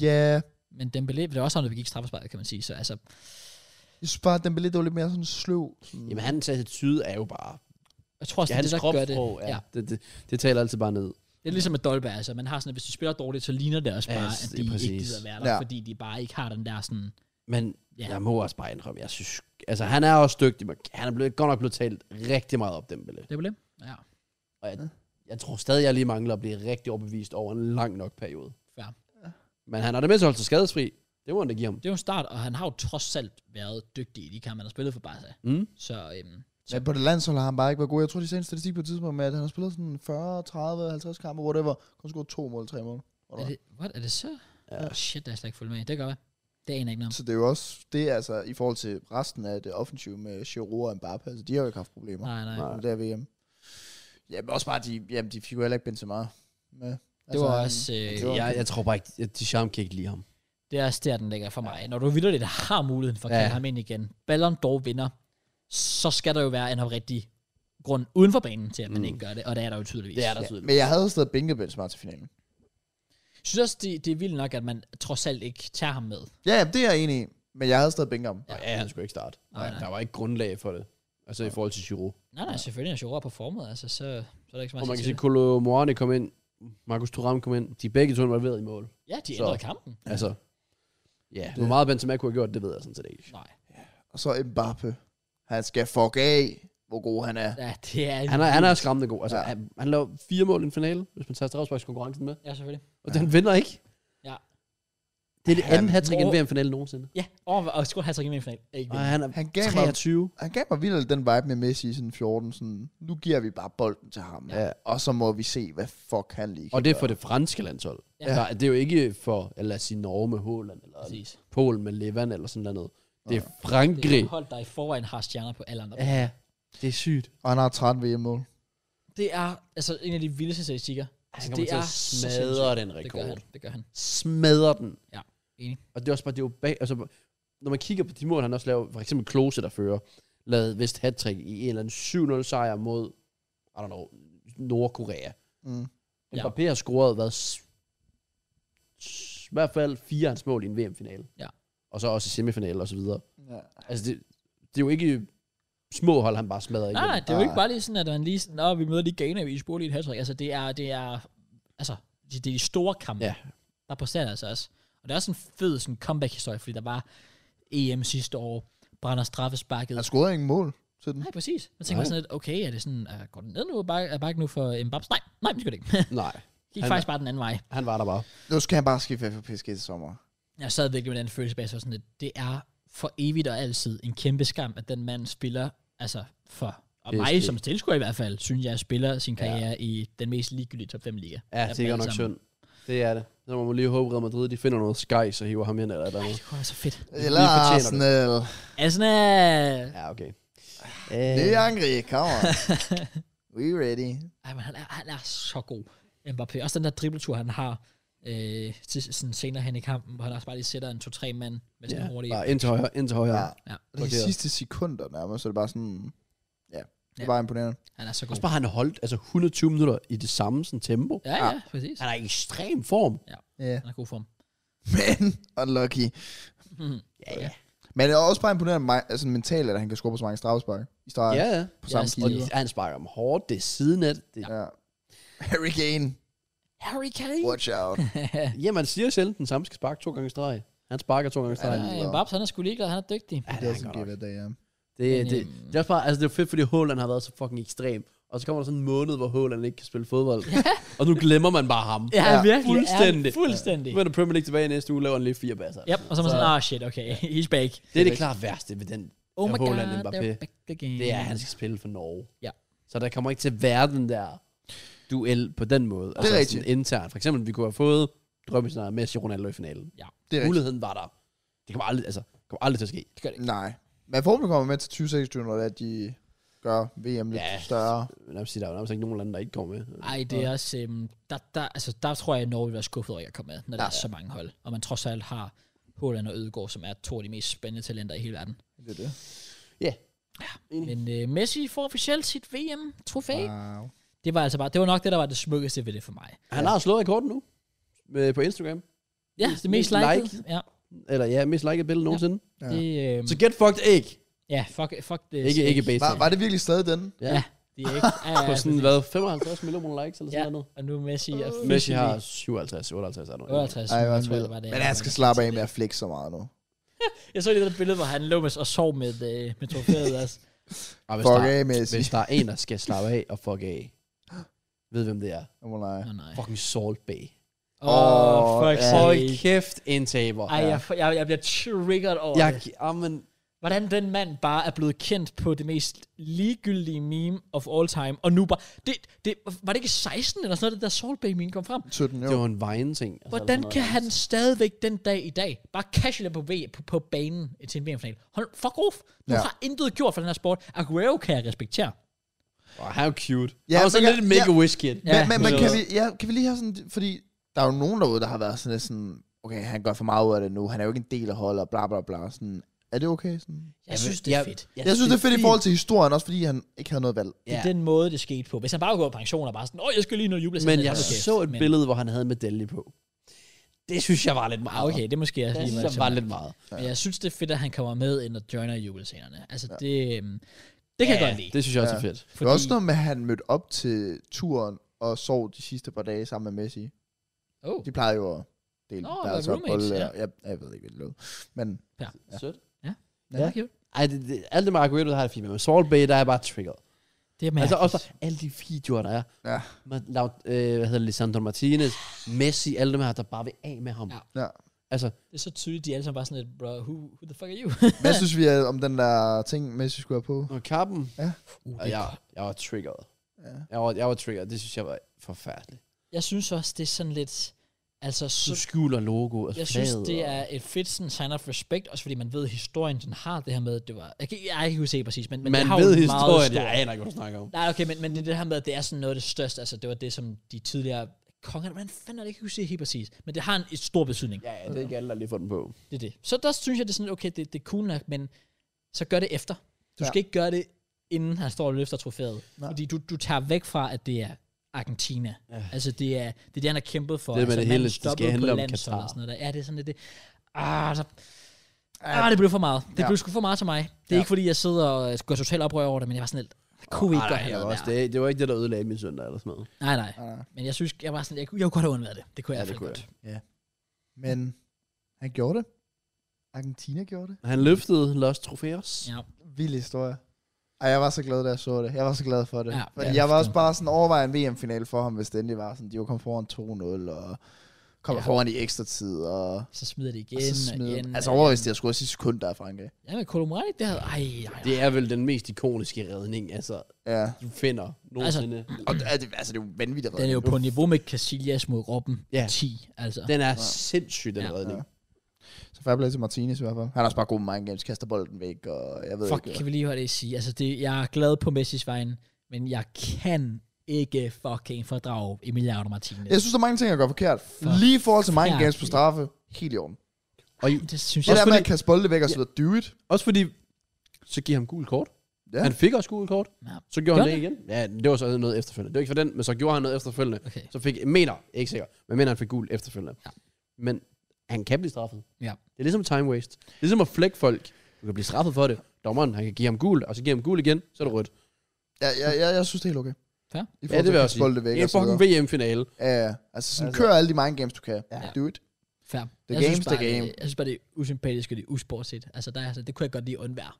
S3: Ja,
S1: Men Dembélé, det var også ham, der begik straffesparket, kan man sige. Så altså,
S3: jeg synes bare, at Dembélé, det var lidt mere sådan sløv. Sådan.
S2: Jamen, hans attitude er jo bare...
S1: jeg tror også,
S2: Ja,
S1: ja, Altså, det er
S2: hans
S1: det, der gør det.
S2: kropsprog,
S1: Ja.
S2: ja. Det, det, det taler altid bare ned.
S1: Det er ligesom med Dolberg, altså. Man har sådan, at hvis de spiller dårligt, så ligner det også
S2: Ja,
S1: bare,
S2: s-
S1: at
S2: det
S1: de
S2: er
S1: ikke
S2: præcis.
S1: gider at være der, ja.
S3: Ja.
S1: fordi de bare ikke har den der sådan...
S2: Men
S1: Ja.
S2: ja. jeg må også bare indrømme, jeg synes... Altså, han er også dygtig, men han er blevet, godt nok blevet talt rigtig meget op, Dembélé.
S1: Det er det. Ja,
S2: Og jeg, jeg tror stadig, jeg lige mangler at blive rigtig overbevist over en lang nok periode.
S1: fair.
S2: Men han har det mindste holdt sig skadesfri. Det må han da give ham.
S1: Det er jo en start, og han har jo trods alt været dygtig i de kampe, han har spillet for Barca.
S2: Mm.
S1: Så øhm,
S3: Ja, på det landshold har han bare ikke været god. Jeg tror, de sagde en statistik på et tidspunkt med, at han har spillet sådan 40, 30, 50 kampe, whatever. Kun scoret to mål, tre mål.
S1: er det, what, er det så?
S2: Ja.
S1: Oh, shit, der er slet ikke fuldt med. Det gør jeg. Det aner jeg ikke noget om.
S3: Så det er jo også, det er altså i forhold til resten af det offensive med Giroud og Mbappé, altså de har jo ikke haft problemer.
S1: Nej, nej.
S2: Nej.
S3: Nej. Der VM. Ja, men også bare, de, jamen, de fik jo heller ikke Benzema med. Altså,
S1: Det var
S3: han-
S1: også... Øh,
S3: var-
S2: Jeg, jeg tror bare ikke, at de charme kan ikke lide ham.
S1: Det er også der, den ligger for mig. Når du vildt har muligheden for at kalde
S2: Ja.
S1: ham ind igen, Ballon d'Or vinder, så skal der jo være en rigtig grund uden for banen til, at man mm.
S2: Mm.
S1: ikke gør det, og det er der jo tydeligvis.
S2: Det er der
S1: Jeg
S2: tydeligt.
S3: Men jeg havde stadig bænket Benzema til finalen.
S1: synes også, det, det er vildt nok, at man trods alt ikke tager ham med.
S3: Ja, jamen, det er jeg enig i, men jeg havde stadig bænket ham.
S2: Ja, ja han skulle ikke starte.
S1: Nej,
S2: Nej,
S1: nej.
S2: Der var ikke grundlag for det. Altså i forhold til Giroud.
S1: Nej, nej, selvfølgelig, når Giroud er på formet, altså, så, så er der ikke så meget
S2: Og man
S1: at
S2: kan
S1: sige
S2: sige,
S1: til
S2: Kolo Morane kom ind, Markus Thuram kom ind. De er begge to involveret i mål.
S1: det. Ja, de
S2: så-
S1: ændrede kampen.
S2: Altså, ja, hvor
S3: Det-
S2: meget Benzema kunne have gjort, det ved jeg sådan set ikke.
S1: Nej,
S3: Og så Mbappé. Han skal fuck af, hvor god han er.
S1: ja, det er...
S2: Han er, han er skræmmende god. Altså,
S3: Ja.
S2: han, han lavede fire mål i en finale, hvis man tager strafsparkskonkurrencen med.
S1: Ja, selvfølgelig.
S2: Og den vinder ikke.
S1: Ja.
S2: Det er det
S3: Han-
S2: andet hat i en
S1: Hvor-
S2: VM-finale nogensinde.
S1: Ja, og, og skulle have sig i min final. Ikke
S2: Og
S1: vinde.
S2: han er
S3: Han gav mig
S2: 23.
S3: han gav mig vildt den vibe med Messi i sådan 14, sådan, nu giver vi bare bolden til ham,
S2: Ja.
S3: og så må vi se, hvad fuck han lige kan
S2: Og det er
S3: gøre.
S2: for det franske landshold.
S1: Ja.
S2: Ja. Der, det er jo ikke for, eller lad os sige, Norge med Håland, eller
S1: Præcis.
S2: Polen med Levan, eller sådan noget. Det er
S1: Det er
S2: Frankrig.
S1: et hold, der i forvejen har stjerner på alle andre.
S2: Ja, det er sygt.
S3: Og han har 13 VM-mål.
S1: Det er altså en af de vildeste statistikker. Altså,
S2: Han kommer til at
S1: så
S2: smadre den
S1: sindssygt. Det gør
S2: rekord.
S1: han, det gør han.
S2: Smadrer den.
S1: Ja, enig.
S2: Og det er også bare, det er jo bag, altså, når man kigger på de mål, han også laver, for eksempel Klose, der fører, lavede vist hat i en eller anden 7-0 sejr mod, I don't know, Nordkorea.
S3: Mm.
S1: Ja.
S2: Ja. Mbappé har scoret, hvad, s- s- i hvert fald fire af hans mål i en VM-finale.
S1: Ja.
S2: Og så også i semifinale og så videre.
S3: Ja.
S2: Altså, det, det er jo ikke små hold, han bare
S1: Nej,
S2: smadrer igennem.
S1: nej, det er jo ikke
S3: Ah.
S1: bare lige sådan, at man lige sådan, "Nå, vi møder lige Ghana, vi spoler lige et hattrick. Altså, det er, det er, altså, det, det er de store kampe,
S2: Ja.
S1: der præsterer det altså også. Og det er også en fed sådan, comeback-historie, fordi der var EM sidste år, brænder straffesparket.
S3: Han scorede ingen mål til den.
S1: Nej, præcis. Man tænker man
S2: Altså- Nej.
S1: sådan lidt, okay, er det sådan, uh, går den ned nu, bak, er bakken nu for Mbappé? Nej, nej, det gør det ikke.
S2: Nej,
S1: Gik
S2: Han-
S1: faktisk bare den anden vej.
S2: han var der bare.
S3: Nu skal han bare skifte for PSG til sommer.
S1: Jeg sad virkelig med den følelse bag, så var sådan lidt, det er for evigt og altid en kæmpe skam, at den mand spiller, altså for, og mig
S2: PSG.
S1: som tilskuer i hvert fald, synes jeg, spiller sin karriere ja. i den mest ligegyldige top 5 liga.
S2: Ja, det er godt
S1: altså-
S2: nok synd. Det er det. Så må man lige håbe, at Madrid de finder noget sky, så hiver ham ind eller et eller
S1: Ej,
S2: andet.
S1: det kunne være så fedt.
S3: Eller
S2: fortjener det.
S3: Arsenal.
S1: Arsenal!
S2: Ja, okay.
S1: Ah,
S3: Det
S2: Øh,
S3: er Angri, come on. We ready.
S1: Ej, men han er, han er så god, Mbappé. Også den der dribletur, han har øh, til, sådan senere hen i kampen, hvor han også bare lige sætter en 2-3 mand med sådan en hurtig...
S2: ja, bare ind til højre, ind til højre.
S3: Ja.
S2: Ja.
S1: Ja.
S3: Det er
S2: Blokeret.
S3: de sidste sekunder nærmest, så det er bare sådan... Ja, det
S1: Ja.
S3: er bare imponerende.
S1: Han er så god.
S2: Også bare, han har holdt altså 120 minutter i det samme sådan, tempo.
S1: Ja, ja, præcis.
S2: Han er i ekstrem form.
S3: Ja.
S1: Han er i god form.
S3: Men, unlucky.
S1: Mhm.
S2: Ja, ja.
S3: Men det er også bare imponerende mig, altså mentalt, at han kan score på så mange straffespark i streg
S2: Ja, ja.
S3: på
S1: Ja,
S3: samme
S1: sådan-
S2: Og
S3: keeper.
S2: han sparker om hårdt, det er sidenet. Det,
S3: Ja. Harry Kane,
S1: Harry Kane!
S3: watch out.
S2: ja. man siger sjældent, den samme skal sparke to gange i streg. Han sparker to gange i streg.
S3: Ja,
S1: Nej, Mbappé, han er sgu ligeglad, han er dygtig.
S2: Ja,
S3: Det er sådan,
S2: godt nok.
S3: give it day, ja.
S2: Det,
S1: Men,
S2: det,
S1: øhm,
S2: det, er også bare, altså det er fedt, fordi Haaland har været så fucking ekstrem. Og så kommer der sådan en måned, hvor Haaland ikke kan spille fodbold. og nu glemmer man bare ham.
S1: Ja,
S3: Ja,
S1: virkelig.
S2: fuldstændig.
S1: Ja, fuldstændig.
S2: Nu vender Premier League tilbage i næste uge, laver han lige fire basser.
S1: Yep, og så er man sådan, ah shit, okay, he's back.
S2: Det er det klart værste ved den.
S1: Oh my
S2: Ja,
S1: god,
S2: Haaland, Mbappé.
S1: they're back again.
S2: Det er, at han skal spille for Norge.
S1: Ja.
S2: Så der kommer ikke til at være den der duel på den måde. Det
S3: er rigtigt.
S2: Sådan internt. For eksempel, vi kunne have fået drømmescenariet Messi og Ronaldo i finalen.
S3: Det er rigtigt.
S2: Muligheden var der. Det kommer aldrig, altså, det kommer aldrig til at ske.
S1: Det gør det ikke.
S3: Nej. Men forhåbentlig kommer med til 2026, når det er, at de gør VM lidt
S2: Ja.
S3: større.
S2: Men jeg vil sige, der er jo nærmest ikke nogen lande, der ikke kommer med.
S1: Ej, det er også, øhm, der, der, altså, der tror jeg, at Norge vil være skuffet over, at jeg kom med, når der
S3: Ja.
S1: er så mange hold. Og man trods alt har Håland og Ødegaard, som er to af de mest spændende talenter i hele verden.
S3: Det er det.
S1: Men øh, Messi får officielt sit VM-trofæ. Wow.
S3: Wow.
S1: Det var altså bare, det var nok det, der var det smukkeste ved det for mig.
S2: Han har slået rekorden nu. Med, øh, på Instagram.
S1: Ja, det er mest
S2: mest
S1: liked.
S2: liked.
S1: Ja,
S2: Eller ja, mest liked billede nogensinde.
S3: Ja.
S1: det, øhm,
S2: Så get fucked æg.
S1: ja fuck, fuck det.
S2: Ikke, ikke base.
S3: Var, var det virkelig stadig den?
S2: Ja.
S1: Ja. Det er ikke, ja, ja,
S2: På sådan,
S1: præcis.
S2: hvad, 55 millioner likes eller
S1: Ja,
S2: sådan noget.
S1: og nu er Messi er
S2: Messi har
S1: officially
S2: 57, 58 eller noget.
S1: 58.
S3: Ej,
S1: jeg
S3: jeg
S1: tror,
S3: vil.
S1: det var det.
S3: Men jeg
S2: altså,
S3: skal slappe af med at flække så meget nu.
S1: Jeg så lige det der billede, hvor han lå med, og sov med, øh, med trofæet også.
S2: Og hvis,
S3: Fuck
S2: der,
S3: af, Messi.
S2: hvis der er en, der skal slappe af og fuck af, ved hvem det er.
S3: Åh, nej.
S1: Åh, nej.
S2: Fucking Salt Bay.
S1: Åh, oh,
S3: Åh,
S1: fuck
S3: ja.
S2: Hold
S1: sake.
S2: kæft, en taber.
S1: Ej, jeg, jeg, jeg bliver triggered over
S2: Jeg,
S1: det.
S2: amen,
S1: Hvordan den mand bare er blevet kendt på det mest ligegyldige meme of all time, og nu bare... Det, det, var det ikke 16 eller sådan noget, det der Salt Bay meme kom frem?
S3: 17, jo.
S2: det var en Vine-ting. Altså,
S1: Hvordan
S2: eller
S1: kan
S2: Altså, sådan noget.
S1: han stadigvæk den dag i dag bare casual på, v, på, på banen til en VM-final? Hold, fuck off! Du
S3: Ja.
S1: har intet gjort for den her sport. Aguero kan jeg respektere.
S2: Åh, han er jo cute.
S3: Ja,
S2: Ja, han var sådan
S3: men
S2: lidt
S3: jeg-
S2: en mega wish kid.
S1: Ja,
S3: Men, men, men kan,
S2: så-
S3: vi, ja, kan vi lige have sådan... Fordi der er jo nogen derude, der har været sådan lidt sådan... Okay, han gør for meget ud af det nu. Han er jo ikke en del af holdet, og bla bla bla. Sådan, er det okay? Sådan?
S1: Jeg synes, det er
S2: jeg-
S1: fedt.
S3: Jeg synes, det er fedt i
S2: fint.
S3: forhold til historien, også fordi han ikke havde noget valg.
S1: Det er den måde, det skete på. Hvis han bare går på pension og bare sådan, åh, jeg skal lige noget juble.
S2: Men jeg så et billede, hvor han havde en medalje på. Det synes jeg var lidt
S1: Ah,
S2: meget.
S1: okay, det er måske også
S2: Det
S1: lige
S2: synes
S1: meget.
S2: jeg var lidt meget.
S1: Men jeg synes, det er fedt, at han kommer med ind og joiner jubelscenerne. Altså, ja. det, øhm, det kan ja, jeg godt lide.
S2: Det synes jeg også er
S3: Ja.
S2: fedt.
S3: Det var også noget med, at han mødte op til turen og sov de sidste par dage sammen med Messi.
S1: oh,
S3: De plejede jo at dele
S1: Nå,
S3: værelser
S1: være
S3: og
S1: roommates,
S3: bolle,
S1: ja.
S3: og- Jeg, jeg ved ikke, hvad det lød. Men
S2: Ja. Sødt.
S1: ja. det,
S2: Ej, det, det, alt det med Aguero, der har jeg det fint med. Men Salt Bay, der er jeg bare triggered.
S1: det er
S2: Altså
S1: mærkeligt.
S2: også alle de videoer, der er.
S3: Ja.
S2: Man, lav, øh, hvad hedder det, Lisandro Martinez, Messi, alle dem her, der bare vil af med ham.
S1: Ja.
S3: Ja.
S2: Altså,
S1: det er så tydeligt, de er alle sammen bare sådan et, bro, who, who the fuck are you?
S3: hvad synes vi øh, om den der ting, Messi skulle have på?
S2: og kappen,
S1: uh,
S2: og
S1: det,
S2: jeg, jeg var triggeret.
S3: Ja.
S2: Jeg var, jeg var triggeret, det synes jeg var forfærdeligt.
S1: Jeg synes også, det er sådan lidt... Altså,
S2: Du
S1: så,
S2: skjuler logo og
S1: jeg synes,
S2: flaget
S1: det
S2: og-
S1: er et fedt sådan, sign of respect, også fordi man ved, at historien sådan, har det her med, at det var... Jeg kan, jeg kan ikke huske helt præcis, men, men
S2: Man
S1: det har
S2: ved
S1: jo en
S2: historien,
S1: meget
S2: jeg
S1: stor,
S2: aner ikke, hvad du snakker om.
S1: Nej, okay, men, men det her med, at det er sådan noget af det største, altså det var det, som de tidligere konger, hvordan fanden er det, jeg kan ikke huske det helt præcis, men det har en et stor betydning, ja.
S2: Ja, ja, det er ikke alle, der lige får den på.
S1: det er det. Så der synes jeg, det er sådan, okay, det, det er cool nok, men så gør det efter. Du
S3: Ja.
S1: skal ikke gøre det, inden han står og løfter trofæet,
S3: Nej.
S1: fordi du, du tager væk fra, at det er Argentina. Ja.
S2: Ja.
S1: Altså det er, det er det, han har kæmpet for.
S2: Det er, hvad
S1: altså,
S2: det
S1: manden
S2: hele- det skal
S1: stoppede
S2: handle
S1: på
S2: om
S1: landsholdet
S2: Qatar.
S1: og sådan noget der. Ja, det er sådan lidt det. Ah, så, ah, det blev for meget. Det
S3: Ja.
S1: blev sgu for meget til mig. Det er
S3: Ja.
S1: ikke, fordi jeg sidder og øh, gør totalt oprør over det, men jeg var sådan lidt, kunne vi ikke
S2: Ej,
S1: gøre
S2: nej,
S1: have
S2: jeg var
S1: noget
S2: også,
S1: der?
S2: det, det var ikke det, der ødelagde min søndag eller sådan noget.
S1: Nej, nej.
S3: Nej, nej.
S1: Men jeg synes, jeg var sådan, jeg, kunne- jeg kunne godt have undværet det. Det kunne jeg
S2: Ja,
S1: ja,
S2: det kunne
S1: godt.
S3: Men han gjorde det. Argentina gjorde det.
S2: Han løftede Los Trofeos.
S1: Ja.
S3: Vild historie. Ej, jeg var så glad, da jeg så det. Jeg var så glad for det.
S1: Ja,
S3: Ja,
S1: ja,
S3: Fordi
S1: jeg
S3: jeg var også
S1: forstår.
S3: bare sådan overvejet en VM-final for ham, hvis det endelig var sådan. De var kommet foran 2-0, og kom
S1: Ja.
S3: ja. foran i ekstra tid, og,
S1: Så smider det igen
S3: og
S1: og,
S3: så smed.
S1: igen.
S3: Altså overvejede, hvis de havde skudt sidste sekund der af Frankrig.
S1: Ja, men Colomani, det havde... Ej, ej, ej.
S2: Det er vel den mest ikoniske redning, altså,
S3: Ja.
S2: du finder nogensinde. Altså,
S3: Og det, er det- altså, det er jo vanvittigt.
S1: Den er jo på niveau med Casillas mod Robben.
S2: Ja.
S1: 10, altså.
S2: den er sindssyg, den
S1: Ja.
S2: ja, redning.
S3: Ja. Så fair play til Martinez i hvert fald. Han er også bare god med mind games, kaster bolden væk, og jeg ved
S1: Fuck,
S3: ikke.
S1: kan vi lige holde det i sige. Altså, det, jeg er glad på Messis vejen, men jeg kan ikke fucking fordrage Emiliano Martinez.
S3: Jeg synes, der er mange ting, jeg gør forkert. Lige i forhold til mind games på
S1: Forfærdeligt.
S3: straffe, helt i orden.
S2: Og
S1: Det synes
S3: Det
S1: jeg...
S3: der med
S2: fordi-
S3: at kaste bolden væk og så videre, do it.
S2: Også fordi, så giver ham gul kort.
S3: Ja.
S2: Ja. Han fik også gul kort.
S1: Ja.
S2: Så gjorde
S1: Gjorde
S2: han det igen. Ja, det var så noget efterfølgende. Det var ikke for den, men så gjorde han noget efterfølgende.
S1: Okay.
S2: Så fik, mener, ikke sikker, men mener, han fik gul efterfølgende.
S1: Ja.
S2: Men han kan blive straffet.
S1: Ja.
S2: Det er ligesom time waste. Det er ligesom at flække folk. Du kan blive straffet for det. Dommeren, han kan give ham gul, og så giver ham gul igen, så er det rødt.
S3: Ja, ja, ja, jeg synes, det er helt okay.
S1: Fair.
S3: I
S2: Ja, det vil jeg også
S3: også
S2: sige.
S3: bolde væk
S2: Det er en
S3: og så
S2: fucking
S3: videre.
S2: VM-finale.
S3: Ja, ja. Altså sådan,
S2: Altså-
S3: altså. kør alle de mind games, du kan. Ja. Do it.
S1: Fair.
S3: The
S1: jeg synes
S3: game's the
S1: bare, det-
S3: game.
S1: Jeg synes bare, det er usympatisk, og det er usportsigt. Altså, der, er- altså, det kunne jeg godt lige undvære.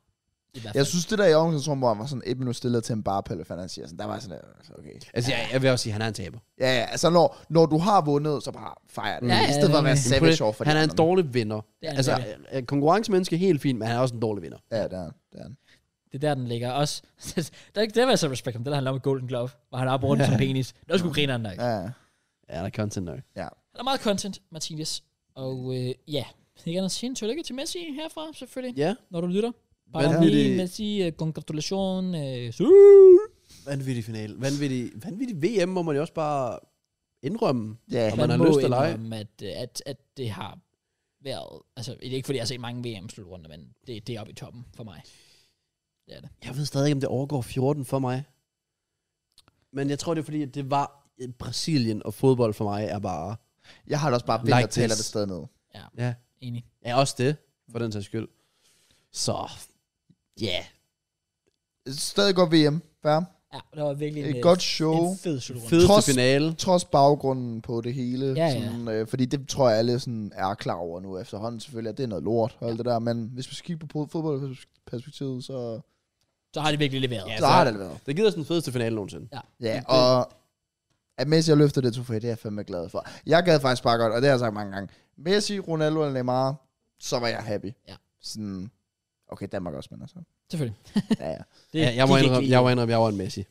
S1: I hvert fald.
S3: Jeg synes, det der i omklædningsrummet, hvor han var sådan et minut stille til en barpæl, eller hvad fanden han siger, sådan, der var jeg sådan, der, altså, okay.
S2: Altså, jeg, jeg vil også sige, at han er en taber.
S3: Ja, ja, altså når, når du har vundet, så bare fejre det.
S1: Ja,
S3: Ja,
S1: ja,
S3: I stedet for at være
S1: nemlig.
S3: savage over for
S2: han
S3: de
S2: er en
S3: andre.
S2: dårlig vinder.
S1: Det er han
S2: altså,
S1: virkelig.
S2: øh, konkurrencemenneske er helt fint, men han er også en dårlig vinder.
S3: Ja, det er han. Det er han.
S1: Det er der, den ligger. Også, der er ikke det, var så respekt om. Det der, han lavede med Golden Glove, hvor han har brugt den som penis. Det var sgu grineren nok.
S3: Ja, ja.
S2: Ja, der er content nok.
S1: Der er meget content, Martinez. Og øh, ja, jeg kan sige en tillykke til Messi herfra, selvfølgelig,
S2: Ja,
S1: når du lytter. Bare
S2: Hvad er
S1: lige
S2: det?
S1: Messi, uh, congratulation. Uh,
S2: vanvittig finale. Vanvittig, vanvittig VM, må man jo også bare indrømme.
S3: Ja,
S2: Om man har lyst eller ej.
S1: At, øh, at, at det har været, altså det er ikke fordi, jeg har set mange VM-slutrunder, men det, det er oppe i toppen for mig. Det er det.
S2: Jeg ved stadig ikke, om det overgår 14 for mig. øh, Men jeg tror, det er fordi, at det var Brasilien og fodbold for mig er bare
S3: Jeg har da også bare vinter
S2: Like
S3: like taler
S2: this.
S3: det stadig ned.
S2: Ja.
S1: Enig.
S2: Ja, også det, for den sags skyld. Så, ja. Yeah.
S3: Stadig godt VM, fair.
S1: Ja, det var virkelig en,
S3: Et
S1: øh,
S3: godt show.
S1: en fed slutrunde.
S2: Fedeste
S3: Trods-
S2: finale.
S3: Trods baggrunden på det hele.
S1: Ja, ja.
S3: sådan, Øh, fordi det tror jeg alle sådan er klar over nu efterhånden selvfølgelig, at det er noget lort og alt det der. Men hvis vi skal kigge på fodboldperspektivet, så,
S1: Så har de virkelig leveret.
S2: Ja,
S3: så
S2: så-
S3: har det været.
S2: Det giver os den fedeste finale nogensinde.
S3: Ja,
S2: Det-
S3: og at Messi har løftet det trofæ, det er jeg fandme glad for. Jeg gad faktisk bare godt, og det har jeg sagt mange gange. Messi, Ronaldo eller Neymar, så var jeg happy.
S1: Ja.
S3: Sådan, okay, Danmark også, men altså.
S1: Selvfølgelig.
S3: Ja, ja.
S1: Det,
S2: ja, jeg må
S1: gik
S2: indrømme,
S1: ikke
S2: jeg
S1: lige.
S2: må indrømme, jeg var en Messi.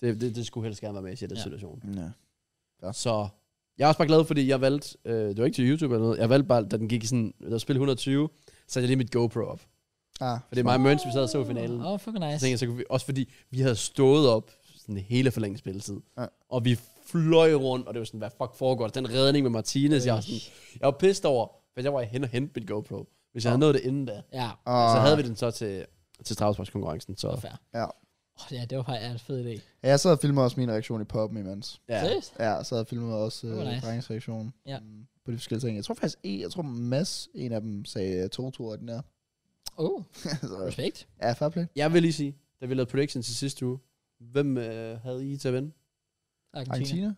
S2: Det, det, det skulle helst gerne være Messi i den
S1: Ja.
S2: ja. situation.
S3: ja.
S2: Så jeg er også bare glad, fordi jeg valgte, øh, det var ikke til YouTube eller noget, jeg valgte bare, da den gik i sådan, der spil 120, satte jeg lige mit GoPro op.
S3: Ah,
S2: For det er mig og Mørns, vi sad og så finalen.
S1: Åh, oh, fucking
S2: Så
S1: nice.
S2: tænkte jeg, så kunne vi, også fordi vi havde stået op sådan hele forlænget spilletid.
S3: Ja.
S2: Ja. Og vi fløj rundt, og det var sådan, hvad fuck foregår der? Den redning med Martinez, jeg var, sådan, jeg var pissed over, for jeg var hen og hente mit GoPro. Hvis jeg havde nået det inden da,
S1: Ja,
S3: og,
S2: så havde vi den så til, til Straussbergskonkurrencen.
S1: det var
S2: Så
S1: fair.
S3: Ja.
S1: Oh, ja, det var faktisk en fed idé.
S3: Ja, jeg sad og filmede også min reaktion i poppen imens.
S2: ja,
S1: Seriøst?
S3: Ja, jeg sad og filmede også
S1: Det var
S3: øh,
S1: nice.
S3: nice. drengens reaktion
S1: Ja.
S3: mm, på de forskellige ting. Jeg tror faktisk, en, jeg tror Mads, en af dem, sagde 2 2 den der.
S1: Oh,
S3: så,
S1: respekt.
S3: ja, fair play.
S2: jeg vil lige sige, da vi lavede predictions i sidste uge, hvem øh, havde I til at vinde?
S1: Argentina.
S3: Argentina?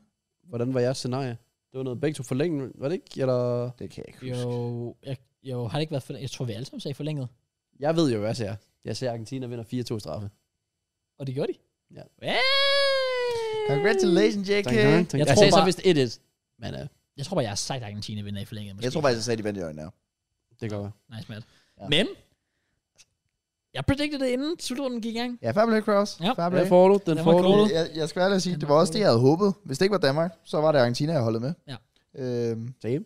S2: Hvordan var jeres scenarie? Det var noget begge to forlænget, var det ikke? Eller...
S3: Det kan jeg ikke
S1: Jo,
S3: huske.
S1: jeg, jo, har det ikke været forlænget? Jeg tror, vi alle sammen sagde forlænget.
S2: Jeg ved jo, hvad jeg siger. Jeg ser Argentina vinder 4-2 straffe.
S1: Og det gjorde de.
S2: Ja.
S1: Hey!
S3: Congratulations, JK.
S2: Jeg, jeg
S1: tror
S2: sagde så
S1: bare-
S2: vist 1-1. Men øh,
S1: Jeg tror bare, jeg har sagt, at Argentina vinder i forlænget. Måske.
S3: Jeg tror faktisk, jeg sagde, de vandt i øjnene.
S2: det går godt.
S1: Nice, Matt.
S3: Ja.
S1: Men, jeg predicted det inden slutrunden gik i gang.
S3: Ja, fair play, Kraus.
S1: Ja.
S3: Fair play.
S2: Den får du,
S1: Den
S2: den
S1: var
S2: får du.
S1: cool.
S3: Jeg, jeg skal være ærlig at sige,
S1: Den
S3: det
S1: var
S3: var også
S1: god.
S3: det, jeg havde håbet. Hvis det ikke var Danmark, så var det Argentina, jeg holdt med.
S1: Ja.
S3: Øhm,
S2: Same.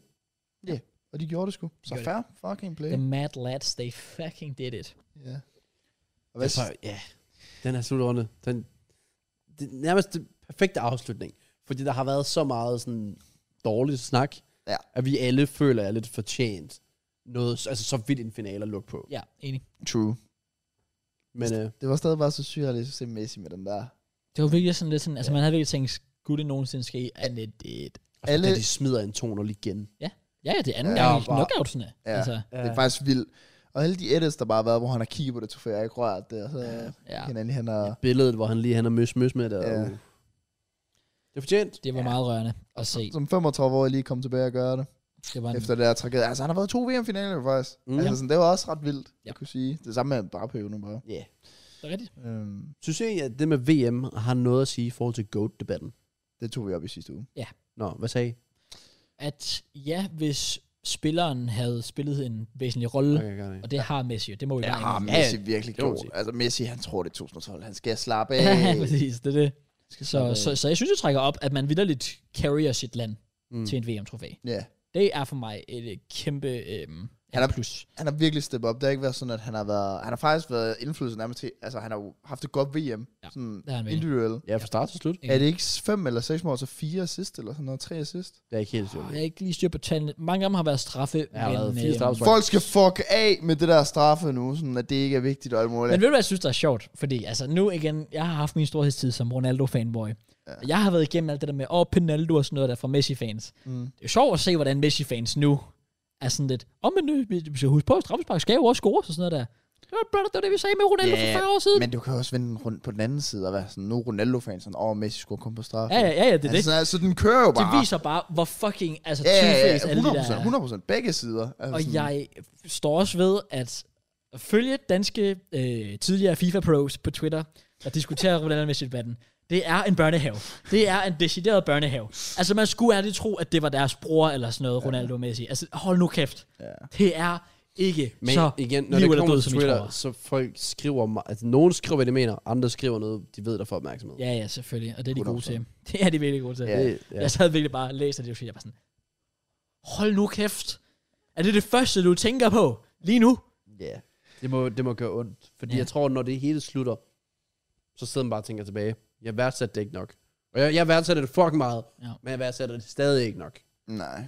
S3: og de gjorde det sgu. Så
S1: Gjorde
S3: fair fucking play.
S1: The mad lads, they fucking did it.
S3: Ja. Og hvad,
S2: Altså, ja, den her slutrunde, den, det er nærmest den perfekte afslutning. Fordi der har været så meget sådan dårlig snak,
S3: Ja.
S2: at vi alle føler er lidt fortjent. Noget, s- altså så vidt en finale at lukke på.
S1: Ja, enig.
S3: true.
S2: Men øh,
S3: Det var stadig bare så surrealistisk at se Messi med den der.
S1: Det var virkelig sådan lidt sådan, altså man havde virkelig tænkt, skulle det nogensinde ske? And it did.
S2: altså,
S3: Alle-
S2: alle... da de smider en 2-0 igen.
S1: Ja, ja, det er anden
S3: Ja,
S1: gang i
S2: bare-
S1: knockoutsene.
S3: Ja.
S1: Altså,
S3: Det er faktisk vildt. Og alle de edits, der bare har været, hvor han har kigget på det trofæ, og ikke rørt det, og så ja.
S1: ja,
S3: hinanden han har...
S2: Billedet, hvor han lige han er møs, møs med det. Og,
S3: Ja.
S2: ja. Det er fortjent.
S1: det var meget rørende at se.
S3: Som 35 år lige kom tilbage og gøre det,
S1: Det var en,
S3: efter det der tragedie. Altså, han har været i to VM-finaler jo, faktisk. Mm.
S2: Mm.
S3: Altså, sådan, det var også ret vildt,
S1: Ja.
S3: jeg kunne sige. Det samme med barperioden bare.
S2: Ja. Yeah.
S1: det er rigtigt.
S3: Øhm,
S2: Synes I, at det med VM har noget at sige i forhold til GOAT-debatten?
S3: det tog vi op i sidste uge.
S2: Nå, hvad sagde I?
S1: At ja, hvis spilleren havde spillet en væsentlig rolle, okay.
S2: Okay, gør det.
S1: og det har Messi jo, det må vi
S3: Ja,
S1: bare
S3: har
S1: indrømme.
S3: Messi
S2: Ja,
S3: virkelig
S2: det må man
S3: gjort.
S2: sige.
S3: Altså, Messi, han tror, det er 2012. Han skal slappe af.
S1: Ja, præcis, det er det.
S3: skal
S1: Så,
S3: slappe af.
S1: så, så jeg synes, det trækker op, at man vidderligt carrier sit land mm. til en VM-trofæ.
S3: Ja,
S1: Det er for mig et øh, kæmpe øhm,
S3: Han er-
S1: plus.
S3: han har virkelig steppet op. Det har ikke været sådan, at han har været... Han har faktisk været indflydelse nærmest til... Altså, han har jo haft et godt VM.
S1: Ja,
S3: Ja. Sådan
S1: Det er han virkelig.
S3: individuelt.
S2: Ja, fra start til slut.
S1: Ja.
S3: Er det ikke fem eller seks mål, så fire assist eller sådan noget? Tre assist?
S2: Det er ikke helt sikkert.
S1: Jeg har ikke lige styr på tallene. Mange af dem har været straffe,
S2: Jeg har været fire
S1: øhm,
S2: straffe.
S3: Folk skal fuck af med det der straffe nu, sådan at det ikke er vigtigt og alt muligt.
S1: Men ved du, hvad jeg synes, der er sjovt? Fordi altså, nu igen, jeg har haft min storhedstid som Ronaldo-fanboy. Ja. Jeg har været igennem alt det der med, åh, Penaldo og sådan noget der fra Messi-fans.
S3: Mm.
S1: Det er sjovt at se, hvordan Messi-fans nu er sådan lidt, åh, oh, men nu, vi vi skal huske på, at straffespark skal jo også scores og sådan noget der. Det var, brother, det, var det vi sagde med Ronaldo
S3: Ja,
S1: for 40 år siden.
S3: Men du kan også vende den rundt på den anden side og være sådan, nu er Ronaldo-fan sådan, åh, Messi skulle kun på straffe.
S1: ja, ja, ja, ja, det er det.
S3: altså, altså, den kører jo
S1: Det
S3: bare.
S1: viser bare, hvor fucking, altså,
S3: ja, ja, ja,
S1: two-faced alle de
S3: 100%,
S1: der
S3: 100%, begge sider. Altså,
S1: Og
S3: sådan,
S1: jeg står også ved, at følge danske øh, tidligere FIFA-pros på Twitter, der diskuterer Ronaldo Messi debatten. Det er en børnehave. Det er en decideret børnehave. Altså, man skulle ærligt tro, at det var deres bror eller sådan noget, Ronaldo Messi. Altså, hold nu kæft.
S3: Ja.
S1: Det er ikke
S2: Men
S1: så
S2: så, igen, når
S1: liv
S2: det
S1: eller
S2: kommer
S1: død,
S2: til
S1: som vi
S2: Twitter,
S1: tror.
S2: så folk skriver, me- altså nogen skriver, hvad de mener, andre skriver noget, de ved, der får opmærksomhed.
S1: Ja, ja, selvfølgelig. Og det er de gode
S3: 100%.
S1: til. Det er de virkelig gode til.
S3: Ja.
S2: Det,
S1: Ja.
S2: ja.
S1: Jeg sad virkelig bare og læste det, og jeg var sådan, hold nu kæft. Er det det første, du tænker på lige nu?
S2: ja. Det, må, det må gøre ondt. Fordi
S1: Ja.
S2: ja. jeg tror, når det hele slutter, så sidder man bare og tænker tilbage, jeg værdsatte det ikke nok. Og jeg, jeg værdsatte det fucking meget,
S1: Ja.
S2: ja. men jeg værdsatte det stadig ikke nok.
S3: Nej.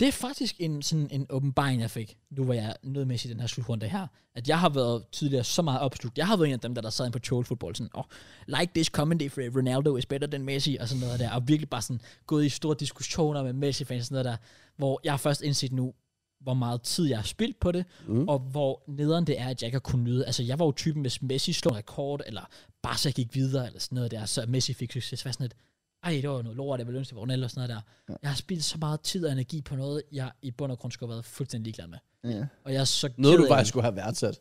S1: Det er faktisk en, sådan en åbenbaring, jeg fik, nu var jeg nødmæssig i den her slutrunde her, at jeg har været tidligere så meget opslugt. Jeg har været en af dem, der, der sad inde på troll football, sådan, oh, like this comedy for Ronaldo is better than Messi, og sådan noget der, og virkelig bare sådan gået i store diskussioner med Messi-fans, sådan noget der, hvor jeg har først indset nu, hvor meget tid jeg har spildt på det, mm. og hvor nederen det er, at jeg ikke har kunnet nyde. Altså, jeg var jo typen, hvis Messi slog en rekord, eller Barca gik videre, eller sådan noget der, så Messi fik succes. Så var jeg sådan et, ej, det var jo noget lort, jeg ville ønske, det var Ronaldo og sådan noget der. Ja. Jeg har spildt så meget tid og energi på noget, jeg i bund og grund skulle have været fuldstændig ligeglad med.
S3: Ja.
S1: Og jeg er så
S2: Noget,
S1: ked
S2: du
S1: af-
S2: faktisk skulle have værdsat.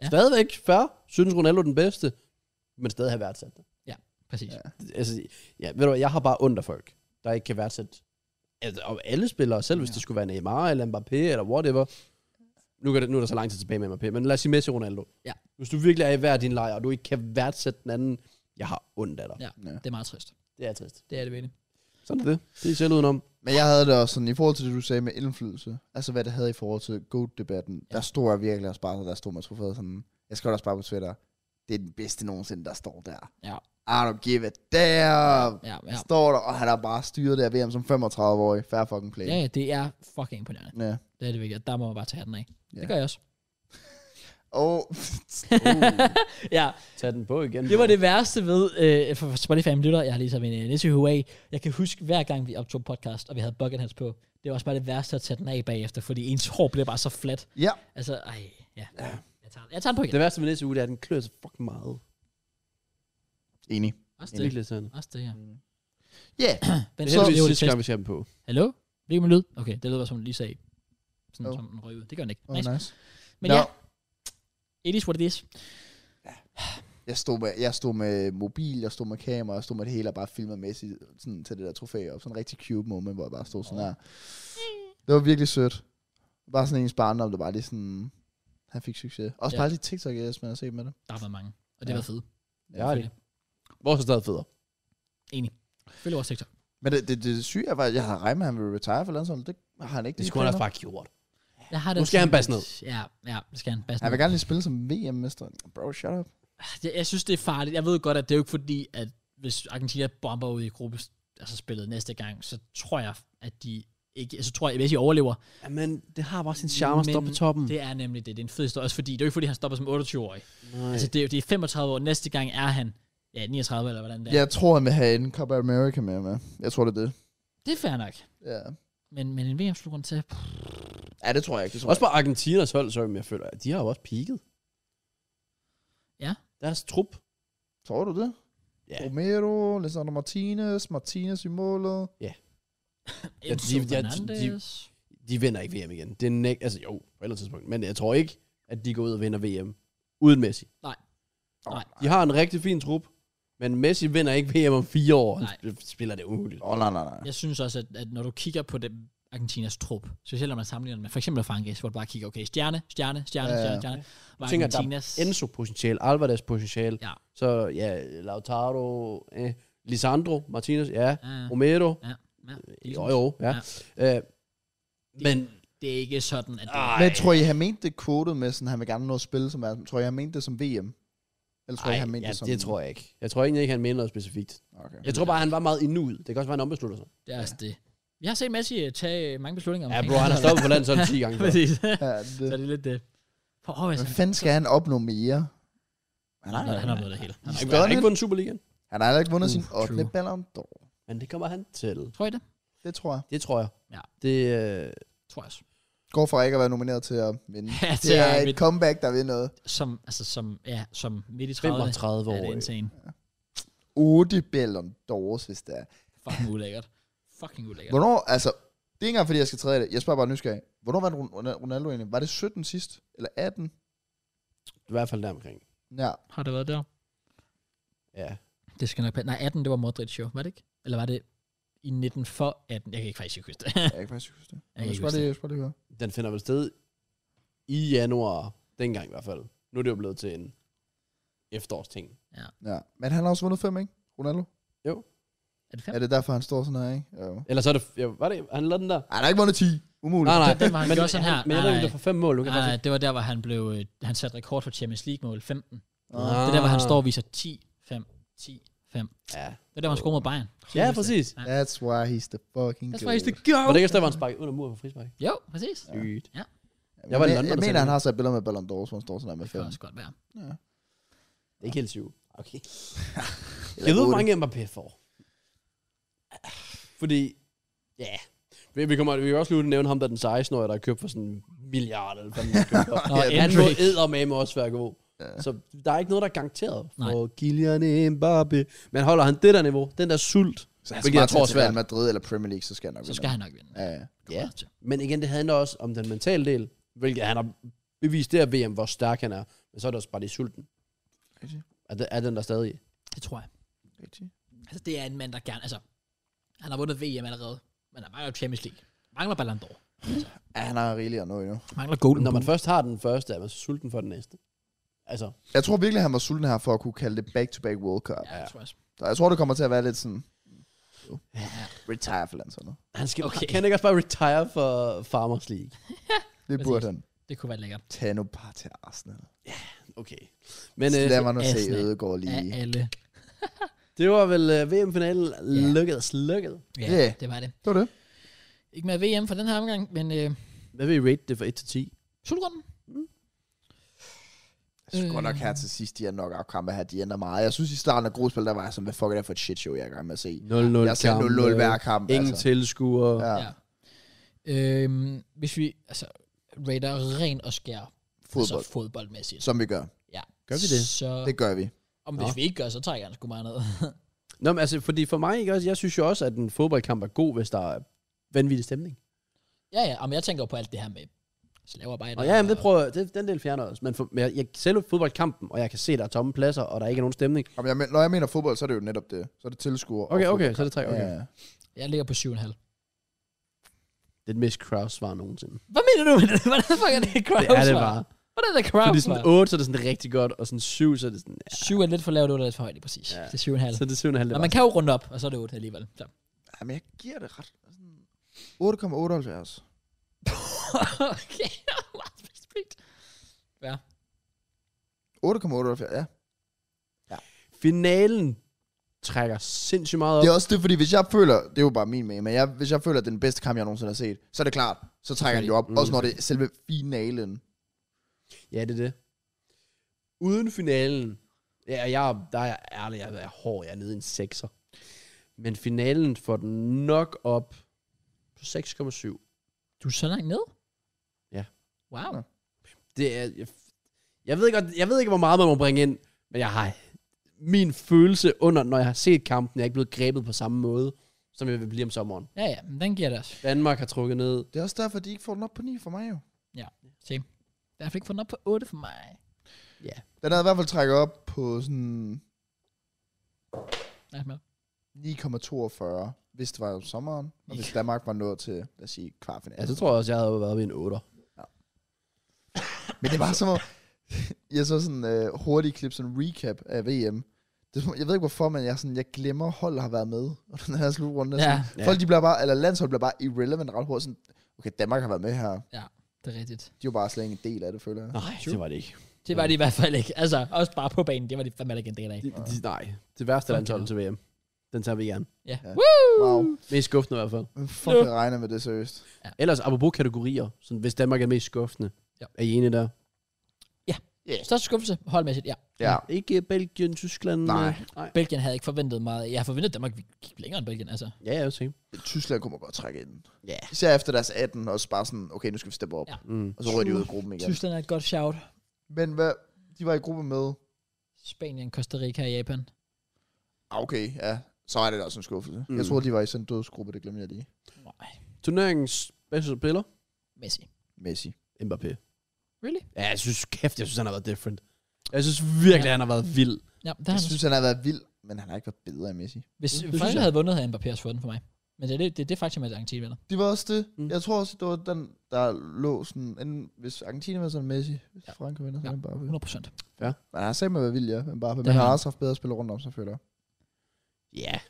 S1: Ja.
S2: Ja. Stadigvæk før, synes Ronaldo den bedste, men stadig have værdsat det.
S1: Præcis. Ja.
S2: Altså, ja, ved du hvad, jeg har bare ondt af folk, der ikke kan værdsætte. Altså, og alle spillere, selv hvis det skulle være Neymar eller Mbappé eller whatever. Nu, kan det, nu er der så lang tid tilbage med Mbappé, men lad os sige Messi og Ronaldo.
S1: Ja.
S2: Hvis du virkelig er i hver din lejr, og du ikke kan værdsætte den anden, jeg har ondt af dig.
S1: Ja.
S2: Ja.
S1: Det er meget trist.
S2: Det er trist.
S1: Det er det virkelig.
S2: Sådan er det. Det er selv udenom.
S3: Men jeg havde det også sådan, i forhold til det, du sagde med indflydelse, altså hvad det havde i forhold til GOAT-debatten,
S1: Ja.
S3: der stod jeg virkelig og sparede, der stod man trofæet sådan, jeg skrev også bare på Twitter, det er den bedste nogensinde, der står der.
S1: Ja.
S3: I don't give a damn.
S1: Ja,
S3: Ja.
S1: ja.
S2: Altså,
S3: Står der, og han har bare styret der VM som 35-årig. Fair fucking play.
S1: ja, ja det er fucking imponerende.
S3: ja.
S1: Det er det virkelig. Der må man bare tage den af.
S3: Ja.
S1: Det gør jeg også.
S3: Og
S1: ja,
S2: Tag den på igen.
S1: det var det værste ved øh, for Spotify lytter. Jeg har lige taget min øh, Nisse Huawei. Jeg kan huske, hver gang vi optog podcast, og vi havde Bucketheads på, det var også bare det værste at tage den af bagefter, fordi ens hår bliver bare så fladt.
S3: ja,
S1: Altså, ej, ja. Jeg tager, jeg tager den på igen.
S2: Det værste med næste uge, det er, at den klør så fucking meget.
S3: enig.
S1: Også
S2: Det er
S1: det.
S2: virkelig sådan.
S1: Også det, ja.
S3: Ja, yeah.
S1: Men
S2: Det
S1: så,
S2: er
S1: jo,
S2: heldigvis
S1: det
S2: sidste
S1: er
S2: gang, vi ser dem på.
S1: Hallo? Hvilken lyd? Okay, det lyder som den lige sagde. Sådan
S3: Jo.
S1: som den røg ud. Det gør den ikke.
S3: oh,
S1: Nice.
S3: nice.
S1: Men
S3: Nå.
S1: ja, it is what it is.
S3: Jeg stod, med, jeg stod med mobil, jeg stod med kamera, jeg stod med det hele og bare filmede Messi sådan, til det der trofæ op. Sådan en rigtig cute moment, hvor jeg bare stod sådan her. Det var virkelig sødt. Bare sådan ens barn, om det var lige sådan... Han fik succes. Også
S1: Ja.
S3: ja. bare lige TikTok, jeg man har set med det.
S1: Der har været mange. Og det
S3: Ja.
S1: var fedt.
S2: Ja, det. Vores er stadig federe.
S1: Følg vores TikTok.
S3: Men det, det, det syge er, faktisk, jeg havde regnet med, at han ville retire for landsholdet. Det har han ikke.
S2: Det
S3: lige
S2: skulle han
S3: planer.
S2: have faktisk gjort.
S1: Jeg har det
S2: Nu skal han
S1: sådan
S2: basse ned.
S1: lidt- Ja, ja, nu skal han basse
S3: Han
S1: ned.
S3: vil gerne lige spille som VM-mester. Bro, shut up.
S1: Jeg, jeg synes, det er farligt. Jeg ved godt, at det er jo ikke fordi, at hvis Argentina bomber ud i gruppe, altså spillet næste gang, så tror jeg, at de ikke, altså tror jeg, hvis de overlever,
S2: Men det har bare sin charme at stå
S1: Men
S2: på toppen.
S1: det er nemlig det. Det er en fed historie, også fordi, det er jo ikke fordi, han stopper som 28-årig.
S2: Nej.
S1: Altså, det er, jo- det er 35 år. Næste gang er han, ja, 39 eller hvordan det er.
S3: Jeg tror, han vil have en Copa America med. med. Jeg tror, det er det.
S1: Det er fair nok.
S3: Ja,
S1: Men, men en VM-slutrunde til, pff,
S3: ja det tror jeg ikke. Det tror
S2: Også på Argentinas hold, så jeg føler, at de har jo også peaked.
S1: Ja.
S2: Deres trup.
S3: jeg. tror du det?
S2: Ja.
S3: Romero, Lisandro Martinez, Martinez i målet.
S2: Ja,
S1: Enzo
S2: de- ja, de-
S1: Fernandes.
S2: De vinder ikke VM igen. Det er næ- altså jo, på et eller andet tidspunkt. Men jeg tror ikke, at de går ud og vinder VM. Uden Messi.
S1: Nej. Nej.
S2: De har en rigtig fin trup. Men Messi vinder ikke VM om fire år. Han
S1: Nej.
S2: sp- spiller det umuligt.
S3: Åh, oh, nej, nej, nej.
S1: Jeg synes også, at, at når du kigger på det, Argentinas trup, specielt når man sammenligner den med for eksempel Frankrig, hvor du bare kigger, okay, stjerne, stjerne, stjerne,
S3: Ja, ja.
S1: stjerne, stjerne, var
S2: tænker, der er
S1: Argentinas...
S2: Enzo potentiale, Alvarez potentiale.
S1: Ja.
S2: Så ja, Lautaro, eh, Lisandro, Martinez, ja.
S1: Ja, ja.
S2: Romero.
S1: Ja, ja. Det,
S2: Jo,
S1: er,
S2: jo, ja. ja. Øh, men
S1: det er ikke sådan, at... Det,
S2: Ej.
S3: Men tror I, han mente det kvotet med, sådan, han vil gerne nå at spille som verden? Tror I, han mente det som VM? Eller tror I, han mente
S2: ja,
S3: det som...
S2: det tror jeg ikke. Jeg tror egentlig ikke, han mener noget specifikt.
S3: Okay.
S2: Jeg tror bare, han var meget endnu ud. Det kan også være, han ombeslutter sig.
S1: det er også det. Vi har set Messi øh, tage øh, mange beslutninger
S2: Ja,
S1: omkring...
S2: bro, han har stoppet på landet sådan 10 gange. før.
S1: Præcis.
S3: Ja,
S1: så
S3: det.
S1: det er lidt det. For åh, altså,
S3: Hvad fanden skal han opnå mere? Han har,
S1: han, han har noget af det hele. Han
S2: Han
S1: har-
S2: har ikke- Han har ikke vundet Superligaen.
S3: han har heller ikke vundet
S1: Uh,
S3: sin 8.
S1: true.
S3: Ballon d'Or.
S2: Men det kommer han til.
S1: Tror I det?
S3: Det tror jeg.
S2: Det tror jeg.
S1: Ja.
S2: Det, øh,
S1: Tror jeg også.
S3: Går fra ikke at være nomineret til at vinde.
S1: Ja,
S3: det er
S1: mit,
S3: et comeback, der vil noget.
S1: som, altså, som, ja, som midt i 30'erne
S2: 35
S1: er
S2: år. øh.
S1: det insane.
S3: 8 Ballon d'Ors, hvis det er.
S1: Fucking ulækkert. Fucking ulækkert.
S3: Hvornår, altså, det er ikke engang, fordi jeg skal træde i det. Jeg spørger bare nysgerrig. Hvornår vandt Ron- Ronaldo egentlig? Var det 17 sidst? Eller 18?
S2: I hvert fald der omkring.
S3: Ja.
S1: Har det været der?
S2: Ja.
S1: Det skal nok passe. Nej, 18, det var Modric jo, var det ikke? Eller var det i 19 for 18? Jeg kan ikke faktisk ikke huske det.
S3: Jeg kan faktisk huske det.
S1: kan
S3: Jeg
S1: ikke
S3: skal bare
S1: huske
S3: lige, jeg skal bare lige høre.
S2: Den finder vel sted i januar. Dengang i hvert fald. Nu er det jo blevet til en efterårsting.
S3: Ja. Men han har også vundet 5, ikke? Ronaldo?
S1: er det fem?
S3: Er det derfor, han står sådan her, ikke? Jo.
S2: Eller så er det... Ja, var det, han lavede den der?
S3: Ej, han har ikke vundet 10. Umuligt.
S2: Nej, nej.
S1: Den var- han gjorde sådan her.
S2: Men jeg ved ikke, om
S1: Nej.
S2: det er for fem mål. Du kan
S1: Nej,
S2: faktisk
S1: nej, det var der, hvor han blev,
S2: Ah.
S1: øh, han satte rekord for Champions League-mål 15. Det er der, hvor han står og viser 10, 5, 10, 5.
S2: Ja.
S1: Det er der, man scorer mod Bayern.
S2: Ja, præcis.
S1: Ja.
S3: That's why he's the fucking
S1: That's why he's the
S2: Var
S1: goat.
S2: det ikke også der, hvor han sparkede under muren på frispark?
S1: Jo, præcis.
S2: Sygt.
S3: goat.
S2: Jeg var i
S3: Men-
S2: London,
S3: Jeg
S2: der
S3: mener,
S2: sagde
S3: han har sat billeder med Ballon d'Or, så han står sådan der med
S1: Det kan
S3: fem.
S1: også godt være.
S2: Det er ikke helt syv. Okay.
S3: Eller
S2: Jeg ved, hvor
S3: otte.
S2: mange Mbappé får. Fordi, ja. Yeah. Vi, vi, kommer, vi kan også lige nævne ham, der er den 16-årige, der er købt for sådan en milliard eller hvad man har købt for.
S1: Nå,
S3: Ja,
S2: Han
S1: Andrew.
S2: må eddermame også være god.
S3: Ja.
S2: Så der er ikke noget, der er garanteret
S1: Nej.
S2: for Kylian Mbappé. Men holder han det der niveau, den der sult.
S3: Så han
S2: Hvilket
S3: skal bare
S2: jeg tror
S3: tage til
S2: svært.
S3: Real Madrid eller Premier League, så skal han nok
S1: Så
S3: vinde.
S1: skal han nok vinde.
S3: Ja, ja.
S2: Ja.
S1: Godt.
S2: Men igen, det handler også om den mentale del, hvilket han har bevist der VM, hvor stærk han er. Men så er det også bare det sulten.
S3: Rigtigt.
S2: Er, det, er den der stadig?
S1: Det tror jeg.
S3: Rigtigt.
S1: Altså, det er en mand, der gerne... Altså, han har vundet VM allerede, men han mangler Champions League. Mangler Ballon d'Or.
S3: Ja, han har rigeligt at nå endnu.
S1: Mangler Golden
S2: Når man
S1: Boot.
S2: først har den første, er man så sulten for den næste. Altså,
S3: Jeg tror virkelig, han var sulten her for at kunne kalde det back-to-back World Cup.
S1: Ja, det tror jeg også.
S3: Så jeg tror, det kommer til at være lidt sådan... Jo.
S1: Ja.
S3: Retire for landsholdet.
S2: han skal
S1: Okay.
S2: okay. kan han ikke også bare retire for Farmers League.
S3: Det
S1: Præcis.
S3: burde han.
S1: Det kunne være lækkert.
S3: Tag nu bare til Arsenal.
S2: Okay. Men
S3: Men,
S2: øh,
S3: Lad mig nu se
S1: Arsenal.
S3: Ødegaard
S1: Af
S3: lige.
S1: alle.
S2: det var vel øh, VM-finalen lykkedes, lykkedes.
S1: Ja,
S3: Ja.
S1: det var det.
S3: Det var det.
S1: Ikke med VM for den her omgang, men øh,
S2: Hvad vil I rate det fra 1 til 10?
S1: slutrunden.
S3: Jeg synes godt nok her til sidst, de her knockout kampe her, de ændrer meget. Jeg synes i starten af gruppespil, der var jeg sådan, hvad fuck er det for et shit show, jeg er i gang med at se.
S2: 0-0 kamp.
S3: Jeg ser 0-0 hver kamp.
S2: Ingen
S3: altså.
S2: tilskuere.
S3: Ja,
S1: Ja. Øhm, hvis vi altså, rater ren og skær
S3: fodbold.
S1: Altså, fodboldmæssigt.
S3: Som vi gør.
S1: ja.
S2: Gør vi det?
S1: Så,
S3: Det gør vi.
S1: om hvis
S2: Nå.
S1: vi ikke gør, så tager jeg den sgu meget ned.
S2: Nå, men altså, fordi for mig, ikke også, jeg synes jo også, at en fodboldkamp er god, hvis der er vanvittig stemning.
S1: ja, ja, men jeg tænker på alt det her med slavearbejde.
S2: Og ja, jamen, det prøver, det, den del fjerner jeg også. Men for, men jeg, jeg, selv fodboldkampen, og jeg kan se, der er tomme pladser, og der ikke er nogen stemning.
S3: Jamen, jeg, men- når jeg mener fodbold, så er det jo netop det. Så er det tilskuer. og
S2: Okay, okay,
S3: fodboldkamp.
S2: så er det tre. Okay.
S3: Ja,
S2: Ja.
S3: ja.
S1: Jeg ligger på 7,5.
S2: Det er det mest crowd svar nogensinde.
S1: Hvad mener du med det? Hvordan fuck er det et crowd
S2: Det er det bare.
S1: Hvordan er det crowd
S2: Fordi sådan 8, så er det sådan rigtig godt, og sådan 7, så er det sådan... Ja,
S1: 7 er lidt for lavt, 8 er lidt for højt, lige præcis.
S2: Ja.
S1: Ja. Det er 7,5.
S2: så er det 7,5.
S1: Men man kan jo runde op, og så er det 8 alligevel. Så.
S3: Jamen, jeg giver det ret. Sådan 8,78.
S1: okay, meget respekt.
S3: 8,78, ja.
S2: Finalen trækker sindssygt meget op.
S3: Det er også det, fordi hvis jeg føler, det er jo bare min mening, men jeg, hvis jeg føler, at det er den bedste kamp, jeg nogensinde har set, så er det klart, så trækker han jo op.
S2: Mm.
S3: Også når det er selve finalen.
S2: Ja, det er det. Uden finalen, ja, og jeg, der er jeg ærlig, jeg er hård, jeg er nede i en 6'er. Men finalen får den nok op på 6,7.
S1: Du er så langt ned?
S2: Ja.
S1: Wow.
S3: Nå.
S2: Det er, jeg, jeg, ved godt, jeg ved ikke, hvor meget man må bringe ind, men jeg har min følelse under, når jeg har set kampen, jeg er ikke blevet grebet på samme måde, som jeg vil blive om sommeren.
S1: Ja, ja, men den giver det også.
S2: Danmark har trukket ned.
S3: Det er også derfor, de ikke får den op på 9 for mig jo.
S1: Jeg har ikke fået den op på 8 for mig.
S3: Den havde i hvert fald trækket op på sådan
S1: Nej, men-
S3: 9,42, hvis det var om sommeren, og hvis
S1: Ikke.
S3: Danmark var nået til, lad os sige,
S2: Ja,
S3: kvartfinalen.
S2: så tror jeg også, jeg havde været ved en 8'er.
S3: Men det var som om, jeg så sådan øh, hurtigt klip, sådan en recap af VM. Det, er som om- jeg ved ikke hvorfor, men jeg, er sådan, jeg glemmer hold har været med. Og den her slutrunde.
S1: Ja,
S3: Ja. Folk de bliver bare, eller landshold bliver bare irrelevant ret hurtigt. Sådan, okay, Danmark har været med her.
S1: det er rigtigt.
S3: De var bare slet ikke en del af det, føler jeg.
S2: Nej, det var det ikke.
S1: Det var de i hvert fald ikke. Altså, også bare på banen, det var de fandme ikke en del af.
S2: De, de, nej, det værste er landsholdet til VM. Den tager vi gerne.
S1: Ja.
S3: Ja.
S1: Woo!
S3: Wow.
S2: Mest skuffende i hvert fald.
S3: Men fuck, jeg regner med det seriøst.
S2: Ellers, apropos kategorier, sådan, hvis Danmark er mest skuffende,
S1: Ja.
S2: ja. er I enige der?
S1: Største skuffelse, holdmæssigt, ja.
S3: Ja.
S2: Ikke Belgien, Tyskland?
S3: Nej.
S2: øh, nej.
S1: Belgien havde ikke forventet meget. Jeg har forventet, at Danmark gik længere end Belgien, altså.
S2: Ja, jeg vil
S3: Tyskland kunne man godt trække ind.
S2: Ja.
S3: Især efter deres 18, og så bare sådan, okay, nu skal vi steppe op.
S1: Ja.
S3: Ja.
S2: Mm.
S3: Og så røg de ud af gruppen igen.
S1: Tyskland er et godt shout.
S3: Men hvad, de var i gruppe med,
S1: Spanien, Costa Rica og Japan.
S3: ah, okay, ja, så er det da også en skuffelse. Mm.
S2: Mm.
S3: Jeg troede, de var i sådan en dødsgruppe, det glemte jeg lige.
S1: Nej,
S2: Turneringens bedste spiller?
S1: Messi.
S3: Messi.
S2: Mbappé.
S1: Really?
S2: Ja, jeg synes, kæft, jeg synes, han har været different. Jeg synes virkelig,
S1: Ja.
S2: han har været vild.
S1: Ja, det har
S3: Jeg
S1: han.
S3: synes, han har været vild, men han har ikke været bedre end Messi.
S1: Hvis
S2: det synes
S1: Frankrig
S2: jeg.
S1: havde vundet, havde Mbappé også fået den for mig. Men det er det, det, er det faktisk, at Argentina vinder.
S3: Det var også det.
S2: Mm.
S3: Mm. Jeg tror også, det var den, der lå sådan, enten, hvis Argentina var sådan Messi, hvis
S1: Ja.
S3: ja. Frankrig vinder, så
S1: Ja.
S3: ja. Mbappé.
S1: 100 procent.
S3: Men han har sagt med, hvad vild, ja, Mbappé. Men
S1: har
S3: han har
S1: han.
S3: også haft bedre at spille rundt om, så føler jeg.
S2: Ja. Yeah.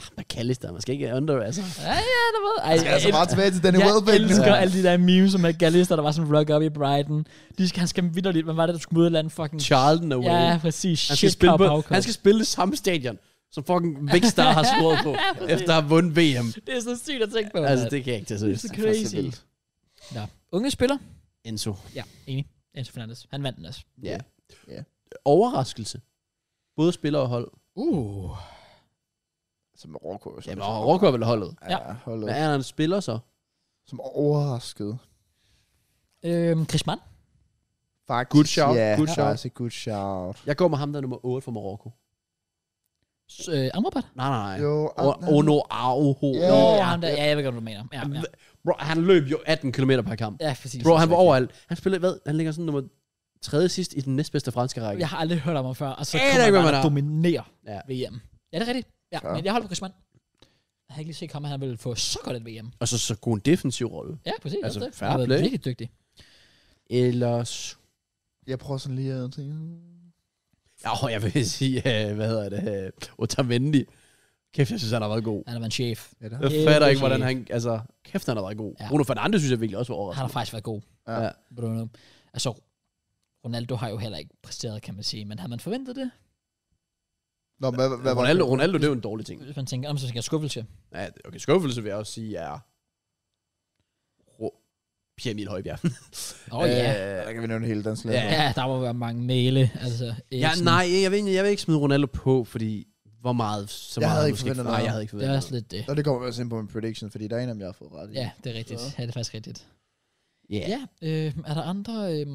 S2: Ah, Man McAllister. Man skal ikke under, altså.
S1: Ja, ja, der var... Ej,
S3: Jeg skal altså
S1: jeg-
S3: bare tilbage til Danny
S1: jeg
S3: Welbeck. nu.
S1: elsker
S2: Ja.
S1: alle de der memes som McAllister, der var sådan rock up i Brighton. De skal, han skal vidderligt, hvad var det, der skulle møde et eller andet fucking...
S2: Charlton away.
S1: Ja, præcis.
S2: han, skal
S1: Shit,
S2: spille
S1: Pau
S2: på,
S1: Pau
S2: han skal spille det samme stadion, som fucking Vækstar har scoret på, efter at have vundet VM.
S1: Det er så sygt at tænke på.
S2: Altså,
S1: mand.
S2: det kan jeg ikke tage
S1: det er
S2: seriøst.
S1: så
S3: Det er
S1: crazy.
S3: så vildt.
S1: Nå. Unge spiller?
S2: Enzo.
S1: Ja, enig. Enzo Fernandes. Han vandt den også.
S2: Ja.
S3: Ja.
S2: Overraskelse. Både spiller og hold.
S3: Uh. Som Marokko. som-
S2: Jamen, og Rocco er vel holdet.
S1: Ja.
S3: Ja, hold
S2: Men
S3: op.
S2: er han en spiller så?
S3: Som overrasket.
S1: Øhm, Chris Mann?
S3: Faktisk.
S2: Good shout,
S3: Ja,
S2: good shout.
S3: Faktisk good shout.
S2: Jeg går med ham, der er nummer 8 for Marokko.
S1: S- øh, Amrabat?
S2: Nej, nej, nej.
S3: Jo,
S2: O-
S3: ah,
S2: Ono Araujo.
S3: Ja.
S1: Nå,
S3: ja.
S1: ham der. Ja, jeg ved godt, hvad du mener. Ja, ja.
S2: Bro, han løb jo 18 km per kamp.
S1: ja præcis.
S2: Bro, han var overalt. Han spillede, hvad? Han ligger sådan nummer tredje sidst i den næstbedste franske række.
S1: Jeg har aldrig hørt om ham før, og så
S2: Aner
S1: kommer
S2: ikke,
S1: han
S2: hvem
S1: bare
S2: han
S1: og
S2: er.
S1: dominerer
S2: Ja.
S1: VM. Ja, det er rigtigt. Ja,
S3: Ja.
S1: men jeg holder på Chris Mann. Jeg har ikke lige set ham, at han ville få så godt et VM.
S2: Og så, så god en defensiv rolle.
S1: Ja, præcis.
S2: Altså,
S1: også det.
S2: fair
S1: Han har været
S2: play.
S1: virkelig dygtig.
S2: Ellers...
S3: Jeg prøver sådan lige at tænke.
S2: Ja, jeg vil sige, øh, hvad hedder det? Øh, Otamendi. Kæft, jeg synes, han har været god.
S1: Han har været en chef.
S3: Ja, det har.
S2: Jeg
S1: Kæmpe
S2: fatter ikke, hvordan
S1: chef.
S2: han... Altså, kæft, han har været god.
S1: Ja.
S2: Ja. Bruno Fernandes synes jeg virkelig også var
S1: Han
S2: overraskende.
S1: har faktisk været god.
S3: Ja.
S2: Ja.
S1: Bruno. Altså, Ronaldo har jo heller ikke præsteret, kan man sige. Men havde man forventet det?
S3: Nå, hvad, hvad, hvad var
S2: Ronaldo, Ronaldo, det er jo en dårlig ting.
S1: Hvis man tænker, om så skal jeg skuffelse.
S2: Ja, okay, skuffelse vil jeg også sige er... Ro- Pierre Emil Højbjerg.
S1: Åh
S2: Øh,
S1: oh, ja.
S3: Ja, der kan vi nævne hele dansk land.
S2: Ja.
S1: Ja, der må være mange mæle. Altså,
S2: Ja,
S1: Eriksen.
S2: nej, jeg vil, ikke- jeg vil ikke smide Ronaldo på, fordi hvor meget, så
S3: Jeg
S2: meget
S3: havde
S2: han
S3: ikke
S2: måske
S3: forventet
S2: Nej,
S3: noget.
S2: jeg havde ikke
S1: Det
S2: forventet
S1: er
S2: noget.
S1: også lidt det.
S3: Og det kommer vi også ind på min prediction, fordi der er en af dem, jeg har fået ret i.
S1: Ja, det er rigtigt. Ja, det er faktisk rigtigt.
S2: Ja.
S1: Ja, øh, er der andre... Øh,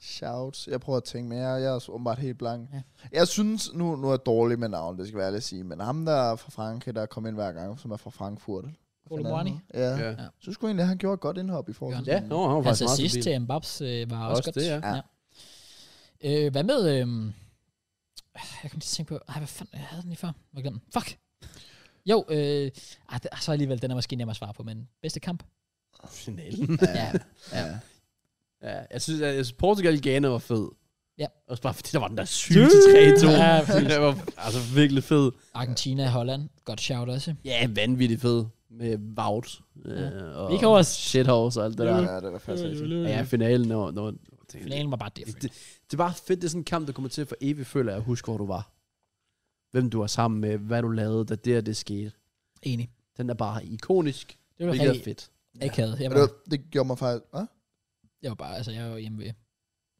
S3: Shouts. Jeg prøver at tænke mere. Jeg er også åbenbart helt blank.
S1: Ja.
S3: Ja. Jeg synes, nu, nu er jeg dårlig med navn, det skal jeg være ærlig at sige. Men ham der er fra Frankrig, der kommer ind hver gang, som er fra Frankfurt.
S1: Colomani?
S3: Ja. ja.
S2: Ja.
S1: Ja.
S3: Så skulle egentlig, at han gjorde et godt indhop i forhold til
S2: Ja,
S3: sådan-
S2: no, han var
S1: Hans
S2: faktisk meget
S1: assist
S2: stabil.
S1: til Mbaps Altså, øh, var også,
S2: Også
S1: godt.
S2: det, ja.
S3: Ja.
S1: Øh, hvad med... Øh, jeg kom til at tænke på... Ej, hvad fanden... Jeg havde den lige før. Jeg glemte den. Fuck! Jo, øh, ej, det, så alligevel, den er måske nem at svare på, men bedste kamp?
S2: Finalen.
S1: Ja.
S3: Ja.
S2: Ja, jeg synes, at jeg synes, Portugal Ghana var fed.
S1: Ja.
S2: Også bare fordi, der var den der syge til 3-2.
S1: Ja, præcis.
S2: det var altså virkelig fed.
S1: Argentina, Holland. Godt shout også.
S2: Ja, vanvittigt fed. Med Vaut.
S1: Ja.
S2: Øh, og
S1: Vickers.
S2: Shithorse og alt det der.
S3: ja, det var faktisk rigtigt.
S2: Ja, finalen. Når, når, det,
S1: Finalen var bare different.
S2: det, det var fedt. Det er sådan en kamp, der kommer til at for evigt føler jeg, at huske, hvor du var. Hvem du var sammen med, hvad du lavede, da det og det skete.
S1: Enig.
S2: Den er bare ikonisk,
S1: Det var
S2: hvilket er
S1: rigtig
S2: fedt.
S1: akavet. Jeg
S3: Men
S1: var,
S3: Det, det gjorde mig faktisk... Hva?
S1: jeg var bare, altså, jeg var hjemme ved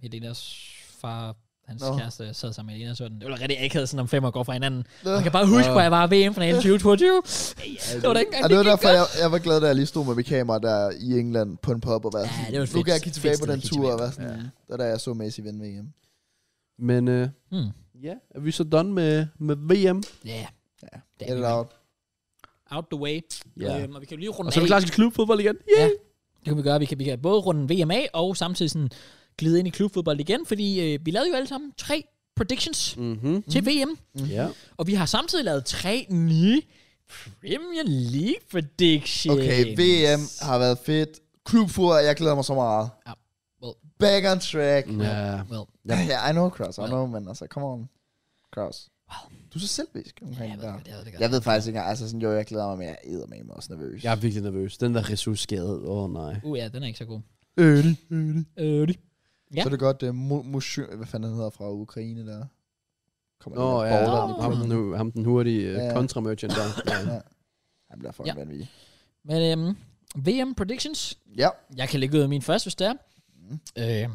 S1: Helenas far, hans Nå.
S3: Nå.
S1: kæreste, sad sammen med Helena og så var den. Det var rigtig akavet, sådan om fem år går fra hinanden.
S3: Det,
S1: Man kan bare huske,
S2: Ja.
S1: hvor jeg var ved VM-finalen 2022. Det var da ikke
S3: ja,
S1: engang,
S3: det var
S1: gik
S3: derfor,
S1: godt.
S3: jeg, jeg var glad, da jeg lige stod med mit kamera der i England på en pub og var
S1: Ja,
S3: sådan,
S1: det var et
S3: nu
S1: fedt-
S3: kan jeg kigge tilbage
S1: fedt
S3: på
S1: sted at
S3: den
S1: kigge
S3: tur
S1: tilbage
S3: og
S1: på.
S3: være sådan,
S1: Ja.
S3: der da jeg så Messi vinde VM.
S2: Men øh,
S1: Hmm.
S2: ja, er vi så done med, med VM?
S1: Ja.
S3: Ja.
S1: Det
S3: Get
S1: er
S3: it
S1: vi.
S3: out.
S1: Out the way.
S2: Ja.
S1: Øhm, og vi kan jo lige runde
S2: Og så er vi
S1: af.
S2: klar til klubfodbold igen. Yeah.
S1: Ja, det kan vi gøre. Vi kan, vi kan både runde VM af, og samtidig sådan glide ind i klubfodbold igen, fordi øh, vi lavede jo alle sammen tre predictions mm.
S2: Mm-hmm.
S1: til VM.
S2: Ja.
S1: Og vi har samtidig lavet tre nye Premier League predictions.
S3: Okay, VM har været fedt. Klubfodbold, jeg glæder mig så meget.
S1: Ja, well.
S3: Back on track.
S2: ja.
S1: Well,
S3: Ja, yeah, I know, Kraus. I
S1: Ja.
S3: know, men altså, come on, Kraus.
S1: Well.
S3: Du er så selvvisk
S1: ja,
S3: omkring
S1: jeg
S3: det
S1: ved, det
S3: der.
S1: godt, jeg ved det godt.
S3: Jeg ved faktisk ikke, engang, altså sådan, jo, jeg glæder mig, men jeg æder med mig også nervøs.
S2: Jeg er virkelig nervøs. Den der ressourceskade. Åh oh, nej.
S1: Uh, ja, den er ikke så god.
S3: Øli, øli.
S1: Øh, det- Ja.
S3: Så er det godt, uh, Mushy, hvad fanden han hedder fra Ukraine der. Kommer
S2: Nå
S3: der
S2: ja,
S3: baller
S1: Nå.
S2: ham,
S3: lige
S2: ham,
S3: pludselig.
S2: nu, ham den hurtige
S3: Ja,
S2: ja.
S3: ja.
S2: kontramerchant der. Ja.
S3: Ja. Han bliver fucking
S1: Ja.
S3: ja. vanvittig.
S1: Men øhm, VM predictions.
S3: Ja.
S1: Jeg kan lægge ud af min først, hvis det er.
S3: Mm.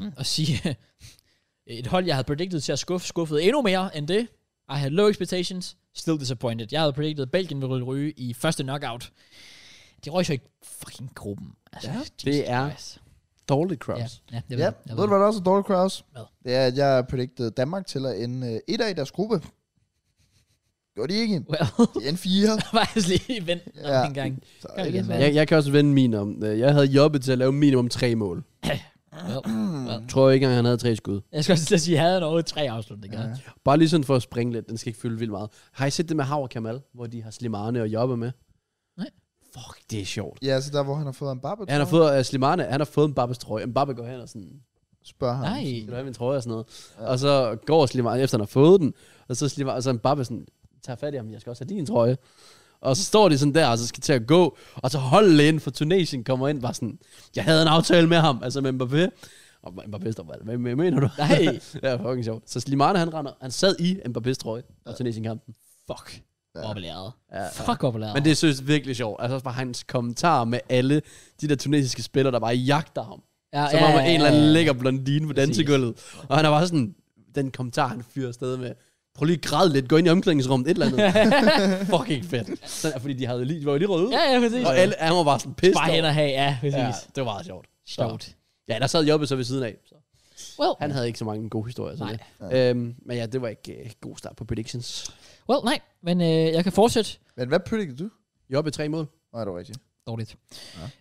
S1: Øhm, og sige, et hold, jeg havde predicted til at skuffe, skuffet endnu mere end det. I had low expectations, still disappointed. Jeg havde predicted, at Belgien ville ryge i første knockout. De røg så ikke fucking gruppen. Altså,
S2: Ja,
S1: Jesus
S2: det er
S1: Christ.
S2: Dårlig
S1: Ja,
S2: cross.
S1: ja, det
S3: ja.
S1: ved, jeg
S3: Ved du, hvad der også er dårligt, Kraus?
S1: Hvad?
S3: Det er, at jeg predicted Danmark til at ende øh, et af i deres gruppe. Gjorde de ikke.
S1: Well,
S3: De endte fire.
S1: faktisk lige vent ja.
S3: Ja.
S1: en gang.
S3: Så
S1: Kom igen,
S3: så-
S1: mand.
S2: Ja. Jeg, jeg kan også vende min om. Øh, Jeg havde jobbet til at lave minimum tre mål.
S1: Well, well.
S2: Tror jeg ikke engang, han havde tre skud.
S1: Jeg skal også til at sige, at jeg havde noget tre afslutninger.
S3: Ja.
S1: Ja.
S2: Bare lige sådan for at springe lidt. Den skal ikke fylde vildt meget. Har I set det med Hav og Kamal, hvor de har Slimane og jobbe med?
S1: Nej.
S2: Fuck, det er sjovt.
S3: Ja, så der, hvor han har fået en barbe,
S2: Han har fået uh, Slimane, han har fået en Babbes trøje. En Babbe går hen og sådan,
S3: spørger han.
S1: Nej.
S2: skal du have min trøje og sådan noget.
S3: Ja.
S2: Og så går Slimane, efter han har fået den, og så Slimane, og så en Babbe sådan, tager fat i ham, jeg skal også have din trøje. Og så står de sådan der, og så skal til at gå. Og så holder lægen for Tunesien kommer ind, bare sådan, jeg havde en aftale med ham, altså med Mbappé. Og Mbappé står bare, hvad hvad mener du?
S1: Nej.
S2: ja, fucking sjovt. Så Slimane, han, render, han sad i Mbappé's trøje på
S3: Ja. Tunesien-kampen.
S2: Tunesien-kampen.
S1: Fuck.
S3: Ja.
S1: Oplæret.
S2: Ja.
S1: Fuck oplæret.
S2: Men det synes virkelig sjovt. Altså også bare hans kommentar med alle de der tunesiske spillere, der bare jagter ham.
S1: Ah, ja,
S2: Som om en eller anden lækker blondine på
S1: Præcis.
S2: dansegulvet. Og han er bare sådan, den kommentar, han fyrer afsted med. Prøv lige at græde lidt, gå ind i omklædningsrummet, et eller andet. Fucking fedt. Så, fordi de havde lige, de var jo lige røde ud.
S1: Ja, ja, præcis.
S2: Og alle, han var bare sådan pissed
S1: Bare hen
S2: over.
S1: og have, ja,
S2: Ja,
S1: præcis. Ja.
S2: det var meget sjovt.
S1: Sjovt.
S2: Ja, der sad Jobbe så ved siden af. Så.
S1: Well,
S2: Han havde ikke så mange gode historier. Sådan
S3: Nej.
S2: Det. Øhm, men ja, det var ikke øh, god start på predictions.
S1: well, nej, men øh, jeg kan fortsætte.
S3: Men hvad predicted du?
S2: Jobbe tre mål.
S3: Nej, det var rigtigt.
S1: Dårligt.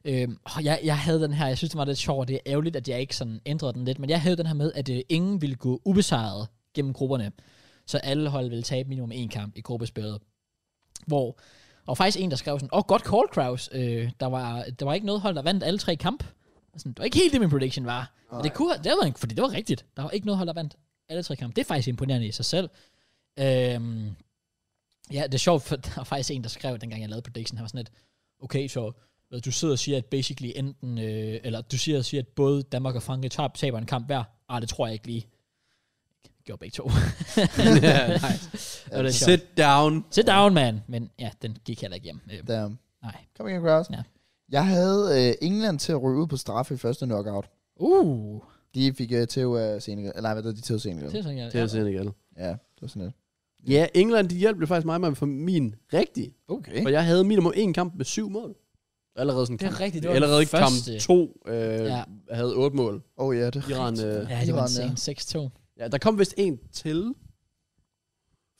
S1: Ja. Øhm, og jeg, jeg havde den her, jeg synes, det var lidt sjovt, og det er ærgerligt, at jeg ikke sådan ændrede den lidt, men jeg havde den her med, at øh, ingen ville gå ubesejret gennem grupperne, så alle hold ville tabe minimum én kamp i gruppespillet. Hvor, og faktisk en, der skrev sådan, åh, oh, godt call, Kraus. Øh, der, var, der var ikke noget hold, der vandt alle tre kamp. Og Sådan, det var ikke helt det, min prediction var. Men det kunne, det var, en- fordi det var rigtigt. Der var ikke noget hold, der vandt alle tre kampe. Det er faktisk imponerende i sig selv. Øhm, ja, det er sjovt, for der var faktisk en, der skrev, dengang jeg lavede prediction, han var sådan lidt, okay, så øh, du sidder og siger, at basically enten, øh, eller du siger, siger, at både Danmark og Frankrig tab, taber en kamp hver. Ah, det tror jeg ikke lige. Gjorde begge to.
S2: ja, nej.
S1: Det var lidt sjovt.
S2: Sit down.
S1: Sit down, man. Men ja, den gik heller ikke hjem. Øh,
S3: Damn.
S1: nej.
S3: Kom igen, Kraus.
S1: Ja.
S3: Ja. Jeg havde øh, England til at ryge ud på straffe i første knockout.
S1: Uh.
S3: De fik øh, til øh, Senegal. Nej, hvad hedder de til Senegal?
S1: Det er sådan, jeg,
S2: Det er Senegal.
S3: Ja, det var sådan lidt.
S2: Ja, England, de hjalp jo faktisk mig med for min rigtige.
S3: Okay.
S2: For jeg havde minimum en kamp med syv mål. Allerede sådan
S1: Det er
S2: kamp.
S1: rigtigt, det var den
S2: Allerede
S1: første.
S2: kamp to øh,
S1: Ja.
S2: ja. havde otte mål.
S3: Oh ja, det
S2: Iran, øh,
S1: ja, det var
S3: Iran, ja.
S1: en sen 6-2.
S2: ja, der kom vist en til.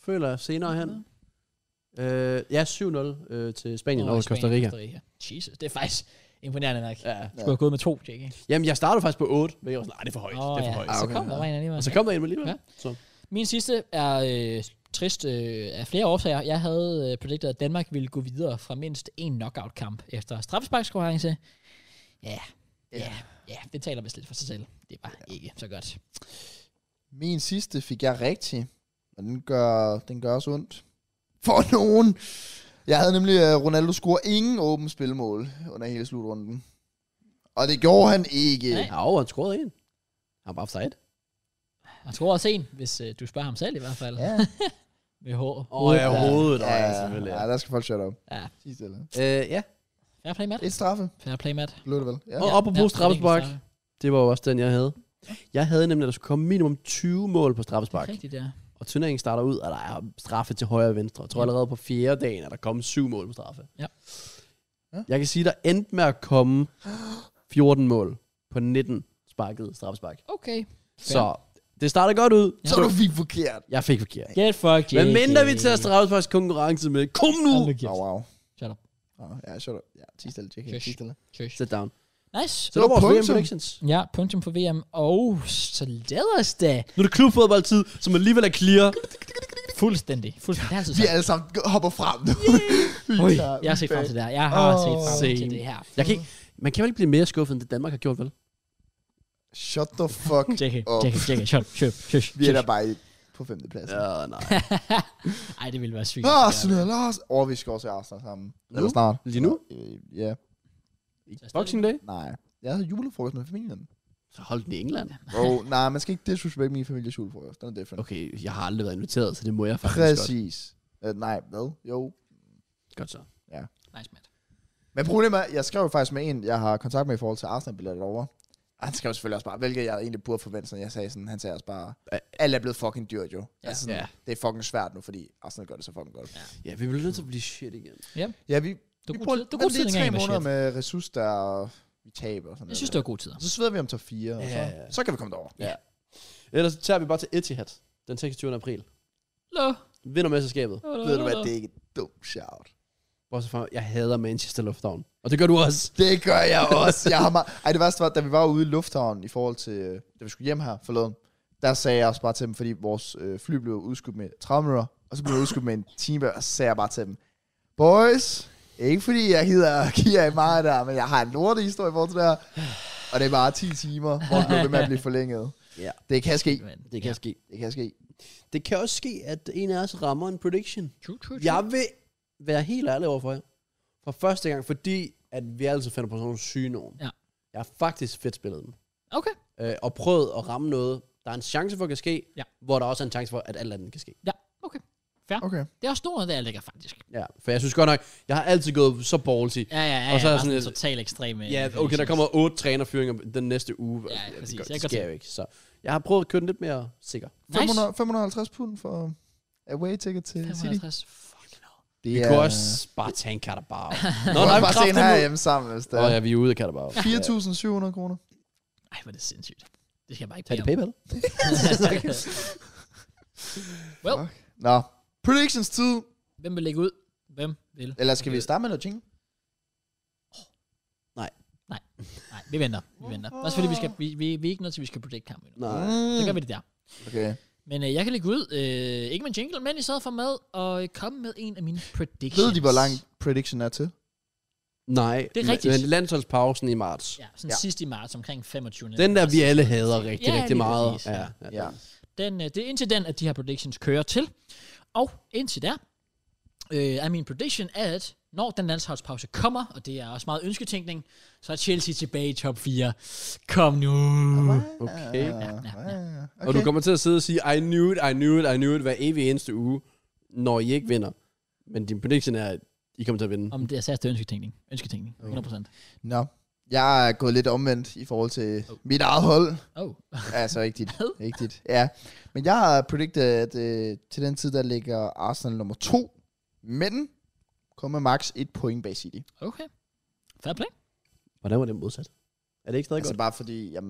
S2: Føler jeg senere hen. Øh, ja, 7-0 øh, til Spanien
S1: Over
S2: over
S1: Spanien
S2: Costa
S1: og
S2: Rica.
S1: Jesus, det er faktisk imponerende nok. Ja.
S2: Ja.
S1: Skulle have gået med to, Jake. ikke?
S2: Jamen, jeg startede faktisk på 8, men jeg var sådan, nej, det er for højt.
S1: Åh,
S2: Oh, det er for
S1: ja.
S2: højt.
S1: Så
S3: okay.
S1: kom der var en alligevel.
S2: Og så kom der en alligevel.
S1: Ja.
S2: Ja. Så.
S1: Min sidste er øh, trist øh, af flere årsager. Jeg havde øh, predicted, at Danmark ville gå videre fra mindst en knockout-kamp efter straffesparkskonkurrence. Ja, ja, ja, det taler vist lidt for sig selv. Det er bare ja. ikke så godt.
S3: Min sidste fik jeg rigtig, og den gør, den gør også ondt. For nogen. Jeg havde nemlig, at Ronaldo scorer ingen åben spilmål under hele slutrunden. Og det gjorde han ikke.
S1: Nej.
S3: Nej.
S2: Ja, og han scorede en. Han var offside.
S1: Jeg tror også en, hvis øh, du spørger ham selv i hvert fald.
S3: Ja,
S1: Med hår.
S2: Åh, oh, ja,
S1: Ja.
S2: hovedet. Ja, ja,
S3: ja,
S2: selvfølgelig.
S3: ja,
S2: Ja.
S3: der skal folk shut up.
S1: Ja.
S3: Sig stille.
S2: Øh, ja.
S1: Fair play, Matt.
S3: Et straffe,
S1: Fair play, Matt.
S3: blev det vel? Ja.
S2: Og apropos straffespark.
S1: det
S2: Det var jo også den, jeg havde. Jeg havde nemlig, at der skulle komme minimum 20 mål på
S1: er
S2: straffespark.
S1: Rigtigt, ja.
S2: Og turneringen starter ud, og der er straffe til højre og venstre. Jeg tror allerede på fjerde dagen, at der kom syv mål på straffe.
S1: Ja.
S3: Ja.
S2: Jeg kan sige, der endte med at komme 14 mål på 19 sparket straffespark.
S1: Okay.
S2: Så det starter godt ud.
S1: Ja.
S3: Så du fik forkert.
S2: Jeg fik forkert.
S1: Get fucked,
S2: Hvad
S1: Jake.
S2: mindre vi tager Uh. straffesparks konkurrence med? Kom
S1: Hold
S2: nu!
S1: nu kæft.
S3: Oh, wow.
S1: Shut up.
S3: Oh, ja, shut up. Ja, ti stille, JK.
S1: Shush.
S3: Ti stille.
S1: Tjøs.
S2: Sit down.
S1: Nice.
S2: Så det var vores
S3: punktum.
S2: VM predictions.
S1: Ja, punktum for VM. Og så lad os da.
S2: Nu er det klubfodboldtid, som alligevel er clear.
S1: Fuldstændig. Fuldstændig. Det er altså altid
S3: Vi
S1: sådan.
S3: alle sammen hopper frem nu.
S1: Ui, jeg har set frem til det her. Jeg har
S3: Åh.
S1: set frem til
S2: Same.
S1: det her.
S2: Jeg kan ikke, man kan vel ikke blive mere skuffet, end det Danmark har gjort, vel?
S3: Shut the fuck.
S1: JK,
S3: Åh.
S1: JK, JK, shut, shut, shut,
S3: Vi er der bare i- på femte plads. Ja.
S2: Ja, nej.
S1: Ej, det ville være sygt.
S3: Arsenal, Arsenal. Åh, vi skal også se Arsenal sammen.
S2: Nu?
S3: Eller snart.
S2: Lige nu?
S3: Øh, Ja,
S2: Boxing Day?
S3: nej. Jeg havde julefrokost med familien.
S2: Så hold den i England.
S3: Bro, nej, man skal ikke disrespect min families julefrokost. Den er different. Okay.
S2: Okay, jeg har aldrig været inviteret, så det må jeg faktisk godt.
S3: Præcis. Uh, nej, hvad? Jo.
S2: Godt så.
S1: Nice, Matt.
S3: Men problemet er, jeg skrev jo faktisk med en, jeg har kontakt med i forhold til Arsenal-billetter over. Og han skrev selvfølgelig også bare, hvilket jeg egentlig burde forvente, sådan jeg sagde sådan, han sagde også bare, alt er blevet fucking dyrt jo.
S1: Ja.
S3: Ja. Altså sådan,
S2: Ja.
S3: ja. det er fucking svært nu, fordi Arsenal gør det så fucking godt.
S2: Ja, vi bliver nødt til at blive shit igen.
S3: Ja, vi,
S1: Du er god
S3: vi bruger
S1: tid- du er
S3: nemlig
S1: god tid,
S3: lige
S1: dengang
S3: tre
S1: I var
S3: måneder
S1: chef.
S3: med ressourcer, der vi taber og sådan
S1: Jeg
S3: noget.
S1: synes, det var gode tider.
S3: Så sveder vi om top 4, og så,
S2: Ja, ja.
S3: så kan vi komme derover.
S2: Ja. Ellers tager vi bare til Etihad den 26. april.
S1: Lå.
S2: Vinder mesterskabet.
S3: Ved du hvad, det er ikke et dumt shout.
S2: Bortset fra, jeg hader Manchester Lufthavn. Og det gør du også.
S3: Det gør jeg også. Jeg har meget... Ej, det værste var, da vi var ude i lufthavnen i forhold til, øh, da vi skulle hjem her forleden, der sagde jeg også bare til dem, fordi vores øh, fly blev udskudt med 30 minutter, og så blev det udskudt med en time, og så sagde jeg bare til dem, boys, ikke fordi jeg gider at give jer i meget der, men jeg har en lorte historie i forhold til det her, og det er bare 10 timer, hvor det blev ved med at blive forlænget.
S2: Ja.
S3: Det kan ske.
S2: Det kan ja. ske.
S3: Det kan ske.
S2: Det kan også ske, at en af os rammer en prediction.
S1: True, true, true.
S2: Jeg vil være helt ærlig overfor jer. For første gang, fordi at vi altid finder på sådan nogle syge nogen.
S1: Ja.
S2: Jeg har faktisk fedt spillet den.
S1: Okay.
S2: Øh, og prøvet at ramme noget, der er en chance for, at kan ske,
S1: Ja.
S2: hvor der også er en chance for, at alt andet kan ske.
S3: Okay.
S1: Det er også noget, der ligger faktisk.
S2: Ja, for jeg synes godt nok, jeg har altid gået så ballsy.
S1: Ja, ja, ja.
S2: Og så er
S1: ja,
S2: der sådan
S1: bare
S2: et-
S1: total ekstreme.
S2: Ja, okay, der kommer otte trænerfyringer den næste uge.
S1: Ja,
S2: det,
S1: præcis.
S2: det,
S1: Jeg
S2: det
S1: kan
S2: sker
S1: se.
S2: jo ikke, så jeg har prøvet at køre den lidt mere sikker.
S1: Nice.
S3: 500, 550 pund for uh, away ticket til City.
S1: 550. Fuck no.
S3: Det
S2: Vi
S3: er-
S2: kunne også bare tage en Carabao. Nå,
S3: Nå,
S2: nej,
S3: nej, bare se en
S2: kraftigt
S3: herhjemme sammen, hvis det
S2: Åh oh,
S3: er.
S2: ja, vi er ude af Carabao.
S3: 4.700 kroner.
S1: Ej, hvor er det sindssygt. Det skal jeg bare ikke
S2: Tag det
S1: bede om.
S2: PayPal.
S1: Well,
S3: Fuck. Nå, predictions tid.
S1: hvem vil lægge ud? Hvem vil?
S3: Eller skal vi starte med noget jingle?
S1: Nej, vi venter. Vi venter. Også fordi vi, skal, vi, vi, vi er ikke nødt til, at vi skal predict kampen endnu.
S2: Nej.
S1: Så gør
S3: Mm.
S1: vi det der.
S3: Okay.
S1: Men øh, jeg kan lægge ud, øh, ikke med en jingle, men i stedet for med at øh, komme med en af mine predictions.
S3: Ved de, hvor lang prediction er til?
S2: Nej.
S1: Det er rigtigt.
S2: Men landsholdspausen i marts. Ja.
S1: Ja, sådan
S3: Ja.
S1: ja. sidst i marts omkring 25.
S2: Den der, vi alle hader rigtig,
S1: Ja,
S2: ja, rigtig
S1: lige
S2: meget.
S1: præcis, ja.
S2: Ja, ja.
S1: Den, øh, det er indtil den, at de her predictions kører til. Og indtil der, øh, er min prediction, at når den landsholdspause kommer, og det er også meget ønsketænkning, så er Chelsea tilbage i top 4. Kom nu.
S2: Okay.
S3: Okay.
S2: Og du kommer til at sidde og sige, I knew it, I knew it, I knew it, hver evig eneste uge, når I ikke vinder. Men din prediction er, at I kommer til at vinde.
S1: Om det er særligt ønsketænkning. Ønsketænkning. 100%.
S3: Nå. Jeg er gået lidt omvendt i forhold til mit eget hold.
S1: Oh.
S3: Altså, ikke dit.
S1: Hvad?
S3: ikke dit. Ja. Men jeg har predicted, at øh, til den tid, der ligger Arsenal nummer to. Men kommer max et point bag City.
S1: Okay. Fair play.
S2: Hvordan var det modsat? Er det ikke stadig
S3: Altså
S2: godt?
S3: bare fordi, jeg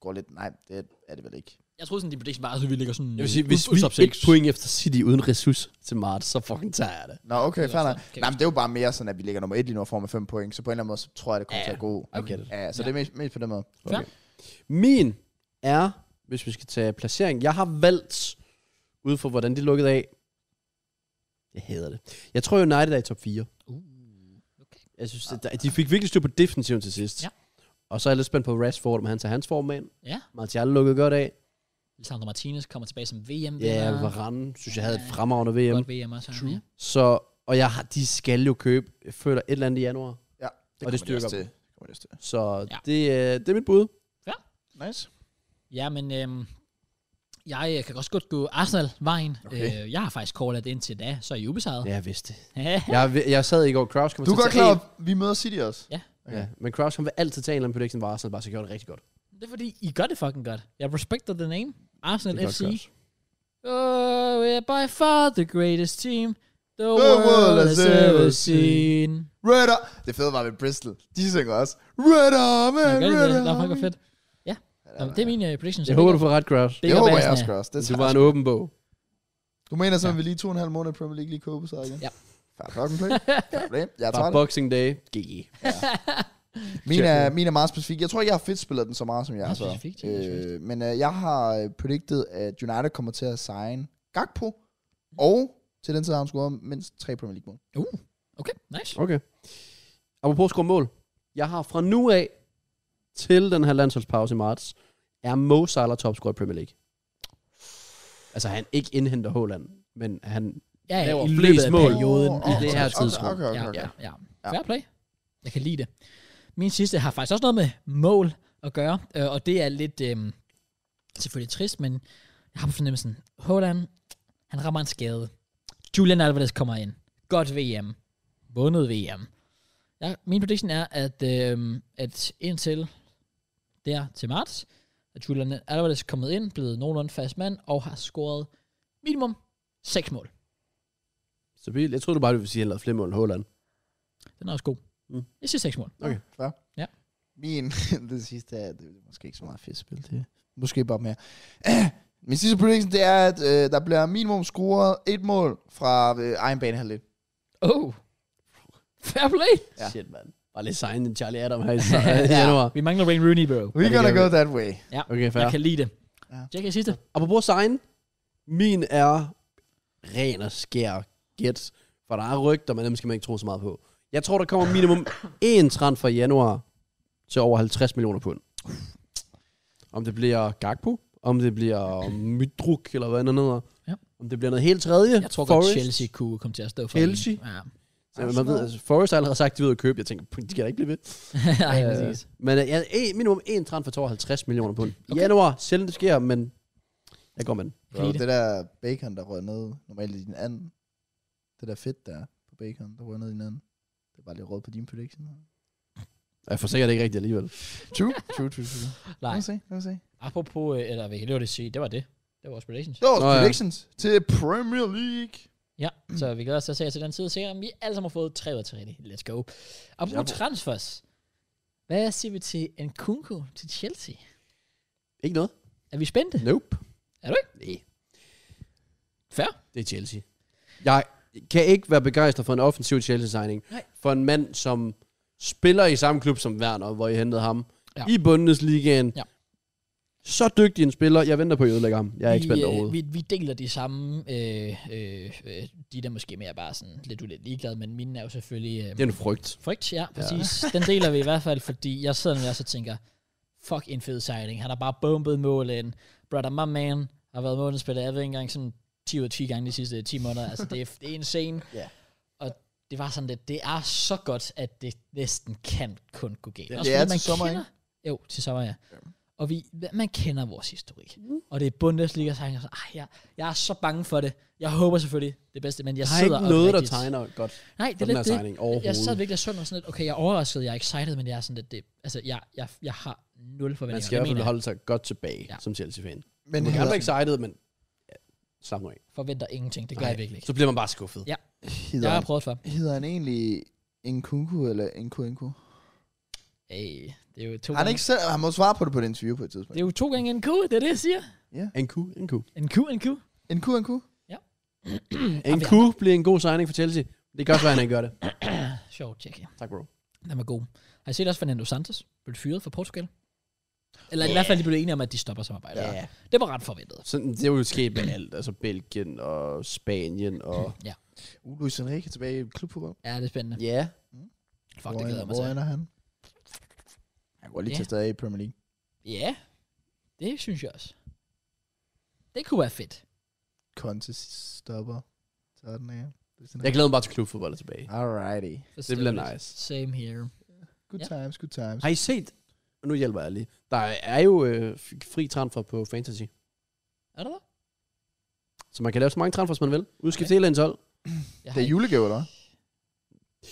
S3: går lidt, nej, det er det vel ikke.
S1: Jeg troede sådan, din prediction var, at vi ligger sådan...
S2: Jeg vil sige, hvis vi er et point efter City uden ressource til marts, så fucking tager jeg det.
S3: Nå, okay,
S1: Det er
S3: fair
S1: også
S3: nok.
S1: fair.
S3: Nej, men det er jo bare mere sådan, at vi ligger nummer et lige nu og får med fem point, så på en eller anden måde, så tror jeg, det kommer
S1: Ja,
S3: til at gå.
S1: I get
S2: it.
S3: Ja, så det er mest, mest på den måde.
S1: Fair.
S2: Min er, hvis vi skal tage placering, jeg har valgt, ud fra hvordan de lukkede af, jeg hader det. Jeg tror United er i top 4.
S1: Uh, Okay.
S2: Jeg synes, at der- de fik virkelig styr på defensiven til sidst.
S1: Ja.
S2: Og så er jeg lidt spændt på Rashford, om han tager hans form ind.
S1: Ja.
S2: Martial lukkede godt af.
S1: Lisandro Martinez kommer tilbage som VM.
S2: Ja, Varane synes jeg havde et fremragende
S1: VM.
S2: VM.
S1: Godt VM også.
S3: True.
S1: Ja.
S2: Så, og jeg har, de skal jo købe, jeg føler, et eller andet i januar.
S3: Ja,
S2: og det styrker
S3: til.
S2: dem.
S3: Det kommer de også til.
S2: Så
S1: Ja.
S2: ja. det, øh, det er mit bud.
S3: Nice.
S1: Ja, men øhm, jeg øh, kan også godt gå Arsenal-vejen.
S3: Okay.
S1: Øh, jeg har faktisk callet det indtil da, så er I ubesejret.
S2: Ja, jeg vidste det.
S1: Ja.
S2: Jeg, jeg sad i går, Kraus kommer
S3: Du er
S2: til at
S3: godt
S2: tage
S3: klar,
S2: en-
S3: at vi møder City også. Okay.
S2: Ja, men Kraus kommer altid til en eller anden prediction for Arsenal, bare så gjorde det rigtig godt.
S1: det er fordi, I gør det fucking godt. Jeg respekter the name. Arsenal
S2: Det er godt,
S1: FC.
S2: Kraus.
S1: Oh, we're by far the greatest team the, the
S3: world
S1: world,
S3: has
S1: has ever
S3: ever
S1: seen.
S3: Red Ar- Det fede var ved Bristol. De synger også. Red Army,
S1: Ja, gør det,
S3: Red
S1: det.
S3: Army.
S1: Nå, fuck, hvor fedt. Ja, Nå, det er mine uh, predictions.
S2: Jeg håber, du får ret, Kraus.
S1: det
S3: Det håber jeg
S1: Arsenal.
S3: også, Cross. Det,
S2: Det
S3: tager
S2: var
S3: jeg
S2: en åben bog.
S3: sgu. Du mener simpelthen, at vi lige to og en halv måned i Premier League lige kåbe sig igen?
S1: Ja.
S3: Fair fucking play. Fair play. Jeg
S2: Bare
S3: tager det.
S2: Boxing Day. GG.
S3: Min er, min er meget specifik. Jeg tror ikke, jeg har fedt spillet den så meget som jeg.
S1: Meget
S3: Altså.
S1: specifikt, ja,
S3: Øh, men øh, jeg har øh, predicted, at United kommer til at signe Gakpo. Og til den tid har han scoret mindst tre Premier League mål.
S1: Okay, nice.
S2: Okay. Apropos score mål. Jeg har fra nu af til den her landsholdspause i marts, er Mo Salah topscorer i Premier League. Altså, han ikke indhenter Håland, men han...
S1: Ja, ja,
S2: laver
S1: i løbet
S2: flest
S1: af
S2: mål
S1: perioden.
S3: Åh,
S2: i
S1: Ja,
S2: det
S1: ja,
S2: her
S1: ja.
S3: okay,
S2: tidsrum.
S3: Okay, okay, okay.
S1: Ja, ja,
S3: Ja.
S1: ja. Fair play. Jeg kan lide det. Min sidste har faktisk også noget med mål at gøre, øh, og det er lidt øh, selvfølgelig trist, men jeg har på fornemmelsen, Holland, han rammer en skade. Julian Alvarez kommer ind. Godt VM. Vundet VM. Ja, min prediction er, at, øh, at indtil der til marts, er Julian Alvarez kommet ind, blevet nogenlunde fast mand, og har scoret minimum 6 mål.
S2: Stabil. Jeg troede du bare, du ville sige, at han lavede flere mål end Håland.
S1: Den er også god.
S2: Mm.
S1: Jeg siger 6 mål.
S2: Okay.
S3: Fair.
S1: Ja.
S3: Min, det sidste er, det er måske ikke så meget fedt spil, det er måske bare mere. Min sidste prediction, det er, at øh, der bliver minimum scoret et mål fra øh, egen bane her lidt.
S1: Oh. Fair play.
S3: Ja.
S2: Shit, mand. Bare lige signe en Charlie Adam her i, i januar.
S1: Vi mangler Wayne Rooney, bro.
S3: We're
S2: det
S3: gonna
S2: gør
S3: go
S2: vi.
S3: that way.
S2: Okay, fair.
S1: Jeg kan lide det.
S3: Ja.
S1: Jack, er sidste.
S2: Apropos sign, min er ren og skær gæt, for der er rygter, men dem skal man ikke tro så meget på. Jeg tror, der kommer minimum én trend fra januar til over 50 millioner pund. Om det bliver Gakpo, om det bliver Mydruk, eller hvad andet hedder.
S1: Ja.
S2: Om det bliver noget helt tredje.
S1: Jeg tror godt,
S2: Forrest.
S1: Chelsea kunne komme til at stå for
S2: Chelsea?
S1: En. Ja.
S2: Så man ved, altså, Forrest har allerede sagt, at de ved at købe. Jeg tænker, de kan da ikke blive ved.
S1: Ej,
S2: Øh,
S1: præcis.
S2: Men øh, ja, en, minimum en transfer til over 50 millioner pund. Okay. I januar, sjældent det sker, men jeg går med den.
S1: Jeg kan lide
S3: Bro,
S1: det.
S3: det der bacon, der rører ned normalt i din anden. Det der fedt der på bacon, der rører ned i din anden. Det er bare lidt råd på din prediction.
S2: Og Jeg forsikrer det ikke rigtigt alligevel.
S3: True, true, true, true. Lad
S1: Nej,
S3: os se, lad os se.
S1: apropos, øh, eller hvad kan det var det sige, det var det. Det var vores predictions.
S3: Det var vores
S2: Nå, ja.
S3: predictions til Premier League.
S1: Ja, så vi glæder os til at se jer til den tid og se, om vi alle sammen har fået 3 ud af 3 rigtigt. Let's go. Apropos
S2: Ja.
S1: transfers. Hvad siger vi til Nkunku til Chelsea?
S2: Ikke noget?
S1: Er vi spændte?
S2: Nope.
S1: Er du
S2: ikke? Nej.
S1: Fair.
S2: Det er Chelsea. Jeg kan ikke være begejstret for en offensiv Chelsea-signing.
S1: Nej.
S2: For en mand, som spiller i samme klub som Werner, hvor I hentede ham.
S1: Ja.
S2: Ja. I Bundesligaen.
S1: Ja.
S2: Så dygtig en spiller. Jeg venter på, at I ødelægger ham. Jeg er ikke
S1: Vi,
S2: spændt
S1: øh,
S2: overhovedet.
S1: Vi, vi deler de samme, øh, øh, øh, de er der måske mere bare sådan lidt, du er lidt ligeglad, men mine er jo selvfølgelig... Øh,
S2: Det er en frygt.
S1: Frygt, ja, præcis. Den deler vi i hvert fald, fordi jeg sidder med os og tænker, fuck en fed signing. Han har bare bombet mål ind. Brother, my man har været målspiller, jeg ved ikke engang sådan 10 ud af 10 gange de sidste 10 måneder. Altså, det er, det er insane.
S2: Ja.
S1: Og det var sådan lidt, det er så godt, at det næsten kan kun gå galt.
S3: Ja,
S1: Også
S3: det er
S1: fordi
S3: til
S1: man
S3: sommer,
S1: kender- Jo, til sommer, ja. Og vi, man kender vores historik.
S3: Mm.
S1: Og det er Bundesliga, så jeg, jeg, jeg er så bange for det. Jeg håber selvfølgelig det bedste, men jeg
S2: Der er
S1: sidder
S2: ikke noget, der
S1: oprigtigt-
S2: tegner godt
S1: Nej, det
S2: for
S1: er
S2: den her
S1: lidt det. Jeg
S2: signing
S1: sad
S2: overhovedet.
S1: virkelig og så mig sådan lidt, okay, jeg er overrasket, jeg er excited, men jeg er sådan lidt, det, altså, jeg, jeg, jeg har nul forventninger.
S2: Man skal i hvert
S1: det
S2: fald
S1: mener jeg.
S2: holde sig godt tilbage
S1: Ja.
S2: ja. som Chelsea-fan.
S3: Men
S2: Man
S3: han
S2: kan være
S3: hedder,
S2: excited, men ja, slap nu af.
S1: Forventer ingenting, det gør
S2: Nej.
S1: jeg virkelig ikke.
S2: Så bliver man bare skuffet.
S1: Ja.
S3: hedder,
S1: Jeg har
S3: han,
S1: prøvet før.
S3: hedder han egentlig Nkunku eller Nkunku?
S1: Ey, det er jo to
S3: Han, er
S1: gange.
S3: ikke selv, han må svare på det på et interview på et tidspunkt.
S1: Det er jo to gange en ku, det er det, jeg siger.
S2: En ku, en ku.
S1: En ku, en ku.
S3: Nku, Nku?
S2: En
S1: vi-
S2: ku bliver en god signing for Chelsea. Det gør så, at han ikke gør det.
S1: Sjovt, tjek. ja.
S2: Tak, bro.
S1: Den var god. Har I set også Fernando Santos? Blev fyret fra Portugal? Eller yeah. i hvert fald, de blev enige om, at de stopper samarbejdet.
S2: Ja.
S1: Yeah. Det var ret forventet.
S2: Sådan, det er jo sket med alt. Altså Belgien og Spanien og...
S1: Ja,
S3: Uh, Luis Enrique tilbage i klubfodbold.
S1: ja det er spændende.
S2: Ja.
S1: Fuck,
S3: Hvor
S1: det
S3: er-
S1: glæder jeg mig
S3: Hvor
S1: til.
S3: ender han? Jeg går lige
S1: Ja.
S3: til stadig i Premier League.
S1: Ja, det synes jeg også. Det kunne være fedt.
S3: Conte stopper. Sådan er det.
S2: Jeg glæder mig bare til klubfodbold er tilbage.
S3: Alrighty.
S2: Det bliver
S1: Forståeligt.
S2: nice.
S1: Same here.
S3: Good
S1: Ja.
S3: times, good times.
S2: Har I set... Nu hjælper jeg lige. Der er jo øh, f- fri transfer på Fantasy.
S1: Er der det?
S2: Så man kan lave så mange transfers, man vil. Udskift hele ens hold.
S1: Jeg
S3: Det
S1: har
S3: er julegave, eller? hvad?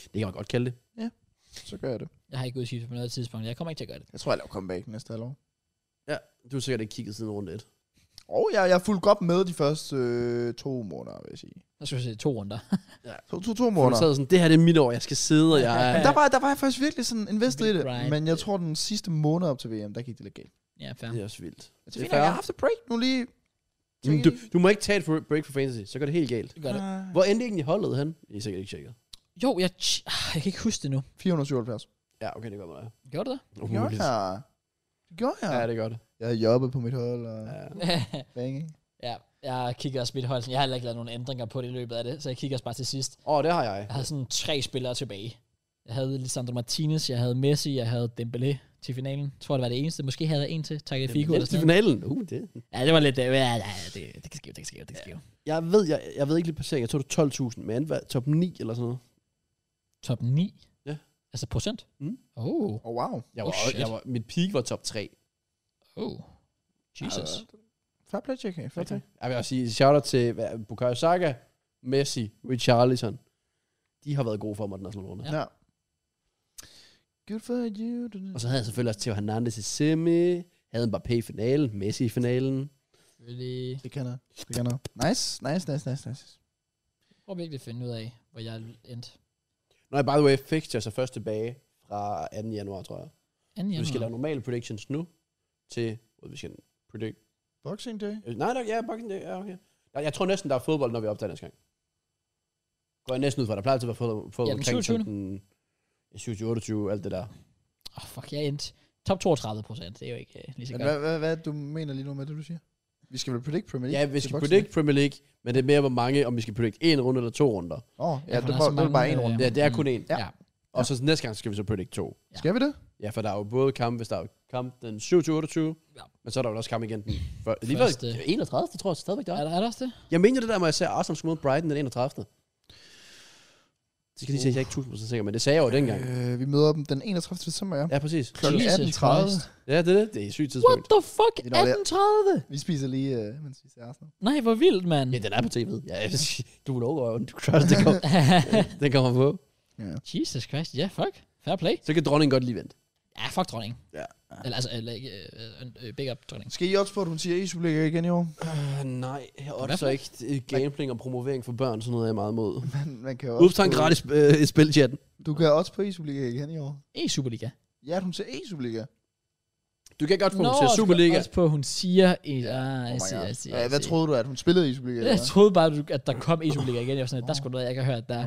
S2: Det kan man godt kalde det.
S3: Så gør jeg det.
S1: Jeg har ikke udskiftet på noget tidspunkt. Jeg kommer ikke til at gøre det.
S3: Jeg tror, jeg laver comeback næste halvår.
S2: Du har sikkert ikke kigget siden runde 1.
S3: Og jeg, jeg er fuldt godt med de første øh, to måneder, vil jeg sige.
S1: Så skal vi se to runder.
S3: To, to, to
S2: Man
S3: måneder.
S2: sad sådan, det her det er mit år, jeg skal sidde, og jeg er...
S3: Men der var, der var jeg faktisk virkelig sådan investet i det.
S1: Right.
S3: Men jeg tror, den sidste måned op til VM, der gik det lidt galt.
S1: ja, fair.
S2: Det er også vildt.
S3: Jeg
S2: Det er
S3: tænkte,
S2: fair.
S3: jeg har haft et break nu lige.
S2: Men du, du må ikke tage et for- break for fantasy, så går det helt galt.
S1: Det gør det.
S3: Ah.
S2: Hvor endte egentlig holdet han? I er sikkert ikke tjekket.
S1: Jo, jeg, tj- ah, jeg kan ikke huske det nu.
S3: 477.
S2: Ja, okay, det gør man da.
S1: Gjorde du det?
S3: Det gjorde jeg. Det gjorde jeg.
S2: Ja, det gør det.
S3: Jeg havde jobbet på mit hold og
S2: Ja.
S3: bang, ikke?
S1: ja, jeg kigger også mit hold. sådan- Jeg har heller ikke lavet nogen ændringer på det i løbet af det, så jeg kigger også bare til sidst.
S2: Åh, det har jeg.
S1: Jeg havde sådan tre spillere tilbage. Jeg havde Lisandro Martinez, jeg havde Messi, jeg havde Dembélé til finalen. Jeg tror, det var det eneste. Måske havde jeg en til, Tagliafico eller
S2: Til
S1: sådan noget.
S2: finalen. Uh, det.
S1: Ja, det var lidt... øh, Ja, ja, det, det kan skive, det kan skive, det kan skive.
S2: Jeg ved, jeg, jeg ved ikke lige placering. Jeg tror, det er 12.000, men hvad, top 9 eller sådan noget.
S1: Top 9?
S2: Ja.
S1: Altså procent?
S2: Mm.
S1: Oh.
S3: Oh, wow.
S2: Jeg var,
S1: Oh, shit.
S2: jeg var, mit peak var top 3.
S1: Oh. Jesus.
S3: Ja, Fair play, JK. Fair play.
S2: Jeg vil også sige, shout-out til hvad, Bukayo Saka, Messi, Richarlison. De har været gode for mig den her sådan runde.
S1: Ja.
S2: Ja.
S3: Ja. Good for you.
S2: Og så havde jeg selvfølgelig også Theo Hernandez i semi, havde Mbappé i finalen, Messi i finalen.
S1: Really?
S3: Det kan jeg. Det kan jeg. Nice, nice, nice, nice, nice.
S1: prøver virkelig at finde ud af, hvor jeg endte.
S2: Nå, by the way, fixtures er først tilbage fra 2. januar, tror jeg.
S1: Anden
S2: Så vi skal
S1: januar.
S2: lave normale predictions nu, til, hvad vi skal predict.
S3: Boxing Day.
S2: Øh, Nej, nej, ja, Boxing Day, ja, okay. Jeg, jeg tror næsten, der er fodbold, når vi opdager næste gang. Går jeg næsten ud fra, der plejer altid at være fodbold, fodbold
S1: Ja, den 27..
S2: den 27, 28, alt det der.
S1: Åh, oh, fuck, jeg endte. Top 32 procent, det er jo ikke uh, lige så
S3: Men
S1: godt.
S3: hvad, hvad, hvad er det, du mener lige nu med det, du siger? Vi skal vel predict Premier League?
S2: Ja, vi
S3: til
S2: skal
S3: Boxing
S2: predict Premier League, men det er mere, hvor mange, om vi skal predict en runde eller to runder.
S3: Day. Åh, oh, ja,
S1: for
S3: det
S1: der er
S3: var,
S1: så
S3: det var bare en
S1: mange,
S3: runde.
S1: øh,
S2: Ja, det er kun én.
S1: Ja.
S3: Ja.
S1: ja.
S2: Og så næste gang skal vi så predict to.
S1: Ja.
S3: Skal vi det?
S2: Ja, for der er jo både kamp, hvis der er jo kamp den 27, 28,
S1: Ja.
S2: ja. men så er der jo også kamp igen den for, lige
S1: Første.
S2: Første. 31, tror jeg stadigvæk, der
S1: Er,
S2: er.
S1: der, er der også det?
S2: Jeg mener det der, når jeg sagde, at Arsenal skulle møde Brighton den 31. Det skal lige sige, at jeg er ikke 1000% sikker, men det sagde jeg jo dengang.
S3: Øh, vi møder dem den 31. december, ja.
S2: Ja, præcis.
S3: Klokken
S1: Jesus
S3: 18.30.
S2: Ja, det er det. Det er et sygt
S1: What
S2: tidspunkt.
S1: the fuck?
S3: Det er noget, jeg-
S1: 18.30?
S3: Vi spiser lige, øh, mens vi ser Arsenal.
S1: Nej, hvor vildt, mand.
S2: Ja, den er på tv'et. Ja, jeg vil sige, du vil overgå, du cross, det kommer, den kommer på.
S1: Jesus Christ, ja, yeah, fuck. Fair play.
S2: Så kan dronningen godt lige vente.
S1: Ja, fuck dronning.
S3: Ja.
S1: Eller altså, eller, ikke, øh, øh, øh, big up dronning.
S3: Skal I også på, at hun siger, at I skulle ligge igen i år?
S2: Uh, nej, jeg
S1: Hvad
S2: er
S1: for
S2: så ikke øh, gambling og promovering for børn, sådan noget er jeg meget imod.
S3: Man, man kan jo
S2: Ups,
S3: også
S2: tag en gratis øh, spil i chatten.
S3: Du kan også på E-Superliga igen i år.
S1: E Superliga.
S3: Ja, hun ser E-Superliga.
S2: Du kan godt få
S1: Nå,
S2: til
S1: også-
S2: Superliga.
S1: Også på, hun siger... I, ah,
S3: Oh
S1: jeg
S3: my
S1: siger,
S3: God.
S1: jeg siger,
S3: Ja, Hvad troede du, at hun spillede i E-Superliga?
S1: jeg troede bare, du- at der kom E Superliga igen. Jeg var sådan, at der skulle du jeg kan høre, at der...
S3: Ja.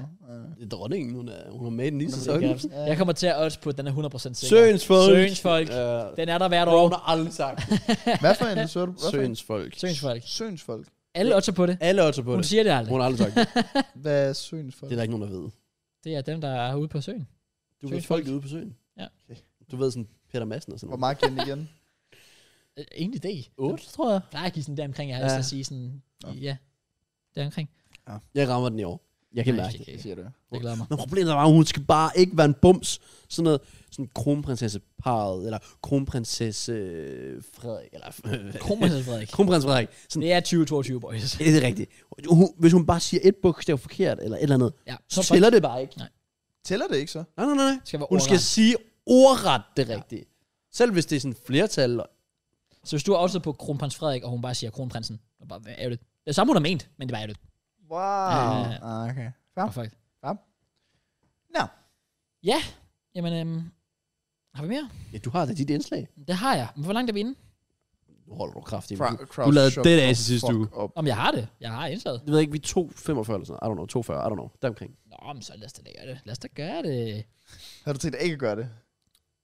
S2: Det er dronningen, hun er, hun er med i den nye
S1: Hun er
S2: sæson.
S1: med i den Jeg kommer til at odds på, at den er 100% sikker.
S2: Søens folk.
S1: Søens folk.
S2: Uh,
S1: Den er der hvert
S2: Bro,
S1: år.
S2: hun har aldrig sagt det.
S3: Hvad for en så er du? Hvad for en?
S2: Søens folk.
S1: Søens folk.
S3: Sønsfolk.
S1: Alle odds på det.
S2: Alle otter på
S1: Hun
S2: det.
S1: siger det aldrig.
S2: Hun har aldrig sagt det.
S3: Hvad er
S2: Det
S3: sønsfolk?
S2: er der ikke nogen, der ved.
S1: Det er dem, der er ude på søen.
S2: Du
S1: Søens
S2: ved folk ude på søen.
S1: Ja.
S3: Okay.
S2: Du ved sådan Peter Madsen og sådan
S3: Hvor
S2: noget.
S3: meget kendt igen?
S1: Øh, Egentlig det.
S2: Otte, tror jeg.
S1: Jeg plejer at give sådan der omkring, jeg har lyst til
S2: Ja.
S1: at sige sådan...
S3: Nå.
S1: Ja, der omkring.
S2: Jeg rammer den i år. Jeg kan
S1: Nej,
S2: mærke det.
S1: okay.
S3: siger du.
S1: Det glæder mig.
S2: Men problemet var, at hun skal bare ikke være en bums. Sådan noget, sådan kronprinsesseparet, eller kronprinsesse Frederik, eller...
S1: Kronprinsen Frederik.
S2: kronprins Frederik. Sådan,
S1: Det er 2022, boys.
S2: ja. Det er rigtigt. Hun, hvis hun bare siger et bogstav forkert, eller et eller andet,
S1: Ja,
S2: så tæller det bare ikke.
S3: Tæller det ikke så?
S2: Nej, nej, nej. nej.
S1: skal være
S2: Hun skal
S1: ordret.
S2: sige ordret det
S1: Ja.
S2: rigtige. Selv hvis det er sådan flertal. og-
S1: Så hvis du er også på kronprins Frederik, og hun bare siger kronprinsen, det er bare ærgerligt. Det er samme, hun har ment, men det er bare ærgerligt.
S3: Wow.
S1: Ja, ja, ja.
S3: Ah, okay.
S1: Ja.
S3: Fair.
S1: Oh, fuck.
S3: Nå.
S1: Jamen, øhm, har vi mere?
S2: Ja, du har da dit indslag.
S1: Det har jeg. Men hvor langt er vi inde?
S2: Nu holder du kraftigt.
S3: Fra-
S2: Du,
S3: Kraus,
S2: du lavede
S3: shut
S2: det
S3: the
S2: af til sidste
S3: fuck
S2: uge.
S3: up.
S1: Om jeg har det. Jeg har indslaget.
S2: Jeg ved ikke, vi tog 45 eller sådan noget. I don't know, 42, I don't know. Deromkring.
S1: Nå, men så lad os da gøre det. Lad os da gøre det.
S3: Har du tænkt dig ikke at gøre det?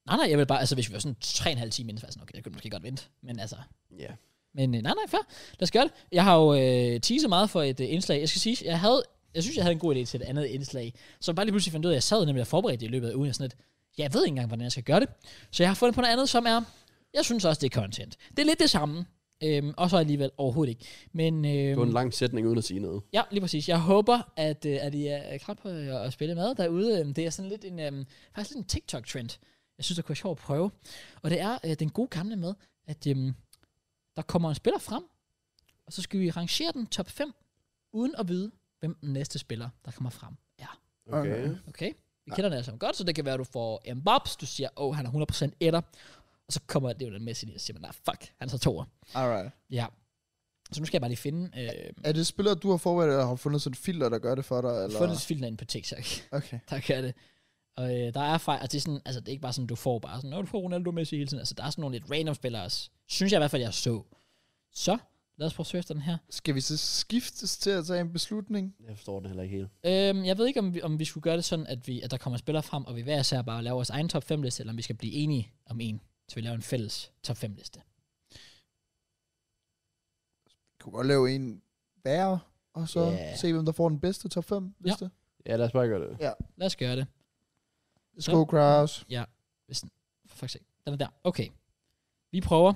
S1: Nej, nej, jeg vil bare, altså hvis vi var sådan 3,5 time inden, så var jeg sådan, okay, jeg kunne måske godt vente. Men altså,
S2: Ja.
S1: men øh, nej, nej, fair. Lad os gøre det. Jeg har jo øh, teaset meget for et øh, indslag. Jeg skal sige, jeg havde, jeg synes, jeg havde en god idé til et andet indslag. Så jeg bare lige pludselig fandt ud af, at jeg sad nemlig og forberedte det i løbet af ugen. Jeg, sådan lidt, jeg ved ikke engang, hvordan jeg skal gøre det. Så jeg har fundet på noget andet, som er, jeg synes også, det er content. Det er lidt det samme. Øhm, og så alligevel overhovedet ikke. Men,
S2: Det var
S1: øhm,
S2: en lang sætning uden at sige noget.
S1: Ja, lige præcis. Jeg håber, at, øh, at I er klar på øh, at spille med derude. Øhm, Det er sådan lidt en, øhm, faktisk lidt en TikTok-trend. Jeg synes, det kunne være sjovt at prøve. Og det er øh, den gode gamle med, at øhm, der kommer en spiller frem, og så skal vi rangere den top 5, uden at vide, hvem den næste spiller, der kommer frem, er.
S2: Okay.
S3: Okay.
S1: Okay? Vi kender den altså godt, så det kan være, at du får Mbappé, du siger, åh, oh, han er 100% etter, og så kommer det jo den Messi, og siger, man, nej, fuck, han er så toer.
S3: Alright.
S1: Ja. Så nu skal jeg bare lige finde, øh,
S3: Er det spillere, du har forberedt, eller har du fundet sådan et filter, der gør det for dig? Eller?
S1: fundet filmen inde på TikTok.
S3: Okay.
S1: der gør det. Og øh, der er fejl, altså det er, sådan, altså det er ikke bare sådan, du får bare sådan, når du får Ronaldo og Messi hele tiden. Altså der er sådan nogle lidt random spillere også. Synes jeg i hvert fald, jeg så. Så, lad os prøve at søge efter den her.
S3: Skal vi så skiftes til at tage en beslutning?
S2: Jeg forstår den heller ikke helt.
S1: Øhm, jeg ved ikke, om vi, om vi skulle gøre det sådan, at, vi, at der kommer spillere frem, og vi hver især bare laver vores egen top 5 liste, eller om vi skal blive enige om en. Så vi laver en fælles top 5 liste.
S3: kunne godt lave en værre, og så
S2: Ja.
S3: yeah. se, hvem der får den bedste top 5 liste. Ja.
S2: Ja, lad os bare gøre det.
S1: Lad os gøre det.
S3: Let's go, Kraus.
S1: For fuck's sake. Den er der. Okay. Vi prøver.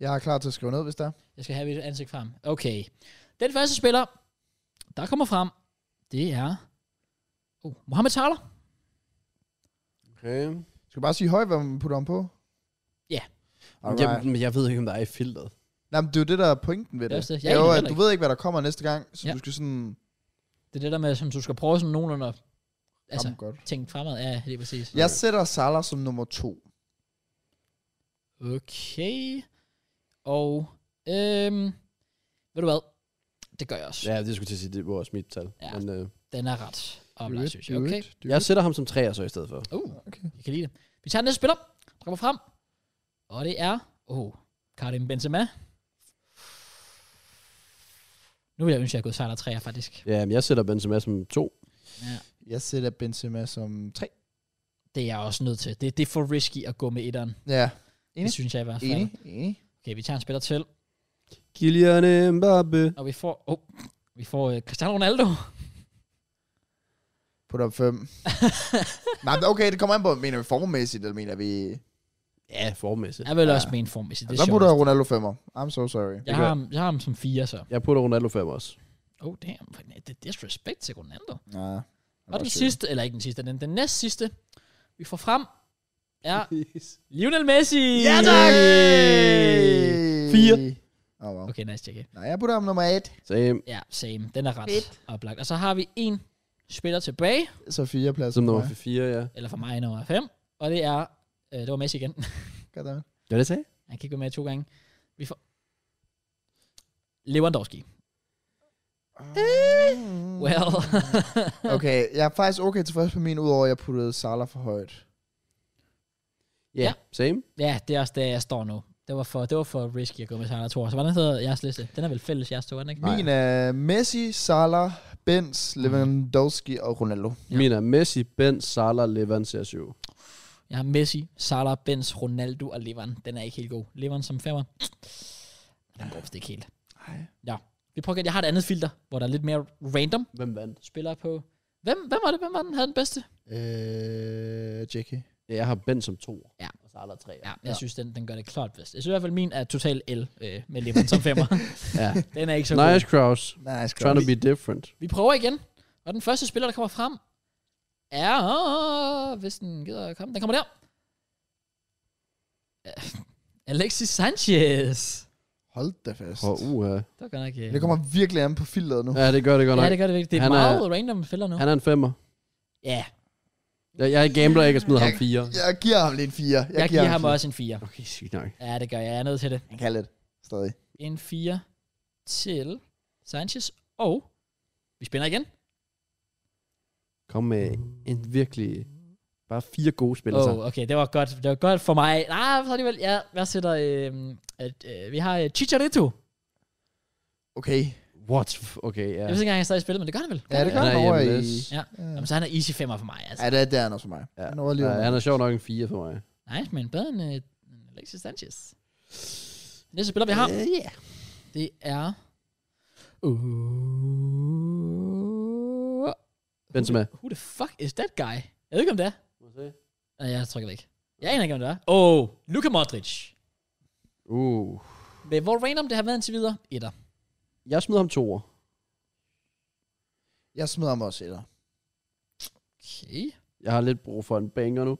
S3: Jeg er klar til at skrive ned, hvis der er.
S1: Jeg skal have mit ansigt frem. Okay. Den første spiller, der kommer frem, det er... Oh, Mohamed Salah.
S2: Okay.
S3: Skal vi bare sige højt, hvad man putter ham på?
S1: Ja.
S3: Alright.
S2: Jamen, men jeg ved ikke, om der er i filteret.
S3: Nej, men det er jo det, der er pointen ved
S1: Det er
S3: det.
S1: også det. Jeg
S3: det er jo,
S1: aner
S3: at
S1: heller
S3: du ved ikke, hvad der kommer næste gang, så
S1: Ja.
S3: ja. du skal sådan
S1: Det er det der med, som du skal prøve sådan nogenlunde at altså,
S3: altså. godt.
S1: tænke fremad. Ja, lige præcis.
S3: Jeg sætter Salah som nummer to.
S1: Okay. Og, øhm, ved du hvad? Det gør jeg også. Ja.
S2: Ja, det skulle jeg til at sige, det var også mit tal.
S1: Ja.
S2: Men øh,
S1: Den er ret. Og
S3: Do it,
S1: synes jeg.
S3: do
S1: Okay.
S3: it, do
S2: jeg
S3: it.
S2: sætter ham som træer så i stedet for.
S1: Uh,
S3: Okay.
S1: jeg kan lide det. Vi tager den næste spiller, der kommer frem. Og det er, oh, Karim Benzema. Nu vil jeg ønske, at jeg havde gået sejler 3 faktisk.
S2: Ja, men jeg sætter Benzema som to.
S3: Jeg sætter Benzema som tre.
S1: Det er jeg også nødt til. Det, det er for risky at gå med etteren.
S3: Ja.
S1: Det
S3: Enig.
S1: synes jeg i hvert fald.
S3: Enig, enig.
S1: Okay, vi tager en spiller til.
S2: Kylian Mbappé.
S1: Og vi får, oh, vi får uh, Cristiano Ronaldo.
S3: Putter op fem. Nej, men okay, det kommer an på, mener vi formmæssigt, eller mener vi...
S2: Ja, formæssigt.
S1: Jeg vil
S3: Ja.
S1: også mene formæssigt. Det er
S3: Så putter
S1: sjovt.
S3: jeg Ronaldo femmer. I'm so sorry.
S1: Jeg
S2: gør
S1: har, ham, jeg har ham som fire, så.
S2: Jeg putter Ronaldo 5 også.
S1: Oh, damn. Det er disrespect til Ronaldo.
S3: Ja.
S1: Og den sidste, eller ikke den sidste, den, den næst sidste, vi får frem, er Lionel Messi.
S3: Ja, tak!
S2: Fire.
S3: Oh, wow.
S1: Okay, nice check.
S3: Nej, jeg putter ham nummer 8.
S2: Så
S1: Ja, same. Den er ret
S3: Fedt.
S1: oplagt. Og så har vi en spiller tilbage,
S3: Så fire pladser.
S2: som
S3: for
S2: nummer
S3: mig.
S2: 4, ja.
S1: eller for mig nummer 5, og det er, øh, det var Messi igen.
S3: Goddammit.
S2: Hvad det sagde?
S1: Han kan ikke være med to gange. Vi får Lewandowski.
S3: Mm.
S1: Well.
S3: Ah. okay, jeg er faktisk okay tilfreds med min, udover at jeg puttede Salah for højt.
S1: Ja.
S2: Ja, same.
S1: ja, det er også der, jeg står nu. Det var for, det var for risky at gå med Salah Thor. Så hvordan hedder jeres liste? Den er vel fælles jeres to, er den ikke?
S2: Nej.
S3: Min er Messi, Salah, Benz, Lewandowski og Ronaldo.
S1: Ja.
S2: Ja. Min er Messi, Ben, Salah, Levan, CR7.
S1: Jeg har Messi, Salah, Benz, Ronaldo og Levan. Den er ikke helt god. Levan som femmer. Den går vist ikke helt.
S3: Nej.
S1: Vi prøver igen. Jeg har et andet filter, hvor der er lidt mere random
S2: Hvem vandt?
S1: spillere på. Hvem, hvem var det? Hvem var den, havde den bedste?
S3: Øh, Jackie.
S2: Ja, jeg har Ben som to.
S1: Ja.
S2: Og Salah 3.
S1: Ja, jeg synes, den, den gør det klart bedst. Jeg synes i hvert fald, min er total L øh, med Levan som femmer.
S2: ja.
S1: den er ikke så god.
S2: Nice, Kraus.
S3: Nice, guys.
S2: Trying to be different.
S1: Vi prøver igen. Og den første spiller, der kommer frem, er... Hvis den gider at komme. Den kommer der. Øh, Alexis Sanchez.
S3: Hold da fast.
S2: Og uha.
S1: Det var godt nok... øh,
S3: Det kommer virkelig an på filteret nu.
S2: Ja, det gør det godt
S1: uh. Ja,
S2: nok.
S1: det gør det virkelig. Det er
S2: Han
S1: meget
S2: er-
S1: random fælder nu.
S2: Han er en femmer.
S1: Ja,
S2: Jeg, jeg gambler ikke at smide ham fire.
S3: Jeg giver ham lige en 4. Jeg,
S1: jeg, jeg giver ham
S3: en fire.
S1: også en 4.
S2: Okay, sygt nok.
S1: Ja, det gør jeg. Jeg er nødt til det.
S3: Han kan lidt. Stadig.
S1: En 4 til Sanchez. Og vi spænder igen.
S2: Kom med en virkelig... Bare fire gode altså. spillere.
S1: Åh,
S2: så.
S1: oh, okay, det var godt. Det var godt for mig. Nej, så alligevel. Ja, jeg sætter... Øh, at, øh, vi har øh, Chicharito. Ja.
S3: Okay.
S2: What? Okay, ja.
S1: Jeg ved ikke engang, han stadig spiller, men det gør han vel?
S3: Ja, det
S2: Han
S3: gør
S2: er
S3: han over i...
S2: hjemløs.
S1: Ja. Jamen, så han er easy femmer for mig. Altså.
S3: Ja, det er, det er han også for mig.
S2: Ja.
S3: Han er lige
S2: Ja,
S3: over.
S2: han er sjov nok en fire for mig.
S1: Nice, men bedre end øh, end Alexis Sanchez. Næste spiller, vi har,
S2: Øh, ja.
S1: det er... Uh,
S2: Benzema.
S1: who the fuck is that guy? Jeg ved ikke, om det er. Nej, jeg trykker væk. Jeg aner ikke, om det er. Oh, Luka Modric.
S2: Uh.
S1: Men hvor random det har været indtil videre? Etter.
S2: Jeg smider ham toer.
S3: Jeg smider ham også etter.
S1: Okay.
S2: Jeg har lidt brug for en banger nu.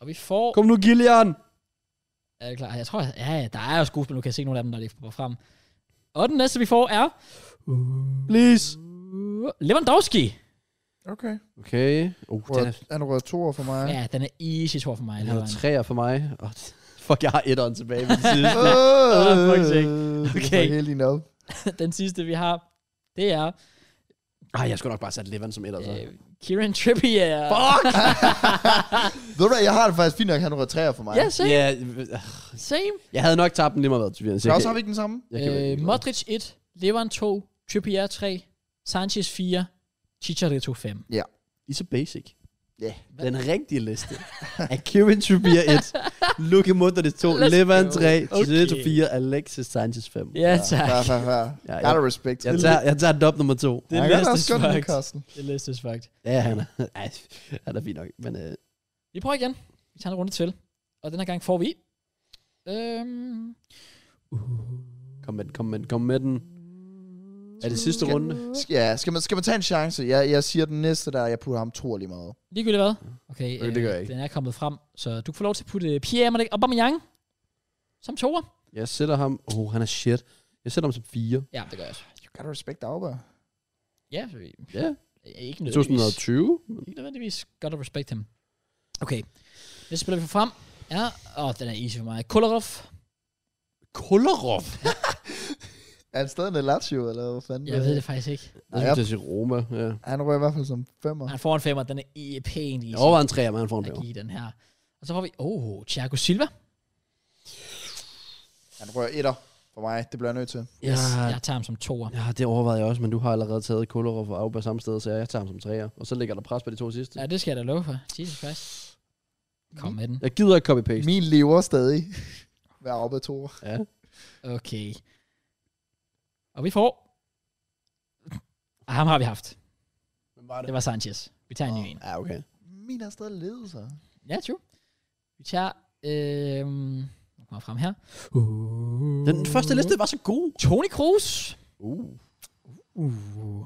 S1: Og vi får...
S2: Kom nu, Gillian!
S1: Er det klar? Jeg tror, ja, ja, der er jo skuespil, nu kan jeg se nogle af dem, når de kommer frem. Og den næste, vi får, er...
S2: Please!
S1: Uh, Lewandowski.
S3: Okay.
S2: Okay. Oh, den er,
S3: Han rører toer for mig.
S1: Ja, den er easy, tror jeg, for mig.
S2: den er
S1: Lewandowski.
S2: træer for mig. Oh, fuck, jeg har etteren tilbage. Min sidste.
S3: Åh,
S1: Åh, fuck's sake. Okay.
S3: Okay. Helt op.
S1: den sidste, vi har, det er
S2: Ej, jeg skulle nok bare sætte Levan som etter, så.
S1: øh, Kieran Trippier.
S2: Fuck!
S3: Ved du hvad, jeg har det faktisk fint nok, han rører træer for mig.
S1: Ja, same.
S2: Ja,
S1: same.
S2: jeg havde nok tabt den lige meget været, Tobias. Jeg
S3: Klaus,
S2: kan-
S3: har vi ikke den samme?
S2: jeg kan være
S1: Øh,
S2: ligeglad.
S1: Modric 1, Levan 2, Trippier 3, Sanchez 4, Chicharito 5.
S2: I er så basic.
S3: Ja.
S2: Den rigtige liste er Kevin Trippier 1, Luke Modric 2,
S1: Let's
S2: Levan
S1: go.
S2: 3,
S1: Okay.
S2: Chicharito 4, Alexis Sanchez 5.
S1: Ja, tak.
S3: Fair, fair, fair.
S2: Ja,
S3: Gotta
S2: jeg,
S3: respect.
S2: jeg, tager, jeg tager dub nummer 2.
S1: Det
S3: Han
S1: er
S3: gør
S1: næste
S3: også godt i
S1: spark.
S3: Newcastle.
S1: Det liste er fucked.
S2: Ja, han er, ej, han er fint nok. Men øh,
S1: Vi prøver igen. Vi tager en runde til. Og den her gang får vi... Øhm,
S2: kom med den, kom med den, kom med den. Er det sidste runde?
S3: Ja, skal man, skal man tage en chance? Jeg, jeg siger den næste der, jeg putter ham to lige meget.
S1: ligegyldigt hvad? Okay, øh,
S2: Okay, det gør jeg ikke.
S1: den er kommet frem. Så du kan få lov til at putte Pierre-Emerick Aubameyang som toer.
S2: Jeg sætter ham... Åh, oh, han er shit. Jeg sætter ham som 4.
S1: Ja, det gør jeg også.
S3: You gotta respect Auba.
S1: Ja, så vi-
S2: Ja,
S1: ikke
S2: i
S1: nødvendigvis.
S2: 2020. men-
S1: ikke nødvendigvis godt at respekt ham. Okay. Det spiller vi får frem. Ja, åh, den er easy for mig. Kolarov.
S2: Kolarov?
S3: Er han stadig med Lazio, eller hvad fanden?
S1: Jeg ved det faktisk ikke.
S2: Jeg synes, jeg siger Roma. Ja.
S3: Han rører i hvert fald som femmer.
S1: Han får en femmer. Den er i- pænt easy
S2: Jeg overvejer en 3, men han får en
S1: at
S2: 5.
S1: give den her. Og så får vi, oh, Thiago Silva.
S3: Han rører etter for mig. Det bliver jeg nødt til.
S1: Yes,
S2: Ja.
S1: jeg tager ham som toer.
S2: Ja, det overvejede jeg også, men du har allerede taget Kolarov og Auba samme sted, så jeg tager ham som 3'er. Og så ligger der pres på de to sidste.
S1: Ja, det skal jeg da love for. Jesus Christ. Kom med den.
S2: Jeg gider ikke copy-paste.
S3: Min lever stadig. Hver Auba to.
S2: Ja.
S1: Okay. Og vi får... Ah, Ham har vi haft. Det var Sanchez. Vi tager en ny en.
S2: Ja, Ah, okay.
S3: Min er stadig ledet, så.
S1: Ja, true. Vi tager... Øhm, jeg kommer frem her.
S2: Den, den første liste var så god.
S1: Tony Kroos.
S2: Uh.
S1: Uh.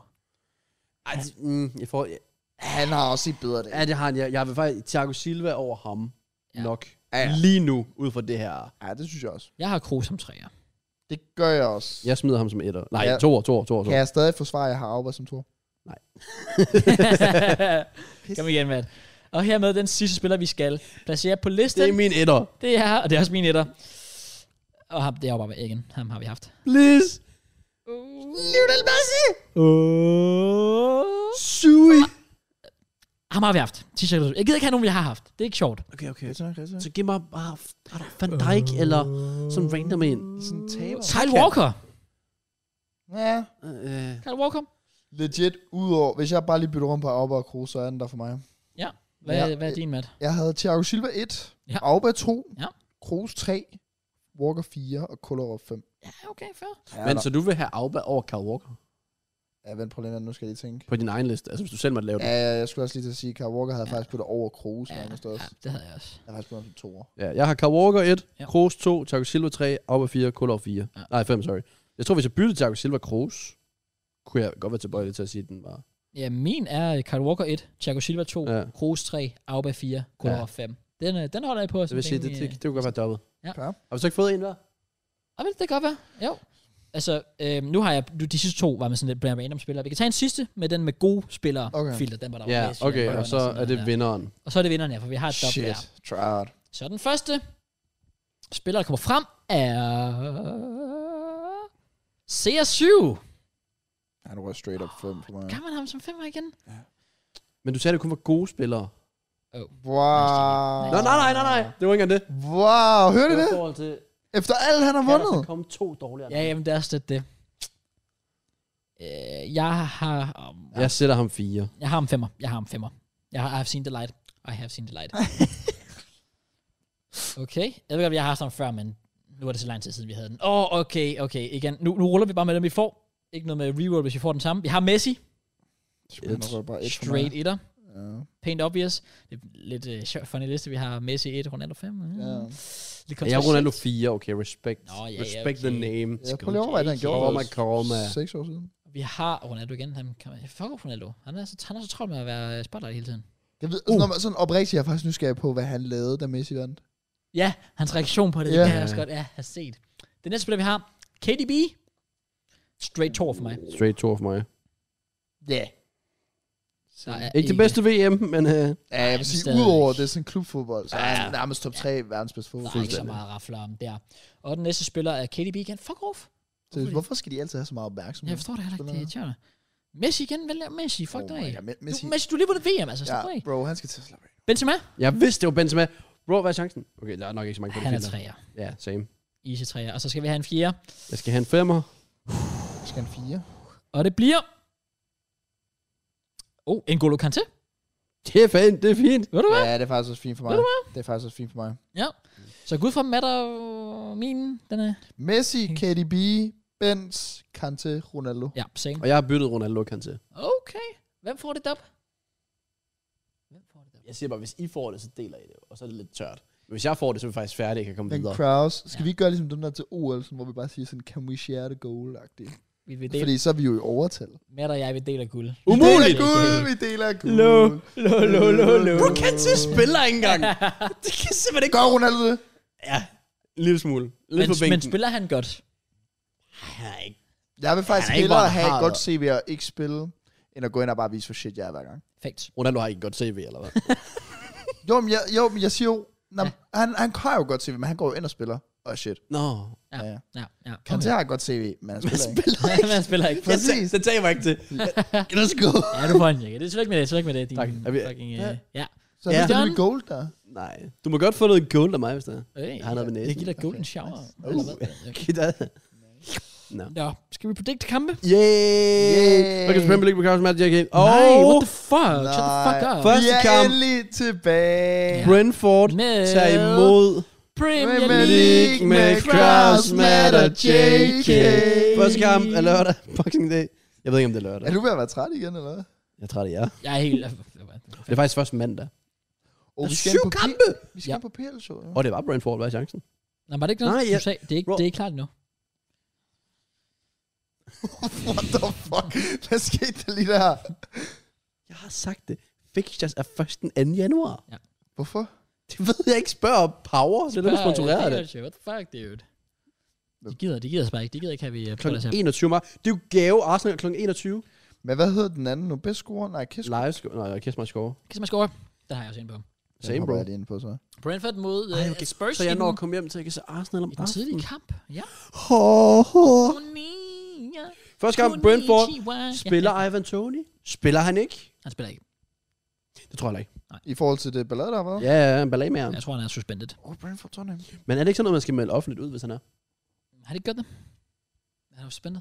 S2: Ej, mm, jeg får... Jeg,
S3: Han har også set bedre det.
S2: Ja, det har han. Jeg, jeg vil faktisk Thiago Silva over ham
S1: Ja.
S2: ja. nok.
S3: Ja, ja.
S2: Lige nu, ud fra det her.
S3: Ja, det synes jeg også.
S1: Jeg har Kroos som træer.
S3: Det gør jeg også.
S2: Jeg smider ham som etter. Nej,
S3: Ja.
S2: ja. toer, toer, toer,
S3: Kan
S2: toer.
S3: jeg stadig forsvare, at jeg har Auba som to?
S1: Kom igen, mand. Og hermed den sidste spiller, vi skal placere på listen.
S2: Det er min etter.
S1: Det er, og det er også min etter. Og ham, det er jo bare igen. Ham har vi haft.
S2: Please.
S3: Lionel Messi!
S1: Oh.
S2: Sui.
S1: Ham har vi haft. T-shirt. Jeg gider ikke have nogen, vi har haft. Det er ikke sjovt.
S2: Okay, okay.
S3: Det er nok rigtigt.
S2: Så giv mig bare bare Van Dijk eller sådan random en.
S3: Sådan en taber.
S1: Kyle Walker.
S3: Ja.
S2: Øh,
S1: Kyle Walker.
S3: Legit, udover, hvis jeg bare lige bytter rundt på Auba og Kroos, så er den der for mig.
S1: Hvad,
S3: Ja.
S1: ja. hvad er din, Matt?
S3: Jeg havde Thiago Silva 1,
S1: Ja.
S3: ja. Auba 2,
S1: Ja.
S3: Kroos 3, Walker 4 og Kullerup 5.
S1: Ja, okay, fair.
S3: Ja,
S2: Men
S3: da.
S2: så du vil have Auba over Kyle Walker
S3: ja vent på lidt, nu skal jeg lige tænke.
S2: på din egen liste? Altså, hvis du selv måtte lave det.
S3: Ja, ja, jeg skulle også lige til at sige, at Kyle Walker havde ja. faktisk puttet over Kroos ja.
S1: Ja,
S3: nærmest også.
S1: ja, det havde jeg også.
S3: Jeg har faktisk puttet ham som toer.
S2: Ja, jeg har Kyle Walker 1,
S1: Ja.
S2: ja. Kroos 2, Thiago Silva 3, Auba 4, Kulov 4.
S1: Ja.
S2: Ja. Nej, 5, sorry. Jeg tror, hvis jeg byttede Thiago Silva Kroos, kunne jeg godt være tilbøjelig til at sige, at den var...
S1: Ja, min er øh, Kyle Walker 1, Thiago Silva 2, ja.
S2: Ja.
S1: Kroos 3, Auba 4, Kulov 5. Den, øh, den holder jeg på.
S2: Så vil jeg sige, det, det, det kunne godt være dobbelt.
S1: øh, Ja.
S3: Klar.
S2: Har vi så ikke fået en hver?
S1: Ah, vel, det kan godt være. Jo. Altså, øh, nu har jeg, nu, de sidste to var med sådan lidt blandt random spillere. Vi kan tage en sidste med den med gode spillere
S3: Okay.
S1: filter. Den var der
S2: Ja,
S1: var med, siger
S2: okay,
S1: Brønderen
S2: og så
S1: sådan
S2: er
S1: noget
S2: det
S1: der.
S2: vinderen.
S1: Og så er det vinderne, ja, for vi har et dobbelt der.
S3: try out.
S1: Så den første spiller, der kommer frem, er... CR7.
S3: Han var straight up 5 for mig.
S1: Kan man ham som femmer igen?
S2: Men du sagde, det kun var gode spillere.
S3: Wow.
S2: Nå, nej, nej, nej, nej. Det var ikke engang det.
S3: Wow, hørte Ah. I
S2: I
S3: det?
S2: forhold til,
S3: Efter alt, han har
S2: kan der
S3: vundet.
S2: så komme to dårligere?
S1: Ja, jamen det er også lidt det. Øh, jeg har... Um,
S2: Jeg sætter ham fire.
S1: Jeg har ham femmer. Jeg har ham femmer. Jeg har I have seen the light. I have seen the light. okay. Jeg ved godt, jeg har haft ham før, men nu er det så lang tid siden, vi havde den. Åh, oh, okay, okay. Igen. Nu, nu ruller vi bare med dem, vi får. Ikke noget med reroll, hvis vi får den samme. Vi har Messi.
S3: Han var bare et for mig.
S1: Straight etter.
S3: Ja.
S1: Paint obvious. Det er lidt uh, sjovt funny liste. Vi har Messi 1, Ronaldo 5. Mm.
S3: Ja.
S1: Lidt
S2: Jeg er Ronaldo
S1: kontroversielt.
S2: 4, okay, respect.
S1: Nå, ja, ja,
S2: respect
S1: okay.
S2: the name.
S3: Jeg prøver lige at overveje, hvad han gjorde.
S2: Call my call, my.
S3: 6 år siden.
S1: Vi har Ronaldo igen. Han kan man, fuck off, Ronaldo. Han er, så, han er så travlt med at være øh, spotlight hele tiden.
S3: Jeg ved,
S2: Uh.
S3: sådan, når- sådan oprigtigt, jeg er faktisk nysgerrig på, hvad han lavede, da Messi vandt.
S1: Ja, hans reaktion på det, yeah.
S3: Ja.
S1: det kan jeg også godt ja, have set. Den næste spiller, vi har, KDB. Straight tour for mig.
S2: Straight tour for mig.
S3: Ja. Yeah.
S1: Der er
S2: Ikke det bedste VM, men... øh,
S3: Ja, jeg
S1: men
S3: vil sige,
S1: stadig.
S3: udover det er sådan klubfodbold, så er
S1: Ja.
S3: han nærmest top 3 verdens bedste
S1: Der er ikke så
S3: fodbold.
S1: meget rafler om der. Og den næste spiller er KDB igen. Fuck off.
S3: Mm. Så hvorfor skal de altid have så meget opmærksomhed?
S1: Jeg forstår det heller ikke, det er tjerne. Messi igen, vælger Messi. Fuck
S3: Oh
S1: dig.
S3: my God, Me-
S1: Messi.
S3: Messi.
S1: Du, Messi, du er lige på det VM, altså.
S3: Ja,
S1: Slap af.
S3: bro, han skal til at slappe af.
S1: Benzema,
S2: Jeg vidste, det var Benzema. Bro, hvad er chancen? Okay, der er nok ikke så mange på det
S1: han er
S2: filter.
S1: træer.
S2: Ja, same.
S1: Easy træer. Og så skal vi have en fjerde.
S2: Jeg skal have en femmer.
S3: Skal han fire?
S1: Og det bliver... Oh, N'Golo Kanté.
S2: Det er fint, det er fint.
S1: Ved du hvad?
S3: Ja, det er faktisk også fint for mig. Det er faktisk også fint for mig.
S1: Så gud for Matt og min, den er...
S3: Messi, KDB, Benz, Kante, Ronaldo.
S1: Ja, same.
S2: Og jeg har byttet Ronaldo Kante.
S1: Okay. Hvem får det dub? Hvem får det dub?
S2: Jeg siger bare, hvis I får det, så deler I det, og så er det lidt tørt. Men hvis jeg får det, så er vi faktisk færdige, jeg kan komme
S3: Men
S2: videre.
S3: Kraus, skal
S1: Ja.
S3: ja. vi ikke gøre ligesom den der til OL, sådan, hvor vi bare siger sådan, can we share the goal -agtigt?
S1: Vi vil dele,
S3: Fordi så er vi jo i overtal.
S1: Matt og jeg, vi deler guld.
S3: Vi
S2: Umuligt!
S3: deler guld, vi deler guld.
S1: Lo, lo, lo, lo, lo.
S2: Bro, Kante spiller ikke engang. det kan simpelthen ikke
S3: Gør Ronaldo det?
S2: Ja, en lille smule. Lidt
S1: Men,
S2: på bænken.
S1: men spiller han godt?
S2: Han er ikke.
S3: Jeg vil faktisk
S2: Han er ikke
S3: hellere
S2: bare
S3: have et
S2: hard,
S3: godt CV og ikke spille, end at gå ind og bare vise, hvor shit jeg er hver gang.
S1: Fakt.
S2: Ronaldo har ikke et godt CV, eller hvad?
S3: Jo, men jeg, jo, men jeg siger jo, nej, han, han har jo et godt CV, men han går jo ind og spiller. Og shit.
S2: Nå.
S1: Ja.
S3: Ja. ja.
S1: Ja, ja.
S3: Kante har et godt CV, men han
S2: Man
S3: spiller ikke.
S2: spiller
S1: Okay.
S2: ikke.
S1: Man spiller ikke.
S2: Det
S3: Præcis.
S2: tag- Det tager jeg ikke til. Let's go.
S1: Ja, du får en jakke. Det er slet med det. Det er slet med det. Din
S2: Tak. Er vi-
S1: fucking,
S3: Ja.
S1: øh, ja.
S3: Så ja.
S2: Ja.
S3: det er mit goal der.
S2: Nej. Du må godt få noget gold af mig, hvis det er.
S1: Øh,
S2: Han er ved næsen.
S1: Jeg giver dig golden shower.
S3: Oh.
S1: Eller hvad? Okay.
S2: Kid ad. Nå.
S1: Nå, skal vi predikte kampe?
S2: Yeah! Okay, så Premier League begraves Matt Jack Hale. Og
S1: Nej, what the fuck? Shut the fuck up.
S2: Fuck.
S3: Vi
S2: Første
S3: er
S2: kamp.
S3: endelig tilbage.
S1: Ja.
S2: Brentford
S1: Med
S2: tager imod
S1: Premier
S3: Premier
S1: League.
S2: League med Kraus, Matt og JK. Første kamp er lørdag. Boxing Day. Jeg ved ikke, om det er lørdag.
S3: Er du ved at være træt igen, eller hvad?
S2: Jeg er træt af jer.
S1: Jeg er helt...
S2: Det er faktisk først mandag.
S3: Og
S2: Der er
S3: skal
S2: syv
S3: ind på P-
S2: kampe!
S3: Vi skal
S1: Ja.
S3: ja. på PL-show. Ja.
S2: Og det var Brentford, hvad er chancen?
S1: Nå, var det ikke noget,
S2: Nej,
S1: du
S2: jeg-
S1: sagde? Det er ikke,
S2: Bro.
S1: det er ikke klart endnu.
S3: What the fuck? Hvad skete der lige der?
S2: Jeg har sagt det. fixtures er først den 2. januar.
S3: Hvorfor?
S2: Det ved jeg ikke. Spørg om Power, så er dem, der sponsorerer det.
S1: What the fuck, dude? De gider, de gider bare ikke. De gider ikke have, vi uh,
S2: Kl.
S1: putter til.
S2: 21 marts. Det er jo gave Arsenal kl. 21.
S3: Men hvad hedder den anden nu? Best score? Nej, Kiss.
S2: Live sko- Nej, kæft mig skove.
S1: Kan man score? Det har jeg også inde på.
S2: Same, bro.
S3: Jeg lige inde på, så.
S1: Brentford mod uh,
S2: Ej, okay.
S1: Spurs
S2: Så jeg
S1: i
S2: når at
S1: den-
S2: komme hjem, så jeg kan se Arsenal om
S1: i den tidlige
S2: aftenen.
S1: kamp. Ja.
S2: Ho, ho.
S1: Konnichiwa.
S2: Første kamp, Brentford.
S1: Konnichiwa.
S2: Spiller Ivan Tony? Spiller han ikke?
S1: Han spiller ikke.
S2: Det tror jeg da ikke.
S3: I forhold til det ballade, der har været?
S2: Ja, ja, en ballet med ham.
S1: Jeg tror, han er suspended.
S3: Åh, oh, Brentford Tottenham.
S2: Men er det ikke sådan noget, man skal melde offentligt ud, hvis han er?
S1: Har det ikke gjort det? Han er jo suspended.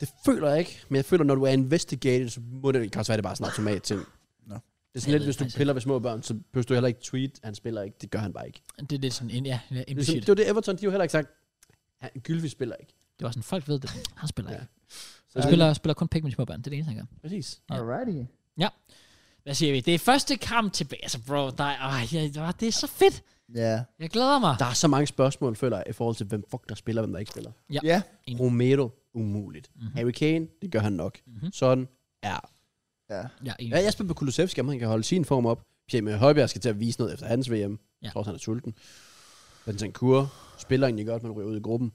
S2: Det føler jeg ikke, men jeg føler, når du er investigated, så må det, kan også være, det er bare sådan en automat ting.
S3: Nå.
S2: Det er
S1: Jeg
S2: sådan lidt,
S1: ved
S2: hvis du
S1: faktisk
S2: piller ved små børn, så behøver du heller ikke tweet, han spiller ikke. Det gør han bare ikke.
S1: Det er lidt sådan, en, ja, ja,
S2: Det, er sådan,
S1: implicit.
S2: det var det, Everton, de har jo heller ikke sagt, han Gylfi spiller ikke.
S1: Det var sådan, folk ved det. Han spiller
S2: Ja.
S1: ikke.
S2: Så
S1: Han
S2: det-
S1: spiller, spiller kun pik med de små børn. Det er det eneste, han gør.
S2: Præcis.
S1: Ja.
S3: Alrighty.
S1: Hvad siger vi? Det er første kamp tilbage. Altså, bro, der er, øh, ja, det er så fedt.
S3: Ja.
S1: Jeg glæder mig.
S2: Der er så mange spørgsmål, føler jeg, i forhold til, hvem fuck der spiller, hvem der ikke spiller.
S3: Ja.
S1: Mm.
S2: Romero, umuligt. Mm-hmm. Harry Kane, det gør han nok.
S1: Mhm.
S2: Mm-hmm. Sådan er.
S3: Ja.
S1: Ja,
S2: Ja,
S1: egentlig.
S2: jeg spiller på Kulusevski, om han kan holde sin form op. Pierre Højbjerg skal til at vise noget efter hans VM. Jeg tror også, han er sulten. Bentancur spiller egentlig godt, men ryger ud i gruppen.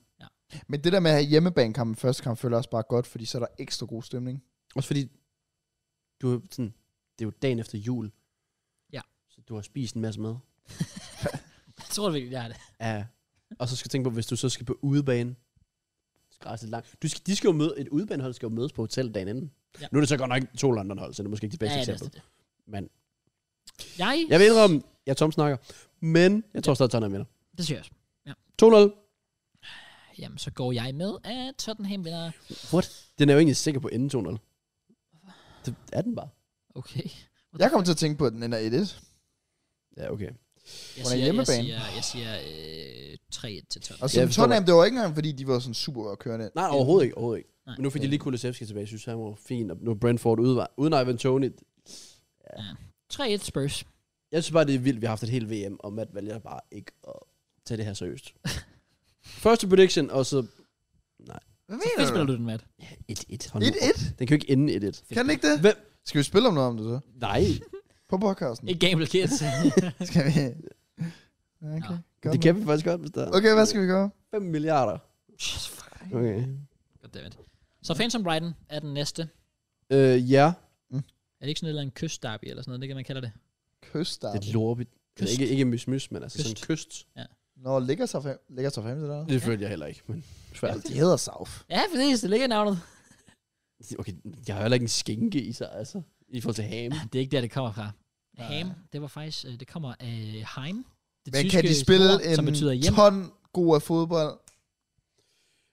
S3: Men det der med at have hjemmebanekampen første kamp, føler jeg også bare godt, fordi så er der ekstra god stemning.
S2: Også fordi, du er sådan, det er jo dagen efter jul.
S1: Ja.
S2: Så du har spist en masse mad.
S1: Jeg tror virkelig, det er det.
S2: Ja. Og så skal du tænke på, hvis du så skal på udebane. Det skal rejse lidt langt. Du skal, de skal jo møde, et udebanehold skal jo mødes på hotel dagen inden.
S1: Ja.
S2: Ja. Nu er det så godt nok to London-hold, så det er måske ikke det bedste
S1: ja,
S2: ja,
S1: det er
S2: eksempel.
S1: også det.
S2: Men
S1: Jeg,
S2: jeg vil indrømme, jeg er tom snakker. Men jeg tror stadig, at Tottenham vinder.
S1: det siger jeg også.
S2: 2-0.
S1: Jamen, så går jeg med, at Tottenham vinder.
S2: What? Den er jo egentlig sikker på inden 2-0. Det er den bare.
S1: Okay.
S3: Jeg kommer til at tænke på, at den ender 1-1.
S2: Ja, okay.
S1: Jeg
S3: Under
S1: siger, jeg
S3: hjemmebane.
S1: siger, jeg siger øh, 3 til
S3: Og
S1: 12.
S3: så
S2: Ja, jeg forstår
S3: Tottenham, det var ikke engang, fordi de var sådan super kørende.
S2: Nej, overhovedet ikke. Overhovedet ikke.
S1: Nej.
S2: Men nu fik de lige Kulisevski tilbage. Jeg synes, han var fin. Og nu er Brentford ude, uden Ivan Tony.
S1: 3-1 Spurs.
S2: Jeg synes bare, det er vildt, vi har haft et helt VM, og Matt vælger bare ikke at tage det her seriøst. Første prediction, og så
S3: Hvad
S1: Hvad spiller du den, Matt?
S2: 1-1. Hold nu op.
S3: 1-1?
S2: Den kan jo ikke ende 1-1.
S3: Kan den ikke det?
S2: Hvem?
S3: Skal vi spille om noget om det så?
S2: Nej.
S3: På podcasten?
S1: Ikke Gamble Kids.
S3: Skal vi? Okay. Godt
S2: det kan vi faktisk godt, hvis der
S3: nok. Okay, hvad skal vi gøre?
S2: 5 milliarder. Okay.
S1: Goddammit. Så Phantom Brighton er den næste.
S2: Øh, ja.
S1: Er det ikke sådan et eller andet kystderby eller sådan noget? Det kan man kalder det.
S3: Kyststart.
S2: Det er lorpigt. Altså, ikke, ikke mys, mys, men altså
S1: Kyst.
S2: sådan kyst.
S3: Nå, ligger sig frem, ligger sig frem til der?
S2: Det følte jeg heller ikke, men svært.
S3: De hedder South.
S1: Ja, præcis. Det ligger i navnet.
S2: Okay, jeg har heller ikke en skinke i sig, altså. I forhold til ham.
S1: Det er ikke der, det kommer fra.
S3: Mm. Nej.
S1: Ham, det var faktisk, øh, det kommer af Heim. Det
S3: Men kan
S1: tyske
S3: de spille
S1: ord,
S3: en
S1: øh, Som betyder hjem.
S3: ton god af fodbold?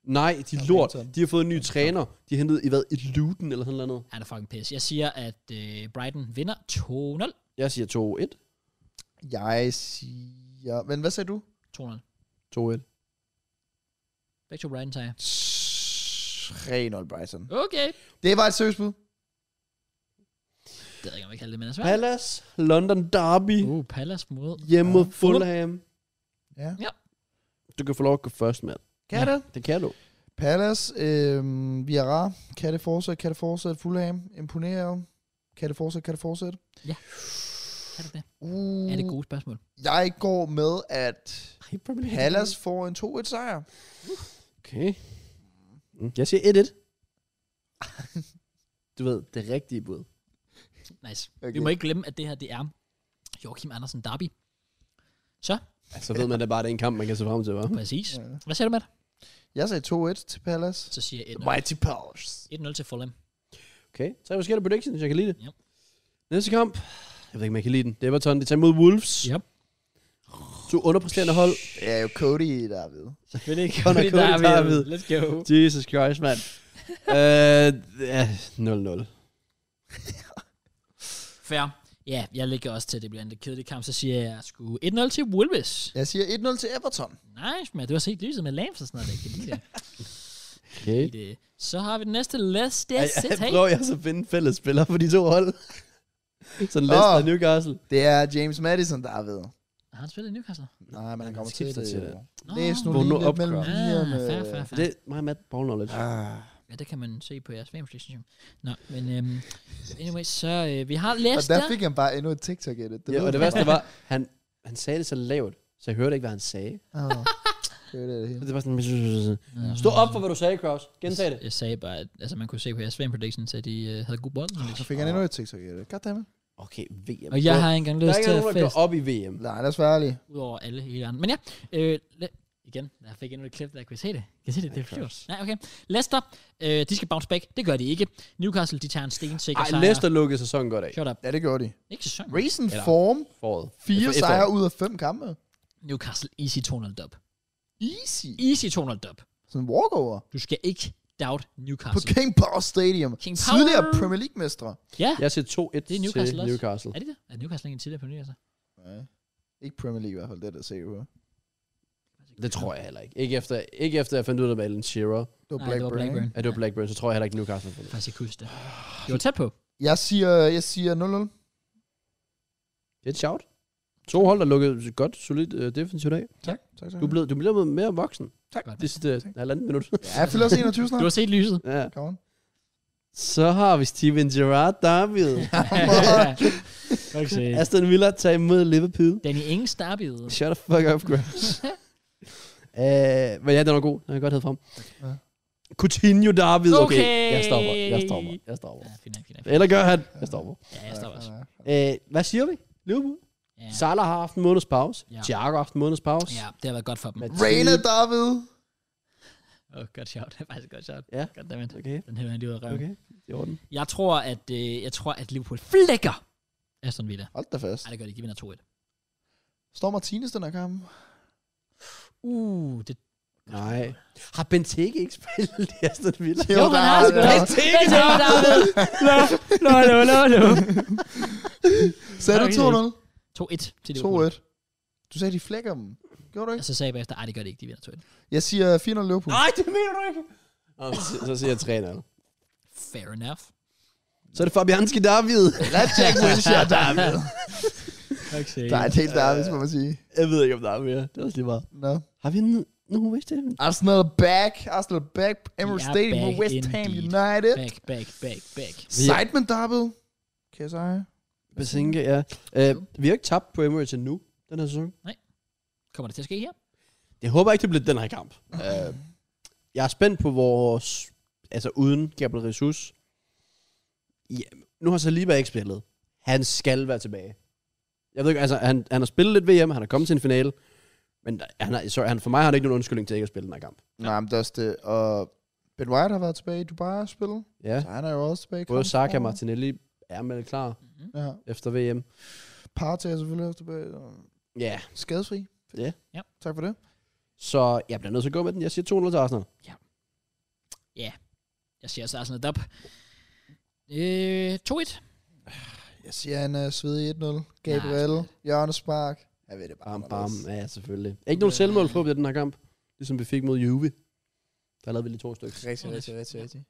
S2: Nej, de er
S3: Okay,
S2: lort.
S3: sådan.
S2: De har fået en ny træner. De har hentet i hvad? I Luton eller sådan noget.
S1: Han er fucking pisse. Jeg siger, at øh, Brighton vinder 2-0.
S2: Jeg siger 2-1.
S3: Jeg siger... Men hvad sagde du?
S1: 2-0.
S2: 2-1.
S1: Back to Brighton, tager jeg.
S3: 3-0 Brighton.
S1: Okay.
S3: Det var et seriøst bud.
S1: Det ved jeg ikke, om jeg kalder det, men altså.
S2: Palace, London Derby,
S1: Uh, Palace mod...
S2: hjemme mod
S3: Ja.
S2: Fulham.
S3: Ja.
S2: Du kan få lov at gå først, mand.
S3: Kan
S1: Ja.
S3: det?
S2: Det kan du.
S3: Palace, øh, vi er rar. Kan det fortsætte? Kan det fortsætte? Fulham imponerer jo. Kan det fortsætte? Kan det fortsætte?
S1: Kan det det?
S3: Uh,
S1: Er det gode spørgsmål?
S3: Jeg går med, at
S2: Ej, Premier League.
S3: Palace får en 2-1 sejr.
S2: Okay. Mm, Jeg siger 1-1. du ved, det rigtige bud.
S1: Nice. Okay. Vi
S3: Okay.
S1: må ikke glemme, at det her, det er Joachim Andersen Derby.
S3: Mm.
S2: Så Altså, ved man da bare, det er en kamp, man kan se frem til, hva'?
S1: Præcis.
S3: Ja.
S1: Hvad siger du, Matt?
S3: Jeg sagde 2-1 til Palace.
S1: Så siger jeg 1-0.
S3: Mighty Palace.
S1: 1-0 til Fulham.
S2: Okay, så er forskellige predictions, jeg kan lide det.
S1: Yep.
S2: Næste kamp. Jeg ved ikke, om jeg kan lide den. Det er Everton, de tager imod Wolves.
S1: Yep.
S2: To underpræsterende hold.
S3: Det er jo Cody, der er ved.
S1: Selvfølgelig ikke.
S2: Under Cody Derby.
S1: Let's go.
S2: Jesus Christ, mand. øh, ja, 0-0.
S1: Fair. Ja, jeg ligger også til, at det bliver en lidt kedelig kamp. Så siger jeg sgu 1-0 til Wolves.
S3: Jeg siger 1-0 til Everton.
S1: Nice, man. Du har set lyset med lamps og sådan noget. Jeg kan lide det.
S2: Okay.
S1: I det. Så har vi den næste Leicester
S2: Ej,
S1: City.
S2: ej, prøver jeg så at finde en fælles spiller for de to hold. Sådan Leicester
S3: Åh.
S2: og Newcastle.
S3: Det er James Madison, der er ved.
S1: Har han spillet i Newcastle?
S3: Nej, men han kommer
S2: skifter
S3: til øh, det.
S2: til
S3: Til det.
S2: det.
S3: Læs nu
S2: Vågn nu
S3: lige
S2: op,
S3: lidt mellem
S2: Kraus.
S1: Ah, fair,
S3: linjerne.
S1: fair, fair.
S2: Det er mig og Matt ball knowledge.
S3: Ah,
S1: Ja, det kan man se på jeres fame station. Nå, men øhm, anyway, så øh, vi har
S3: Og
S1: Leicester.
S3: der fik han bare endnu et TikTok i det.
S2: Det ja,
S3: ved
S2: og det
S3: man.
S2: værste var, han, han sagde det så lavt, så jeg hørte ikke, hvad han sagde.
S3: Åh, Ah. det er det, det
S2: Så
S3: hele.
S2: det var sådan...
S1: Ja.
S2: Stå op for, hvad du sagde, Kraus. Gentag det.
S1: Jeg sagde bare, at altså, man kunne se på jeres fame predictions, at I øh, havde god
S2: Ah,
S1: bold.
S3: Så fik han endnu et TikTok i det. Goddammit.
S2: Okay, VM.
S1: Og jeg har ikke engang
S2: der er
S1: lyst
S2: ikke
S1: til at
S2: nogen, der
S1: fest,
S2: går op i VM.
S3: Nej, lad os være ærlige.
S1: udover alle hele andre. Men ja, øh, le- igen, jeg fik endnu et klip, der kunne I se det. Kan I se det? Det er fjort. Nej, okay. Leicester, øh, de skal bounce back. Det gør de ikke. Newcastle, de tager en stensikker
S2: Ej, Leicester lukkede sæsonen godt af.
S1: Shut up.
S3: Ja, det gjorde de.
S1: Ikke sæson.
S3: Recent
S2: Eller-
S3: form.
S2: Foråret.
S3: Fire
S2: Efter- efter-
S3: sejre ud af fem kampe.
S1: Newcastle, easy 2-0 dub.
S3: Easy.
S1: Easy 2-0 dub.
S3: Sådan en walkover.
S1: Du skal ikke doubt
S3: På
S1: Newcastle.
S3: King Power Stadium.
S1: King Power.
S3: Tidligere Premier League-mestre.
S1: Ja,
S2: Jeg ser 2-1
S1: Det er Newcastle
S2: til
S1: også.
S2: Newcastle.
S1: er det det? Er Newcastle ikke en tidligere på ny, altså?
S3: Nej. Ikke Premier League i hvert fald, det er det, jeg er sikker på.
S2: Det tror jeg heller ikke. Ikke efter, ikke efter jeg fandt ud af med Alan Shearer,
S3: Det var
S1: Nej, det var
S3: Blackburn. ikke?
S1: Blackburn.
S2: at det var Blackburn, så tror jeg heller ikke Newcastle har
S1: Jeg
S2: vundet.
S1: faktisk ikke huske det. Det var tæt på.
S3: Jeg siger, jeg siger 0-0.
S2: Det er et shout. To hold, der lukkede godt, solidt øh, defensivt af.
S3: Tak. tak, tak.
S2: Du blev, du blev mere voksen
S3: Tak.
S1: Godt.
S2: de sidste øh,
S3: Tak.
S2: halvanden minut.
S3: Ja, jeg fylder også 21
S1: Du
S3: snart.
S1: har set lyset.
S2: ja.
S3: Come on.
S2: Så har vi Steven Gerrard David.
S1: Godt se.
S2: Aston Villa tager imod Liverpool.
S1: Danny Ings startede.
S2: Shut the fuck up, Grimes. uh, men ja, den var god. Den har jeg godt havde frem.
S3: Ja.
S2: Coutinho David. Okay.
S1: Okay.
S2: Jeg stopper. Jeg stopper. Jeg stopper.
S1: Ja, fint, nok, fint. nok.
S2: Eller gør han. Jeg stopper.
S1: Ja, jeg stopper også.
S2: Uh, hvad siger vi? Liverpool?
S1: Ja.
S2: Salah har haft en måneds pause.
S1: Ja.
S2: Ja. Thiago har haft en måneds pause.
S1: ja, det har været godt for dem.
S2: Mathis-
S3: Reina David.
S1: Åh, oh, godt sjovt. Det er faktisk godt sjovt.
S2: Ja.
S1: Godt dammit.
S2: Okay.
S1: Den hæver han lige ud af røven.
S2: Okay. I orden.
S1: Jeg tror, at, øh, jeg tror, at Liverpool flækker Aston Villa.
S3: Hold da fast.
S1: Nej, det gør de ikke. De vinder 2-1.
S3: Står Martinez den her kamp?
S1: Uh, det...
S2: Nej. Har Benteke ikke spillet i Aston Villa?
S1: Jo, han har
S3: der-
S1: sgu da.
S3: der-
S1: Benteke har David. Nå, nå, nå, nå, nå.
S3: Sagde du
S1: Okay.
S3: 2-0?
S1: 2-1 til Liverpool.
S3: 2-1. Du sagde, de flækker dem. Gjorde du
S1: Og
S3: ikke?
S1: så sagde jeg bagefter, nej, det gør det ikke. De vinder 2-1.
S3: Jeg siger 4-0 Liverpool.
S2: Nej, det mener du ikke. Nå, men så, så siger jeg 3
S1: Fair enough.
S2: Så er det Fabianski David.
S3: Jack Wilshere David.
S1: Okay.
S3: Der er et helt David, må man sige.
S2: Jeg ved ikke, om der er mere. Det er også lige meget.
S3: No.
S2: Har vi en, nogen West Ham?
S3: Arsenal back. Arsenal back. Emirates
S1: De er
S3: Stadium mod
S1: back
S3: West Ham
S1: indeed.
S3: United.
S1: Back, back, back, back.
S2: Vi er-
S3: Seidman David. KSI.
S2: Basinga, ja. Uh, vi har ikke tabt på Emirates endnu, den her sæson.
S1: Kommer det til at ske her?
S2: Jeg håber ikke, det bliver den her kamp. Uh, jeg er spændt på vores... Altså uden Gabriel Jesus. Ja, nu har Saliba ikke spillet. Han skal være tilbage. Jeg ved ikke, altså han, han har spillet lidt VM, han er kommet til en finale. Men der- han er, sorry, han, for mig har han ikke nogen undskyldning til ikke at spille den her kamp.
S3: Nej, men det er også det. Og Ben White har været tilbage i Dubai og spille.
S2: Ja.
S3: Så han er jo også tilbage. i
S2: Både
S3: kampen
S2: Saka og
S3: fremover.
S2: Martinelli er meldt klar
S1: Mm-hmm.
S3: Ja.
S2: efter VM.
S3: Partey er selvfølgelig også tilbage. og
S2: Ja, yeah.
S3: Skadesfri.
S2: Ja.
S1: Ja.
S3: Tak for det.
S2: så jeg bliver nødt til at gå med den. Jeg siger 200 til Arsenal.
S1: Jeg siger altså Arsenal dub. Øh, 2-1.
S3: Jeg siger en uh, svedig 1-0. Gabriel, Jørgen Spark. Jeg ved det bare.
S2: Bam, bam.
S3: anderledes.
S2: Ja, selvfølgelig. Ikke nogen selvmål på den her kamp, ligesom vi fik mod Juve. Der lavede vi lige to stykker.
S3: Rigtig, rigtig, rigtig, rigtig.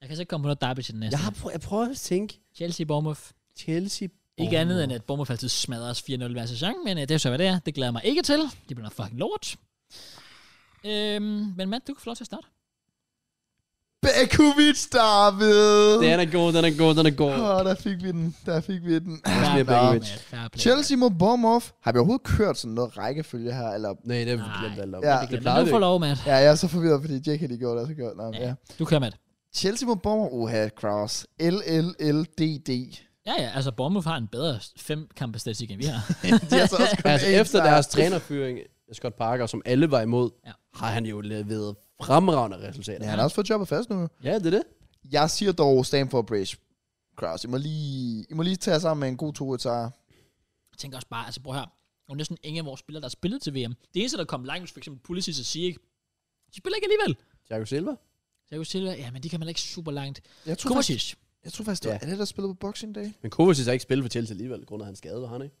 S1: Jeg kan så ikke komme på noget derby til den næste.
S2: Jeg, har prøv, jeg prøver at tænke
S1: Chelsea Bournemouth.
S2: Chelsea.
S1: Ikke andet end, at Bournemouth altid smadrer os 4-0 hver sæson, men øh, det er jo så, hvad det er. Det glæder jeg mig ikke til. Det bliver noget fucking lort. Øhm, men Matt, du kan få lov til at starte.
S3: Bekovic, David!
S2: Den er god, den er god, den er god.
S3: Åh, der fik vi den. Der fik vi den.
S1: play,
S2: bliver Begovic.
S1: Matt. Fair play.
S3: Chelsea mod Bournemouth. Har vi overhovedet kørt sådan noget rækkefølge her? Eller...
S2: Nej, det har vi
S1: Nej.
S2: glemt alt om.
S3: Ja.
S2: det
S1: Men
S2: plejede
S1: du
S2: vi.
S1: får lov, Matt.
S3: Ja, jeg er så forvirret, fordi Jack havde lige gjort det, og så gjort det.
S1: Ja.
S3: Ja.
S1: Du kører, Matt.
S3: Chelsea mod Bournemouth. Uha, Kraus. LLLDD.
S1: Ja, ja, altså Bournemouth har en bedre fem kampe statistik, end vi har.
S3: De har så også kun
S2: Altså
S3: én
S2: efter
S3: sejr.
S2: deres trænerfyring, Scott Parker, som alle var imod,
S1: Ja.
S2: har han jo leveret fremragende resultater.
S3: Ja, han har også fået jobbet fast nu.
S2: Ja, det er det.
S3: Jeg siger dog Stamford Bridge. Kraus, I må lige, I må lige tage jer sammen med en god 2 sejr.
S1: Jeg tænker også bare, altså prøv her. Og næsten ingen af vores spillere, der har spillet til VM. Det eneste, der kom langt, for eksempel Pulisic og Sieg, de spiller ikke alligevel.
S2: Thiago Silva.
S1: Så jeg kunne sige, ja, men de kan man ikke super langt.
S3: Jeg tror, faktisk,
S1: Kovacic.
S3: jeg tror faktisk, det var
S2: Ja.
S3: alle, der spillede på Boxing Day.
S2: Men Kovacic har ikke spillet for Chelsea alligevel, grund af hans skade, var han ikke?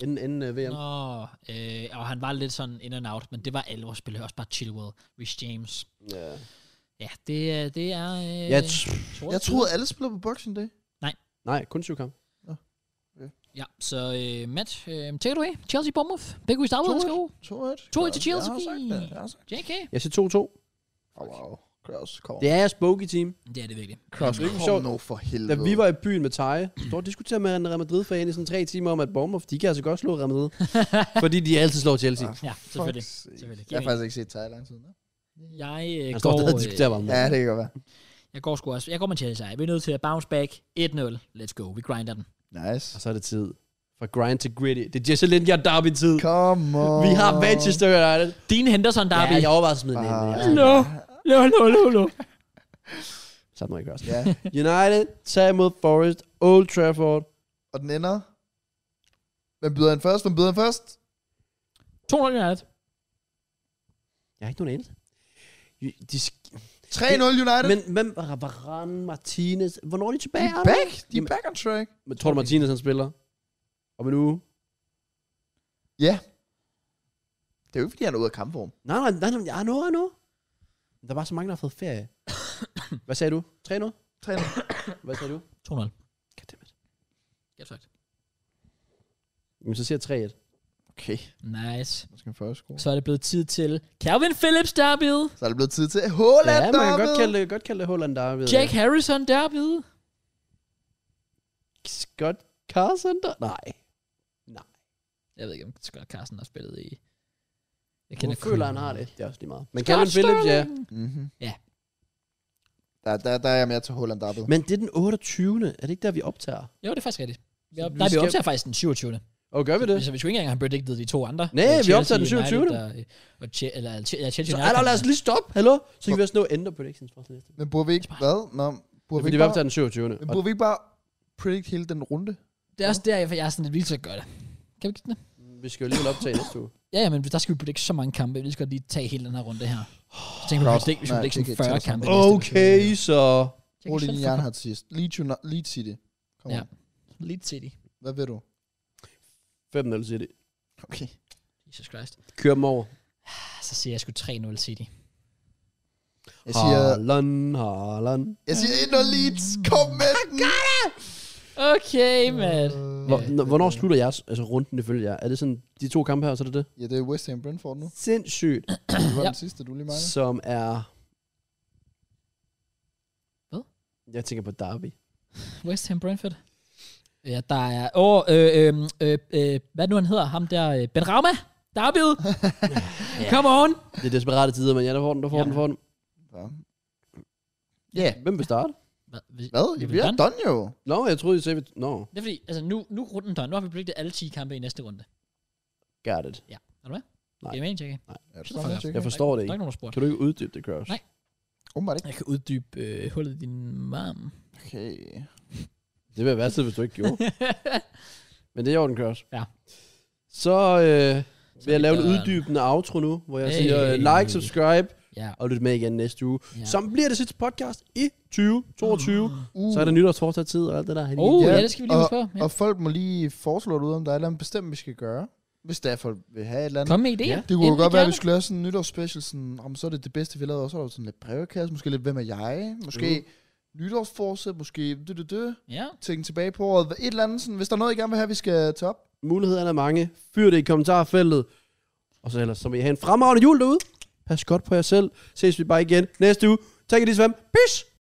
S2: Inden, inden uh, VM.
S1: Nå, øh, og han var lidt sådan in and out, men det var alle vores spillere, også bare Chilwell, Rich James. Øh.
S2: Ja.
S1: Ja, det, er- det er... Øh,
S2: Jeg t-
S1: sort-
S3: Jeg troede, alle spillede på Boxing Day.
S2: nej, kun syv kampe.
S1: Ja, så øh, Matt, øh, take it away. Chelsea Bournemouth. Begge udstarvede, let's go.
S3: 2-1.
S1: 2-1 til Chelsea.
S3: Jeg har sagt det. Jeg har sagt
S1: JK.
S2: Jeg siger 2-2.
S3: det. Oh, wow. Kraus, kom.
S2: Det er jeres bogey team.
S1: Det er det virkelig.
S3: Kraus,
S2: Det er ikke
S3: kom
S2: sjovt.
S3: nu for
S2: Da
S3: helvede.
S2: vi var i byen med Thaj, stod og diskuterede med en Real Madrid-fan i sådan tre timer om, at Bournemouth, de kan altså godt slå Real Madrid. fordi de altid slår Chelsea.
S3: Ah,
S1: Ja,
S3: fuck
S1: selvfølgelig.
S3: sake.
S1: Selvfølgelig.
S3: Jeg har faktisk ikke set Thaj i lang tid. nå.
S1: Jeg, øh,
S2: Han står
S1: går,
S2: stadig og
S1: øh,
S2: diskuterer med ham.
S3: Ja, det kan godt være.
S1: jeg går sgu også. Jeg går med Chelsea. Vi er nødt til at bounce back. 1-0. Let's go. Vi grinder den.
S3: Nice.
S2: Og så er det tid. Fra grind til gritty. Det er Jesse Lingard derby-tid.
S3: Come on.
S2: Vi har Manchester United.
S1: Dean Henderson, der er vi.
S2: Ja, jeg overvejer at smide den ind. men jeg-
S3: Ah,
S1: No. No, no, no, no.
S2: Sådan må jeg gøre.
S3: Ja,
S2: United tager imod Forest. Old Trafford.
S3: og den ender. Hvem byder han først? Hvem byder han først?
S1: 2-0 United.
S2: Jeg har ikke nogen anelse. Ju- De sk-
S3: 3-0 United.
S2: men hvem var Varane, Martinez? Hvornår er de
S3: de
S2: tilbage?
S3: er
S2: Arne?
S3: back. De er
S2: Jamen-
S3: back on track.
S2: Men tror du, Martinez han spiller? Om en uge?
S3: Det er jo ikke, fordi han er ude af kampform.
S2: Nej, nej, nej, nej, nej, nej, nej. Der er bare så mange, der har fået ferie. Hvad sagde du? 3 nu?
S3: 3-0.
S2: Hvad sagde du?
S1: 2-0.
S2: Goddammit.
S1: Godt sagt.
S2: Jamen, så siger jeg 3-1.
S3: Okay.
S1: Nice.
S3: Nu skal han først score.
S1: Så er det blevet tid til Calvin Phillips derby.
S3: Så er det blevet tid til Håland,
S2: Ja, man kan godt kalde det, godt kalde det Holland Derby.
S1: Jack Harrison derby.
S2: Scott Carson der? Nej.
S1: Jeg ved ikke, om Scott Carson har spillet i... Jeg
S2: Jeg
S1: kun-
S2: føler, han har det. Det er også lige meget. Men
S1: Scott
S2: Calvin Phillips, ja.
S1: Sterling.
S3: Mm-hmm.
S1: Ja.
S3: Der, der, der er jeg mere til Håland Dabbel.
S2: Men det er den 28. Er det ikke der, vi optager?
S1: Jo, det er faktisk rigtigt. Vi
S2: Så
S1: op,
S2: vi
S1: nej, vi
S2: skal-
S1: optager faktisk den 27.
S2: Åh, gør vi det?
S1: Så hvis vi ikke engang har predicted de to andre.
S2: Nej,
S1: øh,
S2: vi
S1: Chelsea
S2: optager den
S1: United
S2: 27..
S1: og- øh, Og Che- eller Che- ja, Chelsea
S2: Så
S1: United.
S2: hallo, lad os lige stoppe. Hallo? Så kan vi også nå at ændre predictions for næste.
S3: Men burde vi ikke... Hvad? Nå, burde vi
S2: Fordi
S3: ikke
S2: vi
S3: bare,
S2: optager den 27.
S3: men
S2: Og
S3: burde vi ikke bare predict hele den runde?
S1: Det er også der, jeg jeg er sådan lidt vildt til at gøre det. Kan vi ikke det?
S2: vi skal jo alligevel optage næste uge.
S1: Ja, ja, men der skal vi predict så mange kampe. Vi skal lige tage hele den her runde her. Så tænker vi,
S3: Kraus,
S1: hvis det ikke, hvis
S3: nej,
S1: vi ikke
S3: det
S1: sådan
S3: kan ikke
S1: 40
S3: tælle
S1: kampe.
S3: sammen.
S2: Okay, så...
S3: Brug din hjerne her til sidst. Leeds Uni- Leeds City. Kom
S1: Ja.
S3: ja.
S1: Leeds City.
S3: Hvad ved du?
S2: 5-0 City.
S3: Okay.
S1: Jesus Christ.
S2: Kør dem over.
S1: Så siger jeg sgu 3-0 City.
S3: Jeg siger,
S2: Haaland, Haaland.
S3: jeg siger 1-0 Leeds. Kom med den! Øh,
S1: Okay, man.
S2: Hvor, n- hvornår slutter jeres altså, runden ifølge jer? Er det sådan de to kampe her, så er det det?
S3: Ja, det er West Ham Brentford nu.
S2: Sindssygt.
S3: Det var
S1: Ja.
S3: den sidste, du lige mangler.
S2: Som er...
S1: Hvad?
S2: Jeg tænker på Derby.
S1: West Ham Brentford. Ja, der er... Åh, oh, øh, øh, øh, øh, hvad nu han hedder? Ham der... Øh, ben Rama. Derby. Come on.
S2: Det er desperate tider, men ja, der får den, der får
S1: Ja.
S2: den, der får den.
S3: Ja.
S2: Hvem vil starte?
S3: Hvad?
S1: Vi
S3: Vi
S1: vil
S3: er
S1: gerne.
S3: done jo.
S2: Nå, jeg troede, I sagde... vi- Nå,
S1: Det er fordi, altså nu, nu er runden der. Nu har vi predicted alle 10 kampe i næste runde.
S2: got it.
S1: Er du med?
S2: Nej.
S1: Det er med, Jackie.
S3: Ja,
S1: Shut
S3: det
S1: the
S3: var
S1: fuck
S3: det,
S1: up.
S3: Jacob.
S2: Jeg forstår det
S1: Der er
S2: ikke.
S1: ikke nogen, der spurgte.
S2: Kan du ikke uddybe det, Kraus?
S1: Nej.
S3: Åbenbart ikke.
S1: Jeg kan uddybe øh, hullet i din marm.
S3: Okay.
S2: Det ville være værste, hvis du ikke gjorde. Men det er i orden, Kraus.
S1: Ja.
S2: Så øh,
S1: Så
S2: vil jeg
S1: vi
S2: lave en
S1: gør-
S2: uddybende outro nu, hvor jeg
S1: Hey.
S2: siger øh, like, subscribe
S1: ja.
S2: og lyt med igen næste uge.
S1: ja.
S2: Som bliver det sidste podcast i 2022.
S3: Uh.
S2: Så er der nytårsfortsat tid og alt det der. Helene.
S1: Oh, ja,
S3: Ja,
S1: det skal vi lige huske på. Ja.
S3: Og folk må lige foreslå derude, om der er et eller andet bestemt, vi skal gøre. Hvis der er folk vil have et eller andet.
S1: Kom med idéer.
S2: Ja.
S1: Ja.
S3: Det kunne jo godt være, at vi skulle lave sådan en nytårsspecial, sådan, om så er det det bedste, vi lavede, og så er der sådan lidt brevkasse, måske lidt, hvem er jeg, måske uh. nytårsforsæt, måske dø, dø, dø,
S1: Ja.
S3: tænke tilbage på året, et eller andet sådan, hvis der er noget, I gerne vil have, vi skal tage op.
S2: Mulighederne er mange. Fyr det i kommentarfeltet. Og så ellers, så må I have en fremragende jul derude. Pas godt på jer selv. Ses vi bare igen næste uge. Tak i det, Svend. Peace!